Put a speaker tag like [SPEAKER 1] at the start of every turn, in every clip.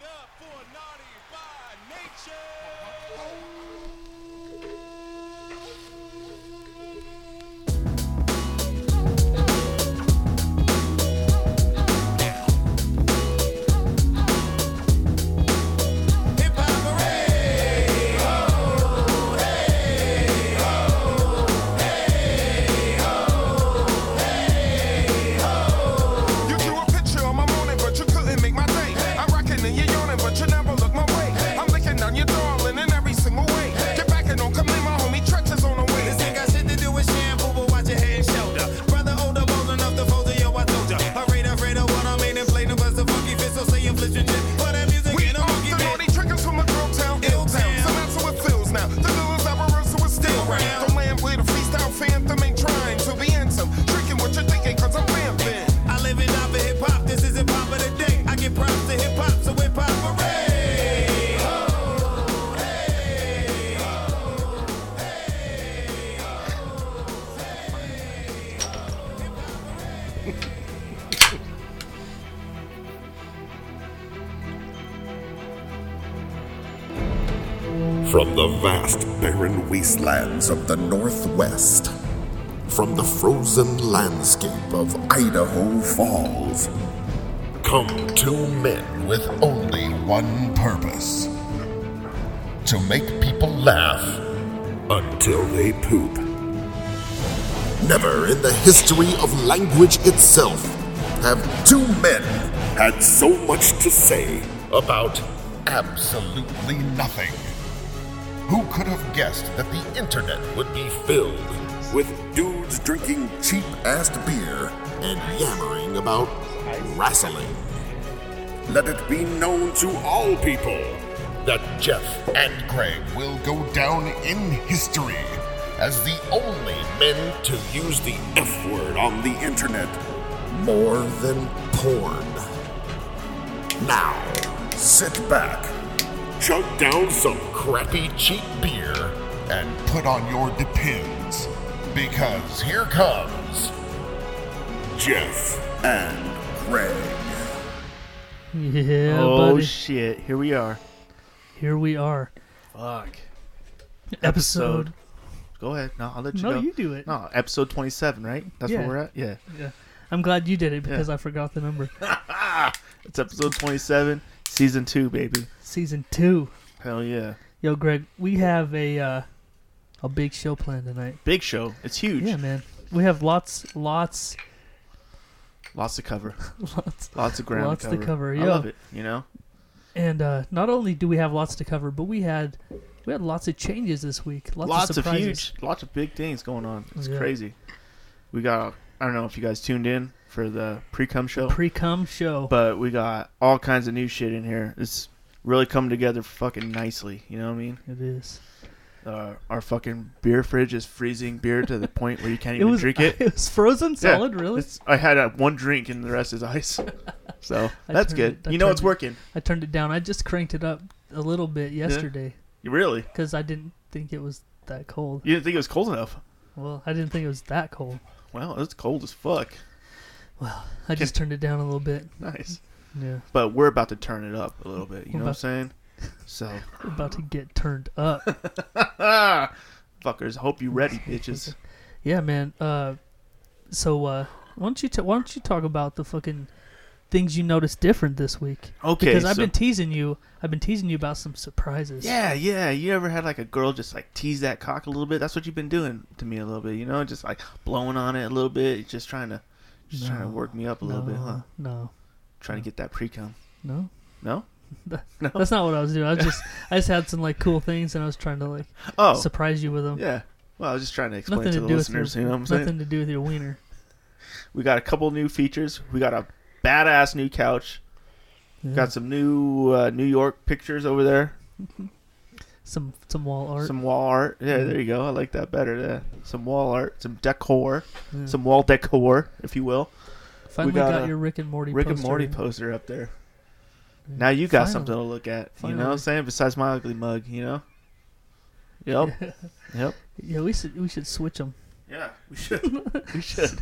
[SPEAKER 1] are naughty by nature. Hip hop hooray!
[SPEAKER 2] You drew a picture of my morning, but you couldn't make my day. I'm rocking and you're yawning, but you never look my way. I'm licking on your darling in every single way. Get back and don't come in, my homie Tretch is on the way.
[SPEAKER 1] This ain't got shit to do with shampoo, but watch your head and shoulder. Brother older, bold enough to fold it, yo, I told ya. Afraid, afraid of what I made and played, was a funky fit, so say and flip your chip. But that music
[SPEAKER 2] We
[SPEAKER 1] ain't a
[SPEAKER 2] are
[SPEAKER 1] monkey
[SPEAKER 2] the
[SPEAKER 1] bit.
[SPEAKER 2] naughty trickers from a girl town, ill town. So that's how it feels now. The villains I rehearse, so it's still round. The land where the freestyle phantom ain't trying to be handsome. Tricking what you're thinking, cause I'm vamping.
[SPEAKER 1] I live and die for hip hop, this isn't pop of the day. I give props to hip hop, so hip hop hooray!
[SPEAKER 3] From the vast barren wastelands of the Northwest, from the frozen landscape of Idaho Falls, come two men with only one purpose to make people laugh until they poop. Never in the history of language itself have two men had so much to say about absolutely nothing. Who could have guessed that the internet would be filled with dudes drinking cheap ass beer and yammering about wrestling? Let it be known to all people that Jeff and Craig will go down in history as the only men to use the F word on the internet more than porn. Now, sit back chug down some crappy cheap beer, and put on your depends. Because here comes Jeff and Craig.
[SPEAKER 4] Yeah,
[SPEAKER 5] oh
[SPEAKER 4] buddy.
[SPEAKER 5] shit! Here we are.
[SPEAKER 4] Here we are.
[SPEAKER 5] Fuck.
[SPEAKER 4] Episode.
[SPEAKER 5] Go ahead. No, I'll let you
[SPEAKER 4] No,
[SPEAKER 5] go.
[SPEAKER 4] you do it.
[SPEAKER 5] No, episode twenty-seven, right? That's
[SPEAKER 4] Yeah.
[SPEAKER 5] where we're at. Yeah,
[SPEAKER 4] Yeah. I'm glad you did it because I forgot the number.
[SPEAKER 5] it's episode twenty-seven, season two, baby.
[SPEAKER 4] Season two.
[SPEAKER 5] Hell yeah!
[SPEAKER 4] Yo, Greg, we have a uh, a big show planned tonight.
[SPEAKER 5] Big show. It's huge.
[SPEAKER 4] Yeah, man. We have lots, lots,
[SPEAKER 5] Lots to cover.
[SPEAKER 4] lots,
[SPEAKER 5] Lots of ground.
[SPEAKER 4] Lots to
[SPEAKER 5] to cover.
[SPEAKER 4] cover,
[SPEAKER 5] I
[SPEAKER 4] yeah.
[SPEAKER 5] love it. You know.
[SPEAKER 4] and uh, not only do we have lots to cover, but we had we had lots of changes this week. Lots,
[SPEAKER 5] lots
[SPEAKER 4] of
[SPEAKER 5] of
[SPEAKER 4] surprises.
[SPEAKER 5] huge, lots of big things going on. It's
[SPEAKER 4] Yeah.
[SPEAKER 5] crazy. We got. I don't know if you guys tuned in for the pre-cum show,
[SPEAKER 4] pre-cum show.
[SPEAKER 5] but we got all kinds of new shit in here. It's really coming together fucking nicely. You know what I mean?
[SPEAKER 4] it is.
[SPEAKER 5] Uh, our fucking beer fridge is freezing beer to the point where you can't
[SPEAKER 4] It
[SPEAKER 5] even
[SPEAKER 4] was
[SPEAKER 5] drink it.
[SPEAKER 4] was frozen
[SPEAKER 5] Yeah,
[SPEAKER 4] solid, really.
[SPEAKER 5] it's- I had uh one drink and the rest is ice. So
[SPEAKER 4] I
[SPEAKER 5] that's
[SPEAKER 4] turned
[SPEAKER 5] good.
[SPEAKER 4] it- I
[SPEAKER 5] you know it's
[SPEAKER 4] turned it-
[SPEAKER 5] working.
[SPEAKER 4] I turned it down. I just cranked it up a little bit yesterday
[SPEAKER 5] You really?
[SPEAKER 4] because I didn't think it was that cold.
[SPEAKER 5] You didn't think it was cold enough?
[SPEAKER 4] Well, I didn't think it was that cold.
[SPEAKER 5] Well, it's cold as fuck.
[SPEAKER 4] I just turned it down a little bit.
[SPEAKER 5] Nice.
[SPEAKER 4] Yeah,
[SPEAKER 5] But we're about to turn it up a little bit. You
[SPEAKER 4] We're
[SPEAKER 5] know what I'm saying? So,
[SPEAKER 4] we're about to get turned up.
[SPEAKER 5] ah, fuckers, hope you ready, bitches.
[SPEAKER 4] yeah, man. Uh, so uh, why don't you t- why don't you talk about the fucking things you noticed different this week?
[SPEAKER 5] Okay.
[SPEAKER 4] Because I've
[SPEAKER 5] so-
[SPEAKER 4] been teasing you. I've been teasing you about some surprises.
[SPEAKER 5] Yeah, yeah. You ever had like a girl just like tease that cock a little bit? That's what you've been doing to me a little bit, you know? Just like blowing on it a little bit, just trying to just trying to
[SPEAKER 4] No,
[SPEAKER 5] work me up a
[SPEAKER 4] no,
[SPEAKER 5] little bit, huh?
[SPEAKER 4] No,
[SPEAKER 5] Trying to get that pre cum.
[SPEAKER 4] no.
[SPEAKER 5] No?
[SPEAKER 4] That's not what I was doing. I was just I just had some like cool things and I was trying to like
[SPEAKER 5] Oh.
[SPEAKER 4] surprise you with them.
[SPEAKER 5] yeah. Well, I was just trying to explain
[SPEAKER 4] Nothing
[SPEAKER 5] to
[SPEAKER 4] to,
[SPEAKER 5] the
[SPEAKER 4] do with your,
[SPEAKER 5] listeners, you know what I'm saying?
[SPEAKER 4] nothing to do with your wiener.
[SPEAKER 5] We got a couple new features. We got a badass new couch.
[SPEAKER 4] Yeah.
[SPEAKER 5] Got some new uh, New York pictures over there.
[SPEAKER 4] some some wall art. Mm-hmm.
[SPEAKER 5] Some wall art. Yeah, there you go. I like that better. Yeah. Some wall art, some decor,
[SPEAKER 4] Yeah.
[SPEAKER 5] some wall decor, if you will.
[SPEAKER 4] Finally
[SPEAKER 5] got
[SPEAKER 4] got,
[SPEAKER 5] a
[SPEAKER 4] your Rick and Morty.
[SPEAKER 5] Rick and
[SPEAKER 4] poster.
[SPEAKER 5] Morty poster up there. Now you got
[SPEAKER 4] Finally.
[SPEAKER 5] something to look at. You know what
[SPEAKER 4] Finally.
[SPEAKER 5] I'm saying? Besides my ugly mug, you know? Yep. Yep.
[SPEAKER 4] Yeah, we should we should switch them.
[SPEAKER 5] Yeah, we should. we should.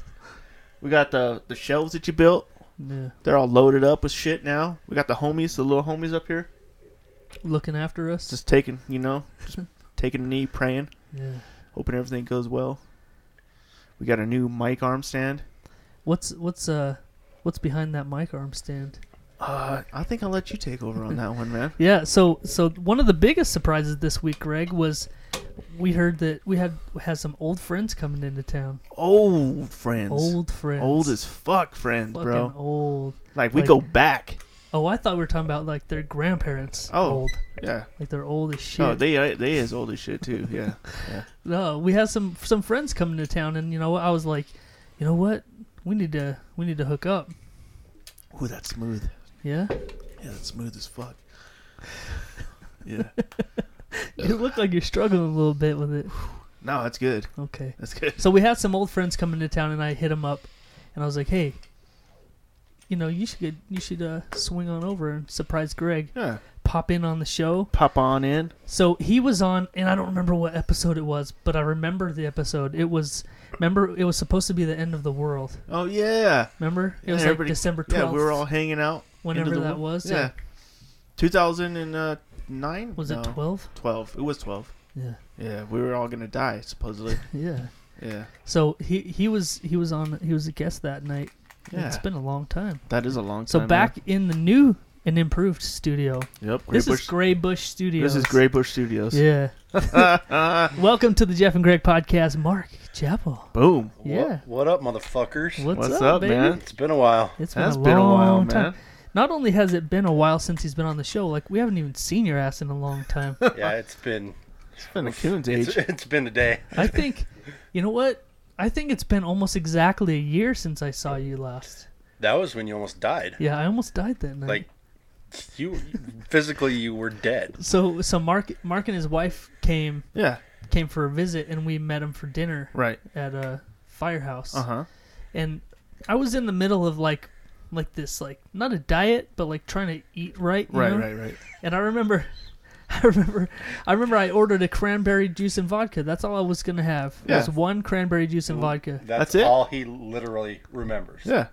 [SPEAKER 5] We got the the shelves that you built.
[SPEAKER 4] Yeah.
[SPEAKER 5] They're all loaded up with shit now. We got the homies, the little homies up here.
[SPEAKER 4] looking after us.
[SPEAKER 5] Just taking, you know, just taking a knee, praying,
[SPEAKER 4] yeah.
[SPEAKER 5] hoping everything goes well. We got a new mic arm stand.
[SPEAKER 4] What's what's uh what's behind that mic arm stand?
[SPEAKER 5] Uh, I think I'll let you take over on that one, man.
[SPEAKER 4] Yeah, so so one of the biggest surprises this week, Greg, was we heard that we had had some old friends coming into town.
[SPEAKER 5] Old friends.
[SPEAKER 4] Old friends.
[SPEAKER 5] Old as fuck friends,
[SPEAKER 4] fucking
[SPEAKER 5] bro.
[SPEAKER 4] old.
[SPEAKER 5] Like we
[SPEAKER 4] like-
[SPEAKER 5] go back.
[SPEAKER 4] Oh, I thought we were talking about like their grandparents.
[SPEAKER 5] Oh,
[SPEAKER 4] old.
[SPEAKER 5] Yeah. Oh.
[SPEAKER 4] Like they're old as shit.
[SPEAKER 5] No, they uh, they is old as shit too. Yeah. yeah.
[SPEAKER 4] no, we had some some friends coming to town, and you know I was like, you know what, we need to we need to hook up.
[SPEAKER 5] Ooh, that's smooth.
[SPEAKER 4] Yeah,
[SPEAKER 5] Yeah, that's smooth as fuck. Yeah.
[SPEAKER 4] you look like you're struggling a little bit with it.
[SPEAKER 5] No, that's good.
[SPEAKER 4] Okay,
[SPEAKER 5] That's good.
[SPEAKER 4] so we had some old friends coming to town, and I hit them up, and I was like, hey, you know you should get, you should uh, swing on over and surprise Greg,
[SPEAKER 5] Yeah.
[SPEAKER 4] pop in on the show.
[SPEAKER 5] Pop on in.
[SPEAKER 4] So he was on, and I don't remember what episode it was, but I remember the episode. It was remember it was supposed to be the end of the world.
[SPEAKER 5] Oh yeah.
[SPEAKER 4] Remember it
[SPEAKER 5] Yeah,
[SPEAKER 4] was like
[SPEAKER 5] everybody-
[SPEAKER 4] December twelfth.
[SPEAKER 5] Yeah, we were all hanging out. end of
[SPEAKER 4] whenever
[SPEAKER 5] the
[SPEAKER 4] that
[SPEAKER 5] world.
[SPEAKER 4] was.
[SPEAKER 5] Yeah.
[SPEAKER 4] Yeah.
[SPEAKER 5] 2009?
[SPEAKER 4] Was
[SPEAKER 5] No,
[SPEAKER 4] it twelve?
[SPEAKER 5] 12. It was 12.
[SPEAKER 4] Yeah.
[SPEAKER 5] Yeah, we were all going to die supposedly.
[SPEAKER 4] Yeah.
[SPEAKER 5] yeah.
[SPEAKER 4] So he he was he was on he was a guest that night.
[SPEAKER 5] Yeah.
[SPEAKER 4] It's been a long time.
[SPEAKER 5] That is a long time.
[SPEAKER 4] So
[SPEAKER 5] man.
[SPEAKER 4] back in the new and improved studio.
[SPEAKER 5] Yep. Gray
[SPEAKER 4] this
[SPEAKER 5] Bush,
[SPEAKER 4] is Gray Bush Studios.
[SPEAKER 5] This is Gray Bush Studios.
[SPEAKER 4] Yeah. Welcome to the Jeff and Greg podcast. Mark Chapel.
[SPEAKER 5] Boom.
[SPEAKER 4] Yeah.
[SPEAKER 6] What, what up, motherfuckers?
[SPEAKER 4] What's,
[SPEAKER 5] What's
[SPEAKER 4] up,
[SPEAKER 5] up,
[SPEAKER 4] baby?
[SPEAKER 5] man?
[SPEAKER 6] It's been a while.
[SPEAKER 4] It's been,
[SPEAKER 5] That's
[SPEAKER 4] a,
[SPEAKER 5] been a
[SPEAKER 4] long
[SPEAKER 5] while,
[SPEAKER 4] time.
[SPEAKER 5] man.
[SPEAKER 4] Not only has it been a while since he's been on the show, like we haven't even seen your ass in a long time.
[SPEAKER 6] Yeah, it's been
[SPEAKER 5] It's been a coon's
[SPEAKER 6] it's,
[SPEAKER 5] age.
[SPEAKER 6] it's been a day.
[SPEAKER 4] I think, you know what? I think it's been almost exactly a year since I saw you last.
[SPEAKER 6] That was when you almost died.
[SPEAKER 4] Yeah, I almost died that night.
[SPEAKER 6] Like you physically you were dead.
[SPEAKER 4] So so Mark Mark and his wife came
[SPEAKER 5] Yeah.
[SPEAKER 4] came for a visit and we met him for dinner
[SPEAKER 5] Right.
[SPEAKER 4] at a firehouse.
[SPEAKER 5] Uh-huh.
[SPEAKER 4] And I was in the middle of like like this like not a diet but like trying to eat right, you
[SPEAKER 5] Right,
[SPEAKER 4] know?
[SPEAKER 5] right, right.
[SPEAKER 4] And I remember I remember I remember I ordered a cranberry juice and vodka. That's all I was going to have.
[SPEAKER 5] Yeah.
[SPEAKER 4] Was one cranberry juice and vodka.
[SPEAKER 6] That's,
[SPEAKER 5] That's it?
[SPEAKER 6] all he literally remembers.
[SPEAKER 5] Yeah.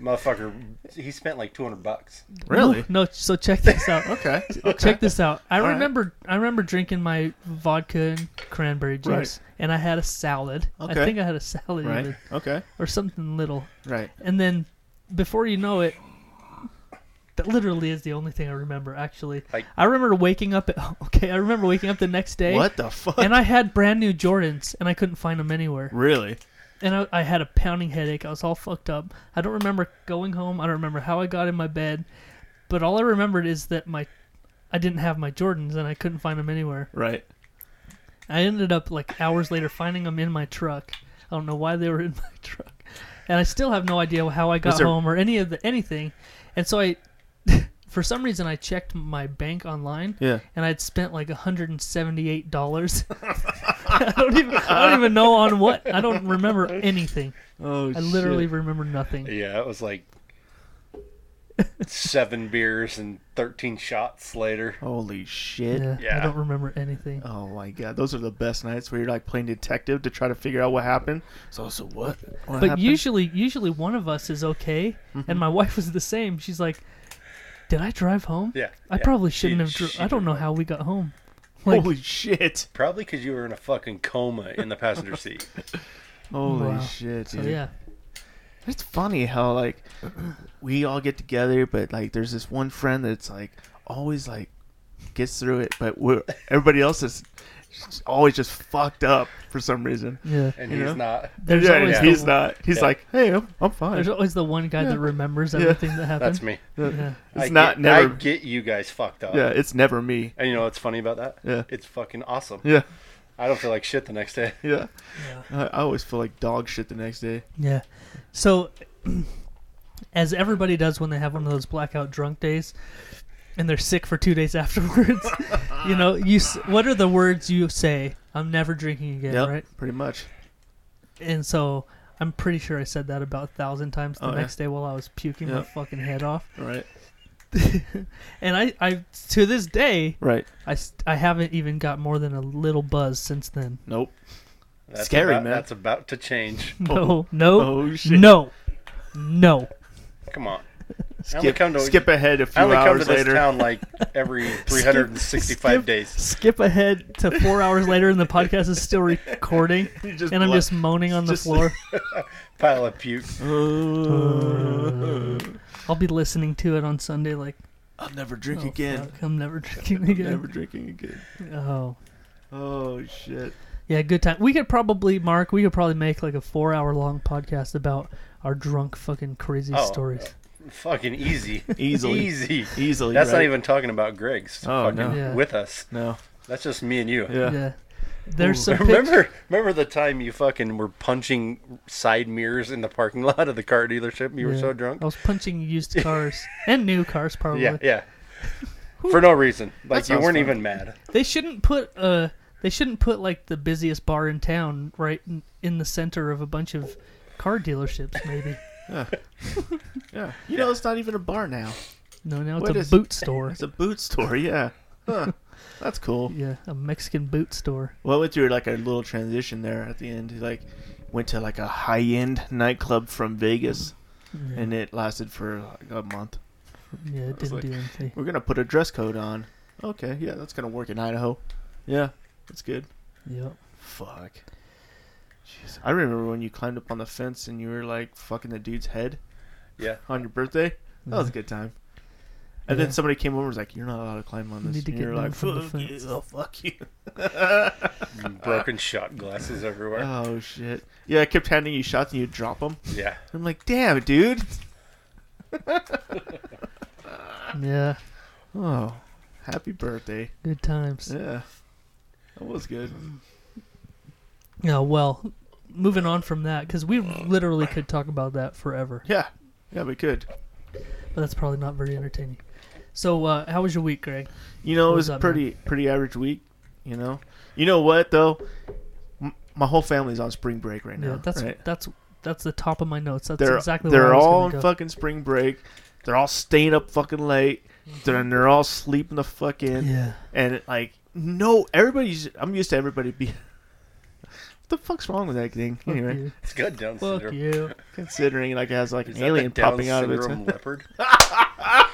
[SPEAKER 6] Motherfucker, he spent like 200 bucks.
[SPEAKER 5] Really?
[SPEAKER 4] No, so check this out.
[SPEAKER 5] Okay.
[SPEAKER 4] Check this out. I
[SPEAKER 5] right.
[SPEAKER 4] remember I remember drinking my vodka and cranberry juice,
[SPEAKER 5] Right.
[SPEAKER 4] and I had a salad. I
[SPEAKER 5] Okay.
[SPEAKER 4] think I had a salad
[SPEAKER 5] Right.
[SPEAKER 4] even,
[SPEAKER 5] Okay.
[SPEAKER 4] or something little.
[SPEAKER 5] Right.
[SPEAKER 4] And then, before you know it, that literally is the only thing I remember. Actually,
[SPEAKER 6] Like-
[SPEAKER 4] I remember waking up. At, okay, I remember waking up the next day.
[SPEAKER 5] What the fuck?
[SPEAKER 4] And I had brand new Jordans, and I couldn't find them anywhere.
[SPEAKER 5] really?
[SPEAKER 4] And I, I had a pounding headache. I was all fucked up. I don't remember going home. I don't remember how I got in my bed, but all I remembered is that my I didn't have my Jordans, and I couldn't find them anywhere.
[SPEAKER 5] Right.
[SPEAKER 4] I ended up like hours later finding them in my truck. I don't know why they were in my truck, and I still have no idea how I got
[SPEAKER 5] there-
[SPEAKER 4] home or any of the anything. And so I, for some reason, I checked my bank online.
[SPEAKER 5] Yeah.
[SPEAKER 4] And I'd spent like hundred and seventy-eight dollars. I don't even I don't even know on what. I don't remember anything.
[SPEAKER 5] Oh
[SPEAKER 4] I literally remember nothing.
[SPEAKER 6] Yeah, it was like seven beers and 13 shots later.
[SPEAKER 5] Holy shit.
[SPEAKER 4] Yeah, I
[SPEAKER 6] Yeah.
[SPEAKER 4] don't remember anything.
[SPEAKER 5] Oh my god, those are the best nights where you're like playing detective to try to figure out what happened. So so what? What
[SPEAKER 4] But
[SPEAKER 5] happened? Mm-hmm.
[SPEAKER 4] usually, usually one of us is okay, and my wife was the same. She's like, "Did I drive home?
[SPEAKER 6] Yeah,
[SPEAKER 4] I
[SPEAKER 6] yeah.
[SPEAKER 4] probably
[SPEAKER 6] She-
[SPEAKER 4] shouldn't have. Dri-
[SPEAKER 6] she
[SPEAKER 4] I don't
[SPEAKER 6] drove
[SPEAKER 4] know
[SPEAKER 6] home.
[SPEAKER 4] how we got home. Like,
[SPEAKER 5] holy shit,
[SPEAKER 6] Probably because you were in a fucking coma in the passenger seat.
[SPEAKER 5] holy
[SPEAKER 4] Wow.
[SPEAKER 5] shit,
[SPEAKER 4] so
[SPEAKER 5] dude.
[SPEAKER 4] Oh, yeah,
[SPEAKER 5] It's funny how like we all get together, but like there's this one friend that's like always like gets through it, but we're everybody else is just always just fucked up for some reason.
[SPEAKER 4] yeah.
[SPEAKER 6] And
[SPEAKER 5] You
[SPEAKER 6] he's
[SPEAKER 5] know?
[SPEAKER 6] not.
[SPEAKER 4] There's
[SPEAKER 5] yeah,
[SPEAKER 4] always
[SPEAKER 5] and
[SPEAKER 4] the
[SPEAKER 5] he's
[SPEAKER 4] one-
[SPEAKER 5] not. He's
[SPEAKER 6] Yeah.
[SPEAKER 5] like, hey, I'm, I'm
[SPEAKER 4] There's
[SPEAKER 5] fine.
[SPEAKER 4] always the one guy that remembers everything that happened.
[SPEAKER 6] That's me.
[SPEAKER 4] Yeah.
[SPEAKER 5] It's
[SPEAKER 6] I
[SPEAKER 5] not
[SPEAKER 6] get,
[SPEAKER 5] never.
[SPEAKER 6] I get you guys fucked up.
[SPEAKER 5] yeah, it's never me.
[SPEAKER 6] And you know what's funny about that?
[SPEAKER 5] Yeah.
[SPEAKER 6] It's fucking awesome.
[SPEAKER 5] Yeah,
[SPEAKER 6] I don't feel like shit the next day.
[SPEAKER 5] yeah. I, I always feel like dog shit the next day.
[SPEAKER 4] Yeah. So, as everybody does when they have one of those blackout drunk days, and they're sick for two days afterwards, you know, you s- what are the words you say? I'm never drinking again,
[SPEAKER 5] Yep,
[SPEAKER 4] right?
[SPEAKER 5] pretty much.
[SPEAKER 4] And so I'm pretty sure I said that about a thousand times the
[SPEAKER 5] Oh, yeah.
[SPEAKER 4] next day while I was puking my
[SPEAKER 5] Yep.
[SPEAKER 4] fucking head off.
[SPEAKER 5] Right.
[SPEAKER 4] And I, I to this day,
[SPEAKER 5] Right.
[SPEAKER 4] I, s- I haven't even got more than a little buzz since then.
[SPEAKER 5] Nope.
[SPEAKER 6] That's
[SPEAKER 5] Scary,
[SPEAKER 6] about-
[SPEAKER 5] man.
[SPEAKER 6] That's about to change.
[SPEAKER 4] No, no,
[SPEAKER 5] Oh shit.
[SPEAKER 4] no, no.
[SPEAKER 6] Come on. I only
[SPEAKER 5] Skip,
[SPEAKER 6] come to
[SPEAKER 5] skip ahead a
[SPEAKER 6] I
[SPEAKER 5] few
[SPEAKER 6] only come to
[SPEAKER 5] hours
[SPEAKER 6] this
[SPEAKER 5] later.
[SPEAKER 6] town like every 365
[SPEAKER 4] Skip-
[SPEAKER 6] days.
[SPEAKER 4] Skip ahead to four hours later, and the podcast is still recording,
[SPEAKER 5] You just
[SPEAKER 4] and I'm
[SPEAKER 5] bluff.
[SPEAKER 4] just moaning on the
[SPEAKER 5] Just-
[SPEAKER 4] floor.
[SPEAKER 6] Pile of puke.
[SPEAKER 4] Uh, I'll be listening to it on Sunday, like
[SPEAKER 5] I'll never drink
[SPEAKER 4] oh,
[SPEAKER 5] again.
[SPEAKER 4] fuck, I'm never drinking
[SPEAKER 5] I'm
[SPEAKER 4] again.
[SPEAKER 5] never drinking again.
[SPEAKER 4] Oh,
[SPEAKER 5] Oh shit.
[SPEAKER 4] yeah, good time. We could probably, Mark, we could probably make like a four-hour-long podcast about our drunk, fucking crazy
[SPEAKER 6] Oh,
[SPEAKER 4] stories.
[SPEAKER 6] Fucking easy.
[SPEAKER 5] Easily.
[SPEAKER 6] Easy.
[SPEAKER 5] Easily,
[SPEAKER 6] That's not
[SPEAKER 5] right?
[SPEAKER 6] even talking about Greg's
[SPEAKER 5] Oh,
[SPEAKER 6] fucking
[SPEAKER 5] no.
[SPEAKER 4] Yeah.
[SPEAKER 6] with us.
[SPEAKER 5] No.
[SPEAKER 6] That's just me and you.
[SPEAKER 5] Yeah.
[SPEAKER 4] yeah, there's some. pic-
[SPEAKER 6] Remember, remember the time you fucking were punching side mirrors in the parking lot of the car dealership? You were
[SPEAKER 4] Yeah.
[SPEAKER 6] so drunk.
[SPEAKER 4] I was punching used cars and new cars, probably.
[SPEAKER 6] yeah, yeah. For no reason. Like you
[SPEAKER 5] sounds
[SPEAKER 6] weren't
[SPEAKER 5] fun.
[SPEAKER 6] even mad.
[SPEAKER 4] They shouldn't put uh they shouldn't put like the busiest bar in town right in, in the center of a bunch of car dealerships maybe.
[SPEAKER 5] Yeah. You know, it's not even a bar now.
[SPEAKER 4] No, now it's
[SPEAKER 5] What
[SPEAKER 4] a
[SPEAKER 5] is-
[SPEAKER 4] boot store.
[SPEAKER 5] It's a boot store. Yeah. Huh. That's cool.
[SPEAKER 4] Yeah, a Mexican boot store.
[SPEAKER 5] Well, I went through like a little transition there at the end. Like, went to like a high end nightclub from Vegas,
[SPEAKER 4] Mm-hmm.
[SPEAKER 5] and it lasted for like a month.
[SPEAKER 4] Yeah, it didn't
[SPEAKER 5] like-
[SPEAKER 4] do anything.
[SPEAKER 5] We're gonna put a dress code on. Okay, yeah, that's gonna work in Idaho. Yeah, that's good.
[SPEAKER 4] Yep.
[SPEAKER 5] Fuck. Jeez. I remember when you climbed up on the fence and you were like fucking the dude's head
[SPEAKER 6] Yeah.
[SPEAKER 5] on your birthday. That was a good time. And
[SPEAKER 4] Yeah.
[SPEAKER 5] then somebody came over and was like, "You're not allowed to climb on this."
[SPEAKER 4] need to
[SPEAKER 5] and
[SPEAKER 4] get
[SPEAKER 5] you're
[SPEAKER 4] down
[SPEAKER 5] like,
[SPEAKER 4] from the
[SPEAKER 5] "Fuck you!
[SPEAKER 4] fence."
[SPEAKER 5] Oh, fuck you!"
[SPEAKER 6] Broken shot glasses everywhere.
[SPEAKER 5] Oh shit! Yeah, I kept handing you shots and you drop them.
[SPEAKER 6] yeah.
[SPEAKER 5] I'm like, "Damn, dude!"
[SPEAKER 4] Yeah,
[SPEAKER 5] Oh, happy birthday!
[SPEAKER 4] good times.
[SPEAKER 5] Yeah, that was good.
[SPEAKER 4] Yeah, well, moving on from that cuz we literally could talk about that forever.
[SPEAKER 5] Yeah, yeah, we could.
[SPEAKER 4] But that's probably not very entertaining. So, uh, how was your week, Greg?
[SPEAKER 5] You know,
[SPEAKER 4] What
[SPEAKER 5] it
[SPEAKER 4] was
[SPEAKER 5] was
[SPEAKER 4] that, man?
[SPEAKER 5] a pretty pretty average week. You know, you know what though, M- my whole family's on spring break right now.
[SPEAKER 4] yeah, that's
[SPEAKER 5] right?
[SPEAKER 4] that's that's the top of my notes. That's
[SPEAKER 5] they're
[SPEAKER 4] exactly
[SPEAKER 5] they're
[SPEAKER 4] where I was
[SPEAKER 5] all
[SPEAKER 4] gonna
[SPEAKER 5] on
[SPEAKER 4] go.
[SPEAKER 5] fucking spring break. They're all staying up fucking late. Then they're all sleeping the fuck in.
[SPEAKER 4] Yeah.
[SPEAKER 5] And like no, everybody's. I'm used to everybody being. what the fuck's wrong with that thing? Anyway,
[SPEAKER 4] you.
[SPEAKER 6] It's got Down
[SPEAKER 4] Fuck
[SPEAKER 6] syndrome.
[SPEAKER 4] you.
[SPEAKER 5] considering like it has like
[SPEAKER 6] Is
[SPEAKER 5] an
[SPEAKER 6] that
[SPEAKER 5] alien
[SPEAKER 6] the Down
[SPEAKER 5] popping out of its
[SPEAKER 6] syndrome leopard?
[SPEAKER 5] ah,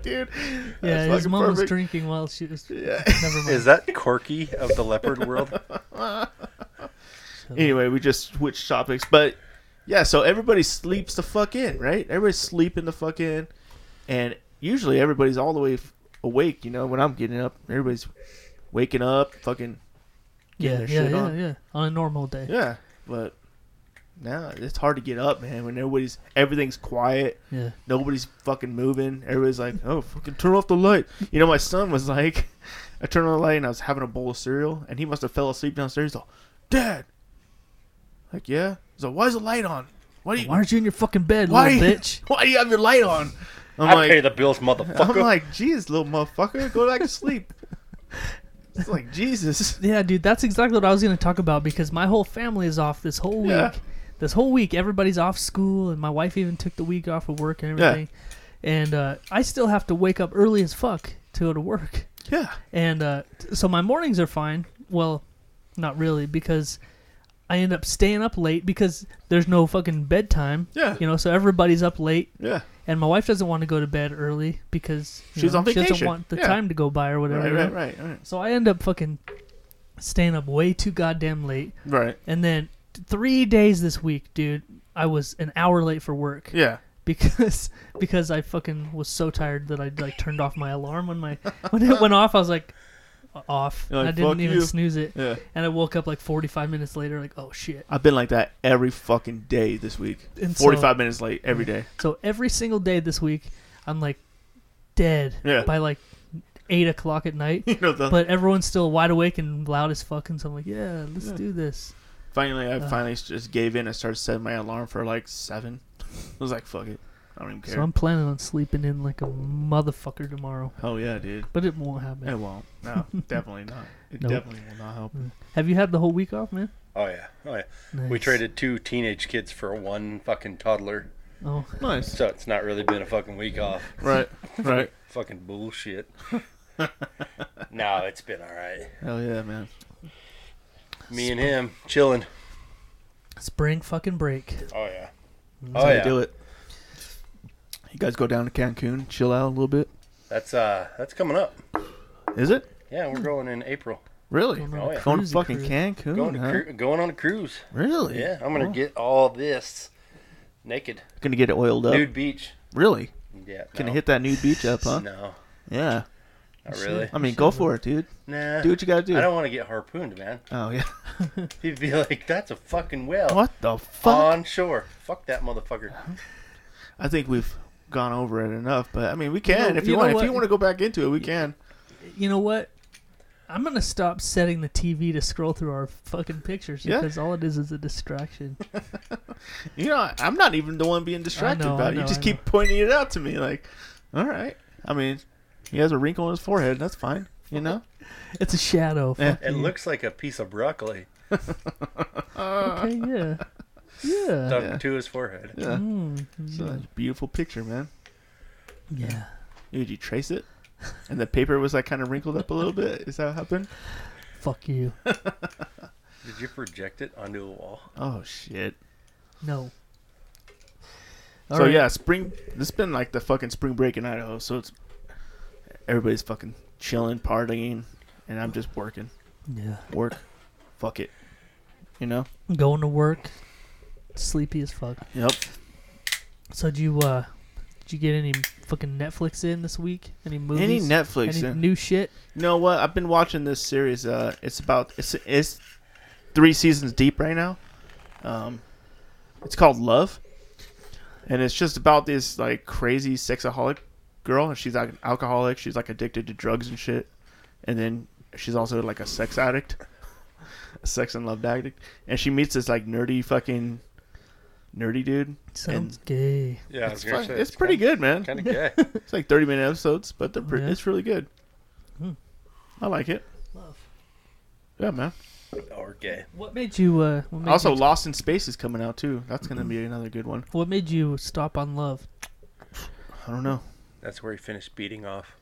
[SPEAKER 5] dude.
[SPEAKER 4] Yeah,
[SPEAKER 5] That's
[SPEAKER 4] his
[SPEAKER 5] fucking
[SPEAKER 4] mom was
[SPEAKER 5] perfect.
[SPEAKER 4] drinking while she was.
[SPEAKER 5] Yeah.
[SPEAKER 4] Never mind.
[SPEAKER 6] Is that Corky of the leopard world?
[SPEAKER 5] Anyway, we just switched topics, but yeah, so everybody sleeps the fuck in, right? Everybody's sleeping the fuck in, and usually everybody's all the way f- awake. You know, when I'm getting up, everybody's waking up, fucking
[SPEAKER 4] yeah, yeah,
[SPEAKER 5] their
[SPEAKER 4] yeah,
[SPEAKER 5] shit on.
[SPEAKER 4] yeah. On a normal day. Yeah.
[SPEAKER 5] yeah. But now it's hard to get up, man. When everybody's everything's quiet, nobody's fucking moving. Everybody's like, oh, fucking turn off the light. You know, my son was like, I turned on the light and I was having a bowl of cereal, and he must have fell asleep downstairs. He's like, Dad. Like, yeah. He's like, why is the light on? Why do you,
[SPEAKER 4] Why aren't you in your fucking bed,
[SPEAKER 5] why,
[SPEAKER 4] little bitch?
[SPEAKER 5] why do you have your light on? I'm
[SPEAKER 6] I
[SPEAKER 5] like,
[SPEAKER 6] pay the bills,
[SPEAKER 5] I'm
[SPEAKER 6] motherfucker.
[SPEAKER 5] like, jeez, little motherfucker, go back to sleep. It's like Jesus.
[SPEAKER 4] Yeah, dude, that's exactly what I was gonna talk about because my whole family is off this whole week.
[SPEAKER 5] Yeah.
[SPEAKER 4] This whole week, everybody's off school, and my wife even took the week off of work and
[SPEAKER 5] Yeah.
[SPEAKER 4] everything. And uh, I still have to wake up early as fuck to go to work.
[SPEAKER 5] Yeah.
[SPEAKER 4] And uh, t- so my mornings are fine. Well, not really because I end up staying up late because there's no fucking bedtime.
[SPEAKER 5] Yeah.
[SPEAKER 4] You know, so everybody's up late.
[SPEAKER 5] Yeah.
[SPEAKER 4] And my wife doesn't want to go to bed early because you
[SPEAKER 5] She's
[SPEAKER 4] know,
[SPEAKER 5] on
[SPEAKER 4] She doesn't
[SPEAKER 5] vacation.
[SPEAKER 4] want the
[SPEAKER 5] Yeah.
[SPEAKER 4] time to go by or whatever.
[SPEAKER 5] Right,
[SPEAKER 4] you know?
[SPEAKER 5] right, right, right.
[SPEAKER 4] So I end up fucking staying up way too goddamn late.
[SPEAKER 5] Right.
[SPEAKER 4] And then t- three days this week, dude, I was an hour late for work
[SPEAKER 5] Yeah.
[SPEAKER 4] because because I fucking was so tired that I like turned off my alarm when my when it went off. I was like off.
[SPEAKER 5] You're like,
[SPEAKER 4] I didn't
[SPEAKER 5] "Fuck
[SPEAKER 4] even
[SPEAKER 5] you."
[SPEAKER 4] snooze it.
[SPEAKER 5] Yeah.
[SPEAKER 4] And I woke up like 45 minutes later, like oh shit.
[SPEAKER 5] I've been like that every fucking day this week.
[SPEAKER 4] And so-
[SPEAKER 5] 45 minutes late every day.
[SPEAKER 4] So every single day this week, I'm like dead
[SPEAKER 5] Yeah.
[SPEAKER 4] by like eight o'clock at night.
[SPEAKER 5] You know, the,
[SPEAKER 4] But everyone's still wide awake and loud as fuck, and so I'm like, yeah, let's do this.
[SPEAKER 5] finally, I finally just gave in. I started setting my alarm for like seven. I was like, fuck it. I don't even care.
[SPEAKER 4] So I'm planning on sleeping in like a motherfucker tomorrow,
[SPEAKER 5] oh, yeah, dude.
[SPEAKER 4] but it won't happen.
[SPEAKER 5] It won't. No, definitely not. It
[SPEAKER 4] Nope. Mm.
[SPEAKER 5] definitely will not help.
[SPEAKER 4] Have you had the whole week off, man?
[SPEAKER 6] oh yeah, oh yeah. We
[SPEAKER 4] Nice.
[SPEAKER 6] traded two teenage kids for one fucking toddler,
[SPEAKER 4] Oh,
[SPEAKER 5] Nice.
[SPEAKER 6] so it's not really been a fucking week off.
[SPEAKER 5] Right. Right.
[SPEAKER 6] Fucking bullshit. no, it's been all right.
[SPEAKER 5] Hell yeah, man.
[SPEAKER 6] Me and him chilling.
[SPEAKER 4] spring fucking break.
[SPEAKER 6] Oh yeah.
[SPEAKER 5] That's
[SPEAKER 6] Oh
[SPEAKER 5] how
[SPEAKER 6] yeah.
[SPEAKER 5] you do it. You guys go down to Cancun, chill out a little bit.
[SPEAKER 6] That's uh, that's coming up.
[SPEAKER 5] Is it
[SPEAKER 6] Yeah, we're going in April.
[SPEAKER 5] really
[SPEAKER 6] Oh, yeah.
[SPEAKER 5] going to
[SPEAKER 4] Cruisy
[SPEAKER 5] fucking
[SPEAKER 4] cruise.
[SPEAKER 5] Cancun?
[SPEAKER 6] Going to
[SPEAKER 5] huh?
[SPEAKER 6] cru- going on a cruise.
[SPEAKER 5] Really?
[SPEAKER 6] Yeah, I'm gonna get all this naked,
[SPEAKER 5] Gonna get it oiled up.
[SPEAKER 6] nude beach.
[SPEAKER 5] Really?
[SPEAKER 6] Yeah,
[SPEAKER 5] Gonna
[SPEAKER 6] no.
[SPEAKER 5] hit that nude beach up, huh?
[SPEAKER 6] No,
[SPEAKER 5] Yeah.
[SPEAKER 6] not really.
[SPEAKER 5] I mean, go for it, dude.
[SPEAKER 6] Nah,
[SPEAKER 5] Do what you gotta do.
[SPEAKER 6] I don't want to get harpooned, man.
[SPEAKER 5] Oh yeah.
[SPEAKER 6] He'd be like, "That's a fucking whale
[SPEAKER 5] What the fuck?
[SPEAKER 6] on shore." Fuck that motherfucker.
[SPEAKER 5] I think we've gone over it enough, but I mean, we can
[SPEAKER 4] know-
[SPEAKER 5] if you,
[SPEAKER 4] you know
[SPEAKER 5] want. If
[SPEAKER 4] what?
[SPEAKER 5] you want to go back into it, we can.
[SPEAKER 4] You know what? I'm gonna stop setting the TV to scroll through our fucking pictures
[SPEAKER 5] Yeah.
[SPEAKER 4] because all it is is a distraction.
[SPEAKER 5] You know, I- I'm not even the one being distracted
[SPEAKER 4] know,
[SPEAKER 5] by
[SPEAKER 4] I
[SPEAKER 5] it. You
[SPEAKER 4] know,
[SPEAKER 5] just
[SPEAKER 4] I
[SPEAKER 5] keep pointing it out to me, like, all right. I mean, he has a wrinkle on his forehead. That's fine. You know.
[SPEAKER 4] It's a shadow.
[SPEAKER 5] Yeah.
[SPEAKER 4] Fuck
[SPEAKER 6] It
[SPEAKER 4] you.
[SPEAKER 6] looks like a piece of broccoli
[SPEAKER 4] okay. Yeah. Yeah.
[SPEAKER 6] stuck to his forehead.
[SPEAKER 5] Yeah.
[SPEAKER 4] Mm,
[SPEAKER 5] So that's a beautiful picture, man.
[SPEAKER 4] yeah.
[SPEAKER 5] Dude, you trace it, and the paper was like kind of wrinkled up a little bit. Is that what happened?
[SPEAKER 4] Fuck you.
[SPEAKER 6] Did you project it onto a wall?
[SPEAKER 5] Oh shit.
[SPEAKER 4] No. All
[SPEAKER 5] so
[SPEAKER 4] right.
[SPEAKER 5] yeah, spring. This has been like the fucking spring break in Idaho, so it's everybody's fucking chilling, partying, and I'm just working,
[SPEAKER 4] Yeah.
[SPEAKER 5] work, fuck it, you know.
[SPEAKER 4] Going to work. Sleepy as fuck.
[SPEAKER 5] Yep.
[SPEAKER 4] So did you uh did you get any fucking Netflix in this week? Any movies?
[SPEAKER 5] Any Netflix?
[SPEAKER 4] Any
[SPEAKER 5] in-
[SPEAKER 4] new shit?
[SPEAKER 5] You know what? I've been watching this series. Uh, it's about it's it's three seasons deep right now. Um, it's called Love, and it's just about this like crazy sexaholic girl. And she's like an alcoholic. She's like addicted to drugs and shit, and then she's also like a sex addict, a sex and love addict. And she meets this like nerdy fucking nerdy dude.
[SPEAKER 4] Sounds
[SPEAKER 5] and
[SPEAKER 4] gay.
[SPEAKER 6] Yeah,
[SPEAKER 5] it's, fun- it's pretty good, man.
[SPEAKER 6] Kind of gay.
[SPEAKER 5] It's like thirty minute episodes, but they're pretty,
[SPEAKER 4] Yeah.
[SPEAKER 5] it's really good.
[SPEAKER 4] Hmm.
[SPEAKER 5] I like it.
[SPEAKER 4] Love.
[SPEAKER 5] Yeah, man.
[SPEAKER 6] or gay.
[SPEAKER 4] What made you uh what made
[SPEAKER 5] Also,
[SPEAKER 4] you,
[SPEAKER 5] Lost in Space is coming out too. That's gonna be another good one.
[SPEAKER 4] what made you stop on love?
[SPEAKER 5] I don't know.
[SPEAKER 6] That's where he finished beating off.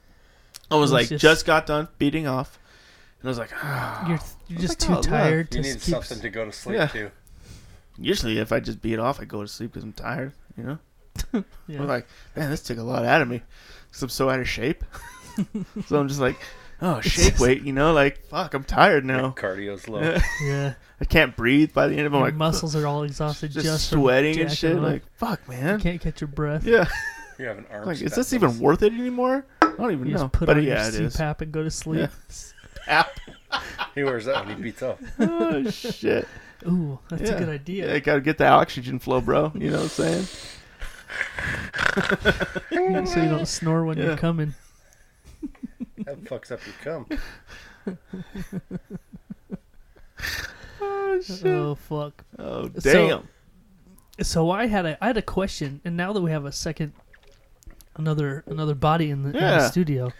[SPEAKER 5] I
[SPEAKER 4] It
[SPEAKER 5] was
[SPEAKER 4] was
[SPEAKER 5] like,
[SPEAKER 4] just-
[SPEAKER 5] just... got done beating off, and I was like, ah.
[SPEAKER 4] You're you're just
[SPEAKER 5] like,
[SPEAKER 4] too
[SPEAKER 5] oh, love.
[SPEAKER 4] tired
[SPEAKER 6] You
[SPEAKER 4] to keep
[SPEAKER 6] need something to go to sleep
[SPEAKER 5] Yeah.
[SPEAKER 6] to.
[SPEAKER 5] usually if I just beat off, I go to sleep because I'm tired. You know,
[SPEAKER 4] yeah.
[SPEAKER 5] I'm like, man, this took a lot out of me because I'm so out of shape. so I'm just like, oh, shape
[SPEAKER 4] just-
[SPEAKER 5] weight. You know, like fuck, I'm tired now.
[SPEAKER 6] Cardio's low.
[SPEAKER 4] yeah.
[SPEAKER 5] I can't breathe by the end of. it. I'm
[SPEAKER 4] Your
[SPEAKER 5] like
[SPEAKER 4] muscles are all exhausted
[SPEAKER 5] just,
[SPEAKER 4] just, from
[SPEAKER 5] sweating and
[SPEAKER 4] jacking
[SPEAKER 5] shit.
[SPEAKER 4] off.
[SPEAKER 5] Like fuck,
[SPEAKER 4] you
[SPEAKER 5] man.
[SPEAKER 4] can't catch your breath.
[SPEAKER 5] Yeah.
[SPEAKER 6] You have an arm.
[SPEAKER 5] Like, is
[SPEAKER 6] spasms.
[SPEAKER 5] this even worth it anymore? I don't even
[SPEAKER 4] You
[SPEAKER 5] know.
[SPEAKER 4] just put
[SPEAKER 5] But
[SPEAKER 4] on
[SPEAKER 5] yeah,
[SPEAKER 4] your
[SPEAKER 5] it is.
[SPEAKER 4] CPAP and go to sleep.
[SPEAKER 5] App.
[SPEAKER 6] He wears that when he beats up.
[SPEAKER 5] oh shit.
[SPEAKER 4] Ooh, that's
[SPEAKER 5] yeah.
[SPEAKER 4] a good idea.
[SPEAKER 5] Yeah, gotta get the oxygen flow, bro. You know what I'm saying?
[SPEAKER 4] so you don't snore when
[SPEAKER 5] Yeah.
[SPEAKER 4] you're coming.
[SPEAKER 6] That fucks up your cum.
[SPEAKER 5] Oh shit.
[SPEAKER 4] Oh fuck.
[SPEAKER 5] Oh damn.
[SPEAKER 4] So- So I had a I had a question, and now that we have a second, another another body in the, in
[SPEAKER 5] Yeah.
[SPEAKER 4] the studio.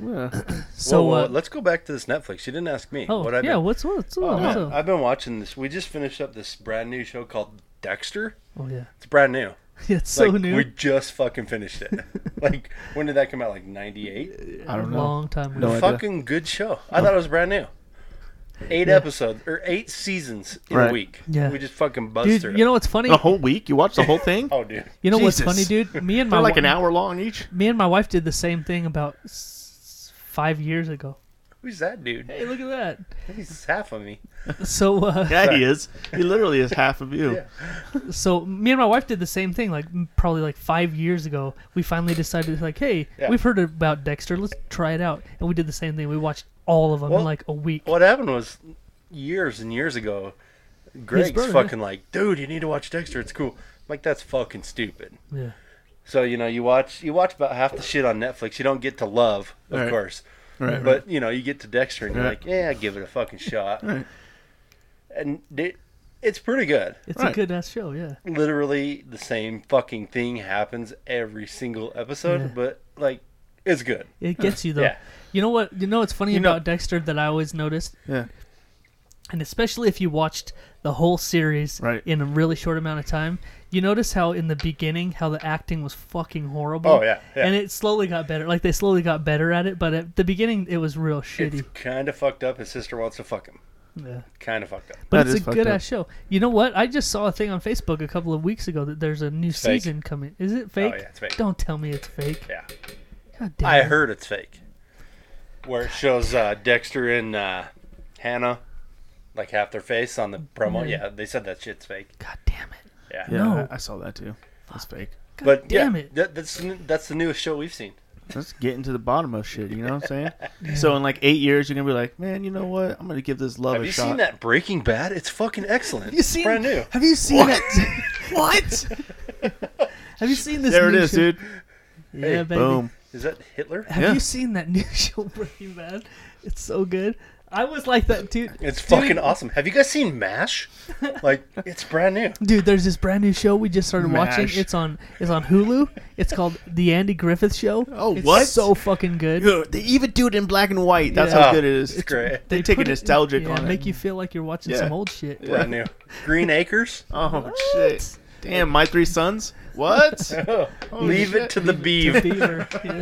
[SPEAKER 5] yeah.
[SPEAKER 4] So
[SPEAKER 6] whoa, whoa,
[SPEAKER 4] uh,
[SPEAKER 6] let's go back to this Netflix. You didn't ask me.
[SPEAKER 4] oh
[SPEAKER 6] what I've
[SPEAKER 4] yeah,
[SPEAKER 6] been,
[SPEAKER 4] what's what's oh,
[SPEAKER 5] man,
[SPEAKER 4] oh,
[SPEAKER 6] I've been watching this. We just finished up this brand new show called Dexter.
[SPEAKER 4] Oh, yeah,
[SPEAKER 6] It's brand new.
[SPEAKER 4] it's so
[SPEAKER 6] Like,
[SPEAKER 4] new.
[SPEAKER 6] We just fucking finished it. like when did that come out? Like ninety eight.
[SPEAKER 5] I don't know.
[SPEAKER 4] Long time. ago.
[SPEAKER 5] No idea.
[SPEAKER 6] Fucking good show. I thought it was brand new. Eight episodes or eight seasons in
[SPEAKER 5] Right.
[SPEAKER 6] a week.
[SPEAKER 4] Yeah.
[SPEAKER 6] We just fucking buzzed
[SPEAKER 4] dude.
[SPEAKER 6] through
[SPEAKER 4] You
[SPEAKER 6] it.
[SPEAKER 4] know what's funny?
[SPEAKER 5] The whole week you watched the whole thing?
[SPEAKER 6] Oh dude.
[SPEAKER 4] You know
[SPEAKER 5] Jesus.
[SPEAKER 4] what's funny, dude? Me and my
[SPEAKER 5] They're like
[SPEAKER 4] wi-
[SPEAKER 5] an hour long each.
[SPEAKER 4] me and my wife did the same thing about s- five years ago.
[SPEAKER 6] Who's that dude?
[SPEAKER 4] Hey, look at
[SPEAKER 6] He's half of me.
[SPEAKER 4] that. So uh,
[SPEAKER 5] Yeah, he is. He literally is half of you.
[SPEAKER 6] Yeah.
[SPEAKER 4] so me and my wife did the same thing like m- probably like five years ago we finally decided like hey
[SPEAKER 6] Yeah.
[SPEAKER 4] we've heard about dexter let's try it out and we did the same thing we watched all of them
[SPEAKER 6] Well-
[SPEAKER 4] in like a week
[SPEAKER 6] What happened was years and years ago, Greg's
[SPEAKER 4] brother,
[SPEAKER 6] fucking like, dude, you need to watch Dexter. It's cool. I'm like that's fucking stupid.
[SPEAKER 4] yeah
[SPEAKER 6] So you know, you watch you watch about half the shit on Netflix. You don't get to love, of
[SPEAKER 5] Right.
[SPEAKER 6] course,
[SPEAKER 5] Right. right.
[SPEAKER 6] but you know, you get to Dexter and you're
[SPEAKER 5] Right.
[SPEAKER 6] like, yeah, give it a fucking shot.
[SPEAKER 5] Right.
[SPEAKER 6] And it, it's pretty good.
[SPEAKER 4] it's
[SPEAKER 5] Right.
[SPEAKER 4] a good ass show yeah
[SPEAKER 6] Literally the same fucking thing happens every single episode,
[SPEAKER 4] Yeah.
[SPEAKER 6] but like it's good.
[SPEAKER 4] it gets you though
[SPEAKER 6] Yeah.
[SPEAKER 4] you know what you know what's funny
[SPEAKER 5] You know-
[SPEAKER 4] about dexter that i always noticed
[SPEAKER 5] yeah.
[SPEAKER 4] and especially if you watched the whole series
[SPEAKER 5] Right.
[SPEAKER 4] in a really short amount of time you notice how in the beginning how the acting was fucking horrible
[SPEAKER 6] Oh, yeah, yeah.
[SPEAKER 4] and it slowly got better like they slowly got better at it but at the beginning it was real shitty
[SPEAKER 6] It's kind of fucked up. His sister wants to fuck him.
[SPEAKER 4] Yeah.
[SPEAKER 6] Kind of fucked up.
[SPEAKER 4] But
[SPEAKER 5] That is
[SPEAKER 4] it's a
[SPEAKER 5] fucked
[SPEAKER 4] good
[SPEAKER 5] up.
[SPEAKER 4] ass show. You know what? I just saw a thing on Facebook a couple of weeks ago that there's a new
[SPEAKER 6] fake. Oh,
[SPEAKER 4] season coming. Is it fake?
[SPEAKER 6] yeah, it's fake.
[SPEAKER 4] Don't tell me it's fake.
[SPEAKER 6] Yeah.
[SPEAKER 4] God damn
[SPEAKER 6] I
[SPEAKER 4] it.
[SPEAKER 6] heard it's fake. Where it shows uh, Dexter and uh, Hannah, like half their face on the promo. Yeah, they said that shit's fake.
[SPEAKER 4] God damn it.
[SPEAKER 6] Yeah.
[SPEAKER 5] Yeah,
[SPEAKER 4] No.
[SPEAKER 5] I, I saw that too. That's fake.
[SPEAKER 4] God
[SPEAKER 6] But
[SPEAKER 4] damn
[SPEAKER 6] yeah,
[SPEAKER 4] it.
[SPEAKER 6] That, that's the new- that's the newest show we've seen.
[SPEAKER 5] Let's get into the bottom of shit. You know what I'm saying? So in like eight years, you're gonna be like, man, you know what? I'm gonna give this love
[SPEAKER 6] Have
[SPEAKER 5] a
[SPEAKER 6] you
[SPEAKER 5] shot.
[SPEAKER 6] seen that Breaking Bad? It's fucking excellent.
[SPEAKER 4] Have you seen?
[SPEAKER 6] Brand new.
[SPEAKER 4] Have you seen it? what? have you seen this?
[SPEAKER 5] There it
[SPEAKER 4] new
[SPEAKER 5] is,
[SPEAKER 4] show?
[SPEAKER 5] dude.
[SPEAKER 4] Yeah, baby.
[SPEAKER 5] Boom.
[SPEAKER 6] Is that Hitler?
[SPEAKER 4] Have
[SPEAKER 5] Yeah.
[SPEAKER 4] you seen that new show Breaking Bad? It's so good. I was like that too.
[SPEAKER 6] It's
[SPEAKER 4] Dude,
[SPEAKER 6] fucking awesome. Have you guys seen MASH? Like, it's brand new.
[SPEAKER 4] Dude, there's this brand new show we just started
[SPEAKER 5] Mash.
[SPEAKER 4] watching. It's on it's on Hulu. It's called The Andy Griffith Show.
[SPEAKER 5] Oh,
[SPEAKER 4] it's
[SPEAKER 5] what?
[SPEAKER 4] so fucking good.
[SPEAKER 5] Dude, they even do it in black and white. That's
[SPEAKER 4] Yeah.
[SPEAKER 5] how good it is.
[SPEAKER 6] It's great.
[SPEAKER 5] They, take a
[SPEAKER 4] put it-
[SPEAKER 5] nostalgic
[SPEAKER 4] yeah,
[SPEAKER 5] on
[SPEAKER 4] make
[SPEAKER 5] it.
[SPEAKER 4] you feel like you're watching
[SPEAKER 5] Yeah.
[SPEAKER 4] some old shit.
[SPEAKER 6] Brand new. Green Acres.
[SPEAKER 5] oh shit! Damn, my three sons. What?
[SPEAKER 6] Oh. Leave
[SPEAKER 5] shit.
[SPEAKER 6] it to the beeve.
[SPEAKER 4] Fever. Yeah,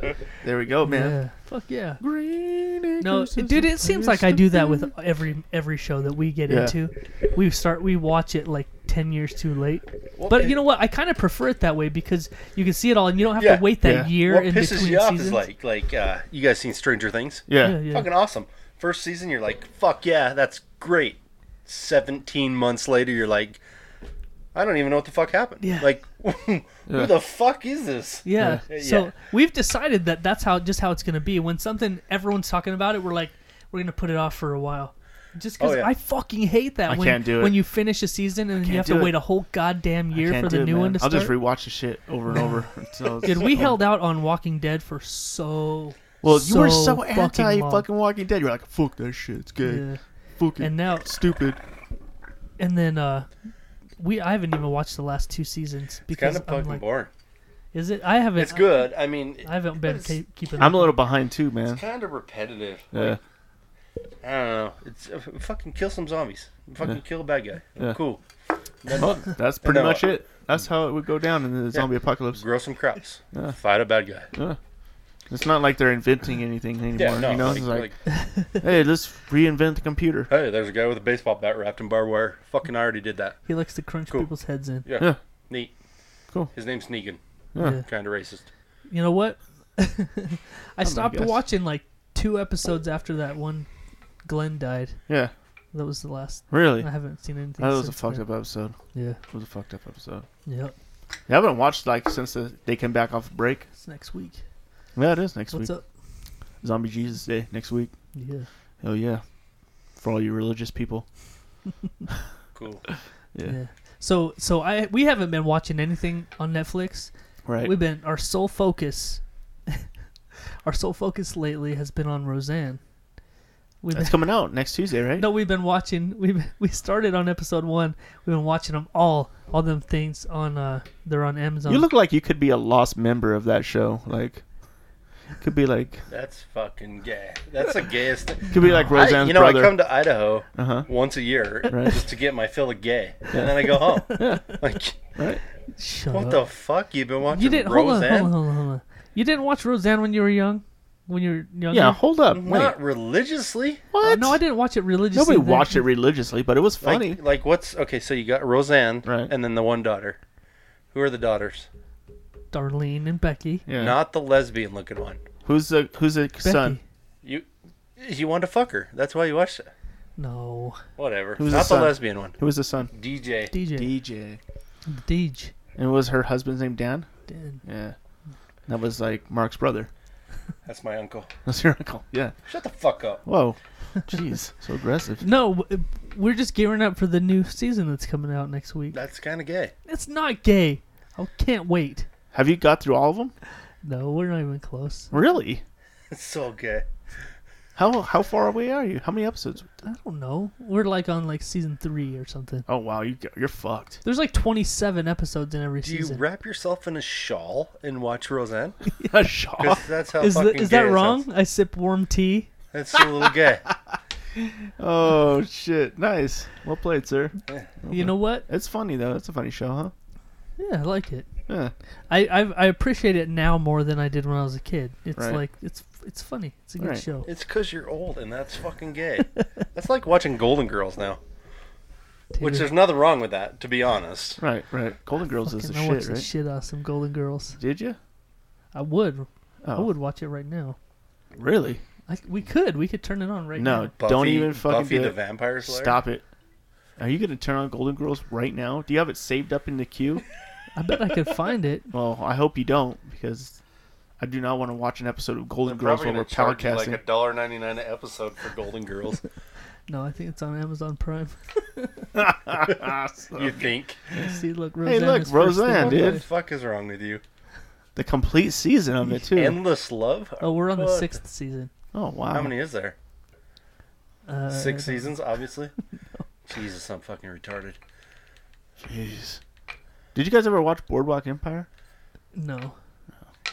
[SPEAKER 4] man.
[SPEAKER 5] there we go, Oh, man.
[SPEAKER 4] Yeah. Fuck yeah.
[SPEAKER 5] Green
[SPEAKER 4] No,
[SPEAKER 5] acres is
[SPEAKER 4] dude,
[SPEAKER 5] a
[SPEAKER 4] it seems
[SPEAKER 5] place
[SPEAKER 4] like I
[SPEAKER 5] to
[SPEAKER 4] do that with
[SPEAKER 5] be.
[SPEAKER 4] every every show that we get
[SPEAKER 5] Yeah.
[SPEAKER 4] into. We start we watch it like ten years too late. but you know what? I kind of prefer it that way because you can see it all and you don't have
[SPEAKER 6] Yeah.
[SPEAKER 4] to wait that
[SPEAKER 5] Yeah.
[SPEAKER 4] year
[SPEAKER 6] What
[SPEAKER 4] in
[SPEAKER 6] pisses
[SPEAKER 4] between
[SPEAKER 6] you off
[SPEAKER 4] seasons.
[SPEAKER 6] is like, like uh, you guys seen Stranger Things?
[SPEAKER 4] yeah,
[SPEAKER 5] Yeah.
[SPEAKER 4] yeah.
[SPEAKER 6] Fucking awesome. First season, you're like, fuck yeah, that's great. 17 months later, you're like, I don't even know what the fuck happened.
[SPEAKER 4] Yeah.
[SPEAKER 6] Like, who the fuck is this?
[SPEAKER 4] Yeah.
[SPEAKER 6] Yeah.
[SPEAKER 4] So
[SPEAKER 6] uh, Yeah.
[SPEAKER 4] we've decided that that's how just how it's going to be. When something everyone's talking about it, we're like, we're going to put it off for a while. Just because
[SPEAKER 6] Oh, yeah.
[SPEAKER 4] I fucking hate that
[SPEAKER 5] I
[SPEAKER 4] when
[SPEAKER 5] can't do it.
[SPEAKER 4] when you finish a season and you have
[SPEAKER 5] do
[SPEAKER 4] to
[SPEAKER 5] it.
[SPEAKER 4] wait a whole goddamn year
[SPEAKER 5] Can't
[SPEAKER 4] for
[SPEAKER 5] do
[SPEAKER 4] the
[SPEAKER 5] it,
[SPEAKER 4] new
[SPEAKER 5] man.
[SPEAKER 4] one to
[SPEAKER 5] I'll
[SPEAKER 4] start.
[SPEAKER 5] just rewatch the shit over and over until it's-
[SPEAKER 4] Dude, we held out on Walking Dead for so
[SPEAKER 5] Well, you were so
[SPEAKER 4] fucking
[SPEAKER 5] anti
[SPEAKER 4] long.
[SPEAKER 5] fucking Walking Dead. You're like, fuck that shit. It's good.
[SPEAKER 4] Yeah.
[SPEAKER 5] Fuck it.
[SPEAKER 4] And now-
[SPEAKER 5] stupid.
[SPEAKER 4] and then uh we I haven't even watched the last two seasons because
[SPEAKER 6] Kind of
[SPEAKER 4] I'm
[SPEAKER 6] fucking
[SPEAKER 4] like,
[SPEAKER 6] boring.
[SPEAKER 4] is it? I haven't.
[SPEAKER 6] It's good. I mean,
[SPEAKER 4] I haven't been ca- keeping.
[SPEAKER 5] I'm a
[SPEAKER 4] up.
[SPEAKER 5] little behind too, man.
[SPEAKER 6] kind of repetitive.
[SPEAKER 5] Yeah.
[SPEAKER 6] I don't know. It's uh, fucking kill some zombies. Fucking kill a bad guy.
[SPEAKER 5] Yeah.
[SPEAKER 6] Cool.
[SPEAKER 5] Well, that's pretty
[SPEAKER 6] No.
[SPEAKER 5] much it. That's how it would go down in the zombie apocalypse.
[SPEAKER 6] Grow some crops. Fight a bad guy.
[SPEAKER 5] It's not like they're inventing anything anymore.
[SPEAKER 6] Yeah, no.
[SPEAKER 5] you know,
[SPEAKER 6] like-
[SPEAKER 5] it's like,
[SPEAKER 6] like,
[SPEAKER 5] hey, let's reinvent the computer.
[SPEAKER 6] hey, there's a guy with a baseball bat wrapped in barbed wire. Fucking, I already did that.
[SPEAKER 4] He likes to crunch
[SPEAKER 6] Cool.
[SPEAKER 4] people's heads in.
[SPEAKER 6] Yeah.
[SPEAKER 5] Yeah.
[SPEAKER 6] Neat.
[SPEAKER 5] Cool.
[SPEAKER 6] His name's Negan.
[SPEAKER 4] Yeah.
[SPEAKER 6] Kind of racist.
[SPEAKER 4] You know what? I stopped
[SPEAKER 5] guess.
[SPEAKER 4] watching like two episodes after that one. Glenn died.
[SPEAKER 5] Yeah,
[SPEAKER 4] That was the last.
[SPEAKER 5] really.
[SPEAKER 4] I haven't seen anything.
[SPEAKER 5] That was a
[SPEAKER 4] since
[SPEAKER 5] fucked
[SPEAKER 4] then.
[SPEAKER 5] up episode.
[SPEAKER 4] Yeah.
[SPEAKER 5] It was a fucked up episode.
[SPEAKER 4] Yep.
[SPEAKER 5] Yeah, I haven't watched like since the, they came back off break.
[SPEAKER 4] It's next week.
[SPEAKER 5] Yeah, it is next
[SPEAKER 4] What's
[SPEAKER 5] week.
[SPEAKER 4] up?
[SPEAKER 5] Zombie Jesus Day next week.
[SPEAKER 4] Yeah.
[SPEAKER 5] Hell yeah, for all you religious people.
[SPEAKER 6] Cool.
[SPEAKER 5] Yeah,
[SPEAKER 4] Yeah. So so I we haven't been watching anything on Netflix.
[SPEAKER 5] right.
[SPEAKER 4] We've been our sole focus. our sole focus lately has been on Roseanne. We've been,
[SPEAKER 5] That's coming out next Tuesday, right?
[SPEAKER 4] no, we've been watching. We have we started on episode one. We've been watching them all. All them things on. uh They're on Amazon.
[SPEAKER 5] You look like you could be a lost member of that show. Like, could be like,
[SPEAKER 6] That's fucking gay. That's the gayest thing.
[SPEAKER 5] could be like
[SPEAKER 6] I,
[SPEAKER 5] Roseanne's
[SPEAKER 6] you know,
[SPEAKER 5] brother.
[SPEAKER 6] I come to Idaho
[SPEAKER 5] Uh-huh.
[SPEAKER 6] once a year
[SPEAKER 5] Right.
[SPEAKER 6] just to get my fill of gay, and then I go home. Like,
[SPEAKER 5] right?
[SPEAKER 4] Shut
[SPEAKER 6] what
[SPEAKER 4] up.
[SPEAKER 6] the fuck? You've been watching
[SPEAKER 4] you didn't hold on,
[SPEAKER 6] Roseanne?
[SPEAKER 4] hold on, hold on, hold on. You didn't watch Roseanne when you were young. When you were young.
[SPEAKER 5] Yeah. Hold up. Wait.
[SPEAKER 6] Not religiously.
[SPEAKER 5] What?
[SPEAKER 4] no, I didn't watch it religiously.
[SPEAKER 5] Nobody
[SPEAKER 4] then.
[SPEAKER 5] watched it religiously, but it was
[SPEAKER 6] Like-
[SPEAKER 5] funny.
[SPEAKER 6] Like, what's okay? So you got Roseanne,
[SPEAKER 5] Right.
[SPEAKER 6] And then the one daughter. Who are the daughters?
[SPEAKER 4] Darlene and Becky.
[SPEAKER 5] yeah.
[SPEAKER 6] Not the lesbian looking one.
[SPEAKER 5] who's the who's the son?
[SPEAKER 4] Becky.
[SPEAKER 6] You, you want to fuck her. That's why you watched it.
[SPEAKER 4] No,
[SPEAKER 6] Whatever.
[SPEAKER 5] Who's
[SPEAKER 6] Not
[SPEAKER 5] the
[SPEAKER 6] the,
[SPEAKER 5] son?
[SPEAKER 6] lesbian one.
[SPEAKER 5] Who was the son?
[SPEAKER 6] DJ.
[SPEAKER 4] DJ.
[SPEAKER 5] DJ.
[SPEAKER 4] Deej.
[SPEAKER 5] And was her husband's name Dan?
[SPEAKER 4] Dan.
[SPEAKER 5] Yeah. That was like Mark's brother.
[SPEAKER 6] That's my uncle.
[SPEAKER 5] That's your uncle. Yeah.
[SPEAKER 6] Shut the fuck up.
[SPEAKER 5] Whoa. Jeez. so aggressive.
[SPEAKER 4] No, w- uh, we're just gearing up for the new season that's coming out next week.
[SPEAKER 6] That's kind of gay.
[SPEAKER 4] It's not gay. I can't wait.
[SPEAKER 5] Have you got through all of them?
[SPEAKER 4] No, we're not even close.
[SPEAKER 5] Really?
[SPEAKER 6] It's so gay.
[SPEAKER 5] How how far away are you? How many episodes?
[SPEAKER 4] I don't know. We're like on like season three or something.
[SPEAKER 5] Oh wow, you you're fucked.
[SPEAKER 4] There's like 27 episodes in every
[SPEAKER 6] Do you
[SPEAKER 4] season.
[SPEAKER 6] wrap yourself in a shawl and watch Roseanne?
[SPEAKER 5] A shock.
[SPEAKER 6] 'Cause that's how
[SPEAKER 4] is
[SPEAKER 6] fucking
[SPEAKER 4] that, is
[SPEAKER 6] gay
[SPEAKER 4] that
[SPEAKER 6] it
[SPEAKER 4] wrong?
[SPEAKER 6] sounds.
[SPEAKER 4] I sip warm tea.
[SPEAKER 6] That's a little gay.
[SPEAKER 5] Oh shit. Nice. Well played, sir.
[SPEAKER 4] You know what?
[SPEAKER 5] It's funny though. It's a funny show, huh?
[SPEAKER 4] Uh, Yeah, I like it.
[SPEAKER 5] Yeah.
[SPEAKER 4] I I've, I appreciate it now more than I did when I was a kid. It's
[SPEAKER 5] Right.
[SPEAKER 4] like it's it's funny. It's a good
[SPEAKER 5] Right.
[SPEAKER 4] show.
[SPEAKER 6] It's because you're old, and that's fucking gay. that's like watching Golden Girls now, which
[SPEAKER 4] Dude,
[SPEAKER 6] there's nothing wrong with that, to be honest.
[SPEAKER 5] Right, right. Golden Girls is the
[SPEAKER 4] fucking, I watched
[SPEAKER 5] shit,
[SPEAKER 4] the
[SPEAKER 5] right?
[SPEAKER 4] shit out of some Golden Girls.
[SPEAKER 5] Did you?
[SPEAKER 4] I would. I
[SPEAKER 5] Oh,
[SPEAKER 4] would watch it right now.
[SPEAKER 5] really?
[SPEAKER 4] I, we could. We could turn it on right
[SPEAKER 5] No,
[SPEAKER 4] now.
[SPEAKER 5] don't even fucking
[SPEAKER 6] Buffy
[SPEAKER 5] do
[SPEAKER 6] the
[SPEAKER 5] it.
[SPEAKER 6] Vampire Slayer.
[SPEAKER 5] Stop it. Are you gonna turn on Golden Girls right now? Do you have it saved up in the queue?
[SPEAKER 4] I bet I could find it.
[SPEAKER 5] well, I hope you don't because I do not want to watch an episode of Golden
[SPEAKER 6] They're
[SPEAKER 5] Girls
[SPEAKER 6] probably
[SPEAKER 5] while we're
[SPEAKER 6] gonna charge you like
[SPEAKER 5] podcasting.
[SPEAKER 6] a dollar ninety nine an episode for Golden Girls.
[SPEAKER 4] No, I think it's on Amazon Prime.
[SPEAKER 6] you think?
[SPEAKER 4] See, look,
[SPEAKER 5] Hey,
[SPEAKER 4] Roseanne.
[SPEAKER 5] look,
[SPEAKER 4] is first thing
[SPEAKER 5] Roseanne,
[SPEAKER 4] on
[SPEAKER 5] dude.
[SPEAKER 6] What the
[SPEAKER 4] there.
[SPEAKER 6] fuck is wrong with you?
[SPEAKER 5] the complete season of it too.
[SPEAKER 6] Endless love.
[SPEAKER 4] Oh, we're on the
[SPEAKER 6] Fuck.
[SPEAKER 4] sixth season.
[SPEAKER 5] oh wow.
[SPEAKER 6] How many is there?
[SPEAKER 4] Uh,
[SPEAKER 6] Six seasons, obviously. Jesus, I'm fucking retarded.
[SPEAKER 5] Jeez. Did you guys ever watch Boardwalk Empire?
[SPEAKER 4] No,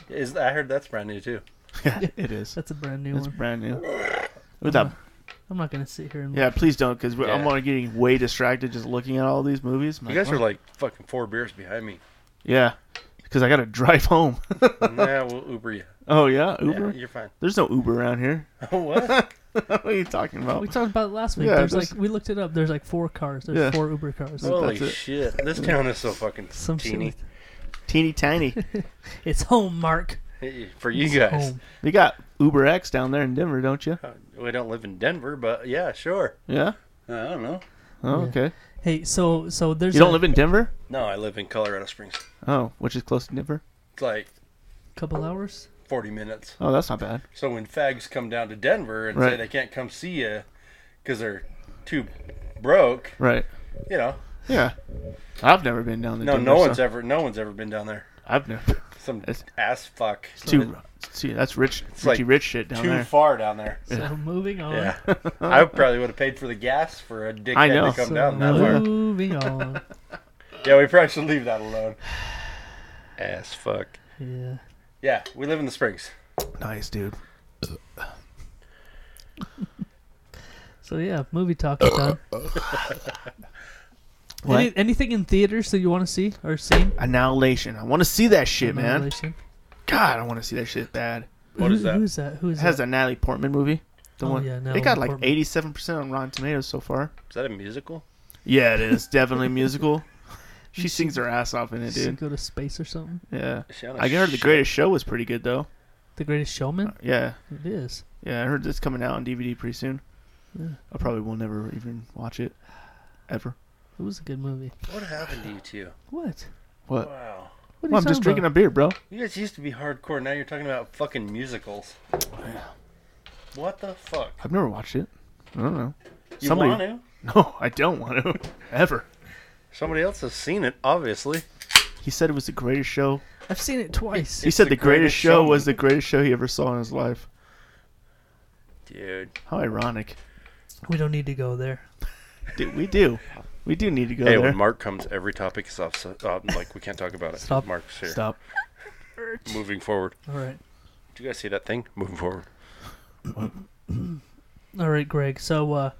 [SPEAKER 6] Is I heard that's brand new too.
[SPEAKER 5] Yeah, it is.
[SPEAKER 4] that's a brand new
[SPEAKER 5] It's
[SPEAKER 4] one. Uh-huh.
[SPEAKER 5] brand new. With that,
[SPEAKER 4] I'm not gonna sit here and
[SPEAKER 5] yeah, please don't, because I'm
[SPEAKER 6] Yeah.
[SPEAKER 5] already getting way distracted just looking at all these movies. I'm
[SPEAKER 6] You guys
[SPEAKER 5] "Oh."
[SPEAKER 6] are like fucking four beers behind me.
[SPEAKER 5] yeah, because I gotta drive home.
[SPEAKER 6] nah, we'll Uber you.
[SPEAKER 5] oh yeah,
[SPEAKER 6] Yeah,
[SPEAKER 5] Uber.
[SPEAKER 6] you're fine.
[SPEAKER 5] There's no Uber around here.
[SPEAKER 6] what?
[SPEAKER 5] what are you talking about?
[SPEAKER 4] We talked about it last week.
[SPEAKER 5] Yeah,
[SPEAKER 4] there's
[SPEAKER 5] there's-
[SPEAKER 4] like we looked it up. There's like four cars. There's
[SPEAKER 5] Yeah.
[SPEAKER 4] four Uber cars.
[SPEAKER 6] Holy
[SPEAKER 5] That's it.
[SPEAKER 6] shit! This town is so fucking
[SPEAKER 4] Some shit.
[SPEAKER 6] teeny.
[SPEAKER 4] like-
[SPEAKER 5] Teeny tiny.
[SPEAKER 4] It's home, Mark.
[SPEAKER 6] For you
[SPEAKER 4] It's
[SPEAKER 6] guys,
[SPEAKER 4] home.
[SPEAKER 5] you got Uber X down there in Denver, don't you?
[SPEAKER 6] Uh, we don't live in Denver, but yeah, sure.
[SPEAKER 5] Yeah.
[SPEAKER 6] I don't know.
[SPEAKER 5] Oh,
[SPEAKER 4] Yeah.
[SPEAKER 5] okay.
[SPEAKER 4] Hey, so so there's
[SPEAKER 5] You don't
[SPEAKER 4] a
[SPEAKER 5] live in Denver?
[SPEAKER 6] No, I live in Colorado Springs.
[SPEAKER 5] Oh, which is close to Denver.
[SPEAKER 6] It's like
[SPEAKER 4] couple hours.
[SPEAKER 6] 40 minutes.
[SPEAKER 5] Oh, that's not bad.
[SPEAKER 6] So when fags come down to Denver and
[SPEAKER 5] Right.
[SPEAKER 6] say they can't come see you because they're too broke,
[SPEAKER 5] Right.
[SPEAKER 6] you know,
[SPEAKER 5] Yeah. I've never been down there.
[SPEAKER 6] no, no one's ever, no one's ever been down there.
[SPEAKER 5] I've never.
[SPEAKER 6] Some
[SPEAKER 5] It's-
[SPEAKER 6] ass fuck.
[SPEAKER 5] It's too. See, that's rich,
[SPEAKER 6] It's
[SPEAKER 5] Richie
[SPEAKER 6] like
[SPEAKER 5] Rich shit down
[SPEAKER 6] too
[SPEAKER 5] there.
[SPEAKER 6] far down there.
[SPEAKER 4] So moving on.
[SPEAKER 6] Yeah, I probably would have paid for the gas for a dickhead
[SPEAKER 5] I know.
[SPEAKER 6] to come
[SPEAKER 4] So
[SPEAKER 6] down that far.
[SPEAKER 4] moving on.
[SPEAKER 6] Yeah, we probably should leave that alone. Ass fuck.
[SPEAKER 4] Yeah.
[SPEAKER 6] Yeah, we live in the Springs.
[SPEAKER 5] Nice, dude.
[SPEAKER 4] So yeah, movie talk is done.
[SPEAKER 5] What?
[SPEAKER 4] Any, anything in theaters that you want to see or seen?
[SPEAKER 5] Annihilation. I want to see that shit, man.
[SPEAKER 4] Annihilation?
[SPEAKER 5] God, I want to see that shit bad.
[SPEAKER 6] What
[SPEAKER 4] Who-
[SPEAKER 6] is that?
[SPEAKER 4] Who's that? Who is
[SPEAKER 5] It has
[SPEAKER 4] that?
[SPEAKER 5] that Natalie Portman movie. The
[SPEAKER 4] Oh,
[SPEAKER 5] one.
[SPEAKER 4] yeah, Natalie
[SPEAKER 5] it got like
[SPEAKER 4] Portman.
[SPEAKER 5] 87% on Rotten Tomatoes so far.
[SPEAKER 6] Is that a musical?
[SPEAKER 5] Yeah, it is. Definitely musical. She sings her ass off in it,
[SPEAKER 4] Does he
[SPEAKER 5] dude.
[SPEAKER 4] go to space or something?
[SPEAKER 5] Yeah.
[SPEAKER 6] Is she on a
[SPEAKER 5] I heard The
[SPEAKER 6] ship?
[SPEAKER 5] Greatest Show was pretty good, though.
[SPEAKER 4] The Greatest Showman.
[SPEAKER 5] Yeah.
[SPEAKER 4] It is.
[SPEAKER 5] Yeah, I heard it's coming out on DVD pretty soon. I probably will never even watch it. Ever.
[SPEAKER 4] It was a good movie.
[SPEAKER 6] What happened to you two?
[SPEAKER 4] What? What
[SPEAKER 6] Wow.
[SPEAKER 5] What?
[SPEAKER 4] are
[SPEAKER 5] Well,
[SPEAKER 4] you
[SPEAKER 5] I'm just
[SPEAKER 4] talking
[SPEAKER 5] drinking
[SPEAKER 4] about?
[SPEAKER 5] a beer, bro.
[SPEAKER 6] You guys used to be hardcore. Now you're talking about fucking musicals. What the fuck?
[SPEAKER 5] I've never watched it. I don't know.
[SPEAKER 6] You
[SPEAKER 5] Somebody-
[SPEAKER 6] want to?
[SPEAKER 5] No, I don't want to. Ever.
[SPEAKER 6] Somebody else has seen it, obviously.
[SPEAKER 5] He said it was the greatest show.
[SPEAKER 4] I've seen it twice.
[SPEAKER 5] He said the,
[SPEAKER 6] the
[SPEAKER 5] greatest,
[SPEAKER 6] greatest
[SPEAKER 5] show
[SPEAKER 6] showman.
[SPEAKER 5] was the greatest show he ever saw in his life.
[SPEAKER 6] Dude.
[SPEAKER 5] How ironic.
[SPEAKER 4] We don't need to go there.
[SPEAKER 5] Dude, we do. We do need to go
[SPEAKER 6] Hey,
[SPEAKER 5] there.
[SPEAKER 6] when Mark comes, every topic is off. So, uh, like, we can't talk about it.
[SPEAKER 4] Stop.
[SPEAKER 6] Mark's here.
[SPEAKER 5] Stop.
[SPEAKER 6] Moving forward.
[SPEAKER 4] All right.
[SPEAKER 6] Did you guys see that thing? Moving forward.
[SPEAKER 4] All right, Greg. So uh,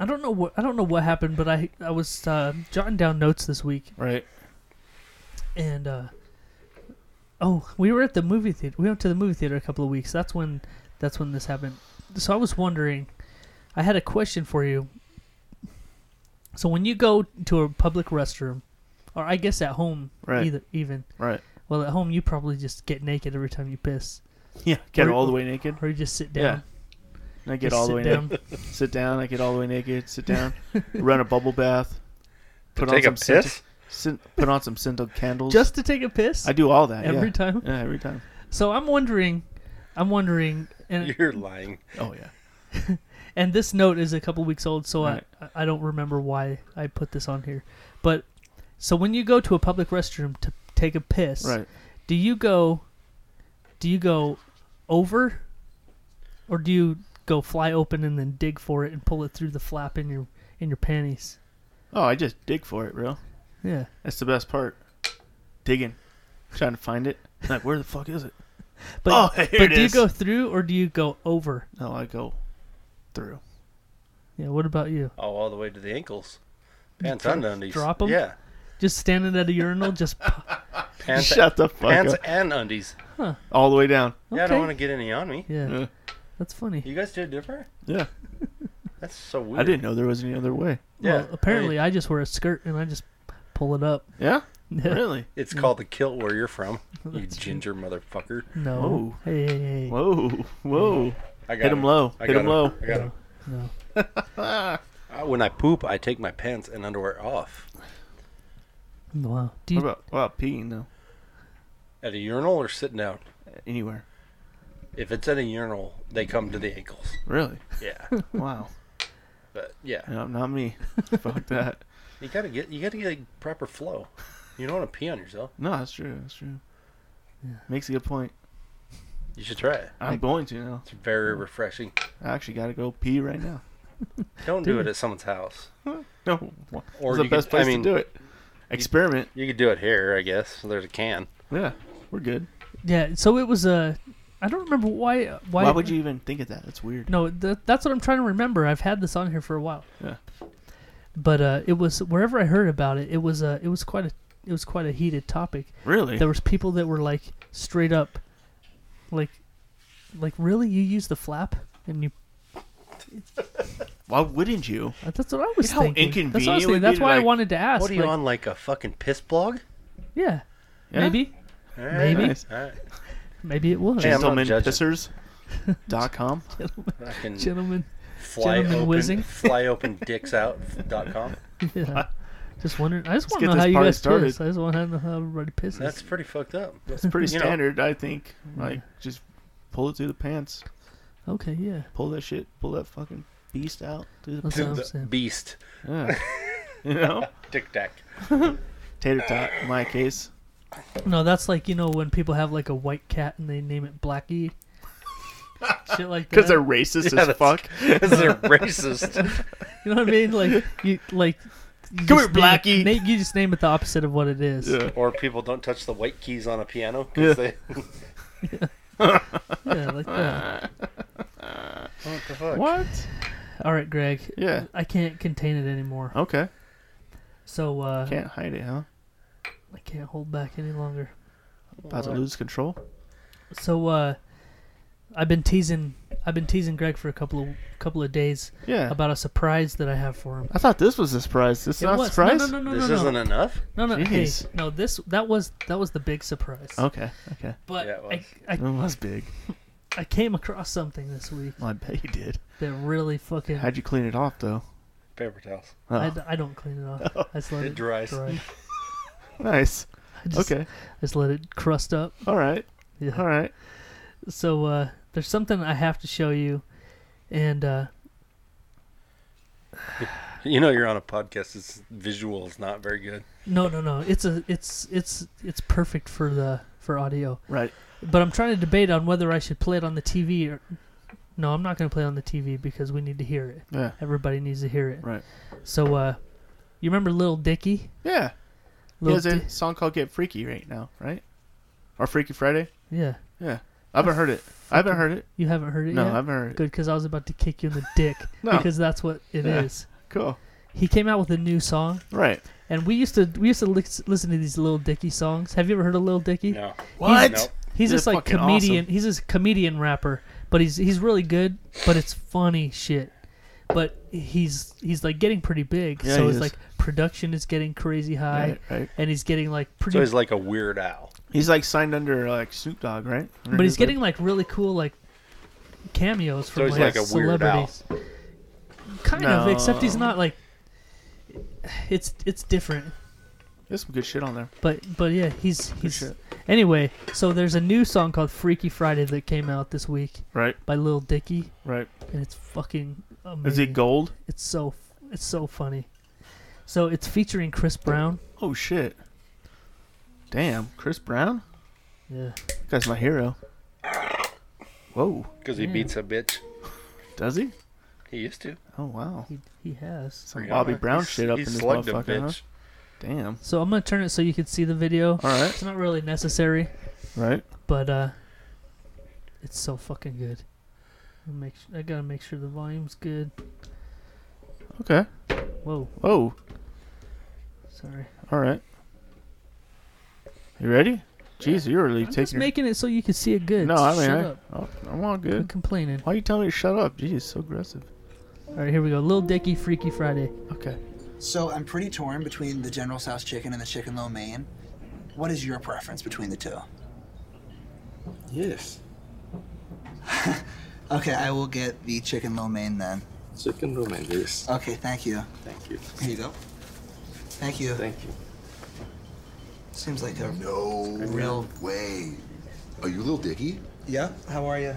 [SPEAKER 4] I don't know what I don't know what happened, but I I was uh, jotting down notes this week,
[SPEAKER 5] Right.
[SPEAKER 4] and uh, oh, we were at the movie theater. We went to the movie theater a couple of weeks. That's when that's when this happened. So I was wondering, I had a question for you. So when you go to a public restroom, or I guess at home,
[SPEAKER 5] Right.
[SPEAKER 4] either even
[SPEAKER 5] Right.
[SPEAKER 4] well at home you probably just get naked every time you piss,
[SPEAKER 5] Yeah. Get
[SPEAKER 4] Or-
[SPEAKER 5] all the way naked.
[SPEAKER 4] or you just sit
[SPEAKER 5] Yeah.
[SPEAKER 4] down.
[SPEAKER 5] And I get
[SPEAKER 4] just
[SPEAKER 5] all the
[SPEAKER 4] sit
[SPEAKER 5] way
[SPEAKER 4] down.
[SPEAKER 5] naked. Sit down. I get all the way naked. Sit down. run a bubble bath. Put
[SPEAKER 6] Take a
[SPEAKER 5] scented-
[SPEAKER 6] piss?
[SPEAKER 5] scent- put on some scented candles.
[SPEAKER 4] just to take a piss.
[SPEAKER 5] I do all that
[SPEAKER 4] Every
[SPEAKER 5] yeah.
[SPEAKER 4] time?
[SPEAKER 5] Yeah, every time.
[SPEAKER 4] So I'm wondering, I'm wondering, and
[SPEAKER 6] You're lying.
[SPEAKER 5] Oh yeah.
[SPEAKER 4] and this note is a couple weeks old, so
[SPEAKER 5] Right.
[SPEAKER 4] I I don't remember why I put this on here, but so when you go to a public restroom to take a piss,
[SPEAKER 5] Right.
[SPEAKER 4] do you go, do you go over, or do you go fly open and then dig for it and pull it through the flap in your in your panties?
[SPEAKER 5] Oh, I just dig for it, bro.
[SPEAKER 4] Yeah.
[SPEAKER 5] That's the best part. Digging, trying to find it. Like, where the fuck is it?
[SPEAKER 4] But,
[SPEAKER 5] Oh, here
[SPEAKER 4] but
[SPEAKER 5] it
[SPEAKER 4] do
[SPEAKER 5] is.
[SPEAKER 4] you go through or do you go over?
[SPEAKER 5] No, I go through.
[SPEAKER 4] Yeah. What about you?
[SPEAKER 6] Oh, all the way to the ankles. Pants and undies.
[SPEAKER 4] drop 'em?
[SPEAKER 6] Yeah.
[SPEAKER 4] Just standing at a urinal, just
[SPEAKER 6] Pants,
[SPEAKER 5] Shut the fuck
[SPEAKER 6] pants
[SPEAKER 5] up.
[SPEAKER 6] and undies.
[SPEAKER 5] all the way down.
[SPEAKER 6] Yeah, I don't
[SPEAKER 4] Okay.
[SPEAKER 6] want to get any on me.
[SPEAKER 4] Yeah.
[SPEAKER 5] Yeah.
[SPEAKER 4] That's funny.
[SPEAKER 6] You guys did different?
[SPEAKER 5] Yeah,
[SPEAKER 6] That's so weird.
[SPEAKER 5] I didn't know there was any other way.
[SPEAKER 6] Yeah.
[SPEAKER 4] well, apparently I, just wear a skirt and I just pull it up.
[SPEAKER 5] Yeah,
[SPEAKER 4] Yeah.
[SPEAKER 5] really?
[SPEAKER 6] It's called the kilt where you're from, you
[SPEAKER 4] That's true.
[SPEAKER 6] ginger motherfucker.
[SPEAKER 4] No.
[SPEAKER 5] Whoa.
[SPEAKER 4] Hey, hey, hey.
[SPEAKER 5] Whoa, whoa!
[SPEAKER 6] I got
[SPEAKER 5] Hit 'em low.
[SPEAKER 6] I
[SPEAKER 5] Hit
[SPEAKER 6] got
[SPEAKER 5] 'em low.
[SPEAKER 6] I got him.
[SPEAKER 4] No.
[SPEAKER 6] Uh, when I poop, I take my pants and underwear off.
[SPEAKER 4] Wow. Do
[SPEAKER 5] What
[SPEAKER 4] you,
[SPEAKER 5] about what about peeing though?
[SPEAKER 6] At a urinal or sitting down?
[SPEAKER 5] Anywhere?
[SPEAKER 6] If it's at a urinal, they come to the ankles.
[SPEAKER 5] Really?
[SPEAKER 6] Yeah.
[SPEAKER 5] Wow.
[SPEAKER 6] But yeah.
[SPEAKER 5] No, not me. Fuck that.
[SPEAKER 6] You gotta get you gotta get a proper flow. You don't wanna pee on yourself.
[SPEAKER 5] No, that's true. That's true. Makes a good point.
[SPEAKER 6] You should try it.
[SPEAKER 5] I'm going to now.
[SPEAKER 6] It's very refreshing.
[SPEAKER 5] I actually got to go pee right now.
[SPEAKER 6] Don't do it at someone's house.
[SPEAKER 5] No, wha-
[SPEAKER 6] Or
[SPEAKER 5] it's the
[SPEAKER 6] you
[SPEAKER 5] best
[SPEAKER 6] could- I
[SPEAKER 5] place
[SPEAKER 6] mean-
[SPEAKER 5] to do it. Experiment.
[SPEAKER 6] You could do it here, I guess. There's a can.
[SPEAKER 5] Yeah, we're good.
[SPEAKER 4] yeah. So it was a. I don't remember why. Why,
[SPEAKER 5] Why would you even think of that? That's weird.
[SPEAKER 4] No, th- that's what I'm trying to remember. I've had this on here for a while.
[SPEAKER 5] Yeah.
[SPEAKER 4] But uh, it was wherever I heard about it. It was uh, it was quite a it was quite a heated topic.
[SPEAKER 5] Really?
[SPEAKER 4] There was people that were like straight up, like, like really, you use the flap and you.
[SPEAKER 5] Why wouldn't you?
[SPEAKER 4] Uh, That's what I was
[SPEAKER 5] how
[SPEAKER 4] thinking. that's what I was
[SPEAKER 5] inconvenient it
[SPEAKER 4] thinking.
[SPEAKER 5] would
[SPEAKER 4] That's
[SPEAKER 5] be to,
[SPEAKER 4] why I
[SPEAKER 5] like-
[SPEAKER 4] wanted to ask.
[SPEAKER 6] What are you
[SPEAKER 4] like,
[SPEAKER 6] on like a fucking piss blog?
[SPEAKER 4] Yeah.
[SPEAKER 5] Yeah?
[SPEAKER 4] Maybe.
[SPEAKER 6] All right.
[SPEAKER 4] Maybe.
[SPEAKER 5] Nice.
[SPEAKER 6] All right.
[SPEAKER 4] Maybe it was.
[SPEAKER 6] Hey, I'm not judging.
[SPEAKER 5] Gentlemenpissers.com.
[SPEAKER 6] I can
[SPEAKER 4] Gentlemen.
[SPEAKER 6] fly
[SPEAKER 4] gentlemen
[SPEAKER 6] open
[SPEAKER 4] whizzing.
[SPEAKER 6] fly open dicks out dot com.
[SPEAKER 4] Yeah. Just wondering. I just want
[SPEAKER 5] get
[SPEAKER 4] to know
[SPEAKER 5] this
[SPEAKER 4] how you
[SPEAKER 5] party
[SPEAKER 4] guys
[SPEAKER 5] started.
[SPEAKER 4] piss. I just want to know how everybody pisses.
[SPEAKER 6] That's pretty fucked up.
[SPEAKER 5] It's pretty
[SPEAKER 6] You know.
[SPEAKER 5] standard, I think. Like, just pull it through the pants.
[SPEAKER 4] okay. Yeah.
[SPEAKER 5] Pull that shit. Pull that fucking beast out through the
[SPEAKER 4] That's what I'm
[SPEAKER 6] The
[SPEAKER 4] saying.
[SPEAKER 6] beast.
[SPEAKER 5] Yeah. you know?
[SPEAKER 6] Tic tac.
[SPEAKER 5] Tater tot, in my case.
[SPEAKER 4] No, that's like you know when people have like a white cat and they name it Blackie. Shit like that.
[SPEAKER 5] Because they're racist
[SPEAKER 6] Yeah,
[SPEAKER 5] as
[SPEAKER 6] that's-
[SPEAKER 5] fuck.
[SPEAKER 6] Because they're racist.
[SPEAKER 4] you know what I mean? Like you like. You just
[SPEAKER 5] Come here,
[SPEAKER 4] name it-
[SPEAKER 5] Blackie.
[SPEAKER 4] na- you just name it the opposite of what it is.
[SPEAKER 5] Yeah.
[SPEAKER 6] Or people don't touch the white keys on a piano.
[SPEAKER 5] Yeah.
[SPEAKER 6] 'cause They,
[SPEAKER 4] Yeah, like that.
[SPEAKER 6] Uh, what the fuck?
[SPEAKER 5] What?
[SPEAKER 4] All right, Greg.
[SPEAKER 5] Yeah.
[SPEAKER 4] I can't contain it anymore.
[SPEAKER 5] Okay.
[SPEAKER 4] So uh,
[SPEAKER 5] Can't hide it, huh?
[SPEAKER 4] I can't hold back any longer.
[SPEAKER 5] About to lose control.
[SPEAKER 4] So uh, I've been teasing. I've been teasing Greg for a couple of couple of days
[SPEAKER 5] Yeah.
[SPEAKER 4] about a surprise that I have for him.
[SPEAKER 5] I thought this was a surprise. This is
[SPEAKER 4] It
[SPEAKER 5] not a
[SPEAKER 4] was-
[SPEAKER 5] surprise?
[SPEAKER 4] No, no, no, no,
[SPEAKER 6] This
[SPEAKER 4] no,
[SPEAKER 6] isn't
[SPEAKER 4] no,
[SPEAKER 6] enough.
[SPEAKER 4] no, no. Hey,
[SPEAKER 5] Jeez.
[SPEAKER 4] no, this that was that was the big surprise.
[SPEAKER 5] Okay, okay.
[SPEAKER 4] But
[SPEAKER 6] Yeah, it was.
[SPEAKER 4] I, I,
[SPEAKER 5] That was big.
[SPEAKER 4] I came across something this week
[SPEAKER 5] Well, I bet you did.
[SPEAKER 4] that really fucking.
[SPEAKER 5] How'd you clean it off, though?
[SPEAKER 6] Paper towels.
[SPEAKER 5] Oh,
[SPEAKER 4] I, I don't clean it off. I just let
[SPEAKER 6] It
[SPEAKER 4] it,
[SPEAKER 6] dries.
[SPEAKER 4] dry.
[SPEAKER 5] nice.
[SPEAKER 4] I just,
[SPEAKER 5] okay.
[SPEAKER 4] I just let it crust up.
[SPEAKER 5] All right.
[SPEAKER 4] Yeah.
[SPEAKER 5] All right.
[SPEAKER 4] So uh, there's something I have to show you, and uh,
[SPEAKER 6] You know you're on a podcast. It's visual is not very good.
[SPEAKER 4] no, no, no. It's a it's it's it's perfect for the for audio.
[SPEAKER 5] Right.
[SPEAKER 4] But I'm trying to debate on whether I should play it on the TV or. No, I'm not going to play it on the TV because we need to hear it.
[SPEAKER 5] Yeah.
[SPEAKER 4] Everybody needs to hear it.
[SPEAKER 5] Right.
[SPEAKER 4] So, uh, you remember Little Dicky?
[SPEAKER 5] Yeah. He
[SPEAKER 4] Little
[SPEAKER 5] has a
[SPEAKER 4] Di-
[SPEAKER 5] song called Get Freaky right now, right? Or Freaky Friday?
[SPEAKER 4] yeah.
[SPEAKER 5] Yeah. I haven't heard it. I haven't heard it.
[SPEAKER 4] You haven't heard it
[SPEAKER 5] No,
[SPEAKER 4] yet?
[SPEAKER 5] I haven't heard it.
[SPEAKER 4] Good, because I was about to kick you in the dick
[SPEAKER 5] No.
[SPEAKER 4] because that's what it is.
[SPEAKER 5] Yeah. Cool.
[SPEAKER 4] He came out with a new song,
[SPEAKER 5] Right.
[SPEAKER 4] and we used to we used to lis- listen to these Little Dicky songs. Have you ever heard of Little Dicky?
[SPEAKER 6] No.
[SPEAKER 5] What?
[SPEAKER 6] Nope.
[SPEAKER 4] He's
[SPEAKER 5] They're
[SPEAKER 4] just like
[SPEAKER 5] fucking
[SPEAKER 4] comedian.
[SPEAKER 5] awesome.
[SPEAKER 4] He's just a comedian rapper, but he's he's really good. But it's funny shit. But he's he's like getting pretty big,
[SPEAKER 5] Yeah,
[SPEAKER 4] so
[SPEAKER 5] he
[SPEAKER 4] it's
[SPEAKER 5] is.
[SPEAKER 4] like production is getting crazy high,
[SPEAKER 5] Right, right.
[SPEAKER 4] and he's getting like pretty.
[SPEAKER 6] So he's like a weird owl.
[SPEAKER 5] He's like signed under like Snoop Dogg, right? Under
[SPEAKER 4] but he's
[SPEAKER 5] his
[SPEAKER 4] getting like really cool like cameos from
[SPEAKER 6] he's
[SPEAKER 4] like,
[SPEAKER 6] like a Weird Al.
[SPEAKER 4] celebrities. Kind of, except he's not like. It's it's different.
[SPEAKER 5] Like, there's some good shit on there.
[SPEAKER 4] But but yeah, he's he's
[SPEAKER 5] shit.
[SPEAKER 4] anyway. So there's a new song called "Freaky Friday" that came out this week
[SPEAKER 5] Right.
[SPEAKER 4] by Lil Dicky,
[SPEAKER 5] Right.
[SPEAKER 4] and it's fucking amazing.
[SPEAKER 5] Is it gold?
[SPEAKER 4] It's so f- it's so funny. So it's featuring Chris Brown.
[SPEAKER 5] Oh shit. Damn, Chris Brown?
[SPEAKER 4] Yeah,
[SPEAKER 5] Guy's my hero. Whoa.
[SPEAKER 6] Because he beats a bitch.
[SPEAKER 5] Does he?
[SPEAKER 6] He used to.
[SPEAKER 5] Oh wow.
[SPEAKER 4] he he has.
[SPEAKER 5] Some Bobby Brown
[SPEAKER 6] He's-
[SPEAKER 5] shit up
[SPEAKER 6] he
[SPEAKER 5] in this
[SPEAKER 6] slugged a
[SPEAKER 5] motherfucker, huh?
[SPEAKER 6] bitch.
[SPEAKER 5] Damn.
[SPEAKER 4] So I'm gonna turn it so you can see the video.
[SPEAKER 5] All right.
[SPEAKER 4] It's not really necessary,
[SPEAKER 5] Right.
[SPEAKER 4] but uh, it's so fucking good. I make s- I gotta make sure the volume's good.
[SPEAKER 5] Okay.
[SPEAKER 4] Whoa,
[SPEAKER 5] Whoa.
[SPEAKER 4] sorry.
[SPEAKER 5] All right. You ready? Jeez, you're really taking.
[SPEAKER 4] Just
[SPEAKER 5] your-
[SPEAKER 4] making it so you can see it good.
[SPEAKER 5] no, I mean,
[SPEAKER 4] Shut
[SPEAKER 5] I,
[SPEAKER 4] up.
[SPEAKER 5] oh, I'm all
[SPEAKER 4] I'm
[SPEAKER 5] good.
[SPEAKER 4] complaining.
[SPEAKER 5] Why are you telling me to shut up? Jeez, so aggressive.
[SPEAKER 4] All right, here we go. Little Dicky Freaky Friday.
[SPEAKER 5] Okay.
[SPEAKER 7] So I'm pretty torn between the General Tso's chicken and the chicken lo mein. What is your preference between the two?
[SPEAKER 8] Yes.
[SPEAKER 7] Okay, I will get the chicken lo mein then.
[SPEAKER 8] Chicken room and yes.
[SPEAKER 7] Okay, thank you.
[SPEAKER 8] Thank you.
[SPEAKER 7] Here you go. Thank you.
[SPEAKER 8] Thank you.
[SPEAKER 7] Seems like a
[SPEAKER 9] No
[SPEAKER 7] real.
[SPEAKER 9] way. Are you Lil Dicky?
[SPEAKER 7] Yeah. How are you?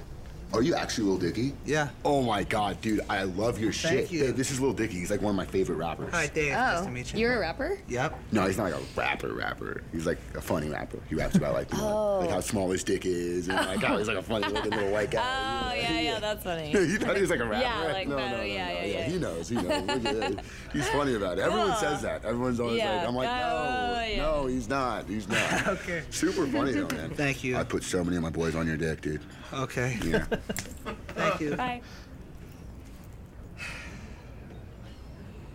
[SPEAKER 9] Are you actually Lil Dicky?
[SPEAKER 7] Yeah.
[SPEAKER 9] Oh my god, dude, I love your
[SPEAKER 7] Thank
[SPEAKER 9] shit.
[SPEAKER 7] you.
[SPEAKER 9] Hey, this is Lil Dicky. He's like one of my favorite rappers.
[SPEAKER 7] Hi, Dave. nice
[SPEAKER 10] Oh,
[SPEAKER 7] to meet you.
[SPEAKER 10] you're a rapper?
[SPEAKER 7] Yep.
[SPEAKER 9] No, he's not like a rapper rapper. He's like a funny rapper. He raps about like, you know,
[SPEAKER 10] Oh.
[SPEAKER 9] like how small his dick is and like how Oh he's like a funny looking little white guy.
[SPEAKER 10] Oh, yeah, yeah, that's funny.
[SPEAKER 9] he thought he was like a rapper.
[SPEAKER 10] Yeah,
[SPEAKER 9] right?
[SPEAKER 10] like
[SPEAKER 9] no,
[SPEAKER 10] that,
[SPEAKER 9] no, no,
[SPEAKER 10] yeah,
[SPEAKER 9] no,
[SPEAKER 10] yeah, yeah.
[SPEAKER 9] He knows. He knows. Look at that. He's funny about it. Everyone
[SPEAKER 10] Cool.
[SPEAKER 9] says that. Everyone's always
[SPEAKER 10] Yeah,
[SPEAKER 9] like, I'm like,
[SPEAKER 10] oh,
[SPEAKER 9] no,
[SPEAKER 10] yeah.
[SPEAKER 9] no, he's not. He's not.
[SPEAKER 7] Okay.
[SPEAKER 9] Super funny though, man.
[SPEAKER 7] Thank you.
[SPEAKER 9] I put so many of my boys on your dick, dude.
[SPEAKER 7] Okay.
[SPEAKER 9] Yeah.
[SPEAKER 7] Thank you.
[SPEAKER 10] Bye.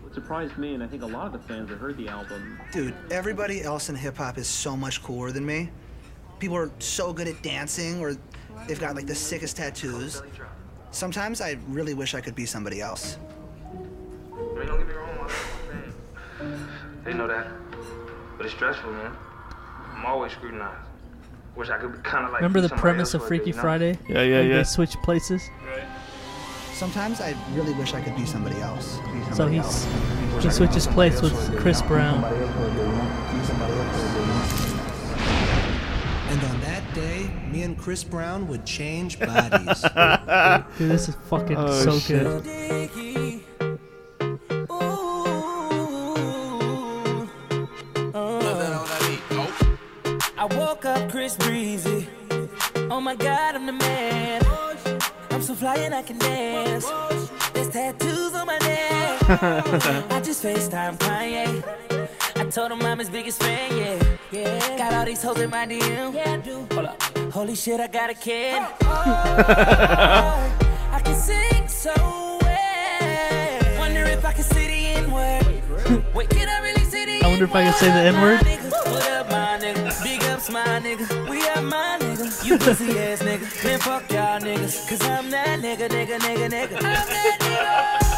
[SPEAKER 11] What surprised me, and I think a lot of the fans that heard the album,
[SPEAKER 7] Dude, everybody else in hip hop is so much cooler than me. People are so good at dancing or they've got like the sickest tattoos. Sometimes I really wish I could be somebody else.
[SPEAKER 11] I mean, don't get me wrong, I love the fans. They know that. But it's stressful, man. I'm always scrutinized. Wish I could be kind of like.
[SPEAKER 4] Remember the
[SPEAKER 11] somebody
[SPEAKER 4] premise
[SPEAKER 11] else
[SPEAKER 4] of
[SPEAKER 11] for a day,
[SPEAKER 4] Freaky
[SPEAKER 11] you know?
[SPEAKER 4] Friday?
[SPEAKER 5] Yeah, yeah,
[SPEAKER 4] Like
[SPEAKER 5] yeah.
[SPEAKER 4] They switch places.
[SPEAKER 7] Sometimes I really wish I could be somebody else. Be somebody
[SPEAKER 4] So
[SPEAKER 7] else.
[SPEAKER 4] he's he switches place with Chris Brown.
[SPEAKER 7] And on that day, me and Chris Brown would change bodies.
[SPEAKER 4] Dude, this is fucking
[SPEAKER 5] Oh,
[SPEAKER 4] so
[SPEAKER 5] shit.
[SPEAKER 4] good.
[SPEAKER 11] I woke up Chris Breezy. Oh my god, I'm the man. I'm so fly and I can dance. There's tattoos on my neck. I just FaceTime Kanye. I told him I'm his biggest fan, yeah. yeah. Got all these hoes in my DM. Yeah, I do. Hold up. Holy shit, I got a kid. Oh, I can sing so well. Wonder if I can see the N word. Wait, can I really see the
[SPEAKER 4] I wonder if I can say the N word.
[SPEAKER 11] what up, my nigga? Big ups, my nigga. We up, my nigga. You pussy ass nigga. Man, fuck y'all niggas. Cause I'm that nigga, nigga, nigga, nigga. I'm that nigga.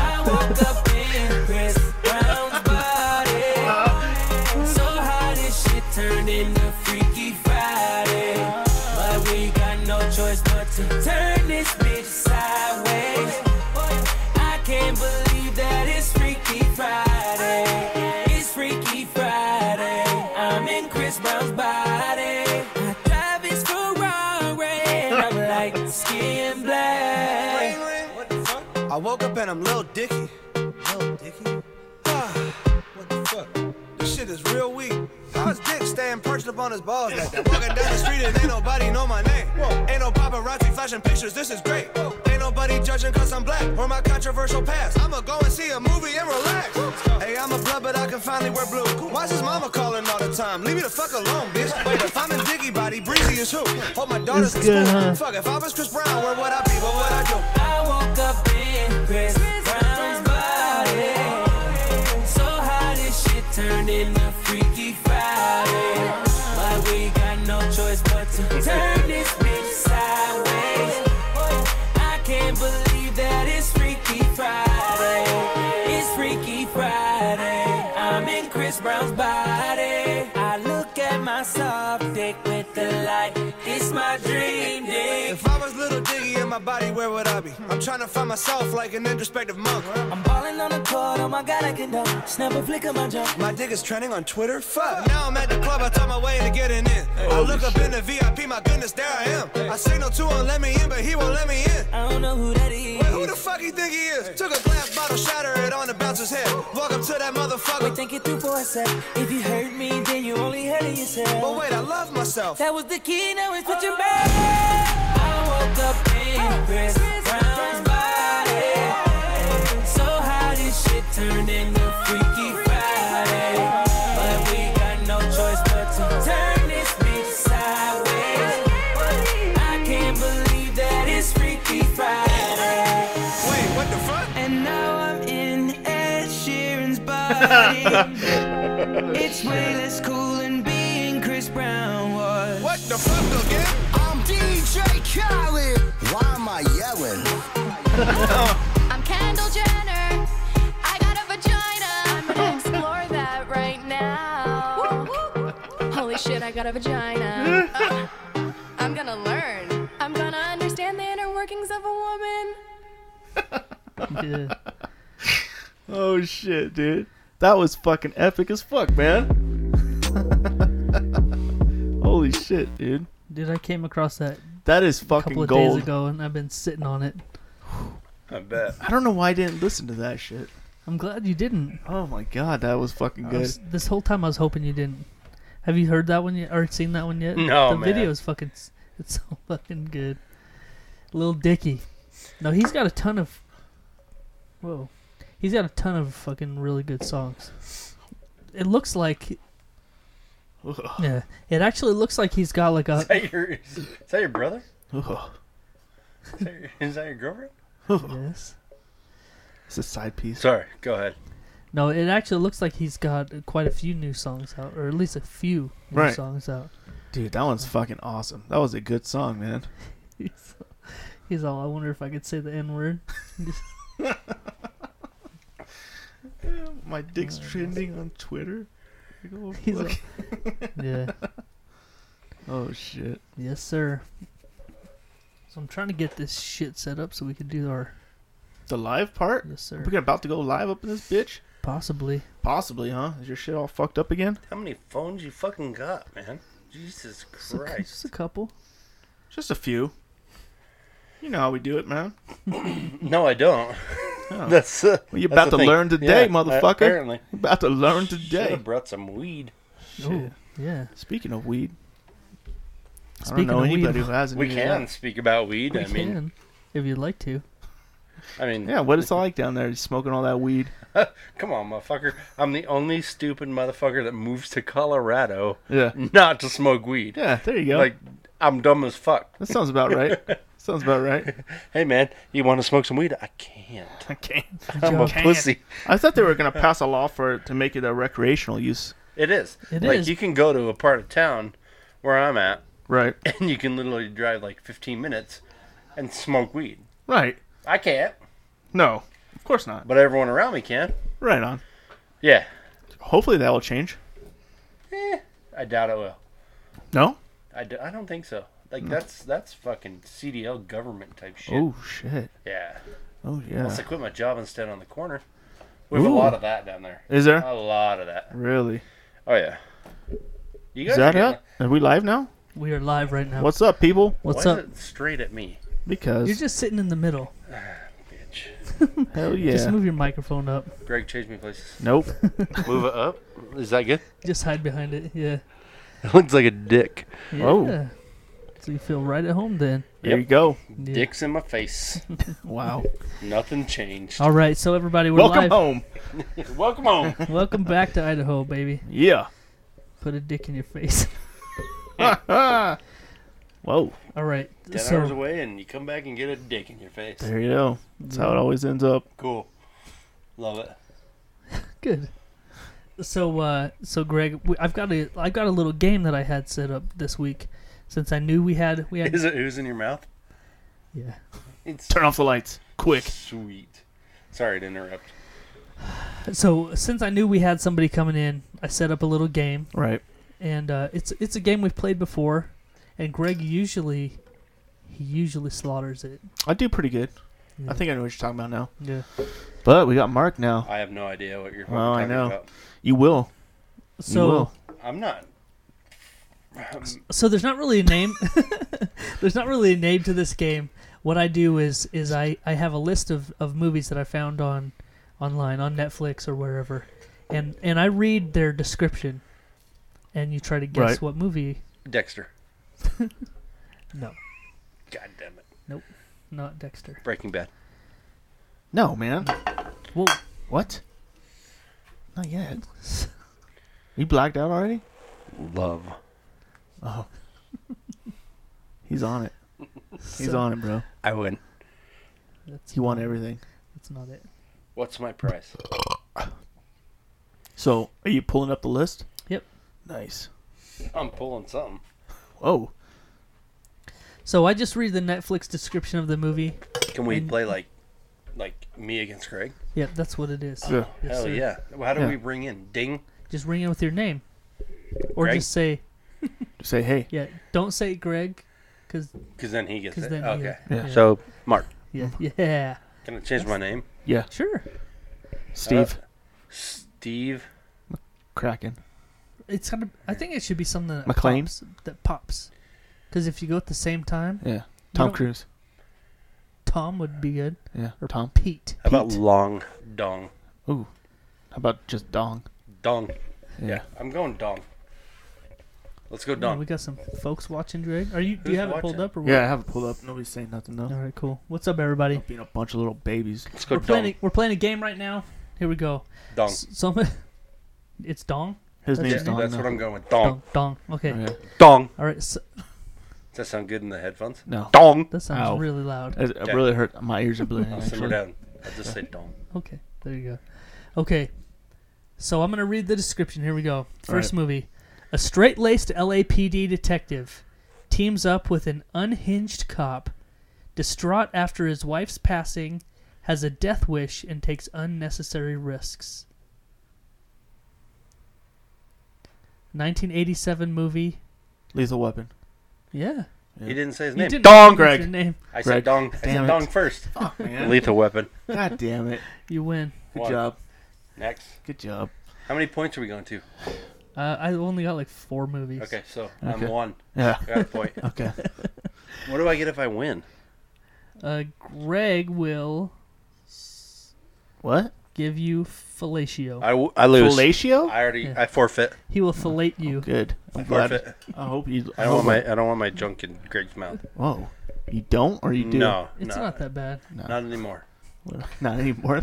[SPEAKER 11] I woke up in Chris Brown's body. So how this shit turned into Freaky Friday. But we got no choice but to turn this bitch sideways. I can't believe that it's Freaky Friday. It's Freaky Friday. I'm in Chris Brown's body. I drive his Ferrari. And I'm like skin black.
[SPEAKER 1] I woke up and I'm Lil Dicky.
[SPEAKER 7] Yo, Dickie,
[SPEAKER 1] Ah,
[SPEAKER 7] what the fuck?
[SPEAKER 1] this shit is real weak. How's Dick staying perched up on his balls like that? Walking down the street and ain't nobody know my name. Ain't no paparazzi flashing pictures, this is great. Ain't nobody judging cause I'm black or my controversial past. I'ma go and see a movie and relax. Hey, I'm a blood, but I can finally wear blue. Why's his mama calling all the time? Leave me the fuck alone, bitch. Wait, if I'm in Dicky body, breezy is who? Hold my daughter's in
[SPEAKER 4] It's good,
[SPEAKER 1] school.
[SPEAKER 4] huh?
[SPEAKER 1] Fuck, if I was Chris Brown, where would I be? What would I do?
[SPEAKER 11] I woke up in Chris Brown's body. So how this shit turned into Freaky Friday? But we got no choice but to turn this bitch sideways. I can't believe that it's Freaky Friday. It's Freaky Friday. I'm in Chris Brown's body. I look at my soft dick with the light. It's my dream dick.
[SPEAKER 1] If I was little Diggy in my body, where would I be? I'm trying to find myself like an introspective monk.
[SPEAKER 11] I'm ballin' on the court, oh my god, I can dunk. Snap a flick of my jump.
[SPEAKER 1] My dick is trending on Twitter. Fuck. Now I'm at the club, I talk my way to getting in. I look up in the VIP, my goodness, there I am. I signal to him, let me in, but he won't let me in.
[SPEAKER 11] I don't know who that is.
[SPEAKER 1] Wait, who the fuck he think he is? Took a glass bottle, shatter it on the bouncer's head. Walk up to that
[SPEAKER 11] Wait,
[SPEAKER 1] motherfucker.
[SPEAKER 11] think it through for a sec. If you hurt me, then you only hurt yourself.
[SPEAKER 1] But wait, I love myself.
[SPEAKER 11] That was the key, now it's put your back. I woke up in Chris Brown's body. So how this shit turned into Freaky Friday? But we got no choice but to turn this bitch sideways. I can't believe that it's Freaky Friday.
[SPEAKER 1] Wait, what the fuck?
[SPEAKER 11] And now I'm in Ed Sheeran's body. it's way less cool than being Chris Brown.
[SPEAKER 1] the fuck again?
[SPEAKER 10] I'm DJ Khaled. Why am I yelling?
[SPEAKER 12] I'm Kendall Jenner. I got a vagina. I'm gonna explore that right now. Holy shit, I got a vagina. Uh, I'm gonna learn. I'm gonna understand the inner workings of a woman.
[SPEAKER 5] oh shit, dude. That was fucking epic as fuck, man. Holy shit, dude.
[SPEAKER 4] Dude, I came across that
[SPEAKER 5] That is
[SPEAKER 4] a couple
[SPEAKER 5] fucking
[SPEAKER 4] of
[SPEAKER 5] gold.
[SPEAKER 4] days ago, and I've been sitting on it.
[SPEAKER 6] I bet.
[SPEAKER 5] I don't know why I didn't listen to that shit.
[SPEAKER 4] I'm glad you didn't.
[SPEAKER 5] Oh my god, that was fucking
[SPEAKER 4] I
[SPEAKER 5] good.
[SPEAKER 4] was- this whole time I was hoping you didn't. Have you heard that one yet, or seen that one yet?
[SPEAKER 5] No,
[SPEAKER 4] the
[SPEAKER 5] man.
[SPEAKER 4] video is fucking. s- It's so fucking good. Little Dicky. No, he's got a ton of. Whoa, he's got a ton of fucking really good songs. It looks like. Yeah, it actually looks like he's got like a.
[SPEAKER 6] Is that your, is that your brother? Is that your, is that your girlfriend?
[SPEAKER 4] yes.
[SPEAKER 5] It's a side piece.
[SPEAKER 6] Sorry, go ahead.
[SPEAKER 4] No, it actually looks like he's got quite a few new songs out, or at least a few new
[SPEAKER 5] Right.
[SPEAKER 4] songs out.
[SPEAKER 5] Dude, that one's fucking awesome. That was a good song, man.
[SPEAKER 4] He's, he's all, I wonder if I could say the N word.
[SPEAKER 5] My dick's trending on Twitter.
[SPEAKER 4] He's all, yeah.
[SPEAKER 5] Oh shit.
[SPEAKER 4] Yes, sir. So I'm trying to get this shit set up so we can do our
[SPEAKER 5] The live part? Yes,
[SPEAKER 4] sir.
[SPEAKER 5] We're about to go live up in this bitch?
[SPEAKER 4] Possibly.
[SPEAKER 5] Possibly, huh? Is your shit all fucked up again?
[SPEAKER 6] How many phones you fucking got, man? Jesus
[SPEAKER 4] a cou-
[SPEAKER 6] Christ.
[SPEAKER 4] just a couple.
[SPEAKER 5] Just a few. You know how we do it, man.
[SPEAKER 6] no, I don't.
[SPEAKER 5] Oh.
[SPEAKER 6] That's uh,
[SPEAKER 5] well, you're
[SPEAKER 6] that's
[SPEAKER 5] about
[SPEAKER 6] the
[SPEAKER 5] to
[SPEAKER 6] thing.
[SPEAKER 5] learn today,
[SPEAKER 6] Yeah,
[SPEAKER 5] motherfucker.
[SPEAKER 6] Apparently,
[SPEAKER 5] You're about to learn
[SPEAKER 6] should
[SPEAKER 5] today.
[SPEAKER 6] have brought some weed.
[SPEAKER 4] Oh, yeah.
[SPEAKER 5] Speaking of weed,
[SPEAKER 4] Speaking
[SPEAKER 5] I don't know
[SPEAKER 4] of weed-
[SPEAKER 5] anybody who hasn't.
[SPEAKER 6] We
[SPEAKER 5] used
[SPEAKER 6] can
[SPEAKER 5] that.
[SPEAKER 6] speak about weed.
[SPEAKER 4] We
[SPEAKER 6] I mean,
[SPEAKER 4] can, if you'd like to.
[SPEAKER 6] I mean,
[SPEAKER 5] Yeah, what it's like down there, just smoking all that weed.
[SPEAKER 6] come on, motherfucker. I'm the only stupid motherfucker that moves to Colorado.
[SPEAKER 5] Yeah.
[SPEAKER 6] Not to smoke weed.
[SPEAKER 5] Yeah, there you go.
[SPEAKER 6] Like, I'm dumb as fuck.
[SPEAKER 5] That sounds about right. sounds about right.
[SPEAKER 6] Hey, man, you want to smoke some weed? I can't.
[SPEAKER 5] I can't.
[SPEAKER 6] I'm a pussy.
[SPEAKER 5] I thought they were gonna pass a law for it to make it a recreational use.
[SPEAKER 6] It is.
[SPEAKER 4] It
[SPEAKER 6] like,
[SPEAKER 4] is.
[SPEAKER 6] you can go to a part of town where I'm at,
[SPEAKER 5] Right.
[SPEAKER 6] and you can literally drive like 15 minutes and smoke weed.
[SPEAKER 5] Right.
[SPEAKER 6] I can't,
[SPEAKER 5] No. Of course not.
[SPEAKER 6] but everyone around me can.
[SPEAKER 5] Right on.
[SPEAKER 6] Yeah.
[SPEAKER 5] Hopefully that will change.
[SPEAKER 6] Eh, I doubt it will.
[SPEAKER 5] No.
[SPEAKER 6] I, d- I don't think so. Like, that's that's fucking CDL government type shit.
[SPEAKER 5] Oh shit.
[SPEAKER 6] Yeah.
[SPEAKER 5] Oh yeah.
[SPEAKER 6] Unless I quit my job and stand on the corner. We have
[SPEAKER 5] Ooh.
[SPEAKER 6] a lot of that down there.
[SPEAKER 5] Is there?
[SPEAKER 6] A lot of that.
[SPEAKER 5] Really?
[SPEAKER 6] Oh yeah. You guys
[SPEAKER 5] Is that
[SPEAKER 6] are getting-
[SPEAKER 5] it? Are we live now?
[SPEAKER 4] We are live right now.
[SPEAKER 5] What's up, people?
[SPEAKER 4] What's
[SPEAKER 6] Why
[SPEAKER 4] up?
[SPEAKER 6] Is it straight at me, Ah,
[SPEAKER 5] Because
[SPEAKER 4] You're just sitting in the middle.
[SPEAKER 6] bitch.
[SPEAKER 5] hell yeah.
[SPEAKER 4] Just move your microphone up.
[SPEAKER 6] Greg, change me places.
[SPEAKER 5] Nope.
[SPEAKER 6] Move it up. Is that good?
[SPEAKER 4] Just hide behind it. Yeah.
[SPEAKER 6] It looks like a dick.
[SPEAKER 4] yeah.
[SPEAKER 5] Oh.
[SPEAKER 4] So you feel right at home then.
[SPEAKER 5] There you go.
[SPEAKER 4] Yeah.
[SPEAKER 6] Dick's in my face.
[SPEAKER 5] Wow.
[SPEAKER 6] Nothing changed.
[SPEAKER 4] All right, so everybody, we're
[SPEAKER 5] Welcome
[SPEAKER 4] live.
[SPEAKER 5] home.
[SPEAKER 6] Welcome home.
[SPEAKER 4] Welcome back to Idaho, baby.
[SPEAKER 5] Yeah.
[SPEAKER 4] Put a dick in your face. Ah.
[SPEAKER 5] Whoa.
[SPEAKER 4] All right.
[SPEAKER 6] Ten
[SPEAKER 4] so,
[SPEAKER 6] hours away, and you come back and get a dick in your face.
[SPEAKER 5] There you go. That's how it always ends up.
[SPEAKER 6] Cool. Love it.
[SPEAKER 4] Good. So, uh, so Greg, we- I've got a, I've got a little game that I had set up this week, since I knew we had, we had,
[SPEAKER 6] Is it who's in your mouth?
[SPEAKER 4] yeah.
[SPEAKER 6] It's
[SPEAKER 5] Turn off the lights. Quick.
[SPEAKER 6] sweet. Sorry to interrupt.
[SPEAKER 4] So, since I knew we had somebody coming in, I set up a little game,
[SPEAKER 5] Right.
[SPEAKER 4] and uh, it's it's a game we've played before, and Greg usually, he usually slaughters it.
[SPEAKER 5] I do pretty good.
[SPEAKER 4] Yeah.
[SPEAKER 5] I think I know what you're talking about now.
[SPEAKER 4] Yeah.
[SPEAKER 5] But we got Mark now.
[SPEAKER 6] I have no idea what you're fucking
[SPEAKER 5] Well, I
[SPEAKER 6] talking
[SPEAKER 5] know.
[SPEAKER 6] about.
[SPEAKER 5] You will.
[SPEAKER 4] So,
[SPEAKER 5] will.
[SPEAKER 6] I'm not.
[SPEAKER 4] so there's not really a name there's not really a name to this game what i do is is i i have a list of of movies that i found on online on netflix or wherever and and i read their description and you try to guess
[SPEAKER 5] Right.
[SPEAKER 4] what movie
[SPEAKER 6] Dexter.
[SPEAKER 4] no
[SPEAKER 6] God damn it.
[SPEAKER 4] not dexter
[SPEAKER 6] Breaking Bad.
[SPEAKER 5] No, man.
[SPEAKER 4] whoa
[SPEAKER 5] What? Not yet. You blacked out already?
[SPEAKER 6] Love.
[SPEAKER 5] He's on it. He's
[SPEAKER 4] So-
[SPEAKER 5] on it, bro.
[SPEAKER 6] I win.
[SPEAKER 4] that's,
[SPEAKER 5] He won everything.
[SPEAKER 4] that's not it
[SPEAKER 6] What's my price?
[SPEAKER 5] So, are you pulling up the list?
[SPEAKER 4] Yep.
[SPEAKER 5] Nice.
[SPEAKER 6] I'm pulling something.
[SPEAKER 5] Whoa.
[SPEAKER 4] So I just read the Netflix description of the movie.
[SPEAKER 6] Can we
[SPEAKER 4] and-
[SPEAKER 6] play like like me against Greg?
[SPEAKER 4] Yep, that's what it is.
[SPEAKER 6] Oh,
[SPEAKER 4] Yes,
[SPEAKER 6] hell
[SPEAKER 4] sir.
[SPEAKER 6] yeah. Well, how do
[SPEAKER 4] Yeah.
[SPEAKER 6] we bring in Ding?
[SPEAKER 4] Just ring in with your name, or
[SPEAKER 6] Greg?
[SPEAKER 4] just say.
[SPEAKER 5] Just say hey.
[SPEAKER 4] Yeah, don't say Greg, because
[SPEAKER 6] Because then he gets it.
[SPEAKER 4] he-
[SPEAKER 6] okay.
[SPEAKER 5] Yeah.
[SPEAKER 6] So Mark.
[SPEAKER 4] Yeah. Yeah.
[SPEAKER 6] Can I change my name?
[SPEAKER 5] Yeah.
[SPEAKER 4] Sure.
[SPEAKER 5] Steve
[SPEAKER 6] Uh, Steve.
[SPEAKER 5] Kraken.
[SPEAKER 4] It's kind of. I think it should be something that
[SPEAKER 5] McLean?
[SPEAKER 4] pops, that pops, because if you go at the same time.
[SPEAKER 5] Yeah.
[SPEAKER 4] you
[SPEAKER 5] Tom
[SPEAKER 4] don't-
[SPEAKER 5] Cruise.
[SPEAKER 4] Tom would be good.
[SPEAKER 5] Yeah. Or Tom.
[SPEAKER 4] Pete.
[SPEAKER 6] How about Long Dong?
[SPEAKER 5] Ooh. How about just Dong?
[SPEAKER 6] Dong.
[SPEAKER 5] Yeah.
[SPEAKER 6] I'm going Dong. Let's go
[SPEAKER 4] Man,
[SPEAKER 6] Dong.
[SPEAKER 4] we got some folks watching Greg. Are you? Do
[SPEAKER 6] Who's
[SPEAKER 4] you have it pulled
[SPEAKER 6] watching?
[SPEAKER 4] up or? What?
[SPEAKER 5] Yeah, I have it pulled up. Nobody's saying nothing though.
[SPEAKER 4] All right, cool. What's up, everybody?
[SPEAKER 5] Being a bunch of little babies.
[SPEAKER 6] Let's go
[SPEAKER 4] We're playing.
[SPEAKER 6] Dong.
[SPEAKER 4] A, we're playing a game right now. Here we go.
[SPEAKER 6] Dong.
[SPEAKER 4] S- some. It's Dong.
[SPEAKER 5] His
[SPEAKER 4] That's
[SPEAKER 5] name's
[SPEAKER 4] your
[SPEAKER 5] Dong.
[SPEAKER 6] That's
[SPEAKER 5] no.
[SPEAKER 6] what I'm going with. Dong.
[SPEAKER 4] Dong. Okay.
[SPEAKER 5] Yeah.
[SPEAKER 6] Dong.
[SPEAKER 4] All right. So,
[SPEAKER 6] Does that sound good in the headphones?
[SPEAKER 5] No.
[SPEAKER 6] Dong.
[SPEAKER 4] that sounds
[SPEAKER 5] Ow.
[SPEAKER 4] really loud.
[SPEAKER 5] It, it
[SPEAKER 6] Okay.
[SPEAKER 5] really hurt. My ears are bleeding.
[SPEAKER 6] I'll simmer
[SPEAKER 5] actually.
[SPEAKER 6] down. I'll just say Dong.
[SPEAKER 4] Okay. There you go. Okay. So I'm gonna read the description. Here we go. First movie. A straight-laced LAPD detective teams up with an unhinged cop, distraught after his wife's passing, has a death wish and takes unnecessary risks. 1987 movie.
[SPEAKER 5] Lethal Weapon.
[SPEAKER 4] Yeah.
[SPEAKER 6] He didn't say his
[SPEAKER 4] You
[SPEAKER 6] name.
[SPEAKER 4] didn't mention
[SPEAKER 6] Dong.
[SPEAKER 5] Greg.
[SPEAKER 4] your name.
[SPEAKER 6] I
[SPEAKER 5] Greg.
[SPEAKER 6] said Dong. I
[SPEAKER 5] Damn
[SPEAKER 6] said
[SPEAKER 5] it.
[SPEAKER 6] Dong first.
[SPEAKER 5] Man.
[SPEAKER 6] Lethal weapon.
[SPEAKER 5] God damn it.
[SPEAKER 4] You win.
[SPEAKER 5] Good
[SPEAKER 6] One.
[SPEAKER 5] job.
[SPEAKER 6] Next.
[SPEAKER 5] Good job.
[SPEAKER 6] How many points are we going to?
[SPEAKER 4] Uh, I only got like four movies.
[SPEAKER 6] Okay, so
[SPEAKER 5] Okay.
[SPEAKER 6] I'm one.
[SPEAKER 5] Yeah.
[SPEAKER 6] I got a point.
[SPEAKER 5] Okay.
[SPEAKER 6] What do I get if I win?
[SPEAKER 4] Uh, Greg will
[SPEAKER 5] What?
[SPEAKER 4] give you fellatio.
[SPEAKER 6] I, w- I lose.
[SPEAKER 5] Fellatio?
[SPEAKER 6] I already.
[SPEAKER 4] Yeah.
[SPEAKER 6] I forfeit.
[SPEAKER 4] He will fillet you.
[SPEAKER 5] Oh, Good. I'm
[SPEAKER 6] forfeit.
[SPEAKER 5] glad. I hope you.
[SPEAKER 6] I don't
[SPEAKER 5] hope
[SPEAKER 6] want my. I don't want my junk in Greg's mouth.
[SPEAKER 5] Whoa. You don't or you do?
[SPEAKER 6] No,
[SPEAKER 4] It's
[SPEAKER 6] no,
[SPEAKER 4] not that bad.
[SPEAKER 6] Not anymore.
[SPEAKER 5] Not anymore.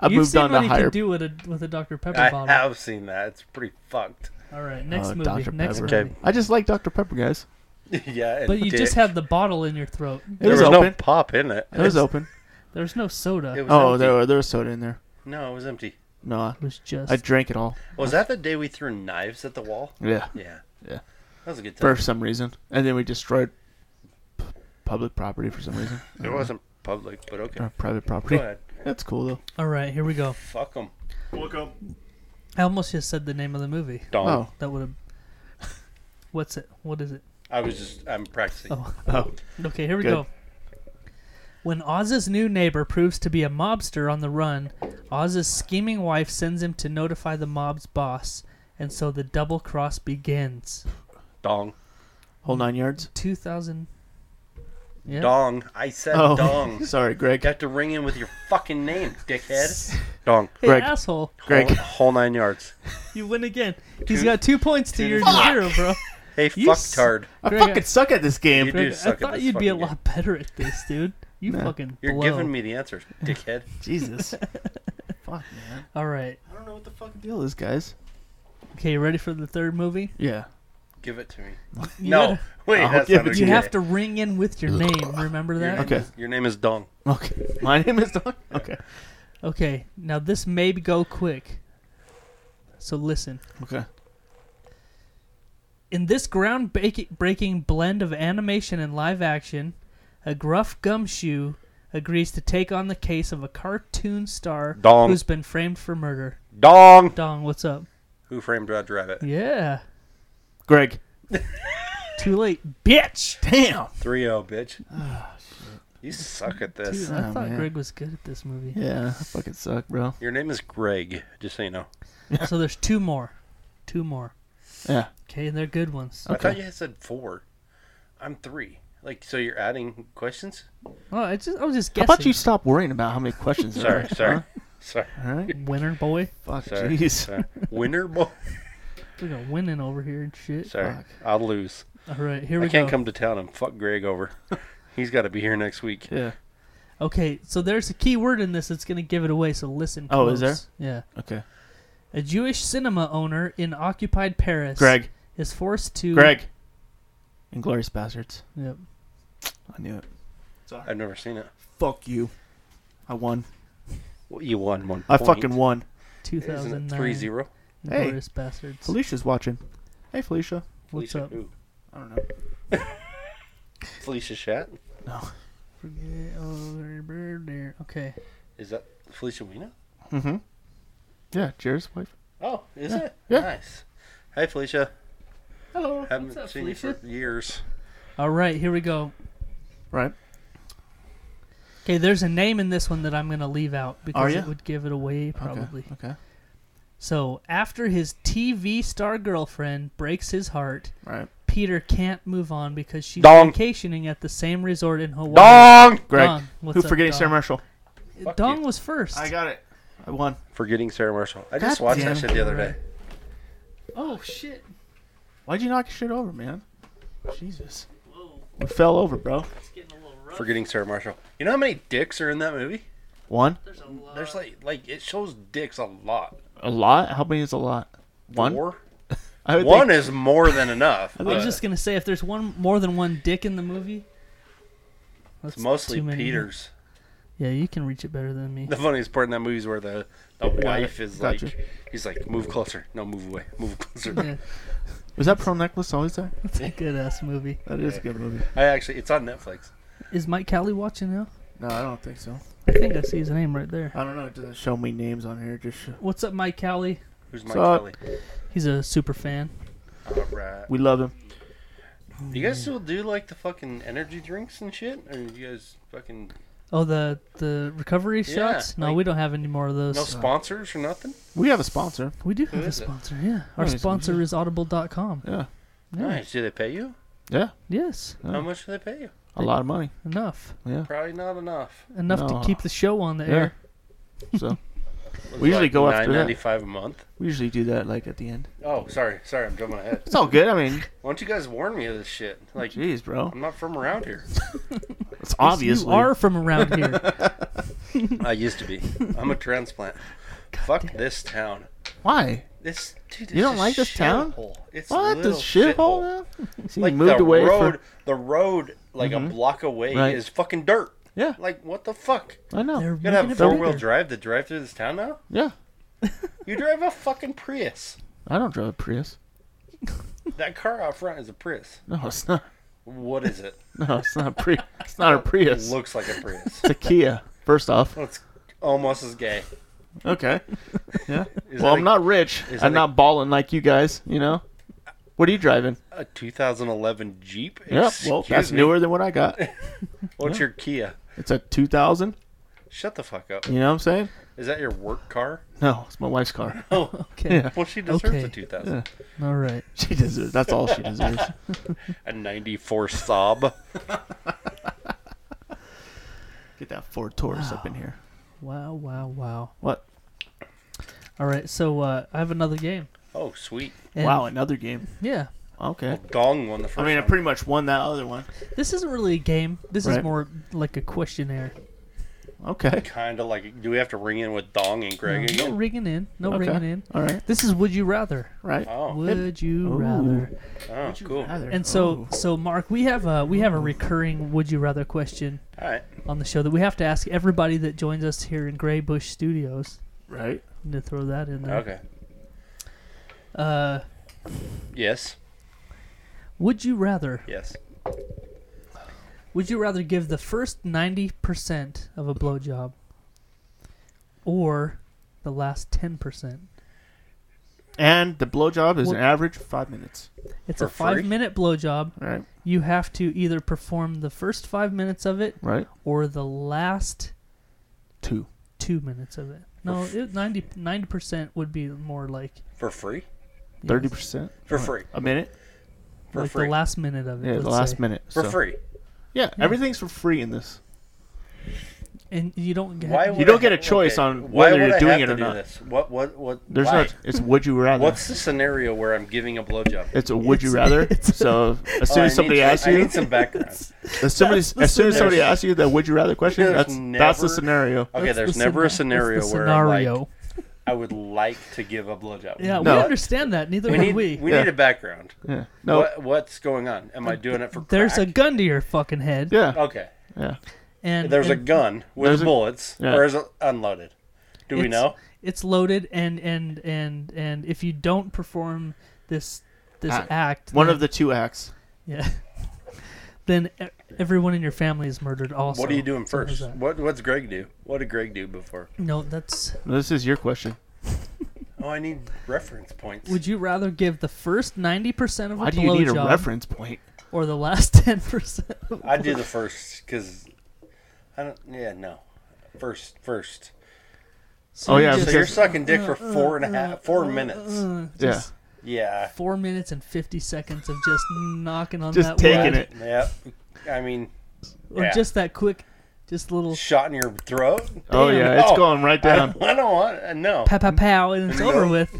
[SPEAKER 5] I
[SPEAKER 4] You've
[SPEAKER 5] moved
[SPEAKER 4] seen
[SPEAKER 5] on
[SPEAKER 4] what
[SPEAKER 5] to
[SPEAKER 4] he
[SPEAKER 5] higher.
[SPEAKER 4] can do with a with a Dr Pepper
[SPEAKER 6] I
[SPEAKER 4] bottle.
[SPEAKER 6] have seen that. It's pretty fucked.
[SPEAKER 4] All right, next
[SPEAKER 5] Oh,
[SPEAKER 4] movie.
[SPEAKER 5] Dr.
[SPEAKER 4] Next
[SPEAKER 5] Pepper.
[SPEAKER 4] movie.
[SPEAKER 6] Okay.
[SPEAKER 5] I just like Dr Pepper, guys.
[SPEAKER 6] yeah. and
[SPEAKER 4] But you just
[SPEAKER 6] dick.
[SPEAKER 4] have the bottle in your throat.
[SPEAKER 5] It
[SPEAKER 6] There
[SPEAKER 5] was
[SPEAKER 6] was, no
[SPEAKER 5] open.
[SPEAKER 6] pop in it.
[SPEAKER 5] It was open.
[SPEAKER 4] There's no soda.
[SPEAKER 6] It
[SPEAKER 4] It
[SPEAKER 6] was
[SPEAKER 5] Oh,
[SPEAKER 6] empty.
[SPEAKER 5] there were, there was soda in there.
[SPEAKER 6] No, it was empty.
[SPEAKER 5] No, I,
[SPEAKER 4] was just.
[SPEAKER 5] I drank it all.
[SPEAKER 6] Was that the day we threw knives at the wall?
[SPEAKER 5] Yeah.
[SPEAKER 6] Yeah. That
[SPEAKER 5] Yeah.
[SPEAKER 6] was a good time.
[SPEAKER 5] For some reason, and then we destroyed p- public property for some reason.
[SPEAKER 6] It wasn't public, but okay.
[SPEAKER 5] Or Uh-huh. Uh, private property.
[SPEAKER 6] Go ahead.
[SPEAKER 5] That's cool though.
[SPEAKER 4] All right, here we go.
[SPEAKER 6] Fuck them.
[SPEAKER 4] I almost just said the name of the movie.
[SPEAKER 6] Dong.
[SPEAKER 5] Oh,
[SPEAKER 4] That would have. What's it? What is it?
[SPEAKER 6] I was just. I'm practicing.
[SPEAKER 4] Oh.
[SPEAKER 5] oh,
[SPEAKER 4] Okay, here we
[SPEAKER 5] Good.
[SPEAKER 4] go. When Oz's new neighbor proves to be a mobster on the run, Oz's scheming wife sends him to notify the mob's boss, and so the double cross begins.
[SPEAKER 6] Dong.
[SPEAKER 5] whole nine yards.
[SPEAKER 4] 2000. Yeah.
[SPEAKER 6] Dong. I said
[SPEAKER 5] Oh,
[SPEAKER 6] dong. You
[SPEAKER 5] sorry, Greg.
[SPEAKER 6] have to ring in with your fucking name, dickhead. Dong.
[SPEAKER 4] Hey,
[SPEAKER 5] Greg.
[SPEAKER 4] asshole.
[SPEAKER 5] Greg.
[SPEAKER 6] Whole, whole nine yards.
[SPEAKER 4] You win again. He's
[SPEAKER 6] Two-
[SPEAKER 4] got two points to your zero, bro.
[SPEAKER 6] Hey,
[SPEAKER 4] You s-
[SPEAKER 6] fucktard.
[SPEAKER 5] I
[SPEAKER 4] Greg,
[SPEAKER 5] fucking
[SPEAKER 4] I-
[SPEAKER 5] suck at this game.
[SPEAKER 6] You
[SPEAKER 4] Greg,
[SPEAKER 6] do suck
[SPEAKER 4] I
[SPEAKER 6] at
[SPEAKER 4] thought
[SPEAKER 6] this
[SPEAKER 4] you'd be a
[SPEAKER 6] fucking game.
[SPEAKER 4] lot better at this, dude. You fucking
[SPEAKER 6] You're
[SPEAKER 4] blow.
[SPEAKER 6] giving me the answers, dickhead.
[SPEAKER 5] Jesus. Fuck, man.
[SPEAKER 4] All right.
[SPEAKER 5] I don't know what the fucking deal is, guys.
[SPEAKER 4] Okay, you ready for the third movie?
[SPEAKER 5] Yeah.
[SPEAKER 6] Give it to me.
[SPEAKER 4] You
[SPEAKER 6] no.
[SPEAKER 4] gotta-
[SPEAKER 6] Wait,
[SPEAKER 5] I'll
[SPEAKER 6] that's
[SPEAKER 5] give
[SPEAKER 6] not
[SPEAKER 5] it
[SPEAKER 6] a
[SPEAKER 5] to
[SPEAKER 4] You
[SPEAKER 6] good
[SPEAKER 4] have
[SPEAKER 6] idea.
[SPEAKER 4] to ring in with your name. Remember that?
[SPEAKER 5] Okay.
[SPEAKER 6] Your name is Dong.
[SPEAKER 5] Okay. My name is Don. Okay.
[SPEAKER 4] Okay, now this may go quick. So listen.
[SPEAKER 5] Okay.
[SPEAKER 4] In this ground-breaking blend of animation and live action, a gruff gumshoe agrees to take on the case of a cartoon star
[SPEAKER 6] Dong.
[SPEAKER 4] who's been framed for murder.
[SPEAKER 6] Dong.
[SPEAKER 4] Dong, what's up?
[SPEAKER 6] Who framed Roger Rabbit?
[SPEAKER 4] Yeah.
[SPEAKER 5] Greg.
[SPEAKER 4] Too late, bitch.
[SPEAKER 5] Damn.
[SPEAKER 6] 3 0, oh, bitch. you suck at this.
[SPEAKER 4] Ah, Dude, I
[SPEAKER 5] Oh,
[SPEAKER 4] thought
[SPEAKER 5] man.
[SPEAKER 4] Greg was good at this movie.
[SPEAKER 5] Yeah, I fucking suck, bro.
[SPEAKER 6] Your name is Greg, just so you know.
[SPEAKER 4] So there's two more. Two more.
[SPEAKER 5] Yeah.
[SPEAKER 4] Okay, and they're good ones.
[SPEAKER 6] I thought you had said four. I'm three. Like, so you're adding questions?
[SPEAKER 4] Oh, I just I was just
[SPEAKER 5] How
[SPEAKER 4] guessing.
[SPEAKER 5] about you stop worrying about how many questions
[SPEAKER 6] Sorry,
[SPEAKER 5] there are?
[SPEAKER 6] sorry. Sorry.
[SPEAKER 5] All right.
[SPEAKER 4] winner boy?
[SPEAKER 5] Fuck,
[SPEAKER 6] Sorry.
[SPEAKER 5] jeez.
[SPEAKER 6] sorry. Winner boy.
[SPEAKER 4] We're gonna winning over here and shit.
[SPEAKER 6] Sorry.
[SPEAKER 5] Fuck.
[SPEAKER 6] I'll lose.
[SPEAKER 4] All right, here we
[SPEAKER 6] I can't
[SPEAKER 4] go.
[SPEAKER 6] come to town and fuck Greg over. He's got to be here next week.
[SPEAKER 5] Yeah.
[SPEAKER 4] Okay, so there's a key word in this that's going to give it away, so listen.
[SPEAKER 5] Oh, is
[SPEAKER 4] close. Yeah.
[SPEAKER 5] Okay.
[SPEAKER 4] A Jewish cinema owner in occupied Paris
[SPEAKER 5] Greg.
[SPEAKER 4] is forced to.
[SPEAKER 5] Greg. Inglorious Bastards.
[SPEAKER 4] Yep.
[SPEAKER 5] I knew it.
[SPEAKER 6] I've never seen it.
[SPEAKER 5] Fuck you. I won.
[SPEAKER 6] Well, you won one.
[SPEAKER 5] I
[SPEAKER 6] point.
[SPEAKER 5] fucking won.
[SPEAKER 6] Isn't
[SPEAKER 4] 2009.
[SPEAKER 6] it 3 0?
[SPEAKER 5] Hey.
[SPEAKER 4] Glorious Bastards.
[SPEAKER 5] Felicia's watching. Hey, Felicia.
[SPEAKER 4] What's up?
[SPEAKER 5] I don't know.
[SPEAKER 6] Felicia Chat?
[SPEAKER 5] No.
[SPEAKER 4] Forget all her bird there. Okay.
[SPEAKER 6] Is that Felicia Wiener?
[SPEAKER 5] Mm-hmm. Yeah, Jared's wife.
[SPEAKER 6] Oh, is
[SPEAKER 5] Yeah.
[SPEAKER 6] it?
[SPEAKER 5] Yeah.
[SPEAKER 6] Nice. Hi, Felicia.
[SPEAKER 4] Hello.
[SPEAKER 6] Haven't
[SPEAKER 4] What's up,
[SPEAKER 6] seen you for years.
[SPEAKER 4] All right, here we go.
[SPEAKER 5] Right.
[SPEAKER 4] Okay, there's a name in this one that I'm going to leave out because
[SPEAKER 5] ya?
[SPEAKER 4] it would give it away probably.
[SPEAKER 5] okay.
[SPEAKER 4] So, after his TV star girlfriend breaks his heart,
[SPEAKER 5] right.
[SPEAKER 4] Peter can't move on because she's
[SPEAKER 5] Dong.
[SPEAKER 4] vacationing at the same resort in Hawaii.
[SPEAKER 6] Dong!
[SPEAKER 5] Greg,
[SPEAKER 4] Dong, what's
[SPEAKER 5] who
[SPEAKER 4] up,
[SPEAKER 5] forgetting
[SPEAKER 4] Dong?
[SPEAKER 5] Sarah Marshall?
[SPEAKER 4] Dong was first.
[SPEAKER 5] I got it. I won.
[SPEAKER 6] Forgetting Sarah Marshall. I just
[SPEAKER 5] God
[SPEAKER 6] watched
[SPEAKER 5] damn
[SPEAKER 6] that shit the
[SPEAKER 5] it.
[SPEAKER 6] other day.
[SPEAKER 4] Oh shit.
[SPEAKER 5] Why'd you knock your shit over, man? Jesus. We fell over, bro.
[SPEAKER 6] Forgetting Sarah Marshall. You know how many dicks are in that movie?
[SPEAKER 5] One?
[SPEAKER 6] There's like like it shows dicks a lot.
[SPEAKER 5] A lot? How many is a lot? One?
[SPEAKER 6] Four?
[SPEAKER 5] I would
[SPEAKER 6] One
[SPEAKER 5] think-
[SPEAKER 6] is more than enough.
[SPEAKER 4] I
[SPEAKER 6] but
[SPEAKER 4] was just going to say if there's one more than one dick in the movie,
[SPEAKER 6] it's
[SPEAKER 4] that's
[SPEAKER 6] mostly
[SPEAKER 4] too many.
[SPEAKER 6] Peter's.
[SPEAKER 4] Yeah, you can reach it better than me.
[SPEAKER 6] The funniest part in that movie is where the, the
[SPEAKER 5] it.
[SPEAKER 6] wife is
[SPEAKER 5] Gotcha.
[SPEAKER 6] like he's like, move closer. No, move away. Move closer.
[SPEAKER 4] Yeah.
[SPEAKER 5] Was that Pearl Necklace always there?
[SPEAKER 4] That's a good ass movie.
[SPEAKER 5] That is a good movie.
[SPEAKER 6] I actually it's on Netflix.
[SPEAKER 4] Is Mike Callie watching now?
[SPEAKER 5] No, I don't think so.
[SPEAKER 4] I think I see his name right
[SPEAKER 6] Uh,
[SPEAKER 4] there.
[SPEAKER 5] I don't know. It doesn't show me names on here. Just show.
[SPEAKER 4] What's up, Mike Callie?
[SPEAKER 6] Who's
[SPEAKER 5] What's
[SPEAKER 6] Mike
[SPEAKER 5] up?
[SPEAKER 6] Kelly?
[SPEAKER 4] He's a super fan.
[SPEAKER 6] Alright.
[SPEAKER 5] We love him.
[SPEAKER 6] You guys still do like the fucking energy drinks and shit? Or you guys fucking
[SPEAKER 4] Oh, the the recovery
[SPEAKER 6] Yeah,
[SPEAKER 4] shots? No,
[SPEAKER 6] like-
[SPEAKER 4] we don't have any more of those. uh,
[SPEAKER 6] no sponsors or nothing?
[SPEAKER 5] We have a sponsor.
[SPEAKER 4] we do
[SPEAKER 6] Who
[SPEAKER 4] have a
[SPEAKER 6] is it?
[SPEAKER 4] sponsor, yeah. Our
[SPEAKER 5] Yeah, it's-
[SPEAKER 4] sponsor is audible.com.
[SPEAKER 5] Yeah.
[SPEAKER 4] Yeah.
[SPEAKER 6] Nice. Do they pay you?
[SPEAKER 5] Yeah.
[SPEAKER 4] Yes,
[SPEAKER 5] Yeah.
[SPEAKER 6] How much do they pay you?
[SPEAKER 5] A lot of money.
[SPEAKER 4] enough.
[SPEAKER 5] Yeah.
[SPEAKER 6] Probably not enough.
[SPEAKER 4] Enough
[SPEAKER 5] No.
[SPEAKER 4] to keep the show on the air.
[SPEAKER 5] So
[SPEAKER 6] Looks
[SPEAKER 5] we usually
[SPEAKER 6] like
[SPEAKER 5] go after that.
[SPEAKER 6] $9.95 a month.
[SPEAKER 5] We usually do that like at the end.
[SPEAKER 6] Oh, sorry, sorry, I'm jumping ahead.
[SPEAKER 5] It's all good. I mean,
[SPEAKER 6] Why don't you guys warn me of this shit? Like,
[SPEAKER 5] jeez, bro.
[SPEAKER 6] I'm not from around here.
[SPEAKER 5] It's obviously
[SPEAKER 4] You are from around here.
[SPEAKER 6] I used to be. I'm a transplant. Fuck this town.
[SPEAKER 5] why
[SPEAKER 6] This dude,
[SPEAKER 5] you don't
[SPEAKER 6] is
[SPEAKER 5] like
[SPEAKER 6] a
[SPEAKER 5] this town.
[SPEAKER 6] shithole. It's a
[SPEAKER 5] what the
[SPEAKER 6] little shithole.
[SPEAKER 5] shithole? man? See,
[SPEAKER 6] Like
[SPEAKER 5] you moved
[SPEAKER 6] the
[SPEAKER 5] away
[SPEAKER 6] road,
[SPEAKER 5] for
[SPEAKER 6] the road, like a block away,
[SPEAKER 5] Right.
[SPEAKER 6] is fucking dirt.
[SPEAKER 5] Yeah.
[SPEAKER 6] Like, what the fuck?
[SPEAKER 5] I know.
[SPEAKER 4] They're
[SPEAKER 6] You gotta
[SPEAKER 4] making
[SPEAKER 6] have
[SPEAKER 4] it
[SPEAKER 6] four wheel
[SPEAKER 4] bigger.
[SPEAKER 6] drive to drive through this town now?
[SPEAKER 5] yeah,
[SPEAKER 6] You drive a fucking Prius.
[SPEAKER 5] I don't drive a Prius.
[SPEAKER 6] That car out front is a Prius.
[SPEAKER 5] No, it's not.
[SPEAKER 6] What is it?
[SPEAKER 5] No, it's not a Prius. It's not a Prius.
[SPEAKER 6] Looks like a Prius.
[SPEAKER 5] It's a Kia. First off,
[SPEAKER 6] That's almost as gay.
[SPEAKER 5] okay. Yeah.
[SPEAKER 6] Is that
[SPEAKER 5] well, I'm
[SPEAKER 6] a-
[SPEAKER 5] not rich.
[SPEAKER 6] is
[SPEAKER 5] I'm
[SPEAKER 6] that a-
[SPEAKER 5] not balling like you guys. You know. What are you driving?
[SPEAKER 6] A 2011 Jeep?
[SPEAKER 5] Yeah. Well,
[SPEAKER 6] Excuse
[SPEAKER 5] that's
[SPEAKER 6] me.
[SPEAKER 5] newer than what I got.
[SPEAKER 6] What's your Kia?
[SPEAKER 5] It's a 2000.
[SPEAKER 6] Shut the fuck up.
[SPEAKER 5] You know what I'm saying?
[SPEAKER 6] Is that your work car?
[SPEAKER 5] No, it's my wife's car.
[SPEAKER 6] Oh,
[SPEAKER 4] Okay.
[SPEAKER 5] Yeah.
[SPEAKER 6] well, she deserves a
[SPEAKER 4] Okay.
[SPEAKER 6] 2000.
[SPEAKER 4] All right.
[SPEAKER 5] She deserves. That's all she deserves.
[SPEAKER 6] A 94 Saab.
[SPEAKER 5] Get that Ford Taurus up in here.
[SPEAKER 4] Wow, wow, wow.
[SPEAKER 5] What?
[SPEAKER 4] All right, so uh, I have another game.
[SPEAKER 6] Oh, sweet.
[SPEAKER 4] And-
[SPEAKER 5] wow, another game.
[SPEAKER 4] Yeah.
[SPEAKER 5] Okay.
[SPEAKER 6] Dong won the first
[SPEAKER 5] I mean, I
[SPEAKER 6] one.
[SPEAKER 5] pretty much won that other one.
[SPEAKER 4] This isn't really a game. This
[SPEAKER 5] Right.
[SPEAKER 4] is more like a questionnaire.
[SPEAKER 5] Okay.
[SPEAKER 6] Kind of like, do we have to ring in with Dong and Greg
[SPEAKER 4] No
[SPEAKER 6] again?
[SPEAKER 4] ringing in. No
[SPEAKER 5] Okay.
[SPEAKER 4] ringing in.
[SPEAKER 5] All right.
[SPEAKER 4] This is would you rather.
[SPEAKER 5] Right.
[SPEAKER 6] Oh,
[SPEAKER 4] Would you rather?
[SPEAKER 6] oh cool. All
[SPEAKER 4] And so,
[SPEAKER 5] Oh.
[SPEAKER 4] so Mark, we have a we have a recurring would you rather question
[SPEAKER 6] right.
[SPEAKER 4] on the show that we have to ask everybody that joins us here in Gray Bush Studios.
[SPEAKER 5] right.
[SPEAKER 4] I'm gonna throw that in there.
[SPEAKER 6] Okay.
[SPEAKER 4] Uh,
[SPEAKER 6] Yes.
[SPEAKER 4] would you rather?
[SPEAKER 6] Yes.
[SPEAKER 4] Would you rather give the first ninety percent of a blowjob, or the last ten percent?
[SPEAKER 5] And the blowjob is
[SPEAKER 4] What-
[SPEAKER 5] an average of five minutes.
[SPEAKER 4] It's
[SPEAKER 6] For
[SPEAKER 4] a five-minute blowjob.
[SPEAKER 5] All right.
[SPEAKER 4] You have to either perform the first five minutes of it
[SPEAKER 5] Right.
[SPEAKER 4] or the last
[SPEAKER 5] Two.
[SPEAKER 4] two minutes of it. No, it, 90 percent would be more like
[SPEAKER 6] For free?
[SPEAKER 5] Thirty percent.
[SPEAKER 6] For free.
[SPEAKER 5] A minute.
[SPEAKER 6] For
[SPEAKER 4] like
[SPEAKER 6] free.
[SPEAKER 4] the last minute of it.
[SPEAKER 5] Yeah, the
[SPEAKER 4] let's
[SPEAKER 5] last
[SPEAKER 4] say.
[SPEAKER 5] minute.
[SPEAKER 6] For
[SPEAKER 5] so-
[SPEAKER 6] free.
[SPEAKER 5] Yeah, everything's for free in this.
[SPEAKER 4] and you don't get.
[SPEAKER 6] Why
[SPEAKER 4] you-
[SPEAKER 6] would
[SPEAKER 5] don't
[SPEAKER 6] I-
[SPEAKER 5] get a choice on
[SPEAKER 6] Why
[SPEAKER 5] whether
[SPEAKER 6] would
[SPEAKER 5] you're
[SPEAKER 6] I have
[SPEAKER 5] doing it
[SPEAKER 6] to
[SPEAKER 5] or
[SPEAKER 6] do
[SPEAKER 5] not.
[SPEAKER 6] This? What? What? What?
[SPEAKER 5] There's
[SPEAKER 6] why?
[SPEAKER 5] no. It's would you rather.
[SPEAKER 6] What's the scenario where I'm giving a blowjob?
[SPEAKER 5] It's a would you rather. so as
[SPEAKER 6] Oh,
[SPEAKER 5] soon
[SPEAKER 6] I
[SPEAKER 5] as somebody
[SPEAKER 6] need,
[SPEAKER 5] asks
[SPEAKER 6] I
[SPEAKER 5] you,
[SPEAKER 6] need some background.
[SPEAKER 5] as, somebody,
[SPEAKER 4] That's the
[SPEAKER 5] as soon as somebody
[SPEAKER 6] scenario.
[SPEAKER 5] asks you that would you rather question,
[SPEAKER 6] There's
[SPEAKER 5] that's that's the
[SPEAKER 6] never-
[SPEAKER 5] scenario.
[SPEAKER 6] Okay,
[SPEAKER 4] that's
[SPEAKER 6] there's
[SPEAKER 4] the
[SPEAKER 6] never a
[SPEAKER 4] scena- that's
[SPEAKER 6] scenario
[SPEAKER 4] the
[SPEAKER 6] where I'm like,
[SPEAKER 4] scenario.
[SPEAKER 6] I would like to give a blowjob.
[SPEAKER 4] yeah,
[SPEAKER 5] No.
[SPEAKER 4] we understand that. Neither
[SPEAKER 6] we
[SPEAKER 4] would
[SPEAKER 6] need
[SPEAKER 4] we.
[SPEAKER 6] we
[SPEAKER 5] Yeah.
[SPEAKER 6] need a background.
[SPEAKER 5] Yeah. No.
[SPEAKER 6] What, what's going on? Am I doing it for?
[SPEAKER 4] There's a
[SPEAKER 6] crack?
[SPEAKER 4] gun to your fucking head.
[SPEAKER 5] Yeah.
[SPEAKER 6] Okay.
[SPEAKER 5] Yeah.
[SPEAKER 4] And
[SPEAKER 6] There's a
[SPEAKER 4] and
[SPEAKER 6] gun with
[SPEAKER 5] There's a-
[SPEAKER 6] bullets,
[SPEAKER 5] yeah.
[SPEAKER 6] or is it unloaded? Do we
[SPEAKER 4] it's-
[SPEAKER 6] know?
[SPEAKER 4] It's loaded, and and and and if you don't perform this this
[SPEAKER 5] Act.
[SPEAKER 4] act,
[SPEAKER 5] Ah, One
[SPEAKER 4] then-
[SPEAKER 5] of the two acts.
[SPEAKER 4] yeah, then e- everyone in your family is murdered. Also,
[SPEAKER 6] what are you doing
[SPEAKER 4] So there's
[SPEAKER 6] first?
[SPEAKER 4] that.
[SPEAKER 6] What What's Greg do? What did Greg do before?
[SPEAKER 4] No, that's.
[SPEAKER 5] This is your question.
[SPEAKER 6] Oh, I need reference points.
[SPEAKER 4] Would you rather give the first ninety percent of
[SPEAKER 5] Why
[SPEAKER 4] a
[SPEAKER 5] do you need a
[SPEAKER 4] blowjob
[SPEAKER 5] reference point?
[SPEAKER 4] or the last ten percent?
[SPEAKER 6] I'd do the first because I don't. Yeah, no. First, first.
[SPEAKER 5] Oh, yeah,
[SPEAKER 6] So
[SPEAKER 5] because-
[SPEAKER 6] you're sucking dick for
[SPEAKER 4] Mm,
[SPEAKER 6] four and a half, four minutes. Yeah.
[SPEAKER 4] Four minutes and fifty seconds of just knocking on
[SPEAKER 5] Just
[SPEAKER 4] that.
[SPEAKER 5] taking
[SPEAKER 4] wall.
[SPEAKER 5] it.
[SPEAKER 6] Yeah. I mean,
[SPEAKER 4] Or
[SPEAKER 6] yeah.
[SPEAKER 4] just that quick, just little
[SPEAKER 6] shot in your throat.
[SPEAKER 5] Oh,
[SPEAKER 4] Damn.
[SPEAKER 5] yeah, it's
[SPEAKER 6] No,
[SPEAKER 5] going right
[SPEAKER 6] I
[SPEAKER 5] down.
[SPEAKER 6] don't, I don't want. uh, No.
[SPEAKER 4] pow pow pow, and it's
[SPEAKER 6] No.
[SPEAKER 4] over with.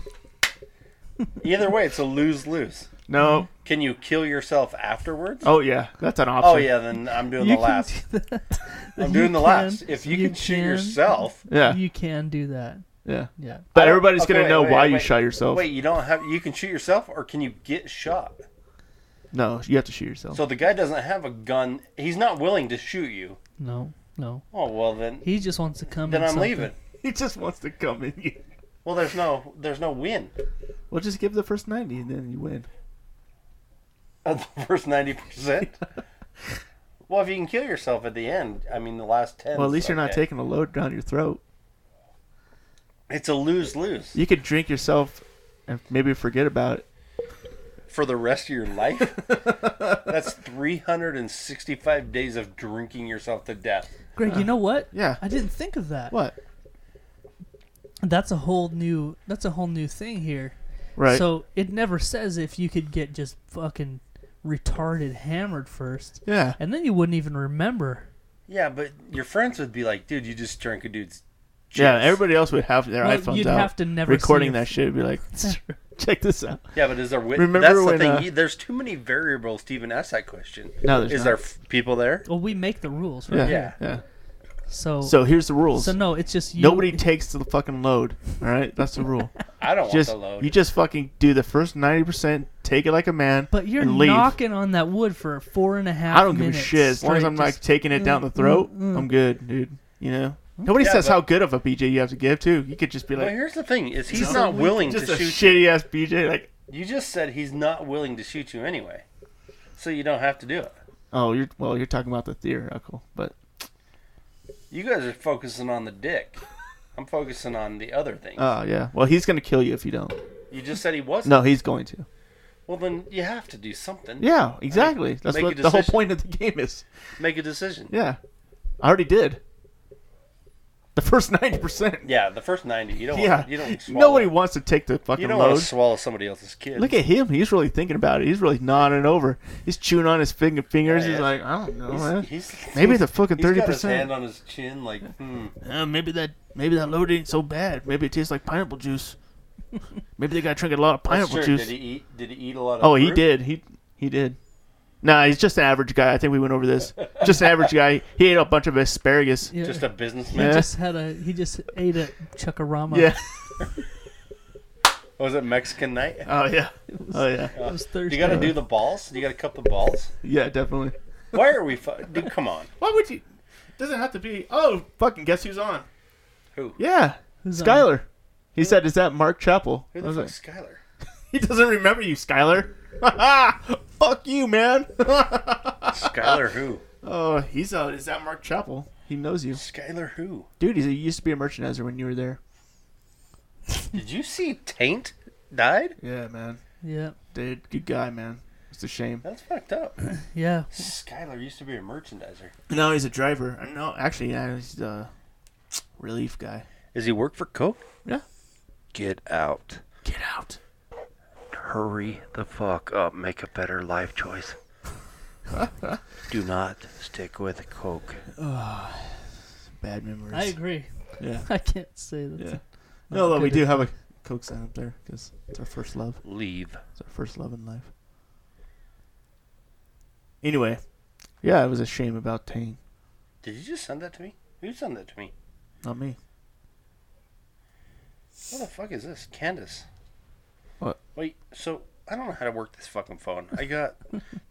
[SPEAKER 6] Either way, it's a lose lose.
[SPEAKER 5] No.
[SPEAKER 6] Can you kill yourself afterwards?
[SPEAKER 5] Oh, yeah, that's an option.
[SPEAKER 6] Oh yeah, then I'm doing
[SPEAKER 4] You
[SPEAKER 6] the
[SPEAKER 4] can
[SPEAKER 6] last.
[SPEAKER 4] do that.
[SPEAKER 6] I'm
[SPEAKER 4] You
[SPEAKER 6] doing the last.
[SPEAKER 4] can-
[SPEAKER 6] If you, can shoot
[SPEAKER 4] can-
[SPEAKER 6] yourself,
[SPEAKER 5] Yeah.
[SPEAKER 4] you can do that.
[SPEAKER 5] Yeah.
[SPEAKER 4] Yeah.
[SPEAKER 5] But everybody's
[SPEAKER 6] Okay,
[SPEAKER 5] going to
[SPEAKER 6] wait,
[SPEAKER 5] know
[SPEAKER 6] wait,
[SPEAKER 5] why you
[SPEAKER 6] wait.
[SPEAKER 5] shot yourself.
[SPEAKER 6] Wait, you don't have. You can shoot yourself, or can you get shot?
[SPEAKER 5] No, you have to shoot yourself.
[SPEAKER 6] So the guy doesn't have a gun. He's not willing to shoot you.
[SPEAKER 4] No, no.
[SPEAKER 6] Oh well, then
[SPEAKER 4] He just wants to come.
[SPEAKER 6] then
[SPEAKER 4] in
[SPEAKER 6] I'm
[SPEAKER 4] something.
[SPEAKER 6] leaving.
[SPEAKER 5] he just wants to come in you.
[SPEAKER 6] Well, there's no there's no win.
[SPEAKER 5] Well, just give the first 90 and then you win.
[SPEAKER 6] Of the first ninety percent. Well, if you can kill yourself at the end, I mean, the last ten.
[SPEAKER 5] Well, at least you're not
[SPEAKER 6] okay.
[SPEAKER 5] taking a load down your throat.
[SPEAKER 6] It's a lose lose
[SPEAKER 5] You could drink yourself and maybe forget about it.
[SPEAKER 6] for the rest of your life. That's three hundred and sixty five days of drinking yourself to death.
[SPEAKER 4] Greg, you know what?
[SPEAKER 5] Yeah.
[SPEAKER 4] I didn't think of that.
[SPEAKER 5] What?
[SPEAKER 4] That's a whole new. That's a whole new thing here.
[SPEAKER 5] Right.
[SPEAKER 4] So it never says if you could get just fucking retarded hammered first.
[SPEAKER 5] Yeah.
[SPEAKER 4] And then you wouldn't even remember.
[SPEAKER 6] Yeah, but your friends would be like, "Dude, you just drank a dude's."
[SPEAKER 5] Yeah,
[SPEAKER 6] juice."
[SPEAKER 5] everybody else would have their
[SPEAKER 4] Well,
[SPEAKER 5] iPhones
[SPEAKER 4] you'd
[SPEAKER 5] out.
[SPEAKER 4] have to never see
[SPEAKER 5] recording
[SPEAKER 4] your-
[SPEAKER 5] that shit. Would be like, check this out.
[SPEAKER 6] Yeah, but is there? Wit-
[SPEAKER 5] Remember
[SPEAKER 6] that's the
[SPEAKER 5] when,
[SPEAKER 6] thing.
[SPEAKER 5] uh,
[SPEAKER 6] you- there's too many variables to even ask that question.
[SPEAKER 5] No, there's
[SPEAKER 6] is
[SPEAKER 5] not.
[SPEAKER 6] there f- people there?
[SPEAKER 4] Well, we make the rules, right?
[SPEAKER 5] Yeah, yeah.
[SPEAKER 6] Yeah.
[SPEAKER 4] So.
[SPEAKER 5] So here's the rules.
[SPEAKER 4] So no, it's just you.
[SPEAKER 5] Nobody takes the fucking load. All right, that's the rule.
[SPEAKER 6] I don't
[SPEAKER 5] just
[SPEAKER 6] want the load.
[SPEAKER 5] you just fucking do the first ninety percent. Take it like a man.
[SPEAKER 4] But you're
[SPEAKER 5] and leave.
[SPEAKER 4] knocking on that wood for four and a half.
[SPEAKER 5] I don't give a
[SPEAKER 4] minutes
[SPEAKER 5] shit as long as
[SPEAKER 4] straight,
[SPEAKER 5] I'm like
[SPEAKER 4] just- mm,
[SPEAKER 5] taking it down the throat. I'm good, dude. You know.
[SPEAKER 4] Mm-hmm.
[SPEAKER 5] Nobody
[SPEAKER 6] Yeah,
[SPEAKER 5] says
[SPEAKER 6] but-
[SPEAKER 5] how good of a BJ you have to give too. You could just be
[SPEAKER 6] Well,
[SPEAKER 5] like,
[SPEAKER 6] here's the thing: is he's not willing to
[SPEAKER 5] just a
[SPEAKER 6] shoot.
[SPEAKER 5] shitty ass BJ. Like,
[SPEAKER 6] you. you just said he's not willing to shoot you anyway, so you don't have to do it.
[SPEAKER 5] oh, you're well, you're talking about the theoretical, but
[SPEAKER 6] You guys are focusing on the dick. I'm focusing on the other thing.
[SPEAKER 5] oh yeah. Well, he's gonna kill you if you don't.
[SPEAKER 6] you just said he wasn't.
[SPEAKER 5] No, he's going to.
[SPEAKER 6] Well, then you have to do something.
[SPEAKER 5] Yeah, exactly. That's
[SPEAKER 6] make
[SPEAKER 5] what
[SPEAKER 6] a
[SPEAKER 5] the whole
[SPEAKER 6] decision.
[SPEAKER 5] point of the game is.
[SPEAKER 6] Make a decision.
[SPEAKER 5] Yeah, I already did. The first ninety percent.
[SPEAKER 6] Yeah, the first ninety. You don't.
[SPEAKER 5] Yeah,
[SPEAKER 6] Want, you don't. Swallow.
[SPEAKER 5] nobody wants to take the fucking
[SPEAKER 6] You don't
[SPEAKER 5] load.
[SPEAKER 6] want to swallow somebody else's kid.
[SPEAKER 5] Look at him. He's really thinking about it. He's really nodding over. He's chewing on his finger fingers.
[SPEAKER 6] Yeah,
[SPEAKER 5] He's
[SPEAKER 6] yeah.
[SPEAKER 5] like, I don't know. man.
[SPEAKER 6] He's, he's,
[SPEAKER 5] maybe the fucking
[SPEAKER 6] he's
[SPEAKER 5] thirty
[SPEAKER 6] got his hand
[SPEAKER 5] percent.
[SPEAKER 6] on his chin, like, hmm.
[SPEAKER 5] Uh, maybe that. Maybe that load ain't so bad. Maybe it tastes like pineapple juice. maybe they got to drink a lot of pineapple
[SPEAKER 6] Sure,
[SPEAKER 5] juice.
[SPEAKER 6] Did he eat? Did he eat a lot of?
[SPEAKER 5] oh, he
[SPEAKER 6] fruit?
[SPEAKER 5] did. He he did. Nah, he's just an average guy. I think we went over this. Just an average guy. He ate a bunch of asparagus.
[SPEAKER 4] Yeah.
[SPEAKER 6] Just a businessman.
[SPEAKER 5] Yeah.
[SPEAKER 4] Just had a. He just ate a chuckarama.
[SPEAKER 5] Yeah.
[SPEAKER 6] Was it Mexican night?
[SPEAKER 5] Oh yeah. Oh yeah.
[SPEAKER 4] It was Thursday.
[SPEAKER 6] You got to do the balls. You got to cup the balls.
[SPEAKER 5] Yeah, definitely.
[SPEAKER 6] Why are we? Fu- Dude, come on.
[SPEAKER 5] Why would you? Doesn't have to be. Oh, fucking guess who's on?
[SPEAKER 6] Who?
[SPEAKER 5] Yeah,
[SPEAKER 4] Who's on?
[SPEAKER 5] Skyler. He said, "Is that Mark Chappell?"
[SPEAKER 6] Who
[SPEAKER 5] I
[SPEAKER 6] the
[SPEAKER 5] was
[SPEAKER 6] fuck,
[SPEAKER 5] like,
[SPEAKER 6] is Skyler?
[SPEAKER 5] he doesn't remember you, Skyler. Fuck you, man.
[SPEAKER 6] Skyler who?
[SPEAKER 5] oh, he's a. Is that Mark Chappell? He knows you,
[SPEAKER 6] Skyler who?
[SPEAKER 5] dude. He's, he used to be a merchandiser when you were there.
[SPEAKER 6] Did you see Taint died?
[SPEAKER 5] Yeah, man.
[SPEAKER 4] Yeah.
[SPEAKER 5] Dude, good guy, man. It's a shame.
[SPEAKER 6] That's fucked up.
[SPEAKER 4] Yeah.
[SPEAKER 6] Skyler used to be a merchandiser.
[SPEAKER 5] No, he's a driver. Uh, No, actually, yeah, he's a relief guy.
[SPEAKER 6] Does he work for Coke?
[SPEAKER 5] Yeah.
[SPEAKER 6] Get out.
[SPEAKER 5] Get out.
[SPEAKER 6] Hurry the fuck up. Make a better life choice. Do not stick with Coke.
[SPEAKER 5] Bad memories.
[SPEAKER 4] I agree.
[SPEAKER 5] Yeah.
[SPEAKER 4] I can't say that.
[SPEAKER 5] Yeah.
[SPEAKER 4] Not
[SPEAKER 5] No, though we
[SPEAKER 4] good
[SPEAKER 5] do have a Coke sign up there because it's our first love.
[SPEAKER 6] Leave.
[SPEAKER 5] It's our first love in life. Anyway, yeah, it was a shame about Tane,
[SPEAKER 6] Did you just send that to me? Who sent that to me?
[SPEAKER 5] not me.
[SPEAKER 6] What the fuck is this? Candace.
[SPEAKER 5] What?
[SPEAKER 6] Wait, so I don't know how to work this fucking phone. I got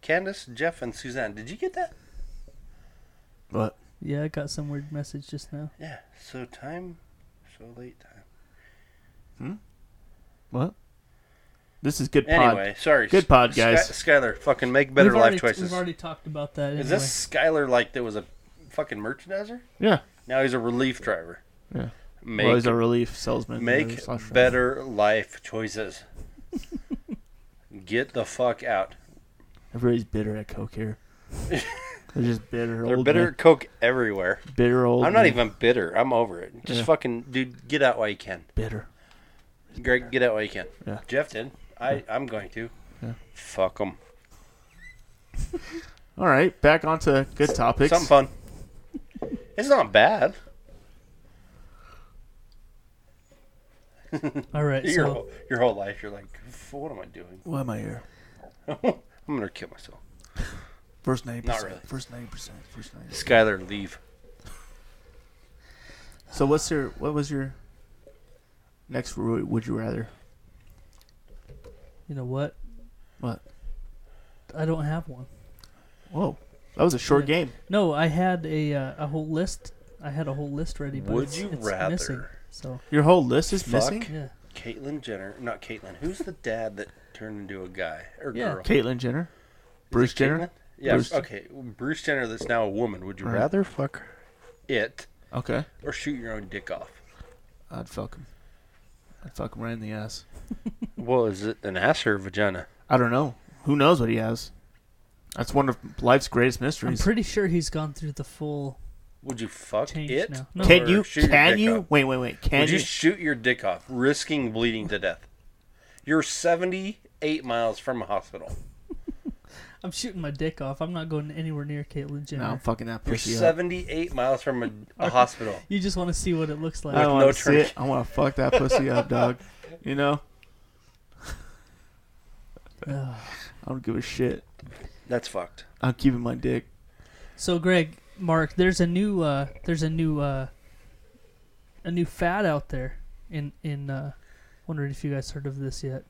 [SPEAKER 6] Candace, Jeff, and Suzanne. Did you get that?
[SPEAKER 5] But
[SPEAKER 4] Yeah, I got some weird message just now.
[SPEAKER 6] Yeah. So time so late time.
[SPEAKER 5] what? This is good pod.
[SPEAKER 6] Anyway, sorry.
[SPEAKER 5] Good pod,
[SPEAKER 6] Sky-
[SPEAKER 5] guys.
[SPEAKER 6] Skyler, fucking make better
[SPEAKER 4] We've
[SPEAKER 6] life
[SPEAKER 4] already-
[SPEAKER 6] choices.
[SPEAKER 4] We've already talked about that.
[SPEAKER 6] Is this Skyler like there was a fucking merchandiser?
[SPEAKER 5] Yeah.
[SPEAKER 6] Now he's a relief driver.
[SPEAKER 5] Yeah.
[SPEAKER 6] Make,
[SPEAKER 5] well, he's a relief salesman.
[SPEAKER 6] Make
[SPEAKER 5] Slash driver.
[SPEAKER 6] better life choices. Get the fuck out.
[SPEAKER 5] Everybody's bitter at Coke here. They're just bitter.
[SPEAKER 6] They're
[SPEAKER 5] old
[SPEAKER 6] bitter
[SPEAKER 5] men.
[SPEAKER 6] at Coke everywhere.
[SPEAKER 5] Bitter old.
[SPEAKER 6] I'm not
[SPEAKER 5] men.
[SPEAKER 6] even bitter. I'm over it. Just
[SPEAKER 5] Yeah.
[SPEAKER 6] fucking, dude, get out while you can.
[SPEAKER 5] Bitter.
[SPEAKER 6] Greg, get out while you can.
[SPEAKER 5] Yeah.
[SPEAKER 6] Jeff did. I, I'm going to.
[SPEAKER 5] Yeah.
[SPEAKER 6] Fuck them.
[SPEAKER 5] All right, back onto good topics.
[SPEAKER 6] Something fun. It's not bad.
[SPEAKER 4] All right,
[SPEAKER 6] your,
[SPEAKER 4] so-
[SPEAKER 6] whole, your whole life, you're like, "F- what am I doing?
[SPEAKER 5] Why am I here?
[SPEAKER 6] I'm gonna kill myself.
[SPEAKER 5] First ninety
[SPEAKER 6] Not
[SPEAKER 5] percent.
[SPEAKER 6] really.
[SPEAKER 5] First ninety percent. First ninety.
[SPEAKER 6] Skyler, leave.
[SPEAKER 5] So what's your what was your next ru- would you rather?
[SPEAKER 4] You know what?
[SPEAKER 5] What?
[SPEAKER 4] I don't have one.
[SPEAKER 5] Whoa, that was a short
[SPEAKER 4] Yeah.
[SPEAKER 5] game.
[SPEAKER 4] No, I had a uh, a whole list. I had a whole list ready, but
[SPEAKER 6] Would
[SPEAKER 4] it's,
[SPEAKER 6] you
[SPEAKER 4] it's
[SPEAKER 6] rather?
[SPEAKER 4] missing. So
[SPEAKER 5] Your whole list is
[SPEAKER 6] Fuck
[SPEAKER 5] missing.
[SPEAKER 4] Yeah.
[SPEAKER 6] Caitlyn Jenner. Not Caitlyn. Who's the dad that turned into a guy or
[SPEAKER 4] Yeah.
[SPEAKER 6] girl?
[SPEAKER 5] Caitlyn Jenner, Bruce Jenner.
[SPEAKER 6] Caitlyn? Yeah.
[SPEAKER 5] Bruce-
[SPEAKER 6] Okay. Bruce Jenner, that's now a woman. Would you
[SPEAKER 5] Right.
[SPEAKER 6] rather fuck it
[SPEAKER 5] Okay,
[SPEAKER 6] or shoot your own dick off?
[SPEAKER 5] I'd fuck him. I'd fuck him right in the ass.
[SPEAKER 6] Well, is it an ass or a vagina?
[SPEAKER 5] I don't know. Who knows what he has? That's one of life's greatest
[SPEAKER 4] I'm
[SPEAKER 5] mysteries.
[SPEAKER 4] pretty sure he's gone through the full.
[SPEAKER 6] Would you fuck
[SPEAKER 4] Change
[SPEAKER 6] it?
[SPEAKER 4] now. No.
[SPEAKER 5] Can
[SPEAKER 6] or
[SPEAKER 5] you-
[SPEAKER 6] shoot your
[SPEAKER 5] can
[SPEAKER 6] dick
[SPEAKER 5] you-
[SPEAKER 6] off?
[SPEAKER 5] wait, wait, wait, can
[SPEAKER 6] Would you
[SPEAKER 5] you?
[SPEAKER 6] shoot your dick off, risking bleeding to death? You're 78 miles from a hospital.
[SPEAKER 4] I'm shooting my dick off. I'm not going anywhere near Caitlyn Jenner.
[SPEAKER 5] no, I'm fucking that
[SPEAKER 6] You're
[SPEAKER 5] pussy up.
[SPEAKER 6] 78 miles from a, a hospital.
[SPEAKER 4] You just want to see what it looks like.
[SPEAKER 5] I don't
[SPEAKER 6] no
[SPEAKER 5] want to see
[SPEAKER 6] turkey.
[SPEAKER 5] it. I want to fuck that pussy up, dog. You know.
[SPEAKER 4] Ugh.
[SPEAKER 5] I don't give a shit.
[SPEAKER 6] That's fucked.
[SPEAKER 5] I'm keeping my dick.
[SPEAKER 4] So Greg, Mark, there's a new uh there's a new uh a new fad out there in in uh wondering if you guys heard of this yet.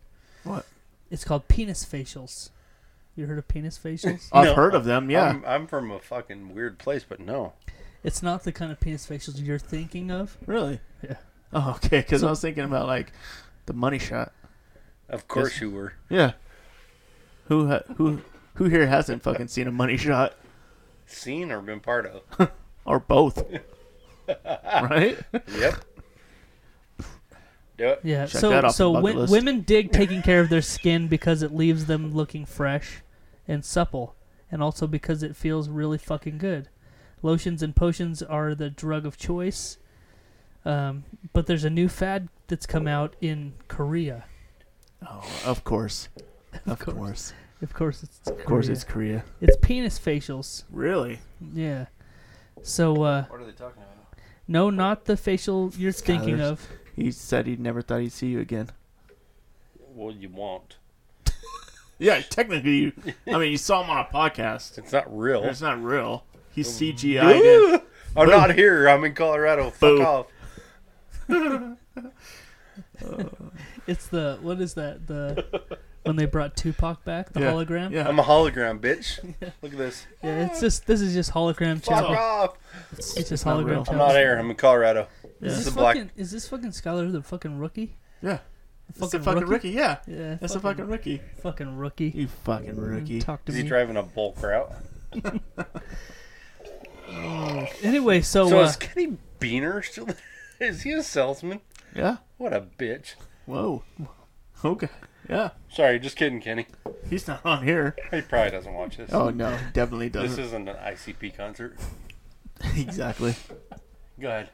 [SPEAKER 5] What?
[SPEAKER 4] It's called penis facials. You heard of penis facials?
[SPEAKER 5] I've
[SPEAKER 6] No,
[SPEAKER 5] heard of them. Yeah.
[SPEAKER 6] I'm, I'm from a fucking weird place, but no.
[SPEAKER 4] It's not the kind of penis facials you're thinking of.
[SPEAKER 5] Really?
[SPEAKER 4] Yeah.
[SPEAKER 5] Oh, okay. Because
[SPEAKER 4] So-
[SPEAKER 5] I was thinking about like the money shot.
[SPEAKER 6] Of course you were.
[SPEAKER 5] Yeah. Who ha- who who here hasn't fucking seen a money shot
[SPEAKER 6] Seen or been part of.
[SPEAKER 5] or both? right?
[SPEAKER 6] Yep. Do it.
[SPEAKER 4] Yeah.
[SPEAKER 5] Check
[SPEAKER 4] so
[SPEAKER 5] that off
[SPEAKER 4] so
[SPEAKER 5] the bucket
[SPEAKER 4] wen-
[SPEAKER 5] list.
[SPEAKER 4] women dig taking care of their skin because it leaves them looking fresh and supple, and also because it feels really fucking good. Lotions and potions are the drug of choice. Um, but there's a new fad that's come out in Korea.
[SPEAKER 5] Oh, of course. Of course.
[SPEAKER 4] Of course, it's
[SPEAKER 5] Of course, it's Korea.
[SPEAKER 4] it's penis facials.
[SPEAKER 5] Really?
[SPEAKER 4] Yeah. So uh,
[SPEAKER 6] What are they talking about?
[SPEAKER 4] no, not the facial you're thinking
[SPEAKER 5] Skyler's-
[SPEAKER 4] of.
[SPEAKER 5] He said he never thought he'd see you again.
[SPEAKER 6] Well, you won't.
[SPEAKER 5] Yeah, technically, you. I mean, you saw him on a podcast.
[SPEAKER 6] It's not real. Oh.
[SPEAKER 5] It's not real. He's CGI'd in.
[SPEAKER 6] I'm not here. I'm in Colorado. Fuck
[SPEAKER 5] Boo.
[SPEAKER 6] off.
[SPEAKER 4] It's the what is that the when they brought Tupac back the
[SPEAKER 5] Yeah.
[SPEAKER 4] hologram.
[SPEAKER 5] Yeah.
[SPEAKER 6] I'm a hologram, bitch. Look at this.
[SPEAKER 4] Yeah, it's just this is just hologram
[SPEAKER 6] Fuck
[SPEAKER 4] channel.
[SPEAKER 6] off.
[SPEAKER 4] It's just
[SPEAKER 5] not real.
[SPEAKER 4] hologram
[SPEAKER 6] I'm
[SPEAKER 4] channel.
[SPEAKER 6] not here. I'm in Colorado. This
[SPEAKER 4] Is
[SPEAKER 6] is
[SPEAKER 4] this
[SPEAKER 6] a black.
[SPEAKER 4] fucking is this fucking Skylar the fucking rookie?
[SPEAKER 5] Yeah. That's a
[SPEAKER 4] fucking
[SPEAKER 5] fucking
[SPEAKER 4] rookie?
[SPEAKER 5] rookie. Yeah.
[SPEAKER 4] Yeah,
[SPEAKER 5] That's a fucking rookie.
[SPEAKER 4] fucking rookie. Mm,
[SPEAKER 5] You fucking rookie.
[SPEAKER 4] Talk to
[SPEAKER 6] Is he
[SPEAKER 4] me.
[SPEAKER 6] driving a bulk route?
[SPEAKER 4] Anyway, so,
[SPEAKER 6] So
[SPEAKER 4] uh,
[SPEAKER 6] is Kenny Beaner still? Is he a salesman?
[SPEAKER 5] Yeah.
[SPEAKER 6] What a bitch.
[SPEAKER 5] Whoa. Okay. Yeah.
[SPEAKER 6] Sorry, just kidding, Kenny.
[SPEAKER 5] He's not on here.
[SPEAKER 6] He probably doesn't watch this.
[SPEAKER 5] Oh no, definitely
[SPEAKER 6] this
[SPEAKER 5] doesn't.
[SPEAKER 6] isn't an ICP concert.
[SPEAKER 5] exactly.
[SPEAKER 6] Go ahead.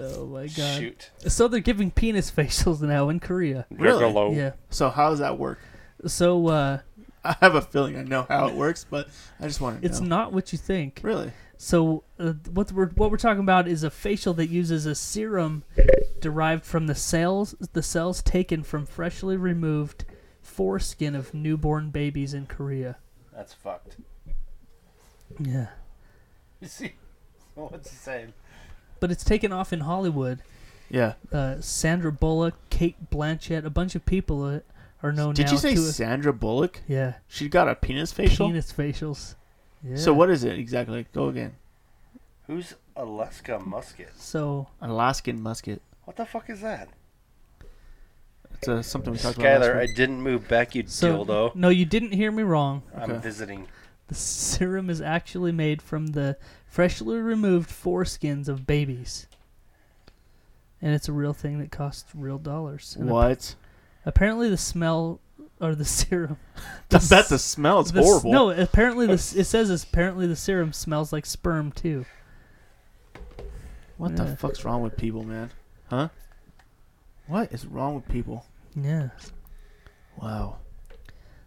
[SPEAKER 4] oh my god.
[SPEAKER 6] Shoot.
[SPEAKER 4] So they're giving penis facials now in Korea.
[SPEAKER 5] Really?
[SPEAKER 6] Juggalo.
[SPEAKER 4] Yeah.
[SPEAKER 5] So how does that work?
[SPEAKER 4] So uh,
[SPEAKER 5] I have a feeling I know how it works, but I just want to know.
[SPEAKER 4] it's not what you think.
[SPEAKER 5] really.
[SPEAKER 4] So uh, what we're what we're talking about is a facial that uses a serum derived from the cells the cells taken from freshly removed foreskin of newborn babies in Korea.
[SPEAKER 6] That's fucked.
[SPEAKER 4] Yeah.
[SPEAKER 6] You see? What's he saying?
[SPEAKER 4] But it's taken off in Hollywood.
[SPEAKER 5] Yeah.
[SPEAKER 4] Uh, Sandra Bullock, Kate Blanchett, a bunch of people uh, are known
[SPEAKER 5] Did
[SPEAKER 4] now
[SPEAKER 5] you say
[SPEAKER 4] to
[SPEAKER 5] Sandra Bullock?
[SPEAKER 4] yeah
[SPEAKER 5] She got a penis facial.
[SPEAKER 4] penis facials. Yeah.
[SPEAKER 5] So what is it exactly? Go again.
[SPEAKER 6] Who's Alaska Musket?
[SPEAKER 4] So
[SPEAKER 5] Alaskan musket.
[SPEAKER 6] What the fuck is that?
[SPEAKER 5] It's uh, something we talked about.
[SPEAKER 6] Skylar, I
[SPEAKER 5] last week.
[SPEAKER 6] didn't move back, you
[SPEAKER 4] So,
[SPEAKER 6] dildo.
[SPEAKER 4] No, you didn't hear me wrong.
[SPEAKER 6] I'm visiting.
[SPEAKER 4] The serum is actually made from the freshly removed foreskins of babies. And it's a real thing that costs real dollars. And ap-
[SPEAKER 5] What?
[SPEAKER 4] apparently, the smell or the serum.
[SPEAKER 5] I bet the smell is
[SPEAKER 4] the s-
[SPEAKER 5] horrible.
[SPEAKER 4] No, apparently this it says it's apparently the serum smells like sperm too.
[SPEAKER 5] What
[SPEAKER 4] Yeah.
[SPEAKER 5] the fuck's wrong with people, man? Huh? What is wrong with people?
[SPEAKER 4] Yeah.
[SPEAKER 5] Wow.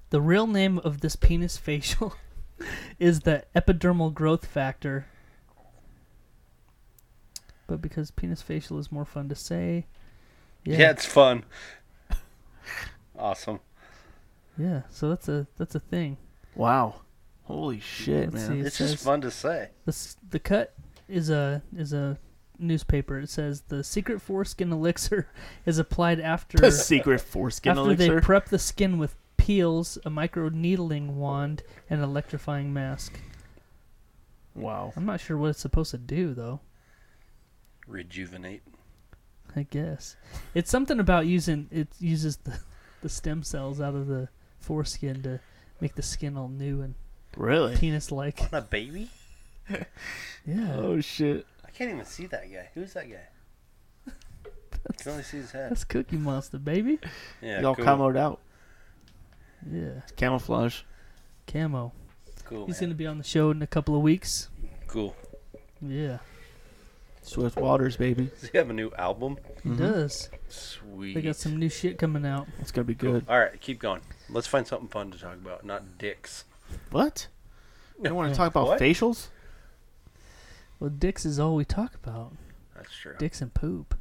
[SPEAKER 4] The real name of this penis facial is the epidermal growth factor. But because penis facial is more fun to say.
[SPEAKER 6] Yeah, it's fun. awesome.
[SPEAKER 4] Yeah, so that's a that's a thing.
[SPEAKER 5] Wow. Holy shit,
[SPEAKER 4] Let's
[SPEAKER 5] man.
[SPEAKER 4] see, it
[SPEAKER 6] It's just
[SPEAKER 4] says-
[SPEAKER 6] fun to say.
[SPEAKER 4] The s- the cut is a is a newspaper. It says the secret foreskin elixir is applied after
[SPEAKER 5] The secret foreskin
[SPEAKER 4] after
[SPEAKER 5] elixir?
[SPEAKER 4] they prep the skin with peels, a micro needling wand, and an electrifying mask.
[SPEAKER 5] Wow.
[SPEAKER 4] I'm not sure what it's supposed to do though.
[SPEAKER 6] Rejuvenate.
[SPEAKER 4] I guess it's something about using it uses the the stem cells out of the foreskin to make the skin all new and
[SPEAKER 5] Really?
[SPEAKER 4] penis like.
[SPEAKER 6] On a baby?
[SPEAKER 4] Yeah.
[SPEAKER 5] Oh shit.
[SPEAKER 6] I can't even see that guy. Who's that guy? I can only see his head.
[SPEAKER 4] That's Cookie Monster, baby.
[SPEAKER 6] Yeah,
[SPEAKER 5] Y'all
[SPEAKER 6] cool.
[SPEAKER 5] camoed out.
[SPEAKER 4] Yeah.
[SPEAKER 5] It's camouflage.
[SPEAKER 4] Camo.
[SPEAKER 6] Cool,
[SPEAKER 4] He's
[SPEAKER 6] man.
[SPEAKER 4] gonna be on the show in a couple of weeks.
[SPEAKER 6] Cool.
[SPEAKER 4] Yeah.
[SPEAKER 5] Swift Waters, baby.
[SPEAKER 6] Does he have a new album?
[SPEAKER 4] He does.
[SPEAKER 6] Sweet.
[SPEAKER 4] They got some new shit coming out.
[SPEAKER 5] It's gonna be
[SPEAKER 6] Cool.
[SPEAKER 5] good.
[SPEAKER 6] All right, keep going. Let's find something fun to talk about, not dicks.
[SPEAKER 5] What? You want to talk about
[SPEAKER 6] What?
[SPEAKER 5] facials?
[SPEAKER 4] Well, dicks is all we talk about.
[SPEAKER 6] That's true.
[SPEAKER 4] Dicks and poop.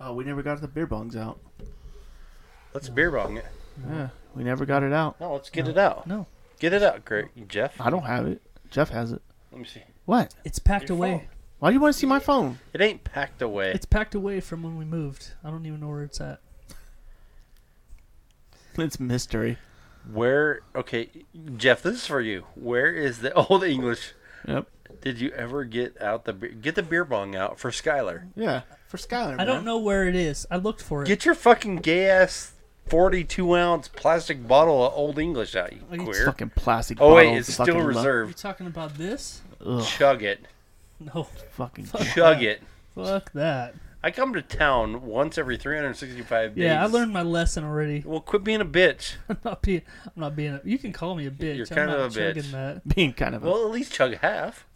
[SPEAKER 5] Oh, we never got the beer bongs out.
[SPEAKER 6] Let's beer bong it.
[SPEAKER 5] Yeah, we never got it out.
[SPEAKER 6] No, let's get it out.
[SPEAKER 4] No.
[SPEAKER 6] Get it out, Greg. Jeff.
[SPEAKER 5] I don't have it. Jeff has it.
[SPEAKER 6] Let me see.
[SPEAKER 5] What?
[SPEAKER 4] It's packed
[SPEAKER 6] Your
[SPEAKER 4] away.
[SPEAKER 6] phone.
[SPEAKER 5] Why do you want to see my phone?
[SPEAKER 6] It ain't packed away.
[SPEAKER 4] It's packed away from when we moved. I don't even know where it's at.
[SPEAKER 5] It's mystery.
[SPEAKER 6] Where? Okay, Jeff, this is for you. Where is the old English?
[SPEAKER 5] Yep.
[SPEAKER 6] Did you ever get out the beer, get the beer bong out for Skylar?
[SPEAKER 5] Yeah, for Skylar.
[SPEAKER 4] I don't know where it is. I looked for it.
[SPEAKER 6] Get your fucking gay ass forty-two ounce plastic bottle of old English out, you
[SPEAKER 4] Are you
[SPEAKER 6] queer.
[SPEAKER 5] Fucking plastic.
[SPEAKER 6] Oh wait,
[SPEAKER 5] bottle,
[SPEAKER 6] it's
[SPEAKER 5] fucking
[SPEAKER 6] still
[SPEAKER 5] lo-
[SPEAKER 4] Are you
[SPEAKER 6] reserved.
[SPEAKER 4] talking about this?
[SPEAKER 5] Ugh,
[SPEAKER 6] Chug it,
[SPEAKER 4] No.
[SPEAKER 5] fucking.
[SPEAKER 6] chug it.
[SPEAKER 4] Fuck that.
[SPEAKER 6] I come to town once every 365 days.
[SPEAKER 4] Yeah, I learned my lesson already.
[SPEAKER 6] Well, quit being a bitch.
[SPEAKER 4] I'm not being. I'm not being. A, you can call me a bitch.
[SPEAKER 6] You're
[SPEAKER 4] I'm
[SPEAKER 6] kind of
[SPEAKER 4] not
[SPEAKER 6] a bitch.
[SPEAKER 4] chugging that.
[SPEAKER 5] Being kind of. A,
[SPEAKER 6] Well, at least chug half.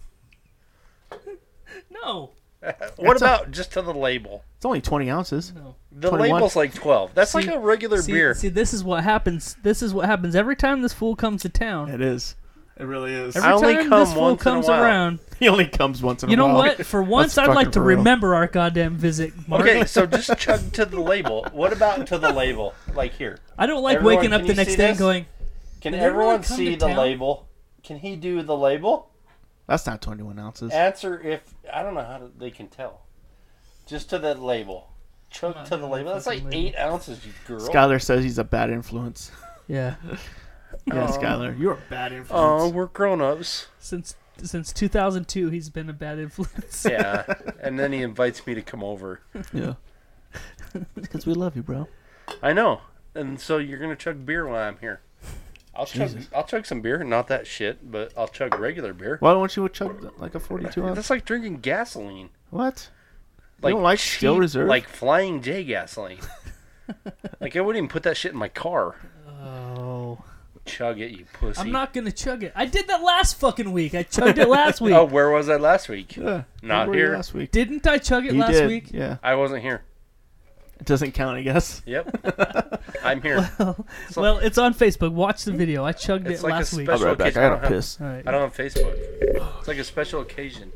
[SPEAKER 4] No.
[SPEAKER 6] What
[SPEAKER 5] That's a-
[SPEAKER 6] about just to the label?
[SPEAKER 5] it's only twenty ounces.
[SPEAKER 4] No.
[SPEAKER 6] The
[SPEAKER 5] 21.
[SPEAKER 6] label's like 12. That's like
[SPEAKER 4] See-
[SPEAKER 6] a regular
[SPEAKER 4] see,
[SPEAKER 6] beer.
[SPEAKER 4] See, this is what happens. This is what happens every time this fool comes to town.
[SPEAKER 5] It is. It really is.
[SPEAKER 4] Every
[SPEAKER 6] I only
[SPEAKER 4] time
[SPEAKER 6] come
[SPEAKER 4] this fool
[SPEAKER 6] once in a
[SPEAKER 4] comes
[SPEAKER 6] while.
[SPEAKER 4] around,
[SPEAKER 5] he only comes once in
[SPEAKER 4] you
[SPEAKER 5] a
[SPEAKER 4] know
[SPEAKER 5] while.
[SPEAKER 4] what? For once, I'd like
[SPEAKER 5] fucking
[SPEAKER 4] to
[SPEAKER 5] for real.
[SPEAKER 4] remember our goddamn visit, Mark.
[SPEAKER 6] Okay, so just chug to the label. What about to the label? Like here.
[SPEAKER 4] I don't like
[SPEAKER 6] Everyone,
[SPEAKER 4] waking
[SPEAKER 6] can
[SPEAKER 4] up
[SPEAKER 6] you
[SPEAKER 4] the next
[SPEAKER 6] see
[SPEAKER 4] day
[SPEAKER 6] this?
[SPEAKER 4] and going,
[SPEAKER 6] Can
[SPEAKER 4] Did everyone
[SPEAKER 6] everyone
[SPEAKER 4] come
[SPEAKER 6] see
[SPEAKER 4] to
[SPEAKER 6] the
[SPEAKER 4] town?
[SPEAKER 6] label? Can he do the label?
[SPEAKER 5] That's not twenty-one ounces.
[SPEAKER 6] Answer if I don't know how to, they can tell. Just to the label. Chug to the label. That's like
[SPEAKER 4] fucking
[SPEAKER 6] eight ounces, you girl.
[SPEAKER 5] Skylar says he's a bad influence.
[SPEAKER 4] yeah.
[SPEAKER 5] Yeah, Skylar, you're a bad
[SPEAKER 6] Oh,
[SPEAKER 5] influence.
[SPEAKER 6] we're grown ups.
[SPEAKER 4] Since since 2002, he's been a bad influence.
[SPEAKER 6] Yeah. and then he invites me to come over.
[SPEAKER 5] yeah. It's because we love you, bro.
[SPEAKER 6] I know. And so you're gonna chug beer while I'm here. I'll chug I'll chug some beer, not that shit, but I'll chug regular beer.
[SPEAKER 5] Why don't you chug like a forty-two ounce?
[SPEAKER 6] That's like drinking gasoline.
[SPEAKER 5] What? You don't like Steel
[SPEAKER 6] cheap,
[SPEAKER 5] Reserve?
[SPEAKER 6] Like flying J gasoline. like I wouldn't even put that shit in my car.
[SPEAKER 4] Oh.
[SPEAKER 6] Chug it, you pussy.
[SPEAKER 4] I'm not going to chug it. I did that last fucking week. I chugged it last week.
[SPEAKER 6] Oh, where was I last week?
[SPEAKER 5] Yeah,
[SPEAKER 6] Not
[SPEAKER 5] we were
[SPEAKER 6] here.
[SPEAKER 5] last week.
[SPEAKER 4] Didn't I chug it
[SPEAKER 5] You
[SPEAKER 4] last
[SPEAKER 5] did,
[SPEAKER 4] week?
[SPEAKER 5] Yeah,
[SPEAKER 6] I wasn't here.
[SPEAKER 5] it doesn't count, I guess.
[SPEAKER 6] Yep. I'm here. So-
[SPEAKER 4] Well, it's on Facebook. Watch the video. I chugged
[SPEAKER 6] It's
[SPEAKER 4] it
[SPEAKER 6] like a
[SPEAKER 4] last week.
[SPEAKER 6] special-
[SPEAKER 5] I'll be right back.
[SPEAKER 6] occasion.
[SPEAKER 5] I gotta
[SPEAKER 6] don't have-
[SPEAKER 5] piss.
[SPEAKER 4] All right.
[SPEAKER 6] I don't have Facebook. It's like a special occasion.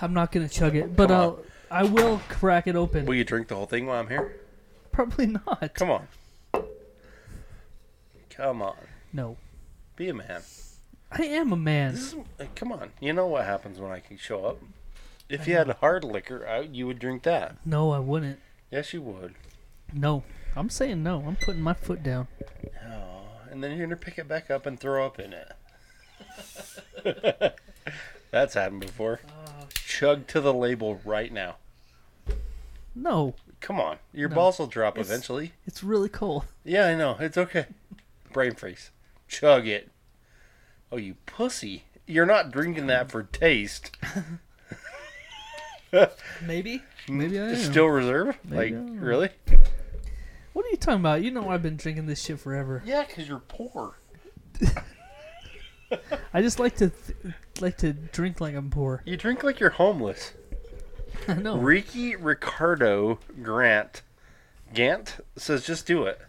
[SPEAKER 4] I'm not going to chug it, but uh,
[SPEAKER 6] Come on.
[SPEAKER 4] I'll, I will crack it open.
[SPEAKER 6] Will you drink the whole thing while I'm here?
[SPEAKER 4] Probably not.
[SPEAKER 6] Come on. Come on.
[SPEAKER 4] No.
[SPEAKER 6] Be a man.
[SPEAKER 4] I am a man.
[SPEAKER 6] This is, like, come on. You know what happens when I can show up. If you had hard liquor, I, you would drink that.
[SPEAKER 4] No, I wouldn't.
[SPEAKER 6] Yes, you would.
[SPEAKER 4] No. I'm saying no. I'm putting my foot down.
[SPEAKER 6] And then you're going to pick it back up and throw up in it.
[SPEAKER 4] Oh,
[SPEAKER 6] That's happened before. Chug to the label right now.
[SPEAKER 4] No.
[SPEAKER 6] Come on, your
[SPEAKER 4] No.
[SPEAKER 6] balls will drop
[SPEAKER 4] It's-
[SPEAKER 6] eventually.
[SPEAKER 4] It's really cold.
[SPEAKER 6] Yeah, I know. It's okay. Brain freeze. Chug it. Oh, you pussy. You're not drinking that for taste.
[SPEAKER 4] Maybe. Maybe I am.
[SPEAKER 6] Still reserve?
[SPEAKER 4] Maybe I
[SPEAKER 6] like,
[SPEAKER 4] am.
[SPEAKER 6] really?
[SPEAKER 4] What are you talking about? You know I've been drinking this shit forever.
[SPEAKER 6] Yeah, because you're poor.
[SPEAKER 4] I just like to th- like to drink like I'm poor.
[SPEAKER 6] You drink like you're homeless.
[SPEAKER 4] I know.
[SPEAKER 6] Ricky Ricardo Grant Gant says just do it.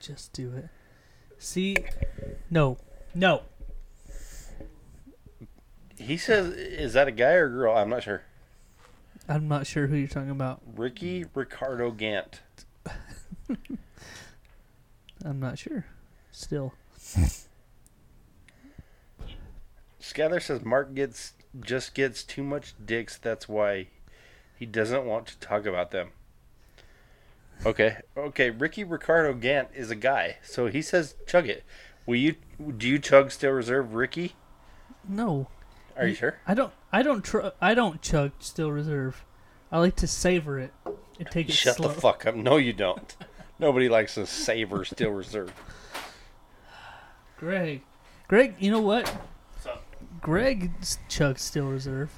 [SPEAKER 4] Just do it. See, no, no.
[SPEAKER 6] He says is that a guy or a girl? I'm not sure.
[SPEAKER 4] I'm not sure who you're talking about.
[SPEAKER 6] Ricky Ricardo Gant.
[SPEAKER 4] I'm not sure. Still.
[SPEAKER 6] Skyler says Mark gets just gets too much dicks. That's why he doesn't want to talk about them. Okay, okay. Ricky Ricardo Gant is a guy, so he says chug it. Will you? Do you chug Still Reserve, Ricky?
[SPEAKER 4] No.
[SPEAKER 6] Are you sure?
[SPEAKER 4] I don't. I don't. Tr- I don't chug Still Reserve. I like to savor it and take it
[SPEAKER 6] Shut
[SPEAKER 4] slow.
[SPEAKER 6] the fuck up. No, you don't. Nobody likes to savor Still Reserve.
[SPEAKER 4] Greg. Greg, you know what? Greg s- chugs Still Reserve.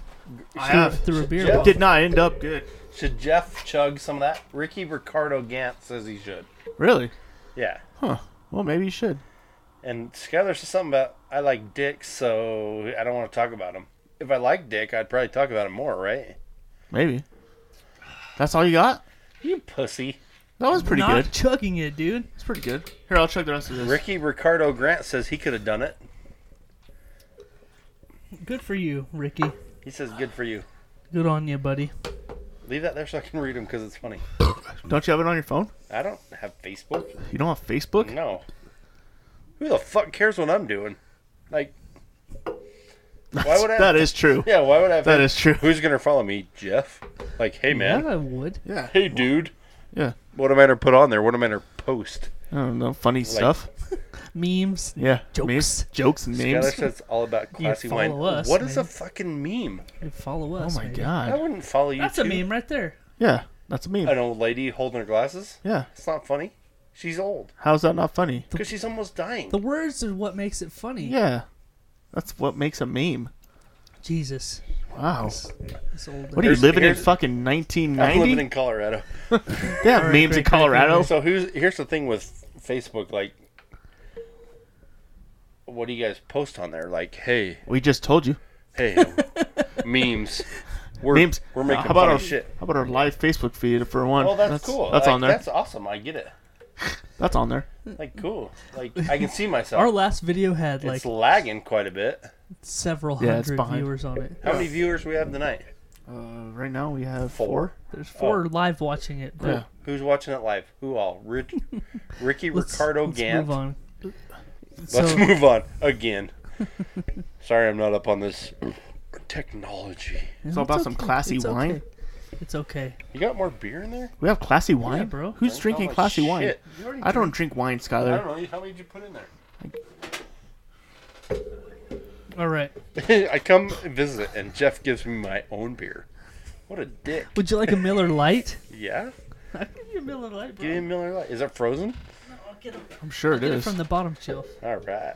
[SPEAKER 6] I
[SPEAKER 4] Through-
[SPEAKER 6] have.
[SPEAKER 4] through a beer.
[SPEAKER 6] Yeah.
[SPEAKER 4] bottle.
[SPEAKER 5] Did not end up good.
[SPEAKER 6] Should Jeff chug some of that? Ricky Ricardo Gant says he should.
[SPEAKER 5] Really?
[SPEAKER 6] Yeah.
[SPEAKER 5] Huh. Well, maybe you should.
[SPEAKER 6] And Skyler says something about I like dick, so I don't want to talk about him. If I like dick, I'd probably talk about him more, right?
[SPEAKER 5] Maybe. That's all you got?
[SPEAKER 6] You pussy.
[SPEAKER 5] That was pretty
[SPEAKER 4] Not
[SPEAKER 5] good.
[SPEAKER 4] chugging it, dude.
[SPEAKER 5] It's pretty good. Here, I'll check the rest of this.
[SPEAKER 6] Ricky Ricardo Grant says he could have done it.
[SPEAKER 4] Good for you, Ricky.
[SPEAKER 6] He says, "Good for you."
[SPEAKER 4] Good on you, buddy.
[SPEAKER 6] Leave that there so I can read him because it's funny.
[SPEAKER 5] Don't you have it on your phone?
[SPEAKER 6] I don't have Facebook.
[SPEAKER 5] You don't have Facebook?
[SPEAKER 6] No. Who the fuck cares what I'm doing? Like, why would I?
[SPEAKER 5] That is true.
[SPEAKER 6] Yeah, why would I? Have
[SPEAKER 5] That is true.
[SPEAKER 6] Who's gonna follow me, Jeff? Like, hey man.
[SPEAKER 4] Yeah, I would. Yeah.
[SPEAKER 6] Hey dude.
[SPEAKER 5] Yeah.
[SPEAKER 6] What am I gonna put on there? What am I gonna post?
[SPEAKER 5] I don't know. Funny stuff.
[SPEAKER 4] Memes.
[SPEAKER 5] Yeah.
[SPEAKER 4] Jokes.
[SPEAKER 5] Memes, jokes and
[SPEAKER 6] Skylar
[SPEAKER 5] memes.
[SPEAKER 6] says it's all about
[SPEAKER 4] You
[SPEAKER 6] classy wine.
[SPEAKER 4] follow us,
[SPEAKER 6] what is a
[SPEAKER 4] maybe.
[SPEAKER 6] fucking meme?
[SPEAKER 4] You follow us.
[SPEAKER 5] Oh my
[SPEAKER 4] maybe.
[SPEAKER 6] I
[SPEAKER 5] god.
[SPEAKER 6] wouldn't follow you.
[SPEAKER 4] That's a
[SPEAKER 6] too.
[SPEAKER 4] meme right there.
[SPEAKER 5] Yeah. That's a meme.
[SPEAKER 6] An old lady holding her glasses.
[SPEAKER 5] Yeah.
[SPEAKER 6] It's not funny. She's old
[SPEAKER 5] How's that not funny?
[SPEAKER 6] because she's almost dying.
[SPEAKER 4] The words are what makes it funny.
[SPEAKER 5] Yeah. That's what makes a meme.
[SPEAKER 4] Jesus.
[SPEAKER 5] Wow.
[SPEAKER 4] This old.
[SPEAKER 5] What are you
[SPEAKER 6] Here's-
[SPEAKER 5] living in
[SPEAKER 6] here's-
[SPEAKER 5] fucking
[SPEAKER 6] I'm living
[SPEAKER 5] 1990?
[SPEAKER 6] in Colorado.
[SPEAKER 5] They have memes in
[SPEAKER 4] Greg,
[SPEAKER 5] Colorado.
[SPEAKER 6] So here's here's the thing with Facebook. Like, what do you guys post on there? Like, hey,
[SPEAKER 5] We just told you.
[SPEAKER 6] hey, um, memes. We're,
[SPEAKER 5] Memes.
[SPEAKER 6] We're making
[SPEAKER 5] how about
[SPEAKER 6] funny
[SPEAKER 5] our,
[SPEAKER 6] shit.
[SPEAKER 5] How about our live Facebook feed for one?
[SPEAKER 6] Well, that's, cool.
[SPEAKER 5] That's
[SPEAKER 6] Like,
[SPEAKER 5] on there.
[SPEAKER 6] That's awesome. I get it.
[SPEAKER 5] that's on there.
[SPEAKER 6] Like, cool. Like, I can see myself.
[SPEAKER 4] Our last video had like
[SPEAKER 6] it's lagging quite a bit.
[SPEAKER 4] several
[SPEAKER 5] Yeah, it's
[SPEAKER 4] hundred
[SPEAKER 5] behind.
[SPEAKER 4] viewers on it.
[SPEAKER 6] How many viewers we have tonight?
[SPEAKER 5] Uh, right now we have
[SPEAKER 6] Four. Oh.
[SPEAKER 5] four.
[SPEAKER 4] There's four live watching it. But
[SPEAKER 5] Yeah.
[SPEAKER 6] Who's watching it live? Who all? Rich, Ricky
[SPEAKER 4] let's,
[SPEAKER 6] Ricardo
[SPEAKER 4] let's
[SPEAKER 6] Gant.
[SPEAKER 4] move on.
[SPEAKER 6] Let's
[SPEAKER 4] So
[SPEAKER 6] move on again. Sorry, I'm not up on this technology.
[SPEAKER 5] It's all about some
[SPEAKER 4] okay,
[SPEAKER 5] classy
[SPEAKER 4] it's okay.
[SPEAKER 5] wine.
[SPEAKER 4] it's okay.
[SPEAKER 6] You got more beer in there?
[SPEAKER 5] We have classy wine,
[SPEAKER 4] bro.
[SPEAKER 5] Who's drinking
[SPEAKER 6] much
[SPEAKER 5] classy wine?
[SPEAKER 6] shit. You already
[SPEAKER 5] I don't drink wine,
[SPEAKER 6] I
[SPEAKER 5] Skylar.
[SPEAKER 6] don't know. How many did you put in
[SPEAKER 4] All right.
[SPEAKER 6] there? I come visit, and Jeff gives me my own beer. What a dick.
[SPEAKER 4] Would you like a Miller Light?
[SPEAKER 6] Yeah?
[SPEAKER 4] I'll give you a Miller Light, bro.
[SPEAKER 6] Give me a Miller Lite. Is it frozen?
[SPEAKER 5] I'm sure it
[SPEAKER 4] Get it
[SPEAKER 5] is.
[SPEAKER 4] from the bottom shelf.
[SPEAKER 6] All right.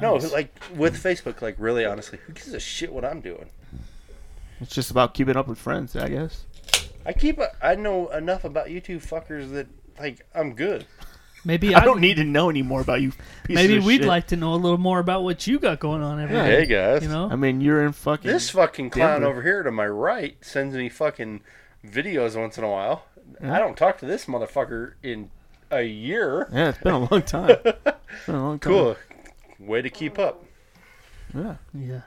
[SPEAKER 6] No, like with Facebook, like really honestly, who gives a shit what I'm doing?
[SPEAKER 5] It's just about keeping up with friends, I guess.
[SPEAKER 6] I keep, a, I know enough about you two fuckers that, like, I'm good.
[SPEAKER 4] Maybe
[SPEAKER 5] I
[SPEAKER 4] I'd-
[SPEAKER 5] don't need to know any more about you. pieces
[SPEAKER 4] Maybe
[SPEAKER 5] of
[SPEAKER 4] we'd
[SPEAKER 5] shit.
[SPEAKER 4] like to know a little more about what you got going on every day.
[SPEAKER 6] Hey, guys.
[SPEAKER 4] You know,
[SPEAKER 5] I mean, you're in fucking.
[SPEAKER 6] This fucking clown
[SPEAKER 5] Denver.
[SPEAKER 6] over here to my right sends me fucking videos once in a while. I don't talk to this motherfucker in a year.
[SPEAKER 5] Yeah, it's been a long time. It's been a long time.
[SPEAKER 6] Cool. Way to keep up.
[SPEAKER 5] Yeah.
[SPEAKER 4] yeah.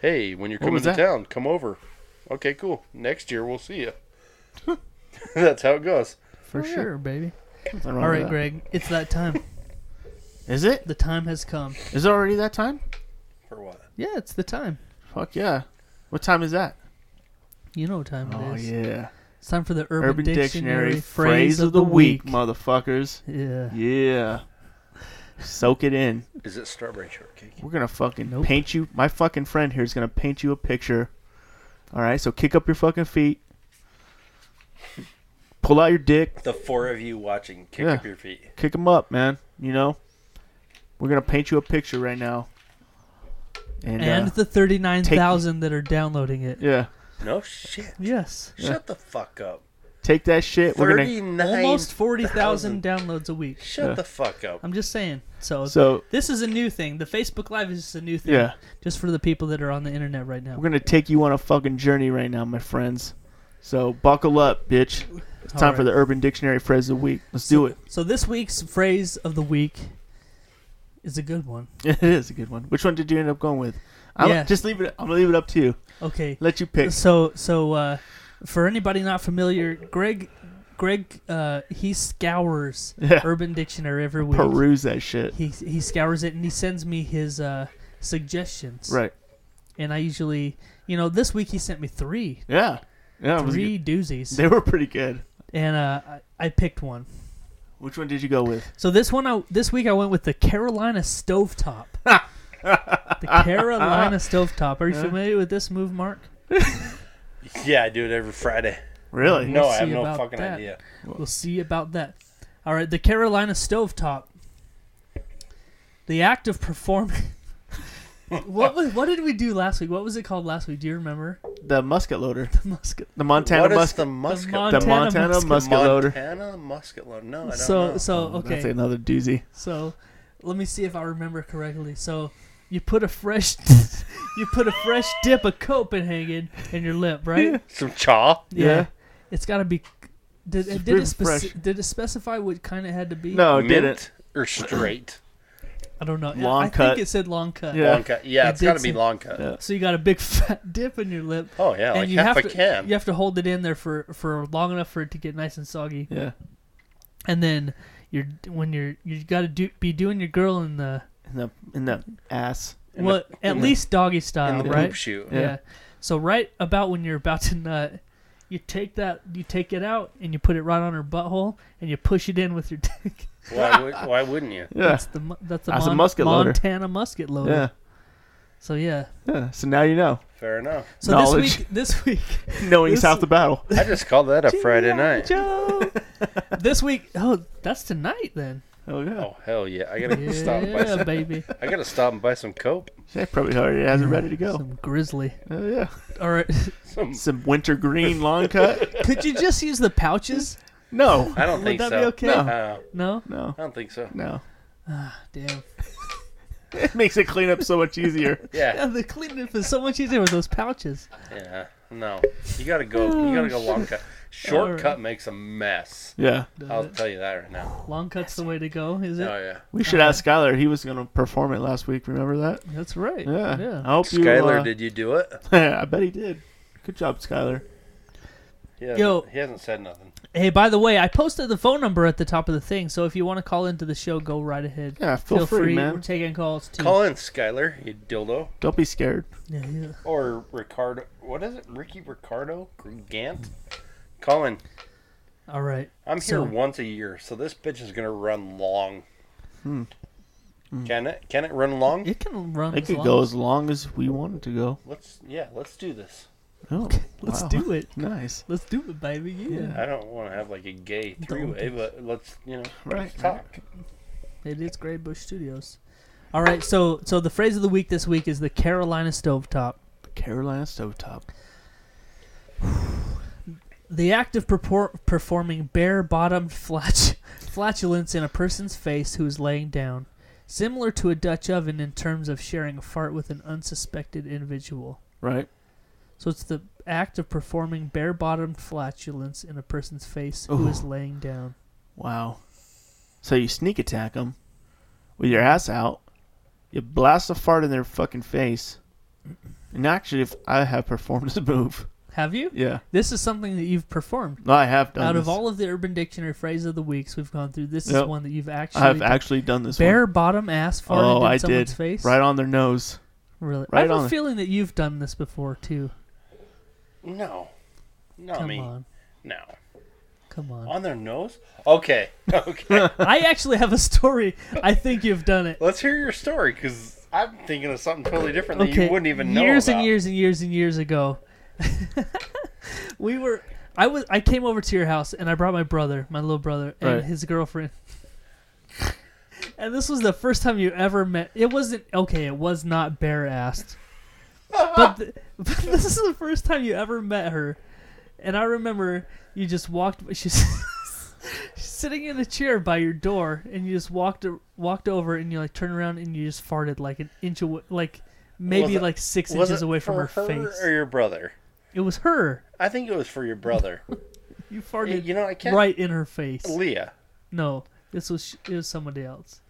[SPEAKER 6] Hey, when you're coming
[SPEAKER 5] was
[SPEAKER 6] to
[SPEAKER 5] that?
[SPEAKER 6] town, come over. Okay, cool. Next year we'll see you. That's how it goes. Oh,
[SPEAKER 5] For
[SPEAKER 4] Sure, baby.
[SPEAKER 5] Nothing wrong
[SPEAKER 4] All
[SPEAKER 5] with
[SPEAKER 4] right,
[SPEAKER 5] that.
[SPEAKER 4] Greg. It's that time.
[SPEAKER 5] Is it?
[SPEAKER 4] The time has come.
[SPEAKER 5] Is it already that time?
[SPEAKER 6] For what?
[SPEAKER 4] Yeah, it's the time.
[SPEAKER 5] Fuck yeah. What time is that?
[SPEAKER 4] You know what time
[SPEAKER 5] Oh,
[SPEAKER 4] it is.
[SPEAKER 5] yeah.
[SPEAKER 4] It's time for the Urban,
[SPEAKER 5] Urban Dictionary, phrase of the week, motherfuckers.
[SPEAKER 4] Yeah.
[SPEAKER 5] Yeah. Soak it in.
[SPEAKER 6] Is it strawberry shortcake?
[SPEAKER 5] We're gonna fucking
[SPEAKER 4] Nope.
[SPEAKER 5] paint you. My fucking friend here is gonna paint you a picture. All right, so kick up your fucking feet. Pull out your dick.
[SPEAKER 6] The four of you watching, kick
[SPEAKER 5] yeah.
[SPEAKER 6] up your feet.
[SPEAKER 5] Kick them up, man. You know, we're gonna paint you a picture right now. And,
[SPEAKER 4] And,
[SPEAKER 5] uh,
[SPEAKER 4] the 39,000 that are downloading it.
[SPEAKER 5] yeah,
[SPEAKER 6] No shit.
[SPEAKER 4] Yes.
[SPEAKER 6] Shut the fuck up.
[SPEAKER 5] take that shit. We're gonna.
[SPEAKER 6] 39
[SPEAKER 4] Almost 40,000 downloads a week.
[SPEAKER 6] Shut the fuck up.
[SPEAKER 4] I'm just saying. So,
[SPEAKER 5] So-
[SPEAKER 4] this is a new thing. The Facebook Live is a new thing.
[SPEAKER 5] Yeah.
[SPEAKER 4] Just for the people that are on the internet right now.
[SPEAKER 5] We're gonna take you on a fucking journey right now, my friends. So buckle up, bitch. It's time for
[SPEAKER 4] Alright.
[SPEAKER 5] the Urban Dictionary phrase of the week. Let's do it.
[SPEAKER 4] So this week's phrase of the week is a good one.
[SPEAKER 5] It is a good one. Which one did you end up going with? I'm
[SPEAKER 4] Yeah.
[SPEAKER 5] just leave it. I'm gonna leave it up to you.
[SPEAKER 4] Okay.
[SPEAKER 5] Let you pick.
[SPEAKER 4] So so uh, for anybody not familiar, Greg Greg uh, he scours
[SPEAKER 5] Yeah.
[SPEAKER 4] Urban Dictionary every week.
[SPEAKER 5] Peruse that shit.
[SPEAKER 4] He he scours it and he sends me his uh, suggestions.
[SPEAKER 5] Right.
[SPEAKER 4] And I usually, you know, this week he sent me three.
[SPEAKER 5] Yeah. Yeah. it was
[SPEAKER 4] three
[SPEAKER 5] good.
[SPEAKER 4] doozies.
[SPEAKER 5] They were pretty good.
[SPEAKER 4] and uh, I, I picked one.
[SPEAKER 5] Which one did you go with?
[SPEAKER 4] So this one, I, this week I went with the Carolina stovetop. the Carolina stovetop. Are you
[SPEAKER 6] Yeah.
[SPEAKER 4] familiar with this move, Mark?
[SPEAKER 6] Yeah, I do it every Friday.
[SPEAKER 5] Really?
[SPEAKER 6] No,
[SPEAKER 4] We'll
[SPEAKER 6] I have
[SPEAKER 4] see
[SPEAKER 6] no
[SPEAKER 4] about
[SPEAKER 6] fucking
[SPEAKER 4] that.
[SPEAKER 6] idea.
[SPEAKER 4] We'll see about that. All right, the Carolina stovetop. The act of performing. what was, what did we do last week? What was it called last week? Do you remember?
[SPEAKER 5] The musket loader.
[SPEAKER 4] The musket.
[SPEAKER 5] The Montana
[SPEAKER 6] What is
[SPEAKER 5] musket.
[SPEAKER 6] the musket? The
[SPEAKER 5] The Montana musket, loader.
[SPEAKER 6] Montana musket loader. No, I don't
[SPEAKER 4] So
[SPEAKER 6] know.
[SPEAKER 4] so okay.
[SPEAKER 5] Oh, That's another doozy.
[SPEAKER 4] So, let me see if I remember correctly. So, you put a fresh, you put a fresh dip of Copenhagen in your lip, right?
[SPEAKER 6] Some chaw.
[SPEAKER 5] Yeah.
[SPEAKER 4] It's got to be. Did,
[SPEAKER 5] It's
[SPEAKER 4] did, it
[SPEAKER 5] pretty
[SPEAKER 4] speci-
[SPEAKER 5] fresh.
[SPEAKER 4] did it specify what kind it had to be?
[SPEAKER 5] No, it
[SPEAKER 6] Mint
[SPEAKER 5] didn't.
[SPEAKER 6] Or straight.
[SPEAKER 4] I don't know.
[SPEAKER 5] Long
[SPEAKER 4] Uh, I
[SPEAKER 5] cut.
[SPEAKER 4] think it said long cut.
[SPEAKER 5] Yeah.
[SPEAKER 6] Long cut. Yeah,
[SPEAKER 4] It
[SPEAKER 6] it's got to
[SPEAKER 4] did
[SPEAKER 6] be
[SPEAKER 4] say-
[SPEAKER 6] long cut.
[SPEAKER 4] So you got a big fat dip in your lip.
[SPEAKER 6] Oh, yeah,
[SPEAKER 4] and
[SPEAKER 6] like
[SPEAKER 4] you
[SPEAKER 6] half
[SPEAKER 4] have
[SPEAKER 6] a
[SPEAKER 4] to,
[SPEAKER 6] can.
[SPEAKER 4] You have to hold it in there for for long enough for it to get nice and soggy.
[SPEAKER 5] Yeah.
[SPEAKER 4] And then you're when you're you got to do be doing your girl in the
[SPEAKER 5] In the in the ass.
[SPEAKER 4] well at least doggy style,
[SPEAKER 6] in the
[SPEAKER 4] right?
[SPEAKER 6] poop shoot.
[SPEAKER 4] Yeah. So right about when you're about to nut, you take that, you take it out, and you put it right on her butthole, and you push it in with your dick.
[SPEAKER 6] Why, would, why wouldn't you?
[SPEAKER 5] Yeah.
[SPEAKER 4] That's the mu- that's a,
[SPEAKER 5] That's a
[SPEAKER 4] Mon-
[SPEAKER 5] musket loader.
[SPEAKER 4] Montana musket loader.
[SPEAKER 5] Yeah.
[SPEAKER 4] So yeah.
[SPEAKER 5] Yeah. So now you know.
[SPEAKER 6] Fair enough.
[SPEAKER 4] So
[SPEAKER 5] Knowledge.
[SPEAKER 4] this week, this week,
[SPEAKER 5] Knowing's
[SPEAKER 4] This-
[SPEAKER 5] half the battle.
[SPEAKER 6] I just called that a Friday night.
[SPEAKER 4] Joe, this week. Oh, that's tonight then.
[SPEAKER 5] Oh yeah.
[SPEAKER 6] Oh hell yeah! I gotta stop and buy
[SPEAKER 4] Yeah,
[SPEAKER 6] some.
[SPEAKER 4] baby.
[SPEAKER 6] I gotta stop and buy some coke.
[SPEAKER 5] They probably already has it ready to go.
[SPEAKER 4] Some grizzly.
[SPEAKER 5] Oh yeah.
[SPEAKER 4] All right.
[SPEAKER 6] Some.
[SPEAKER 5] Some winter green long cut.
[SPEAKER 4] Could you just use the pouches?
[SPEAKER 5] No.
[SPEAKER 6] I don't think
[SPEAKER 4] that
[SPEAKER 6] so.
[SPEAKER 4] be okay?
[SPEAKER 6] No, no,
[SPEAKER 4] No.
[SPEAKER 5] No.
[SPEAKER 6] I don't think so.
[SPEAKER 5] No.
[SPEAKER 4] Ah, Damn.
[SPEAKER 5] It makes it clean up so much easier.
[SPEAKER 4] Yeah,
[SPEAKER 6] Yeah,
[SPEAKER 4] the cleanup is so much easier with those pouches.
[SPEAKER 6] yeah. No, you gotta go. You gotta go long cut.
[SPEAKER 4] Oh,
[SPEAKER 6] Shortcut makes a mess.
[SPEAKER 5] Yeah.
[SPEAKER 6] I'll tell you that right now.
[SPEAKER 4] Long cut's the way to go, is
[SPEAKER 6] Oh
[SPEAKER 4] it?
[SPEAKER 6] yeah.
[SPEAKER 5] We should ask Skylar. He was gonna perform it last week. Remember that?
[SPEAKER 4] Uh-huh. That's right.
[SPEAKER 5] Yeah.
[SPEAKER 4] Yeah.
[SPEAKER 5] I hope you.
[SPEAKER 6] Skylar,
[SPEAKER 5] uh,
[SPEAKER 6] did you do it?
[SPEAKER 5] I bet he did. Good job, Skylar.
[SPEAKER 6] He hasn't,
[SPEAKER 4] Yo.
[SPEAKER 6] he hasn't said nothing.
[SPEAKER 4] Hey, by the way, I posted the phone number at the top of the thing, so if you want to call into the show, go right ahead.
[SPEAKER 5] Yeah, feel free, man.
[SPEAKER 4] We're taking calls too.
[SPEAKER 6] Call in Skylar, you dildo,
[SPEAKER 5] Don't be scared.
[SPEAKER 4] Yeah, yeah.
[SPEAKER 6] or Ricardo. What is it? Ricky Ricardo Gant. Call in.
[SPEAKER 4] All right.
[SPEAKER 6] I'm here
[SPEAKER 4] So-
[SPEAKER 6] once a year, so this bitch is gonna run long.
[SPEAKER 5] Hmm.
[SPEAKER 6] Can it? Can it run long?
[SPEAKER 4] It can run.
[SPEAKER 5] It
[SPEAKER 4] as
[SPEAKER 5] could
[SPEAKER 4] long
[SPEAKER 5] go
[SPEAKER 4] as-
[SPEAKER 5] as long as we want it to go.
[SPEAKER 6] Let's. Yeah, let's do this.
[SPEAKER 5] Oh,
[SPEAKER 4] Let's
[SPEAKER 5] wow.
[SPEAKER 4] do it.
[SPEAKER 5] Nice.
[SPEAKER 4] Let's do it, baby. Yeah.
[SPEAKER 6] I don't want to have like a gay three way, but let's you know
[SPEAKER 5] Right.
[SPEAKER 6] let's talk.
[SPEAKER 4] It is Gray Bush Studios. All right. So, so the phrase of the week this week is the Carolina stovetop.
[SPEAKER 5] Carolina Stovetop.
[SPEAKER 4] The act of purpor- performing bare-bottomed flat- flatulence in a person's face who is laying down, similar to a Dutch oven in terms of sharing a fart with an unsuspected individual.
[SPEAKER 5] Right.
[SPEAKER 4] So it's the act of performing bare-bottomed flatulence in a person's face who is laying down.
[SPEAKER 5] Wow. So you sneak attack them with your ass out. You blast a fart in their fucking face. And actually, if I have performed this move,
[SPEAKER 4] Have you?
[SPEAKER 5] yeah,
[SPEAKER 4] This is something that you've performed.
[SPEAKER 5] no, I have done.
[SPEAKER 4] Out of
[SPEAKER 5] this.
[SPEAKER 4] all of the Urban Dictionary phrase of the weeks we've gone through, this
[SPEAKER 5] Yep.
[SPEAKER 4] is one that you've actually
[SPEAKER 5] I've
[SPEAKER 4] done.
[SPEAKER 5] actually done this.
[SPEAKER 4] bare
[SPEAKER 5] one.
[SPEAKER 4] bottom ass farted
[SPEAKER 5] Oh,
[SPEAKER 4] in
[SPEAKER 5] I
[SPEAKER 4] someone's
[SPEAKER 5] did.
[SPEAKER 4] face.
[SPEAKER 5] Right on their nose.
[SPEAKER 4] really.
[SPEAKER 5] right
[SPEAKER 4] I have
[SPEAKER 5] on
[SPEAKER 4] a
[SPEAKER 5] the-
[SPEAKER 4] feeling that you've done this before too.
[SPEAKER 6] No, no,
[SPEAKER 4] Come
[SPEAKER 6] me,
[SPEAKER 4] on.
[SPEAKER 6] no.
[SPEAKER 4] Come on.
[SPEAKER 6] On their nose? Okay, okay.
[SPEAKER 4] I actually have a story. I think you've done it.
[SPEAKER 6] let's hear your story, because I'm thinking of something totally different that
[SPEAKER 4] Okay.
[SPEAKER 6] you wouldn't even know.
[SPEAKER 4] years and
[SPEAKER 6] about.
[SPEAKER 4] years and years and years ago. we were I was I came over to your house and I brought my brother, my little brother, and
[SPEAKER 5] Right.
[SPEAKER 4] his girlfriend. and this was the first time you ever met. It wasn't okay. It was not bare assed, but, th- but this is the first time you ever met her. And I remember you just walked. She's she's sitting in a chair by your door, and you just walked walked over, and you like turned around, and you just farted like an inch away, like maybe
[SPEAKER 6] Was it-
[SPEAKER 4] like six
[SPEAKER 6] was
[SPEAKER 4] inches
[SPEAKER 6] it
[SPEAKER 4] away from
[SPEAKER 6] for
[SPEAKER 4] her, face.
[SPEAKER 6] Or your brother?
[SPEAKER 4] It was her.
[SPEAKER 6] I think it was for your brother.
[SPEAKER 4] You farted.
[SPEAKER 6] You know, I can't.
[SPEAKER 4] right in her face.
[SPEAKER 6] Leah.
[SPEAKER 4] No, this was it was somebody else.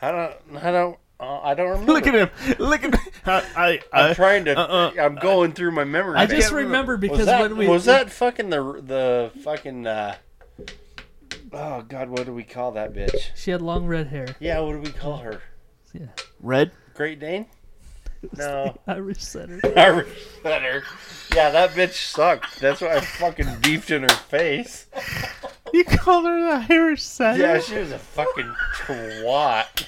[SPEAKER 6] I don't. I don't. Uh, I don't remember.
[SPEAKER 4] Look at Uh-uh.
[SPEAKER 5] him. Look at me. I, I,
[SPEAKER 6] am trying to. I'm going through my memory.
[SPEAKER 4] I
[SPEAKER 6] bank.
[SPEAKER 4] just remember because
[SPEAKER 6] was that,
[SPEAKER 4] when we-
[SPEAKER 6] was that fucking the the fucking. Uh, oh God, what do we call that bitch?
[SPEAKER 4] She had long red hair.
[SPEAKER 6] Yeah, what do we call her?
[SPEAKER 4] Yeah.
[SPEAKER 5] Red?
[SPEAKER 6] Great Dane? No.
[SPEAKER 4] Irish setter.
[SPEAKER 6] Irish setter. Yeah, that bitch sucked. That's why I fucking beefed in her face.
[SPEAKER 5] You called her the Irish setter?
[SPEAKER 6] Yeah, she was a fucking twat.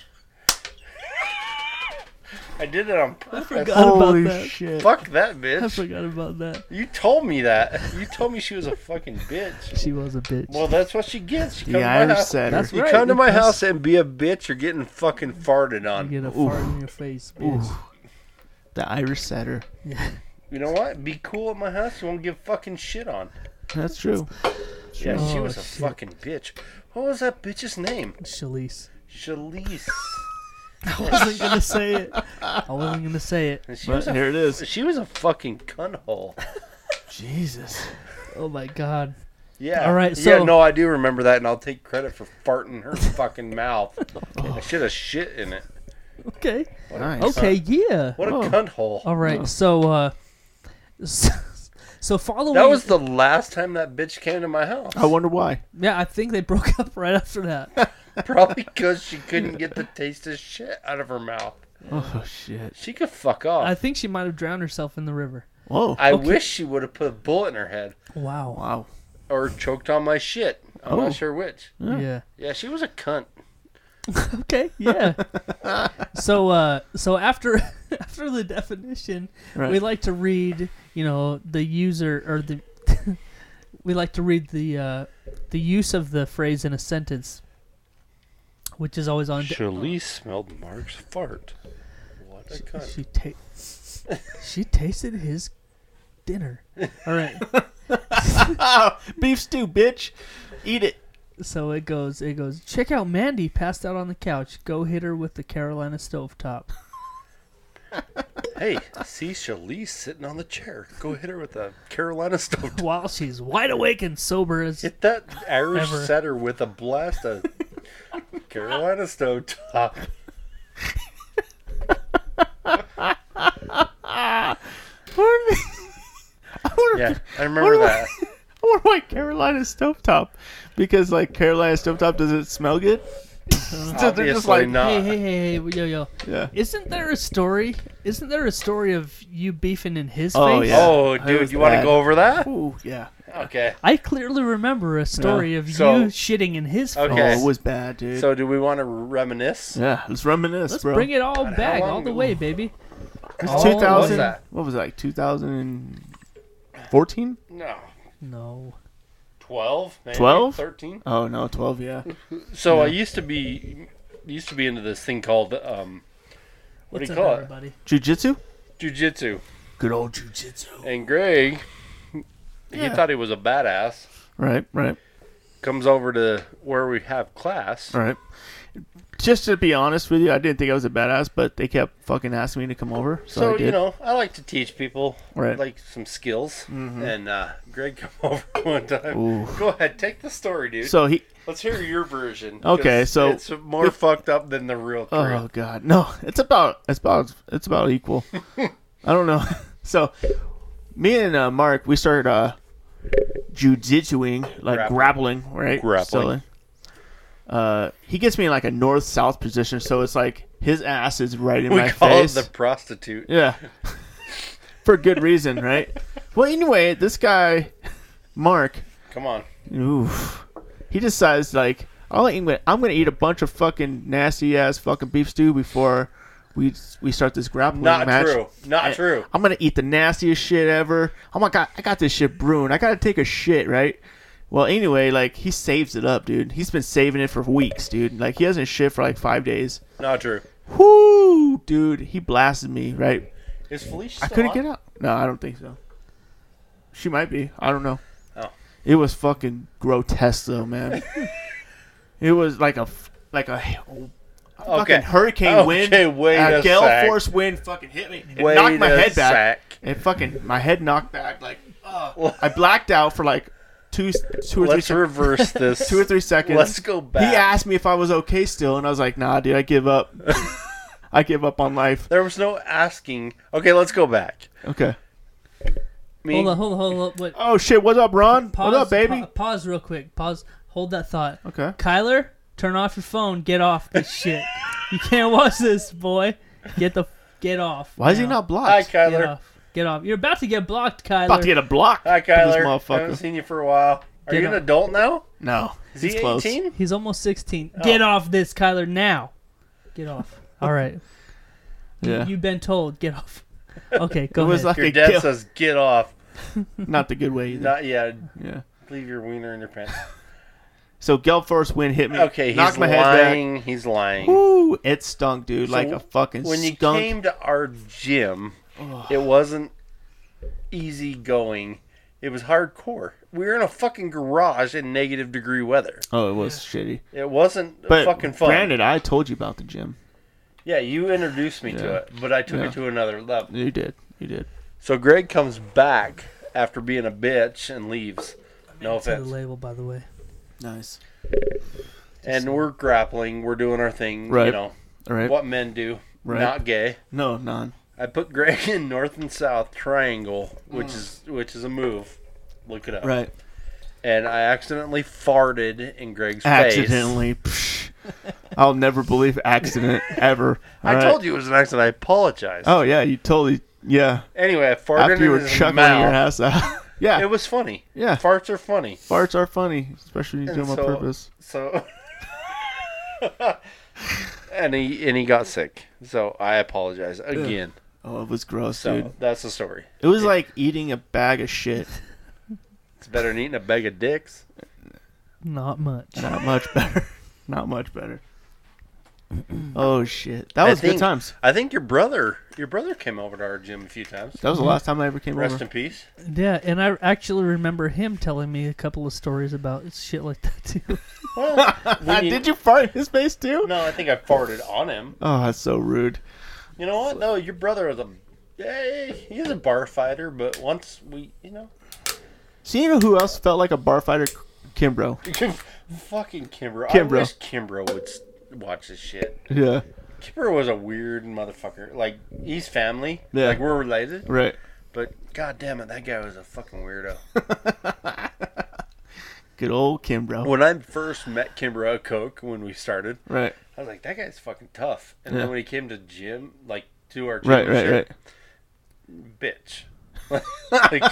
[SPEAKER 6] I did it on purpose.
[SPEAKER 5] forgot about Holy that. shit.
[SPEAKER 6] Fuck that bitch.
[SPEAKER 5] I
[SPEAKER 4] forgot about that.
[SPEAKER 6] You told me that. You told me she was a fucking bitch.
[SPEAKER 4] She was a bitch.
[SPEAKER 6] Well, that's what she gets. You
[SPEAKER 5] The
[SPEAKER 6] come to my
[SPEAKER 5] Irish
[SPEAKER 6] house.
[SPEAKER 5] setter. That's
[SPEAKER 6] you
[SPEAKER 5] right.
[SPEAKER 6] come to my
[SPEAKER 5] That's-
[SPEAKER 6] house and be a bitch, you're getting fucking farted on.
[SPEAKER 4] You get a fart in your face, bitch.
[SPEAKER 5] The Irish setter.
[SPEAKER 6] You know what? Be cool at my house. You won't give fucking shit on.
[SPEAKER 5] That's true.
[SPEAKER 6] Yeah, she
[SPEAKER 5] Oh,
[SPEAKER 6] was a
[SPEAKER 5] shit.
[SPEAKER 6] fucking bitch. What was that bitch's name?
[SPEAKER 4] Shalise.
[SPEAKER 6] Shalise.
[SPEAKER 4] I wasn't gonna say it. I wasn't gonna say it.
[SPEAKER 6] And she was a- She was a fucking cunhole.
[SPEAKER 5] Jesus.
[SPEAKER 4] Oh my god.
[SPEAKER 6] Yeah.
[SPEAKER 4] All right. So
[SPEAKER 6] yeah, no, I do remember that, and I'll take credit for farting her fucking mouth. I should have shit in it.
[SPEAKER 4] Okay.
[SPEAKER 6] What a cunt.
[SPEAKER 4] Okay. Yeah.
[SPEAKER 6] What a cunt hole.
[SPEAKER 4] All right. So uh, so, so following
[SPEAKER 6] That was the last time that bitch came to my house.
[SPEAKER 5] I wonder why.
[SPEAKER 4] yeah. I think they broke up right after that.
[SPEAKER 6] Probably because she couldn't get the taste of shit out of her mouth.
[SPEAKER 5] Oh, shit.
[SPEAKER 6] She could fuck off.
[SPEAKER 4] I think she might have drowned herself in the river.
[SPEAKER 5] Whoa.
[SPEAKER 6] Oh. I
[SPEAKER 4] Okay.
[SPEAKER 6] wish she would have put a bullet in her head
[SPEAKER 4] Wow.
[SPEAKER 5] Wow.
[SPEAKER 6] or choked on my shit. I'm
[SPEAKER 5] Oh.
[SPEAKER 6] not sure which.
[SPEAKER 4] Yeah. Yeah.
[SPEAKER 6] Yeah, she was a cunt.
[SPEAKER 4] Okay. Yeah. so uh, so after after the definition,
[SPEAKER 5] Right.
[SPEAKER 4] we like to read. You know the user or the we like to read the uh, the use of the phrase in a sentence, which is always on.
[SPEAKER 6] Shalise smelled Mark's fart. What a cunt.
[SPEAKER 4] She ta- she tasted his dinner. All right.
[SPEAKER 5] Beef stew, bitch. Eat it.
[SPEAKER 4] So it goes. It goes. Check out Mandy passed out on the couch. Go hit her with the Carolina stovetop.
[SPEAKER 6] Hey, see Shalise sitting on the chair. Go hit her with a Carolina stove.
[SPEAKER 4] While she's wide awake and sober as
[SPEAKER 6] Hit that Irish
[SPEAKER 4] Ever.
[SPEAKER 6] setter with a blast of Carolina stove top.
[SPEAKER 5] Pardon me. I wonder,
[SPEAKER 6] Yeah, I remember that.
[SPEAKER 5] I wonder why Carolina Stovetop. Because, like, Carolina Stovetop, does it smell good? So they're just
[SPEAKER 6] Obviously
[SPEAKER 5] like-
[SPEAKER 6] not.
[SPEAKER 4] Hey, hey, hey, hey, yo, yo.
[SPEAKER 5] Yeah.
[SPEAKER 4] Isn't there a story? Isn't there a story of you beefing in his
[SPEAKER 5] Oh,
[SPEAKER 4] face?
[SPEAKER 5] yeah.
[SPEAKER 6] Oh,
[SPEAKER 5] That
[SPEAKER 6] dude,
[SPEAKER 5] was
[SPEAKER 6] you want to
[SPEAKER 5] bad.
[SPEAKER 6] go over that?
[SPEAKER 5] Ooh, yeah.
[SPEAKER 6] Okay.
[SPEAKER 4] I clearly remember a story of
[SPEAKER 6] So-
[SPEAKER 4] you shitting in his face.
[SPEAKER 5] Oh,
[SPEAKER 6] Okay.
[SPEAKER 5] it was bad, dude.
[SPEAKER 6] So, do we want to reminisce?
[SPEAKER 5] yeah, let's reminisce,
[SPEAKER 4] Let's
[SPEAKER 5] bro.
[SPEAKER 4] bring it all
[SPEAKER 6] how
[SPEAKER 4] back, all
[SPEAKER 6] long-
[SPEAKER 4] the way, baby.
[SPEAKER 5] It's
[SPEAKER 4] all-
[SPEAKER 5] 2000.
[SPEAKER 6] What was that?
[SPEAKER 5] What was it, like, 2014?
[SPEAKER 6] No.
[SPEAKER 4] No.
[SPEAKER 6] 12? maybe?
[SPEAKER 5] 12?
[SPEAKER 6] 13?
[SPEAKER 5] Oh, no, 12, yeah.
[SPEAKER 6] So, I used to be used to be into this thing called, um, what
[SPEAKER 4] What's
[SPEAKER 6] do
[SPEAKER 4] up,
[SPEAKER 6] you call it?
[SPEAKER 4] everybody?
[SPEAKER 5] Jiu-Jitsu?
[SPEAKER 6] Jiu-jitsu.
[SPEAKER 5] Good old Jiu-Jitsu.
[SPEAKER 6] And Greg,
[SPEAKER 5] Yeah.
[SPEAKER 6] he thought he was a badass.
[SPEAKER 5] Right, right,
[SPEAKER 6] comes over to where we have class.
[SPEAKER 5] right. Just to be honest with you, I didn't think I was a badass, but they kept fucking asking me to come over, so, I
[SPEAKER 6] So,
[SPEAKER 5] did.
[SPEAKER 6] you know, I like to teach people
[SPEAKER 5] Right.
[SPEAKER 6] like some skills.
[SPEAKER 5] Mm-hmm.
[SPEAKER 6] And uh, Greg come over one time.
[SPEAKER 5] Ooh.
[SPEAKER 6] Go ahead, take the story, dude.
[SPEAKER 5] so he,
[SPEAKER 6] let's hear your version.
[SPEAKER 5] Okay,
[SPEAKER 6] 'cause
[SPEAKER 5] so-
[SPEAKER 6] it's more fucked up than the real.
[SPEAKER 5] Oh
[SPEAKER 6] truth.
[SPEAKER 5] God, no! It's about it's about it's about equal. I don't know. So, me and uh, Mark, we started uh, jujitsuing, like grappling, right?
[SPEAKER 6] Grappling.
[SPEAKER 5] So, uh, he gets me in like a north south position, so it's like his ass is right in
[SPEAKER 6] we
[SPEAKER 5] my
[SPEAKER 6] call
[SPEAKER 5] face.
[SPEAKER 6] it the prostitute.
[SPEAKER 5] Yeah. For good reason, right? Well, anyway, this guy, Mark,
[SPEAKER 6] Come on,
[SPEAKER 5] Oof. He decides like I'll eat, I'm gonna eat a bunch of fucking nasty ass fucking beef stew before we we start this grappling
[SPEAKER 6] Not
[SPEAKER 5] match.
[SPEAKER 6] true. Not
[SPEAKER 5] I-
[SPEAKER 6] true.
[SPEAKER 5] I'm gonna eat the nastiest shit ever. Oh my god, I got this shit brewing. I gotta take a shit, right? Well, anyway, like he saves it up, dude. He's been saving it for weeks, dude. Like he hasn't shit for like five days.
[SPEAKER 6] Not true.
[SPEAKER 5] Whoo, dude, he blasted me, right?
[SPEAKER 6] Is Felicia?
[SPEAKER 5] I
[SPEAKER 6] still
[SPEAKER 5] couldn't
[SPEAKER 6] on?
[SPEAKER 5] get out. No, I don't think so. She might be. I don't know.
[SPEAKER 6] Oh.
[SPEAKER 5] It was fucking grotesque, though, man. it was like a f- like a, a
[SPEAKER 6] Okay.
[SPEAKER 5] fucking hurricane wind. Uh,
[SPEAKER 6] Okay, wait a
[SPEAKER 5] gale
[SPEAKER 6] sec.
[SPEAKER 5] force wind fucking hit me. It
[SPEAKER 6] Wait
[SPEAKER 5] knocked my
[SPEAKER 6] a
[SPEAKER 5] head back.
[SPEAKER 6] sec.
[SPEAKER 5] It fucking my head knocked back. Like
[SPEAKER 6] Oh,
[SPEAKER 5] ugh. I blacked out for like two two or three.
[SPEAKER 6] Let's
[SPEAKER 5] sec-
[SPEAKER 6] reverse this.
[SPEAKER 5] two or three seconds.
[SPEAKER 6] Let's go back.
[SPEAKER 5] He asked me if I was okay still, and I was like, Nah, dude, I give up. I give up on life.
[SPEAKER 6] There was no asking. Okay, let's go back.
[SPEAKER 5] Okay.
[SPEAKER 6] Me-
[SPEAKER 4] Hold on, hold on, hold on. Wait,
[SPEAKER 5] Oh shit! What's up, Ron?
[SPEAKER 4] pause,
[SPEAKER 5] what up, baby?
[SPEAKER 4] pa- pause real quick. Pause. Hold that thought.
[SPEAKER 5] Okay.
[SPEAKER 4] Kyler, turn off your phone. Get off this shit. You can't watch this, boy. Get the get off.
[SPEAKER 5] Why is he
[SPEAKER 4] now.
[SPEAKER 5] not blocked?
[SPEAKER 6] Hi,
[SPEAKER 4] Get
[SPEAKER 6] Kyler.
[SPEAKER 4] off. Get off. You're about to get blocked, Kyler.
[SPEAKER 5] About to get a block.
[SPEAKER 6] Hi,
[SPEAKER 5] for this
[SPEAKER 6] Kyler. I haven't
[SPEAKER 5] motherfucker.
[SPEAKER 6] seen you for a while. Are
[SPEAKER 4] Get
[SPEAKER 6] you an
[SPEAKER 4] up.
[SPEAKER 6] adult now?
[SPEAKER 5] No.
[SPEAKER 6] Is he
[SPEAKER 5] it's close.
[SPEAKER 6] 18?
[SPEAKER 4] He's almost 16.
[SPEAKER 6] Oh.
[SPEAKER 4] Get off this, Kyler, now. Get off. All right.
[SPEAKER 5] Yeah.
[SPEAKER 4] You, you've been told. Get off. Okay, go
[SPEAKER 5] It
[SPEAKER 4] ahead.
[SPEAKER 5] was like
[SPEAKER 6] Your
[SPEAKER 5] a
[SPEAKER 6] dad
[SPEAKER 5] kill.
[SPEAKER 6] says, "Get off."
[SPEAKER 5] Not the good way either.
[SPEAKER 6] Not yet.
[SPEAKER 5] yeah.
[SPEAKER 6] Leave your wiener in your pants.
[SPEAKER 5] So Gelb first win hit me.
[SPEAKER 6] Okay, he's
[SPEAKER 5] knocked my head back.
[SPEAKER 6] lying. He's lying.
[SPEAKER 5] Ooh, it stunk, dude. like
[SPEAKER 6] So
[SPEAKER 5] a fucking
[SPEAKER 6] when you
[SPEAKER 5] stunk.
[SPEAKER 6] came to our gym it wasn't easy going it was hardcore we were in a fucking garage in negative degree weather
[SPEAKER 5] oh, it was shitty.
[SPEAKER 6] it wasn't
[SPEAKER 5] But
[SPEAKER 6] fucking fun
[SPEAKER 5] granted, I told you about the gym.
[SPEAKER 6] yeah you introduced me to
[SPEAKER 5] Yeah.
[SPEAKER 6] it but i took
[SPEAKER 5] Yeah.
[SPEAKER 6] it to another level
[SPEAKER 5] You did. You did.
[SPEAKER 6] so greg comes back after being a bitch and leaves no
[SPEAKER 4] To the
[SPEAKER 6] offense
[SPEAKER 4] label, by the way.
[SPEAKER 5] Nice.
[SPEAKER 6] and we're grappling we're doing our thing you
[SPEAKER 5] Right.
[SPEAKER 6] know
[SPEAKER 5] All right.
[SPEAKER 6] what men do
[SPEAKER 5] Right.
[SPEAKER 6] not gay
[SPEAKER 5] No, none.
[SPEAKER 6] I put Greg in North and South Triangle, which is which is a move. Look it up.
[SPEAKER 5] Mm. Right.
[SPEAKER 6] And I accidentally farted in Greg's face.
[SPEAKER 5] Accidentally. Psh. I'll never believe accident ever.
[SPEAKER 6] I told you it was an accident. I apologize.
[SPEAKER 5] Oh yeah, you totally. Yeah.
[SPEAKER 6] Anyway, I farted
[SPEAKER 5] After you
[SPEAKER 6] in
[SPEAKER 5] were
[SPEAKER 6] his
[SPEAKER 5] chuckling
[SPEAKER 6] mouth.
[SPEAKER 5] your ass out. yeah.
[SPEAKER 6] It was funny.
[SPEAKER 5] Yeah.
[SPEAKER 6] Farts are funny.
[SPEAKER 5] Farts are funny, especially when you do
[SPEAKER 6] And
[SPEAKER 5] them on
[SPEAKER 6] so-
[SPEAKER 5] purpose.
[SPEAKER 6] So. and he and he got sick. So I apologize again.
[SPEAKER 5] Oh, it was gross,
[SPEAKER 6] So
[SPEAKER 5] dude.
[SPEAKER 6] that's the story.
[SPEAKER 5] It was like eating a bag of shit.
[SPEAKER 6] It's better than eating a bag of dicks.
[SPEAKER 4] Not much.
[SPEAKER 5] Not much better. Not much better. Oh shit, that
[SPEAKER 6] I
[SPEAKER 5] was good
[SPEAKER 6] think-
[SPEAKER 5] times.
[SPEAKER 6] I think your brother your brother came over to our gym a few times. Mm-hmm.
[SPEAKER 5] That was the last time I ever came
[SPEAKER 6] Rest
[SPEAKER 5] over.
[SPEAKER 6] in peace.
[SPEAKER 4] Yeah, and I actually remember him telling me a couple of stories about shit like that, too.
[SPEAKER 6] Well,
[SPEAKER 5] Ah,
[SPEAKER 6] when you-
[SPEAKER 5] Did you fart in his face too?
[SPEAKER 6] No, I think I farted on him.
[SPEAKER 5] Oh, that's so rude.
[SPEAKER 6] You know what? No, your brother was a. Yeah, he's a bar fighter, but once we, you know,
[SPEAKER 5] So you know who else felt like a bar fighter? Kimbro.
[SPEAKER 6] fucking Kimbro. I
[SPEAKER 5] Kimbrough.
[SPEAKER 6] wish Kimbro would s- watch this shit.
[SPEAKER 5] Yeah.
[SPEAKER 6] Kimbro was a weird motherfucker. Like he's family.
[SPEAKER 5] Yeah.
[SPEAKER 6] Like we're related.
[SPEAKER 5] Right.
[SPEAKER 6] But god damn it, that guy was a fucking weirdo.
[SPEAKER 5] Good old Kimbro.
[SPEAKER 6] when I first met Kimbro at Coke when we started,
[SPEAKER 5] Right.
[SPEAKER 6] I was like, that guy's fucking tough. And
[SPEAKER 5] Yeah.
[SPEAKER 6] then when he came to gym, like to our gym,
[SPEAKER 5] Right.
[SPEAKER 6] and
[SPEAKER 5] Right.
[SPEAKER 6] shit,
[SPEAKER 5] Right.
[SPEAKER 6] bitch. like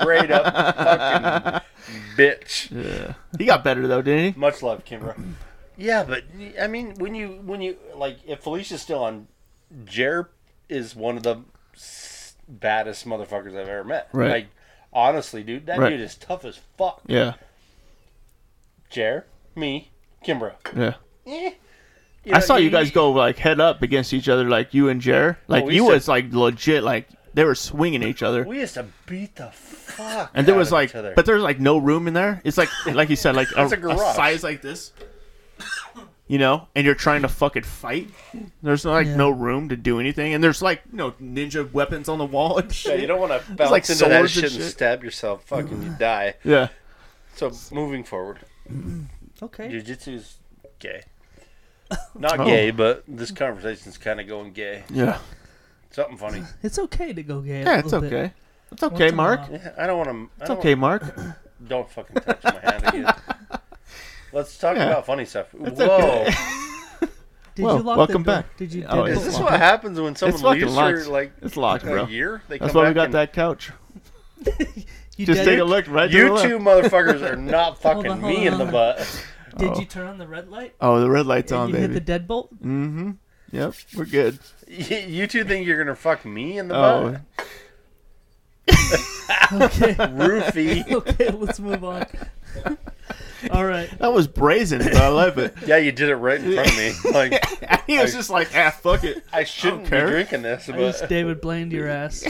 [SPEAKER 6] straight up fucking bitch.
[SPEAKER 5] Yeah. He got better though, didn't he?
[SPEAKER 6] Much love, Kimber. Yeah, but I mean, when you when you like, if Felicia's still on, Jer is one of the s- baddest motherfuckers I've ever met.
[SPEAKER 5] Right.
[SPEAKER 6] Like, honestly, dude, that
[SPEAKER 5] Right.
[SPEAKER 6] dude is tough as fuck.
[SPEAKER 5] Yeah.
[SPEAKER 6] Jer, me, Kimber.
[SPEAKER 5] Yeah.
[SPEAKER 6] Eh.
[SPEAKER 5] I saw you guys go like head up against each other, like you and Jer. Like
[SPEAKER 6] Oh, we
[SPEAKER 5] you
[SPEAKER 6] said-
[SPEAKER 5] was like legit, like they were swinging each other.
[SPEAKER 6] We used to beat the fuck.
[SPEAKER 5] and there
[SPEAKER 6] out
[SPEAKER 5] was
[SPEAKER 6] of
[SPEAKER 5] like,
[SPEAKER 6] each other.
[SPEAKER 5] but there's like no room in there. It's like, like you said, like a,
[SPEAKER 6] That's a garage.
[SPEAKER 5] a size like this, you know, and you're trying to fucking fight. There's like
[SPEAKER 4] Yeah.
[SPEAKER 5] no room to do anything, and there's like you know ninja weapons on the wall and
[SPEAKER 6] Yeah,
[SPEAKER 5] shit.
[SPEAKER 6] you don't want to bounce
[SPEAKER 5] like
[SPEAKER 6] into that
[SPEAKER 5] swords and
[SPEAKER 6] shit and
[SPEAKER 5] shit. Mm.
[SPEAKER 6] stab yourself. Fucking, you die.
[SPEAKER 5] yeah,
[SPEAKER 6] So moving forward,
[SPEAKER 4] Okay.
[SPEAKER 6] jujitsu's gay. Not gay, but this conversation's kind of going gay.
[SPEAKER 5] Oh. yeah,
[SPEAKER 6] Something funny.
[SPEAKER 4] It's okay to go gay. a
[SPEAKER 5] yeah. It's
[SPEAKER 4] little bit.
[SPEAKER 5] okay. It's okay,
[SPEAKER 4] time
[SPEAKER 5] Mark.
[SPEAKER 4] off.
[SPEAKER 6] Yeah, I don't want to.
[SPEAKER 5] It's okay, Mark.
[SPEAKER 6] Don't fucking touch my hand again. Let's talk
[SPEAKER 5] Yeah.
[SPEAKER 6] about funny stuff. Whoa,
[SPEAKER 4] Did
[SPEAKER 5] Well,
[SPEAKER 4] you lock
[SPEAKER 5] welcome
[SPEAKER 4] the door?
[SPEAKER 5] back.
[SPEAKER 4] Did you?
[SPEAKER 5] Oh,
[SPEAKER 4] did
[SPEAKER 5] it's
[SPEAKER 6] is this
[SPEAKER 4] lock-
[SPEAKER 6] what happens when someone
[SPEAKER 5] It's fucking
[SPEAKER 6] leaves for
[SPEAKER 5] locked.
[SPEAKER 6] like
[SPEAKER 5] It's locked,
[SPEAKER 6] a
[SPEAKER 5] bro.
[SPEAKER 6] year? They
[SPEAKER 5] That's
[SPEAKER 6] come
[SPEAKER 5] why
[SPEAKER 6] back
[SPEAKER 5] we got
[SPEAKER 6] and-
[SPEAKER 5] that couch.
[SPEAKER 4] you
[SPEAKER 5] Just
[SPEAKER 4] did,
[SPEAKER 5] take a look right to
[SPEAKER 6] You
[SPEAKER 5] the left.
[SPEAKER 6] two motherfuckers are not fucking
[SPEAKER 4] on, hold
[SPEAKER 6] me
[SPEAKER 4] on,
[SPEAKER 6] in the
[SPEAKER 4] hold
[SPEAKER 6] butt.
[SPEAKER 4] Did
[SPEAKER 5] Oh.
[SPEAKER 4] you turn on the red light?
[SPEAKER 5] Oh, the red light's
[SPEAKER 4] and
[SPEAKER 5] on,
[SPEAKER 4] you
[SPEAKER 5] baby.
[SPEAKER 4] hit the deadbolt?
[SPEAKER 5] Mm-hmm. Yep, we're good.
[SPEAKER 6] You, you two think you're gonna fuck me in the
[SPEAKER 5] Oh.
[SPEAKER 6] butt?
[SPEAKER 4] Okay.
[SPEAKER 6] Roofie.
[SPEAKER 4] okay, let's move on. All right.
[SPEAKER 5] That was brazen, but I love it.
[SPEAKER 6] Yeah, you did it right in front of me. Like
[SPEAKER 5] he was just like, ah, fuck it.
[SPEAKER 6] I shouldn't be
[SPEAKER 5] care.
[SPEAKER 6] drinking this,
[SPEAKER 4] I
[SPEAKER 6] but
[SPEAKER 4] just David blamed your ass.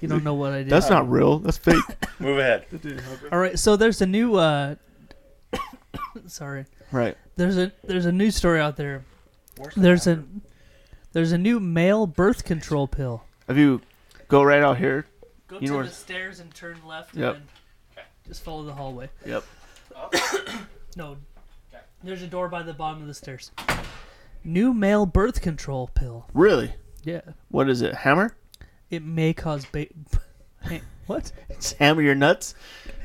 [SPEAKER 4] You don't know what I did.
[SPEAKER 5] That's not real. That's fake.
[SPEAKER 6] move ahead.
[SPEAKER 4] All right, so there's a new. uh Sorry.
[SPEAKER 5] right.
[SPEAKER 4] There's a there's a news story out there. There's a there's a new male birth control pill.
[SPEAKER 5] If you go right out here,
[SPEAKER 4] Go
[SPEAKER 5] you know where.
[SPEAKER 4] stairs and turn left,
[SPEAKER 5] and Yep. then
[SPEAKER 4] just follow the hallway.
[SPEAKER 5] Yep.
[SPEAKER 4] No. There's a door by the bottom of the stairs. New male birth control pill.
[SPEAKER 5] Really?
[SPEAKER 4] Yeah.
[SPEAKER 5] What is it? Hammer?
[SPEAKER 4] It may cause ba- Hey, what?
[SPEAKER 5] Just hammer your nuts.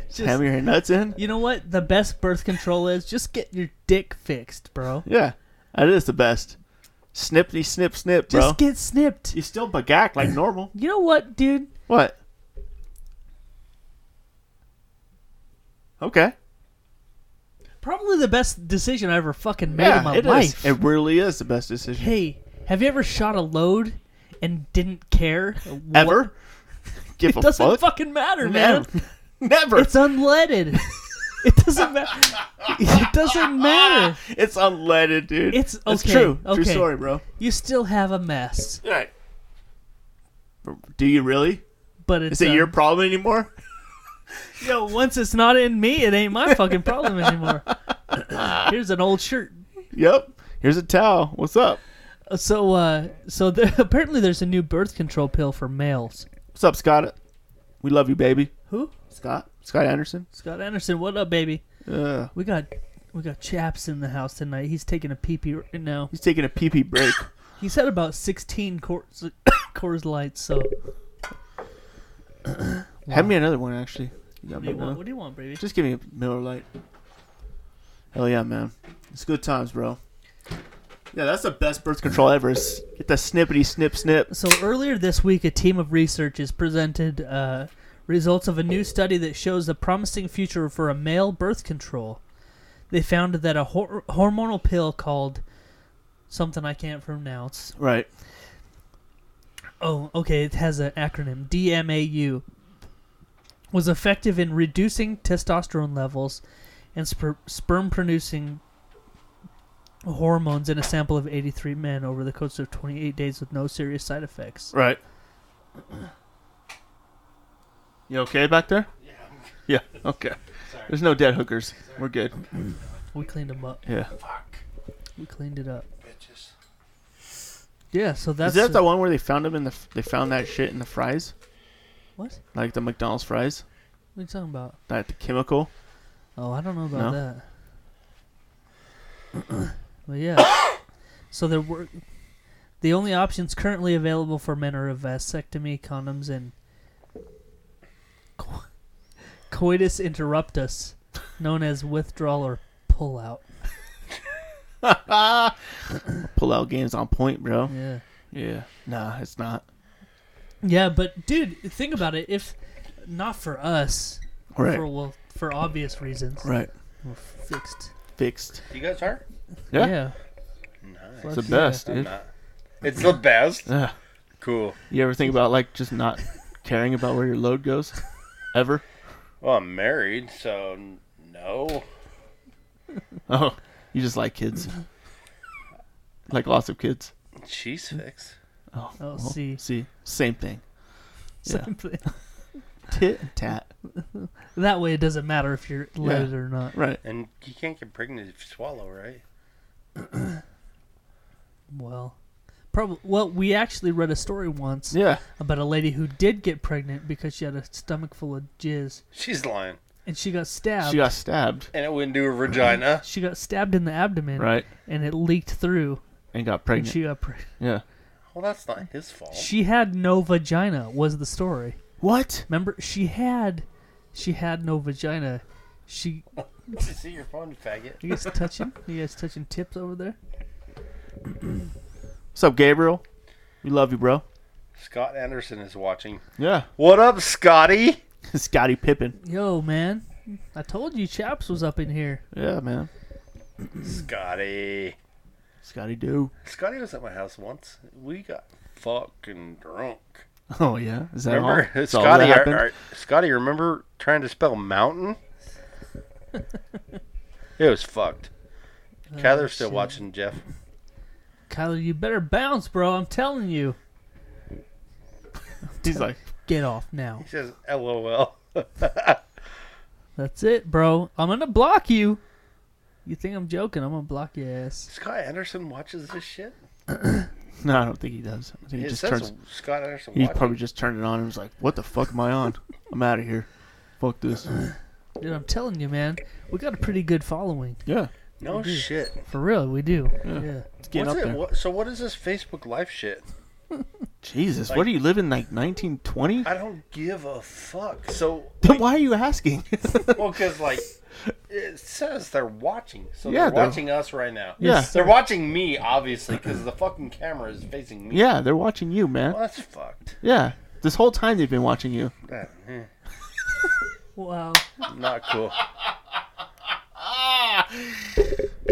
[SPEAKER 5] Just hammer your nuts in.
[SPEAKER 4] You know what? The best birth control is just get your dick fixed, bro.
[SPEAKER 5] Yeah, that is the best. Snippity snip snip, bro.
[SPEAKER 4] Just get snipped.
[SPEAKER 5] you still bagack like normal.
[SPEAKER 4] You know what, dude?
[SPEAKER 5] What? Okay.
[SPEAKER 4] Probably the best decision I ever fucking made
[SPEAKER 5] yeah,
[SPEAKER 4] in my
[SPEAKER 5] it is.
[SPEAKER 4] life.
[SPEAKER 5] It really is the best decision
[SPEAKER 4] Hey, have you ever shot a load and didn't care?
[SPEAKER 5] ever.
[SPEAKER 4] What-
[SPEAKER 5] Give
[SPEAKER 4] It
[SPEAKER 5] a
[SPEAKER 4] doesn't
[SPEAKER 5] fuck.
[SPEAKER 4] fucking matter, man.
[SPEAKER 5] Never. Never.
[SPEAKER 4] It's unleaded. it doesn't matter. It doesn't matter.
[SPEAKER 5] It's unleaded, dude.
[SPEAKER 4] It's okay.
[SPEAKER 5] It's true.
[SPEAKER 4] Okay.
[SPEAKER 5] True story, bro.
[SPEAKER 4] You still have a mess,
[SPEAKER 5] Right. Do you really?
[SPEAKER 4] but it's
[SPEAKER 5] Is it
[SPEAKER 4] um,
[SPEAKER 5] your problem anymore?
[SPEAKER 4] Yo, once it's not in me, it ain't my fucking problem anymore. Here's an old shirt.
[SPEAKER 5] Yep. Here's a towel. What's up?
[SPEAKER 4] So, uh, so there, apparently there's a new birth control pill for males.
[SPEAKER 5] What's up, Scott? We love you, baby.
[SPEAKER 4] Who?
[SPEAKER 5] Scott? Scott Anderson?
[SPEAKER 4] Scott Anderson, what up, baby?
[SPEAKER 5] Uh,
[SPEAKER 4] We got we got Chaps in the house tonight. He's taking a pee pee right now.
[SPEAKER 5] he's taking a pee pee break.
[SPEAKER 4] He's had about 16 Coors, Coors Lights. So,
[SPEAKER 5] Have me another one, actually. You got
[SPEAKER 4] what
[SPEAKER 5] me
[SPEAKER 4] do you
[SPEAKER 5] another-
[SPEAKER 4] want, what do you want baby?
[SPEAKER 5] Just give me a Miller Lite. Hell yeah, man. It's good times, bro. Yeah, that's the best birth control ever. is Get the snippety snip snip.
[SPEAKER 4] So earlier this week, a team of researchers presented uh, results of a new study that shows a promising future for a male birth control. They found that a hor- hormonal pill called something I can't pronounce.
[SPEAKER 5] Right.
[SPEAKER 4] Oh, okay, it has an acronym DMAU. Was effective in reducing testosterone levels and sper- sperm producing hormones in a sample of 83 men over the course of 28 days with no serious side effects.
[SPEAKER 5] Right. You okay back there? Yeah. Yeah. Okay. There's no dead hookers. We're good.
[SPEAKER 4] We cleaned them up.
[SPEAKER 5] Yeah.
[SPEAKER 4] We cleaned it up. Yeah, so
[SPEAKER 5] Is
[SPEAKER 4] that's
[SPEAKER 5] that the one where they found them in the? f- They found that shit in the fries,
[SPEAKER 4] what?
[SPEAKER 5] like the McDonald's fries,
[SPEAKER 4] What are you talking about?
[SPEAKER 5] that the chemical.
[SPEAKER 4] Oh, I don't know about
[SPEAKER 5] No?
[SPEAKER 4] that. but yeah, so there were the only options currently available for men are a vasectomy, condoms, and co- coitus interruptus, known as withdrawal or pullout.
[SPEAKER 5] Pull out games on point, bro.
[SPEAKER 4] Yeah.
[SPEAKER 5] Yeah. Nah, it's not.
[SPEAKER 4] Yeah, but dude, think about it. If not for us,
[SPEAKER 5] Right.
[SPEAKER 4] for well, for obvious reasons,
[SPEAKER 5] Right.
[SPEAKER 4] we're fixed.
[SPEAKER 5] Fixed.
[SPEAKER 6] You guys are?
[SPEAKER 5] Yeah.
[SPEAKER 4] Fuck
[SPEAKER 5] It's the
[SPEAKER 4] yeah.
[SPEAKER 5] best, dude.
[SPEAKER 6] It's the best.
[SPEAKER 5] Ugh.
[SPEAKER 6] Cool.
[SPEAKER 5] You ever think about like just not caring about where your load goes, ever?
[SPEAKER 6] Well, I'm married, so n- no.
[SPEAKER 5] Oh, you just like kids, like lots of kids.
[SPEAKER 6] She's fixed.
[SPEAKER 5] Oh,
[SPEAKER 4] Oh,
[SPEAKER 5] well,
[SPEAKER 4] see.
[SPEAKER 5] see, same thing. Yeah.
[SPEAKER 4] Something-
[SPEAKER 5] Tit and tat.
[SPEAKER 4] That way, it doesn't matter if you're loaded or not.
[SPEAKER 5] Right.
[SPEAKER 6] And you can't get pregnant if you swallow, right?
[SPEAKER 4] Well, probably. Well, we actually read a story once
[SPEAKER 5] Yeah.
[SPEAKER 4] about a lady who did get pregnant because she had a stomach full of jizz,
[SPEAKER 6] She's lying.
[SPEAKER 4] and she got stabbed.
[SPEAKER 5] She got stabbed.
[SPEAKER 6] And it went into her vagina.
[SPEAKER 4] She got stabbed in the abdomen,
[SPEAKER 5] Right.
[SPEAKER 4] And it leaked through,
[SPEAKER 5] And got
[SPEAKER 4] and
[SPEAKER 5] pregnant.
[SPEAKER 4] she got pregnant.
[SPEAKER 5] yeah.
[SPEAKER 6] Well, that's not his fault.
[SPEAKER 4] She had no vagina. Was the story?
[SPEAKER 5] What?
[SPEAKER 4] Remember, she had, she had no vagina. She.
[SPEAKER 6] Did you see your phone, faggot?
[SPEAKER 4] You guys touching? You guys touching tips over there?
[SPEAKER 5] What's up, Gabriel? We love you, bro.
[SPEAKER 6] Scott Anderson is watching.
[SPEAKER 5] Yeah.
[SPEAKER 6] What up, Scotty?
[SPEAKER 5] Scotty Pippen.
[SPEAKER 4] Yo, man. I told you Chaps was up in here.
[SPEAKER 5] Yeah, man.
[SPEAKER 6] Scotty.
[SPEAKER 5] Scotty Doo.
[SPEAKER 6] Scotty was at my house once. We got fucking drunk.
[SPEAKER 5] Oh yeah, is that
[SPEAKER 6] remember
[SPEAKER 5] all? That's all
[SPEAKER 6] Scotty?
[SPEAKER 5] that
[SPEAKER 6] are-
[SPEAKER 5] happened?
[SPEAKER 6] are- Scotty, remember trying to spell mountain? it was fucked.
[SPEAKER 4] Oh,
[SPEAKER 6] Kyler's still
[SPEAKER 4] shit.
[SPEAKER 6] watching Jeff.
[SPEAKER 4] Kyler, you better bounce, bro. I'm telling you.
[SPEAKER 5] He's like,
[SPEAKER 4] get off now.
[SPEAKER 6] He says, "LOL."
[SPEAKER 4] That's it, bro. I'm gonna block you. You think I'm joking? I'm gonna block your ass.
[SPEAKER 6] Scott Anderson watches this shit.
[SPEAKER 5] No, I don't think he does. I think
[SPEAKER 6] It
[SPEAKER 5] he just
[SPEAKER 6] says
[SPEAKER 5] turns.
[SPEAKER 6] Scott Anderson
[SPEAKER 5] He
[SPEAKER 6] watching.
[SPEAKER 5] probably just turned it on and was like, "What the fuck am I on? I'm out of here. Fuck this."
[SPEAKER 4] Dude, I'm telling you, man. We got a pretty good following.
[SPEAKER 5] Yeah.
[SPEAKER 6] No
[SPEAKER 4] We do.
[SPEAKER 6] shit.
[SPEAKER 4] For real, we do.
[SPEAKER 5] Yeah.
[SPEAKER 4] Yeah.
[SPEAKER 5] getting
[SPEAKER 6] What's
[SPEAKER 5] up
[SPEAKER 6] it-
[SPEAKER 5] there.
[SPEAKER 6] what- so what is this Facebook Live shit?
[SPEAKER 5] Jesus,
[SPEAKER 6] Like-
[SPEAKER 5] what are you living like 1920?
[SPEAKER 6] I don't give a fuck. So,
[SPEAKER 5] Then why are you asking?
[SPEAKER 6] well, because like it says they're watching, so
[SPEAKER 5] Yeah,
[SPEAKER 6] they're
[SPEAKER 5] they're-
[SPEAKER 6] watching us right now.
[SPEAKER 5] Yeah.
[SPEAKER 6] they're watching me obviously because the fucking camera is facing me.
[SPEAKER 5] yeah, they're watching you, man.
[SPEAKER 6] Well, that's fucked.
[SPEAKER 5] Yeah, this whole time they've been watching you.
[SPEAKER 6] That, eh,
[SPEAKER 4] Wow.
[SPEAKER 6] not cool.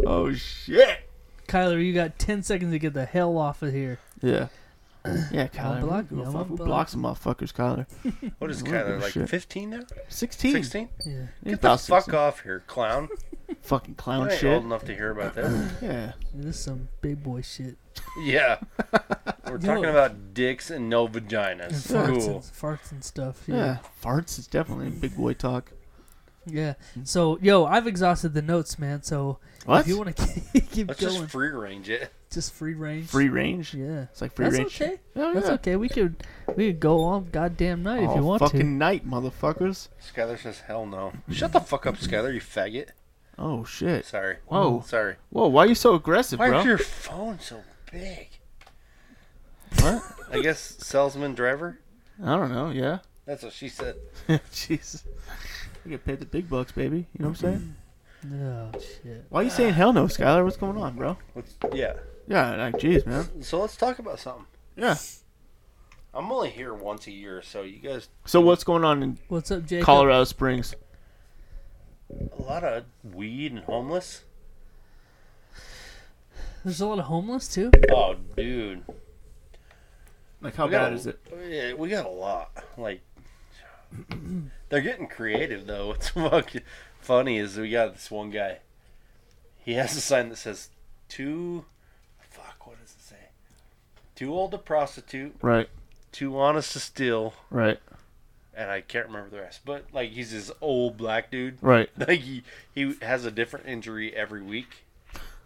[SPEAKER 5] Oh shit.
[SPEAKER 4] Kyler, you got 10 seconds to get the hell off of here.
[SPEAKER 5] Yeah. Yeah, Kyler.
[SPEAKER 4] block
[SPEAKER 5] who
[SPEAKER 4] you,
[SPEAKER 5] the
[SPEAKER 4] I'm
[SPEAKER 5] fuck-
[SPEAKER 4] a
[SPEAKER 5] who
[SPEAKER 4] block.
[SPEAKER 5] blocks them motherfuckers, Kyler?
[SPEAKER 6] What is
[SPEAKER 5] I don't give
[SPEAKER 6] Kyler
[SPEAKER 5] a
[SPEAKER 6] like?
[SPEAKER 5] shit.
[SPEAKER 6] Fifteen now?
[SPEAKER 5] 16.
[SPEAKER 6] Sixteen?
[SPEAKER 4] Yeah.
[SPEAKER 5] He's
[SPEAKER 6] Get the
[SPEAKER 5] about
[SPEAKER 6] fuck
[SPEAKER 5] 16.
[SPEAKER 6] off here, clown.
[SPEAKER 5] Fucking
[SPEAKER 6] I
[SPEAKER 5] clown
[SPEAKER 6] ain't
[SPEAKER 5] shit.
[SPEAKER 6] old enough to hear about this.
[SPEAKER 5] Yeah.
[SPEAKER 4] This is some big boy shit.
[SPEAKER 6] Yeah. We're
[SPEAKER 4] No.
[SPEAKER 6] talking about dicks and no
[SPEAKER 4] And
[SPEAKER 6] vaginas.
[SPEAKER 4] farts, and,
[SPEAKER 6] Cool.
[SPEAKER 4] farts and stuff.
[SPEAKER 5] yeah.
[SPEAKER 4] Yeah.
[SPEAKER 5] Farts is definitely big boy talk.
[SPEAKER 4] Yeah.
[SPEAKER 6] Mm-hmm.
[SPEAKER 4] So, yo, I've exhausted the notes, man. So,
[SPEAKER 5] What?
[SPEAKER 4] if you want to keep, keep
[SPEAKER 6] Let's
[SPEAKER 4] going,
[SPEAKER 6] just free range it.
[SPEAKER 4] just free range.
[SPEAKER 5] Free range.
[SPEAKER 4] Yeah.
[SPEAKER 5] It's like free
[SPEAKER 4] That's
[SPEAKER 5] range.
[SPEAKER 4] okay.
[SPEAKER 5] Oh,
[SPEAKER 4] That's
[SPEAKER 5] yeah.
[SPEAKER 4] okay. We could we could go all goddamn night if
[SPEAKER 5] All
[SPEAKER 4] you want
[SPEAKER 5] fucking
[SPEAKER 4] to.
[SPEAKER 5] night, motherfuckers.
[SPEAKER 6] Skyler says, hell no. Shut the fuck up, Skyler, you faggot.
[SPEAKER 5] Oh shit.
[SPEAKER 6] Sorry.
[SPEAKER 5] Whoa.
[SPEAKER 6] Sorry.
[SPEAKER 5] Whoa, why are you so aggressive,
[SPEAKER 6] Why
[SPEAKER 5] bro?
[SPEAKER 6] is your phone so big?
[SPEAKER 5] What?
[SPEAKER 6] I guess salesman driver?
[SPEAKER 5] I don't know. Yeah.
[SPEAKER 6] That's what she said.
[SPEAKER 5] Jeez. You get paid the big bucks, baby. You know
[SPEAKER 6] Mm-hmm.
[SPEAKER 5] what I'm saying?
[SPEAKER 4] Oh shit.
[SPEAKER 5] Why are you saying hell no, Skylar? What's going on, bro?
[SPEAKER 6] Let's, yeah.
[SPEAKER 5] Yeah, Uh, like, jeez, man.
[SPEAKER 6] So let's talk about something.
[SPEAKER 5] Yeah.
[SPEAKER 6] I'm only here once a year, so you guys,
[SPEAKER 5] So what's going on in
[SPEAKER 4] What's up, Jacob?
[SPEAKER 5] Colorado Springs?
[SPEAKER 6] a lot of weed and homeless.
[SPEAKER 4] There's a lot of homeless too.
[SPEAKER 6] Oh, dude.
[SPEAKER 5] Like, how
[SPEAKER 6] We got
[SPEAKER 5] bad
[SPEAKER 6] a-
[SPEAKER 5] is it?
[SPEAKER 6] Yeah, we got a lot. Like they're getting creative though. What's fucking funny is we got this one guy. He has a sign that says too fuck, what does it say? Too old to prostitute,
[SPEAKER 5] Right.
[SPEAKER 6] too honest to steal,
[SPEAKER 5] Right.
[SPEAKER 6] and I can't remember the rest. But like he's this old black dude.
[SPEAKER 5] Right.
[SPEAKER 6] Like he, he has a different injury every week.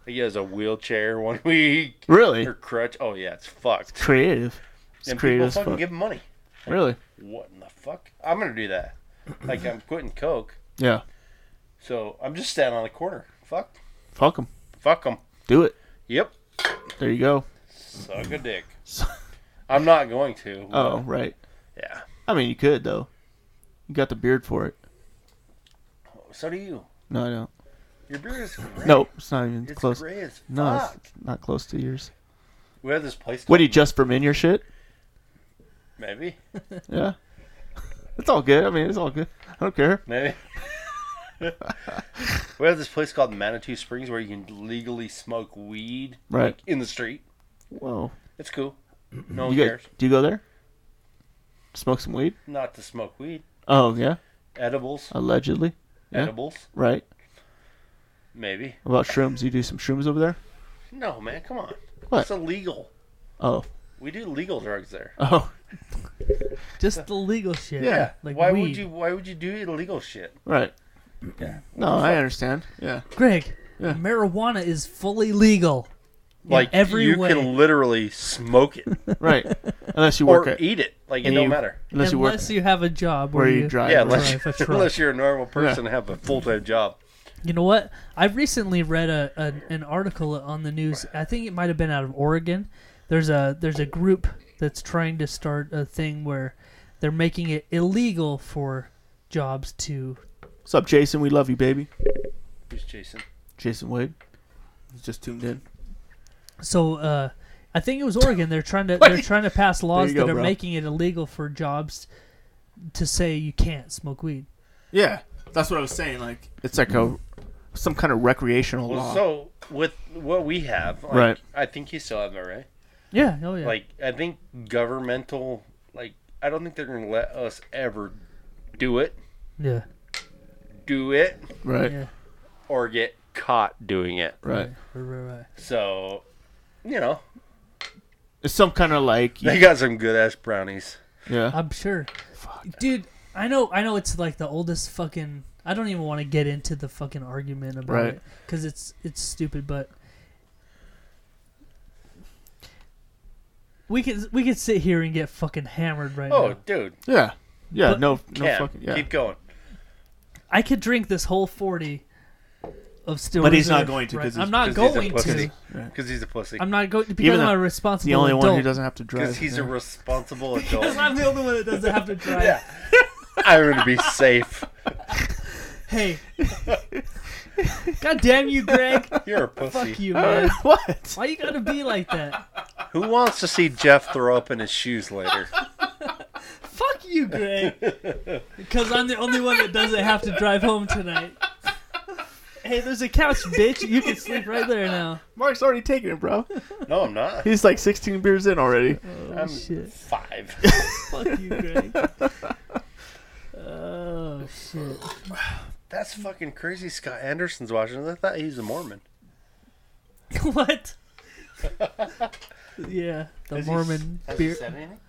[SPEAKER 6] He has a wheelchair one week.
[SPEAKER 5] Really?
[SPEAKER 6] Or crutch. Oh yeah, it's fucked.
[SPEAKER 5] Creative. It's
[SPEAKER 6] and
[SPEAKER 5] creative
[SPEAKER 6] people
[SPEAKER 5] as
[SPEAKER 6] fucking
[SPEAKER 5] fuck.
[SPEAKER 6] give him money.
[SPEAKER 5] Really?
[SPEAKER 6] what in the fuck? I'm gonna do that. Like I'm quitting coke,
[SPEAKER 5] Yeah.
[SPEAKER 6] so I'm just standing on the corner. Fuck,
[SPEAKER 5] Fuck 'em.
[SPEAKER 6] fuck them.
[SPEAKER 5] Do it.
[SPEAKER 6] Yep,
[SPEAKER 5] There you go.
[SPEAKER 6] suck a dick. I'm not going to. but-
[SPEAKER 5] Oh, right.
[SPEAKER 6] yeah.
[SPEAKER 5] I mean, you could though. You got the beard for it.
[SPEAKER 6] So do you.
[SPEAKER 5] No, I don't.
[SPEAKER 6] Your beard is gray.
[SPEAKER 5] Nope, it's not even
[SPEAKER 6] it's
[SPEAKER 5] close.
[SPEAKER 6] gray as fuck.
[SPEAKER 5] No, it's not close to yours.
[SPEAKER 6] we have this place.
[SPEAKER 5] What do you
[SPEAKER 6] called-
[SPEAKER 5] just from in your shit?
[SPEAKER 6] Maybe,
[SPEAKER 5] Yeah. It's all good. I mean, it's all good. I don't care.
[SPEAKER 6] maybe. we have this place called Manitou Springs where you can legally smoke weed
[SPEAKER 5] Right.
[SPEAKER 6] in the street.
[SPEAKER 5] Whoa.
[SPEAKER 6] It's cool. No one
[SPEAKER 5] You go,
[SPEAKER 6] cares.
[SPEAKER 5] do you go there? Smoke some weed?
[SPEAKER 6] Not to smoke weed.
[SPEAKER 5] Oh yeah,
[SPEAKER 6] Edibles.
[SPEAKER 5] allegedly. Yeah.
[SPEAKER 6] Edibles.
[SPEAKER 5] Right.
[SPEAKER 6] Maybe.
[SPEAKER 5] What about shrooms? You do some shrooms over there?
[SPEAKER 6] No, man, come on.
[SPEAKER 5] What?
[SPEAKER 6] It's illegal.
[SPEAKER 5] Oh.
[SPEAKER 6] We do legal drugs there.
[SPEAKER 5] Oh.
[SPEAKER 4] Just the legal shit.
[SPEAKER 5] Yeah.
[SPEAKER 4] Like
[SPEAKER 6] why
[SPEAKER 4] weed.
[SPEAKER 6] would you? Why would you do illegal shit?
[SPEAKER 5] Right. No, I understand. Yeah.
[SPEAKER 4] Greg,
[SPEAKER 5] Yeah.
[SPEAKER 4] marijuana is fully legal. in
[SPEAKER 6] Like
[SPEAKER 4] every
[SPEAKER 6] you
[SPEAKER 4] way.
[SPEAKER 6] can literally smoke it
[SPEAKER 5] Right. Unless you work
[SPEAKER 6] or
[SPEAKER 5] at
[SPEAKER 6] eat it. Like it
[SPEAKER 5] and
[SPEAKER 6] don't
[SPEAKER 5] you-
[SPEAKER 6] matter.
[SPEAKER 5] Unless you work
[SPEAKER 4] unless you have a job
[SPEAKER 5] where you
[SPEAKER 4] you
[SPEAKER 5] drive.
[SPEAKER 6] Yeah,
[SPEAKER 5] or-
[SPEAKER 6] unless,
[SPEAKER 4] drive a truck.
[SPEAKER 6] unless you're a normal person and have a full time job.
[SPEAKER 4] You know what? I recently read a, a an article on the news. I think it might have been out of Oregon. There's a there's a group that's trying to start a thing where they're making it illegal for jobs to
[SPEAKER 5] What's up, Jason? We love you, baby.
[SPEAKER 6] Who's Jason?
[SPEAKER 5] Jason Wade. He's just tuned in.
[SPEAKER 4] So uh, I think it was Oregon. They're trying to they're trying to pass laws
[SPEAKER 5] you go,
[SPEAKER 4] that are
[SPEAKER 5] bro.
[SPEAKER 4] making it illegal for jobs to say you can't smoke weed.
[SPEAKER 5] Yeah, that's what I was saying. Like it's like a some kind of recreational
[SPEAKER 6] Well,
[SPEAKER 5] law.
[SPEAKER 6] so with what we have, like,
[SPEAKER 5] Right.
[SPEAKER 6] I think you still have that, right?
[SPEAKER 4] Yeah, oh yeah.
[SPEAKER 6] Like I think governmental, like I don't think they're gonna let us ever do it,
[SPEAKER 4] Yeah.
[SPEAKER 6] do it,
[SPEAKER 5] Right.
[SPEAKER 4] Yeah.
[SPEAKER 6] or get caught doing it,
[SPEAKER 5] Right.
[SPEAKER 4] Right, right, right.
[SPEAKER 6] So, you know,
[SPEAKER 5] It's some kind of like
[SPEAKER 6] they got some good ass brownies.
[SPEAKER 5] Yeah.
[SPEAKER 4] I'm sure. Dude, I know I know it's like the oldest fucking I don't even want to get into the fucking argument about
[SPEAKER 5] Right.
[SPEAKER 4] it cuz it's it's stupid but we could we could sit here and get fucking hammered right
[SPEAKER 6] Oh,
[SPEAKER 4] now.
[SPEAKER 6] dude.
[SPEAKER 5] Yeah. Yeah.
[SPEAKER 4] But-
[SPEAKER 5] no. No
[SPEAKER 6] Cam,
[SPEAKER 5] fucking. Yeah.
[SPEAKER 6] Keep going.
[SPEAKER 4] I could drink this whole 40 of still
[SPEAKER 5] But he's not
[SPEAKER 4] Reserve,
[SPEAKER 5] going to 'cause
[SPEAKER 4] right?
[SPEAKER 5] he's-
[SPEAKER 4] I'm not
[SPEAKER 5] 'cause
[SPEAKER 4] going
[SPEAKER 6] Because
[SPEAKER 4] to.
[SPEAKER 6] he's, because he's a pussy.
[SPEAKER 4] I'm not going because
[SPEAKER 5] Even
[SPEAKER 4] I'm
[SPEAKER 5] though-
[SPEAKER 4] a responsible
[SPEAKER 5] the only
[SPEAKER 4] adult.
[SPEAKER 5] one who doesn't have to drive.
[SPEAKER 6] Because he's a
[SPEAKER 5] yeah.
[SPEAKER 6] responsible
[SPEAKER 4] Because
[SPEAKER 6] adult.
[SPEAKER 4] I'm the only one that doesn't have to drive.
[SPEAKER 6] I'm gonna be safe.
[SPEAKER 4] Hey. God damn you, Greg.
[SPEAKER 6] You're a pussy.
[SPEAKER 4] Fuck you, man.
[SPEAKER 5] what?
[SPEAKER 4] Why you gotta be like that?
[SPEAKER 6] Who wants to see Jeff throw up in his shoes later?
[SPEAKER 4] Fuck you, Greg. Because I'm the only one that doesn't have to drive home tonight. Hey, there's a couch, bitch. You can sleep right there now.
[SPEAKER 5] Mark's already taken it, bro.
[SPEAKER 6] No, I'm not.
[SPEAKER 5] He's like 16 beers in already.
[SPEAKER 6] I'm
[SPEAKER 4] Oh, shit.
[SPEAKER 6] five.
[SPEAKER 4] Fuck you, Greg. Oh shit.
[SPEAKER 6] That's fucking crazy. Scott Anderson's watching. this. I thought he was a Mormon.
[SPEAKER 4] what? yeah, the Mormon
[SPEAKER 6] Has
[SPEAKER 4] beer.
[SPEAKER 6] he said anything?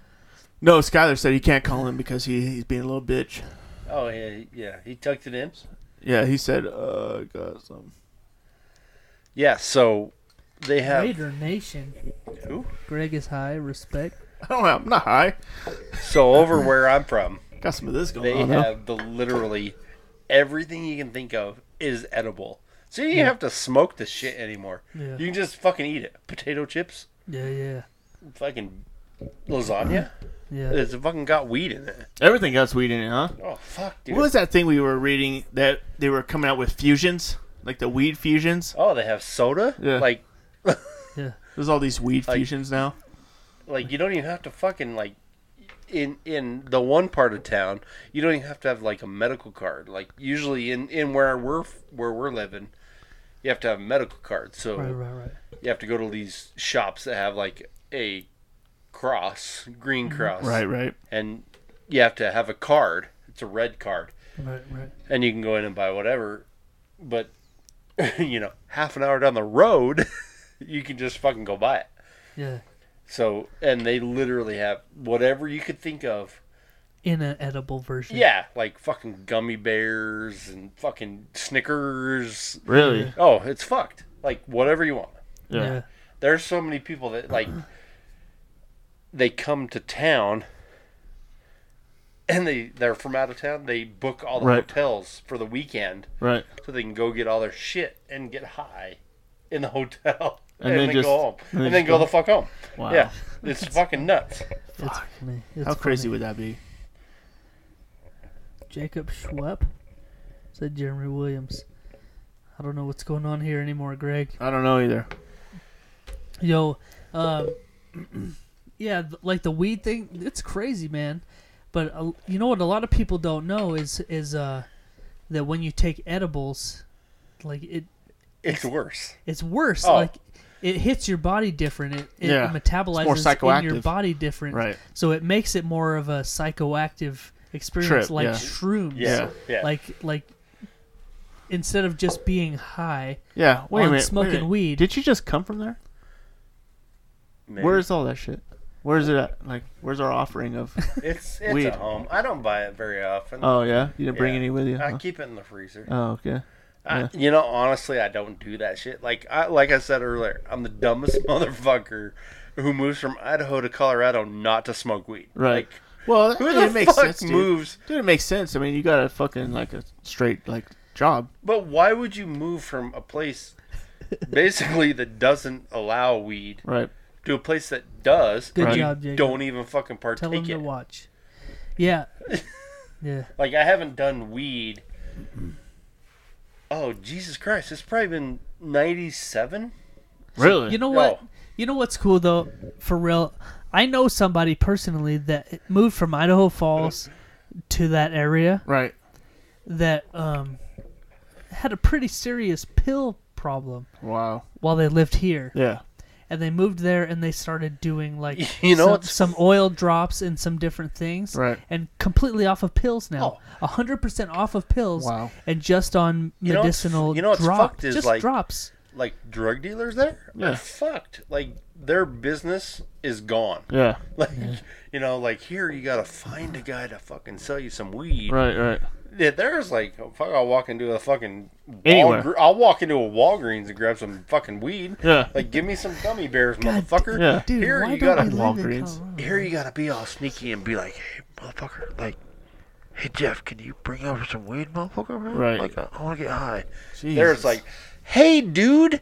[SPEAKER 5] No, Skyler said he can't call him because he, he's being a little bitch.
[SPEAKER 6] Oh yeah, he- yeah. He tucked it in.
[SPEAKER 5] Yeah, he said, uh, got some.
[SPEAKER 6] Yeah. So they have.
[SPEAKER 4] Raider Nation.
[SPEAKER 6] Who?
[SPEAKER 4] Greg is high. Respect.
[SPEAKER 5] I don't have, I'm not high.
[SPEAKER 6] So over where I'm from,
[SPEAKER 5] Got some of this going
[SPEAKER 6] they
[SPEAKER 5] on. though.
[SPEAKER 6] have the literally everything you can think of is edible. So you don't have to smoke the shit anymore.
[SPEAKER 4] Yeah.
[SPEAKER 6] You can just fucking eat it. Potato chips,
[SPEAKER 4] Yeah, yeah,
[SPEAKER 6] fucking lasagna.
[SPEAKER 4] yeah.
[SPEAKER 6] It's fucking got weed in it.
[SPEAKER 5] Everything got sweet in it, huh?
[SPEAKER 6] Oh fuck, dude.
[SPEAKER 5] What was that thing we were reading that they were coming out with fusions? Like the weed fusions?
[SPEAKER 6] Oh, they have soda.
[SPEAKER 5] Yeah.
[SPEAKER 6] Like,
[SPEAKER 5] There's all these weed
[SPEAKER 6] Like-
[SPEAKER 5] fusions now.
[SPEAKER 6] like you don't even have to fucking like. In in the one part of town, you don't even have to have like a medical card. Like usually in in where we're where we're living, you have to have a medical card. So
[SPEAKER 4] Right, right, right.
[SPEAKER 6] you have to go to these shops that have like a cross, green
[SPEAKER 4] Mm-hmm.
[SPEAKER 6] cross,
[SPEAKER 5] Right, right.
[SPEAKER 6] and you have to have a card. It's a red card,
[SPEAKER 4] Right, right.
[SPEAKER 6] and you can go in and buy whatever. But you know, half an hour down the road, you can just fucking go buy it.
[SPEAKER 4] Yeah.
[SPEAKER 6] So, and they literally have whatever you could think of.
[SPEAKER 4] In an edible version.
[SPEAKER 6] Yeah, like fucking gummy bears and fucking Snickers.
[SPEAKER 5] Really?
[SPEAKER 6] Oh, it's fucked. Like whatever you want.
[SPEAKER 5] Yeah.
[SPEAKER 4] Yeah.
[SPEAKER 6] there's so many people that like they come to town and they they're from out of town they book all the
[SPEAKER 5] Right.
[SPEAKER 6] hotels for the weekend
[SPEAKER 5] Right.
[SPEAKER 6] so they can go get all their shit and get high in the hotel
[SPEAKER 5] And
[SPEAKER 6] and,
[SPEAKER 5] then
[SPEAKER 6] then,
[SPEAKER 5] just-
[SPEAKER 6] go home
[SPEAKER 5] and
[SPEAKER 6] and,
[SPEAKER 5] then
[SPEAKER 6] then
[SPEAKER 5] just
[SPEAKER 6] go,
[SPEAKER 5] go-
[SPEAKER 6] the fuck home
[SPEAKER 5] Wow.
[SPEAKER 6] yeah it's fucking nuts
[SPEAKER 4] It's funny. It's
[SPEAKER 5] How crazy
[SPEAKER 4] funny.
[SPEAKER 5] would that be?
[SPEAKER 4] Jacob Schwepp said Jeremy Williams. I don't know what's going on here anymore, Greg.
[SPEAKER 5] I don't know either.
[SPEAKER 4] Yo, um, yeah, th- like the weed thing, it's crazy, man. But uh, you know what? A lot of people don't know is is uh, that when you take edibles, like it,
[SPEAKER 6] it's worse
[SPEAKER 4] it's worse.
[SPEAKER 6] Oh.
[SPEAKER 4] Like it hits your body different. It, it
[SPEAKER 5] Yeah.
[SPEAKER 4] metabolizes
[SPEAKER 5] It's more
[SPEAKER 4] in your
[SPEAKER 5] psychoactive.
[SPEAKER 4] body different.
[SPEAKER 5] Right.
[SPEAKER 4] So it makes it more of a psychoactive experience,
[SPEAKER 5] Trip,
[SPEAKER 4] like
[SPEAKER 5] yeah.
[SPEAKER 4] shrooms.
[SPEAKER 6] yeah yeah
[SPEAKER 4] Like like instead of just being high,
[SPEAKER 5] Yeah. Wait a
[SPEAKER 4] On
[SPEAKER 5] minute. wait a
[SPEAKER 4] smoking
[SPEAKER 5] minute.
[SPEAKER 4] weed.
[SPEAKER 5] Did you just come from there?
[SPEAKER 6] Maybe.
[SPEAKER 5] Where's all that shit? Where's it at? Like, where's our offering of?
[SPEAKER 6] it's it's
[SPEAKER 5] weed?
[SPEAKER 6] at home i don't buy it very often
[SPEAKER 5] oh yeah, you didn't bring
[SPEAKER 6] Yeah.
[SPEAKER 5] any with you.
[SPEAKER 6] i
[SPEAKER 5] huh?
[SPEAKER 6] keep it in the freezer
[SPEAKER 5] Oh okay.
[SPEAKER 6] I, you know, honestly, I don't do that shit. Like I, like I said earlier, I'm the dumbest motherfucker who moves from Idaho to Colorado not to smoke weed.
[SPEAKER 5] Right.
[SPEAKER 6] Like,
[SPEAKER 5] Well,
[SPEAKER 6] who
[SPEAKER 5] it
[SPEAKER 6] the
[SPEAKER 5] makes
[SPEAKER 6] fuck
[SPEAKER 5] sense, dude.
[SPEAKER 6] moves?
[SPEAKER 5] Dude, it makes sense. I mean, you got a fucking like a straight like job.
[SPEAKER 6] but why would you move from a place basically that doesn't allow weed
[SPEAKER 5] Right.
[SPEAKER 6] to a place that does?
[SPEAKER 4] Good
[SPEAKER 6] and you
[SPEAKER 4] job, Jacob.
[SPEAKER 6] Don't even fucking
[SPEAKER 4] tell
[SPEAKER 6] partake
[SPEAKER 4] them to
[SPEAKER 6] it.
[SPEAKER 4] watch. Yeah. yeah.
[SPEAKER 6] Like I haven't done weed. Oh Jesus Christ! It's probably been '97.
[SPEAKER 5] Really?
[SPEAKER 4] You know what?
[SPEAKER 6] Yo.
[SPEAKER 4] You know what's cool though, for real. I know somebody personally that moved from Idaho Falls to that area
[SPEAKER 5] Right.
[SPEAKER 4] that um had a pretty serious pill problem
[SPEAKER 5] Wow.
[SPEAKER 4] while they lived here.
[SPEAKER 5] Yeah.
[SPEAKER 4] And they moved there and they started doing like
[SPEAKER 5] You know
[SPEAKER 4] some,
[SPEAKER 5] what's-
[SPEAKER 4] some oil drops and some different things.
[SPEAKER 5] Right. Oh.
[SPEAKER 4] And completely off of pills now. A 100% off of pills
[SPEAKER 6] Wow.
[SPEAKER 4] and just on
[SPEAKER 6] You know what's-
[SPEAKER 4] medicinal
[SPEAKER 6] you know what's
[SPEAKER 4] drop-
[SPEAKER 6] fucked is
[SPEAKER 4] just
[SPEAKER 6] like
[SPEAKER 4] drops.
[SPEAKER 6] like drug dealers there
[SPEAKER 4] Yeah.
[SPEAKER 6] are fucked. Like their business is gone.
[SPEAKER 5] Yeah.
[SPEAKER 6] Like you know, like here you gotta find a guy to fucking sell you some weed.
[SPEAKER 5] Right, right.
[SPEAKER 6] Yeah, there's like oh, fuck. I'll walk into a fucking
[SPEAKER 5] Anywhere.
[SPEAKER 6] Walgr- I'll walk into a Walgreens and grab some fucking weed.
[SPEAKER 5] Yeah.
[SPEAKER 6] Like give me some gummy bears,
[SPEAKER 5] God,
[SPEAKER 6] motherfucker.
[SPEAKER 5] yeah. dude,
[SPEAKER 6] here
[SPEAKER 5] why
[SPEAKER 6] you
[SPEAKER 5] don't
[SPEAKER 6] gotta
[SPEAKER 5] we live in Walgreens.
[SPEAKER 6] Here you gotta be all sneaky and be like, hey motherfucker, like, hey Jeff, can you bring over some weed, motherfucker? man?
[SPEAKER 5] Right.
[SPEAKER 6] Like I want to get high.
[SPEAKER 5] Jesus.
[SPEAKER 6] There's like, hey dude,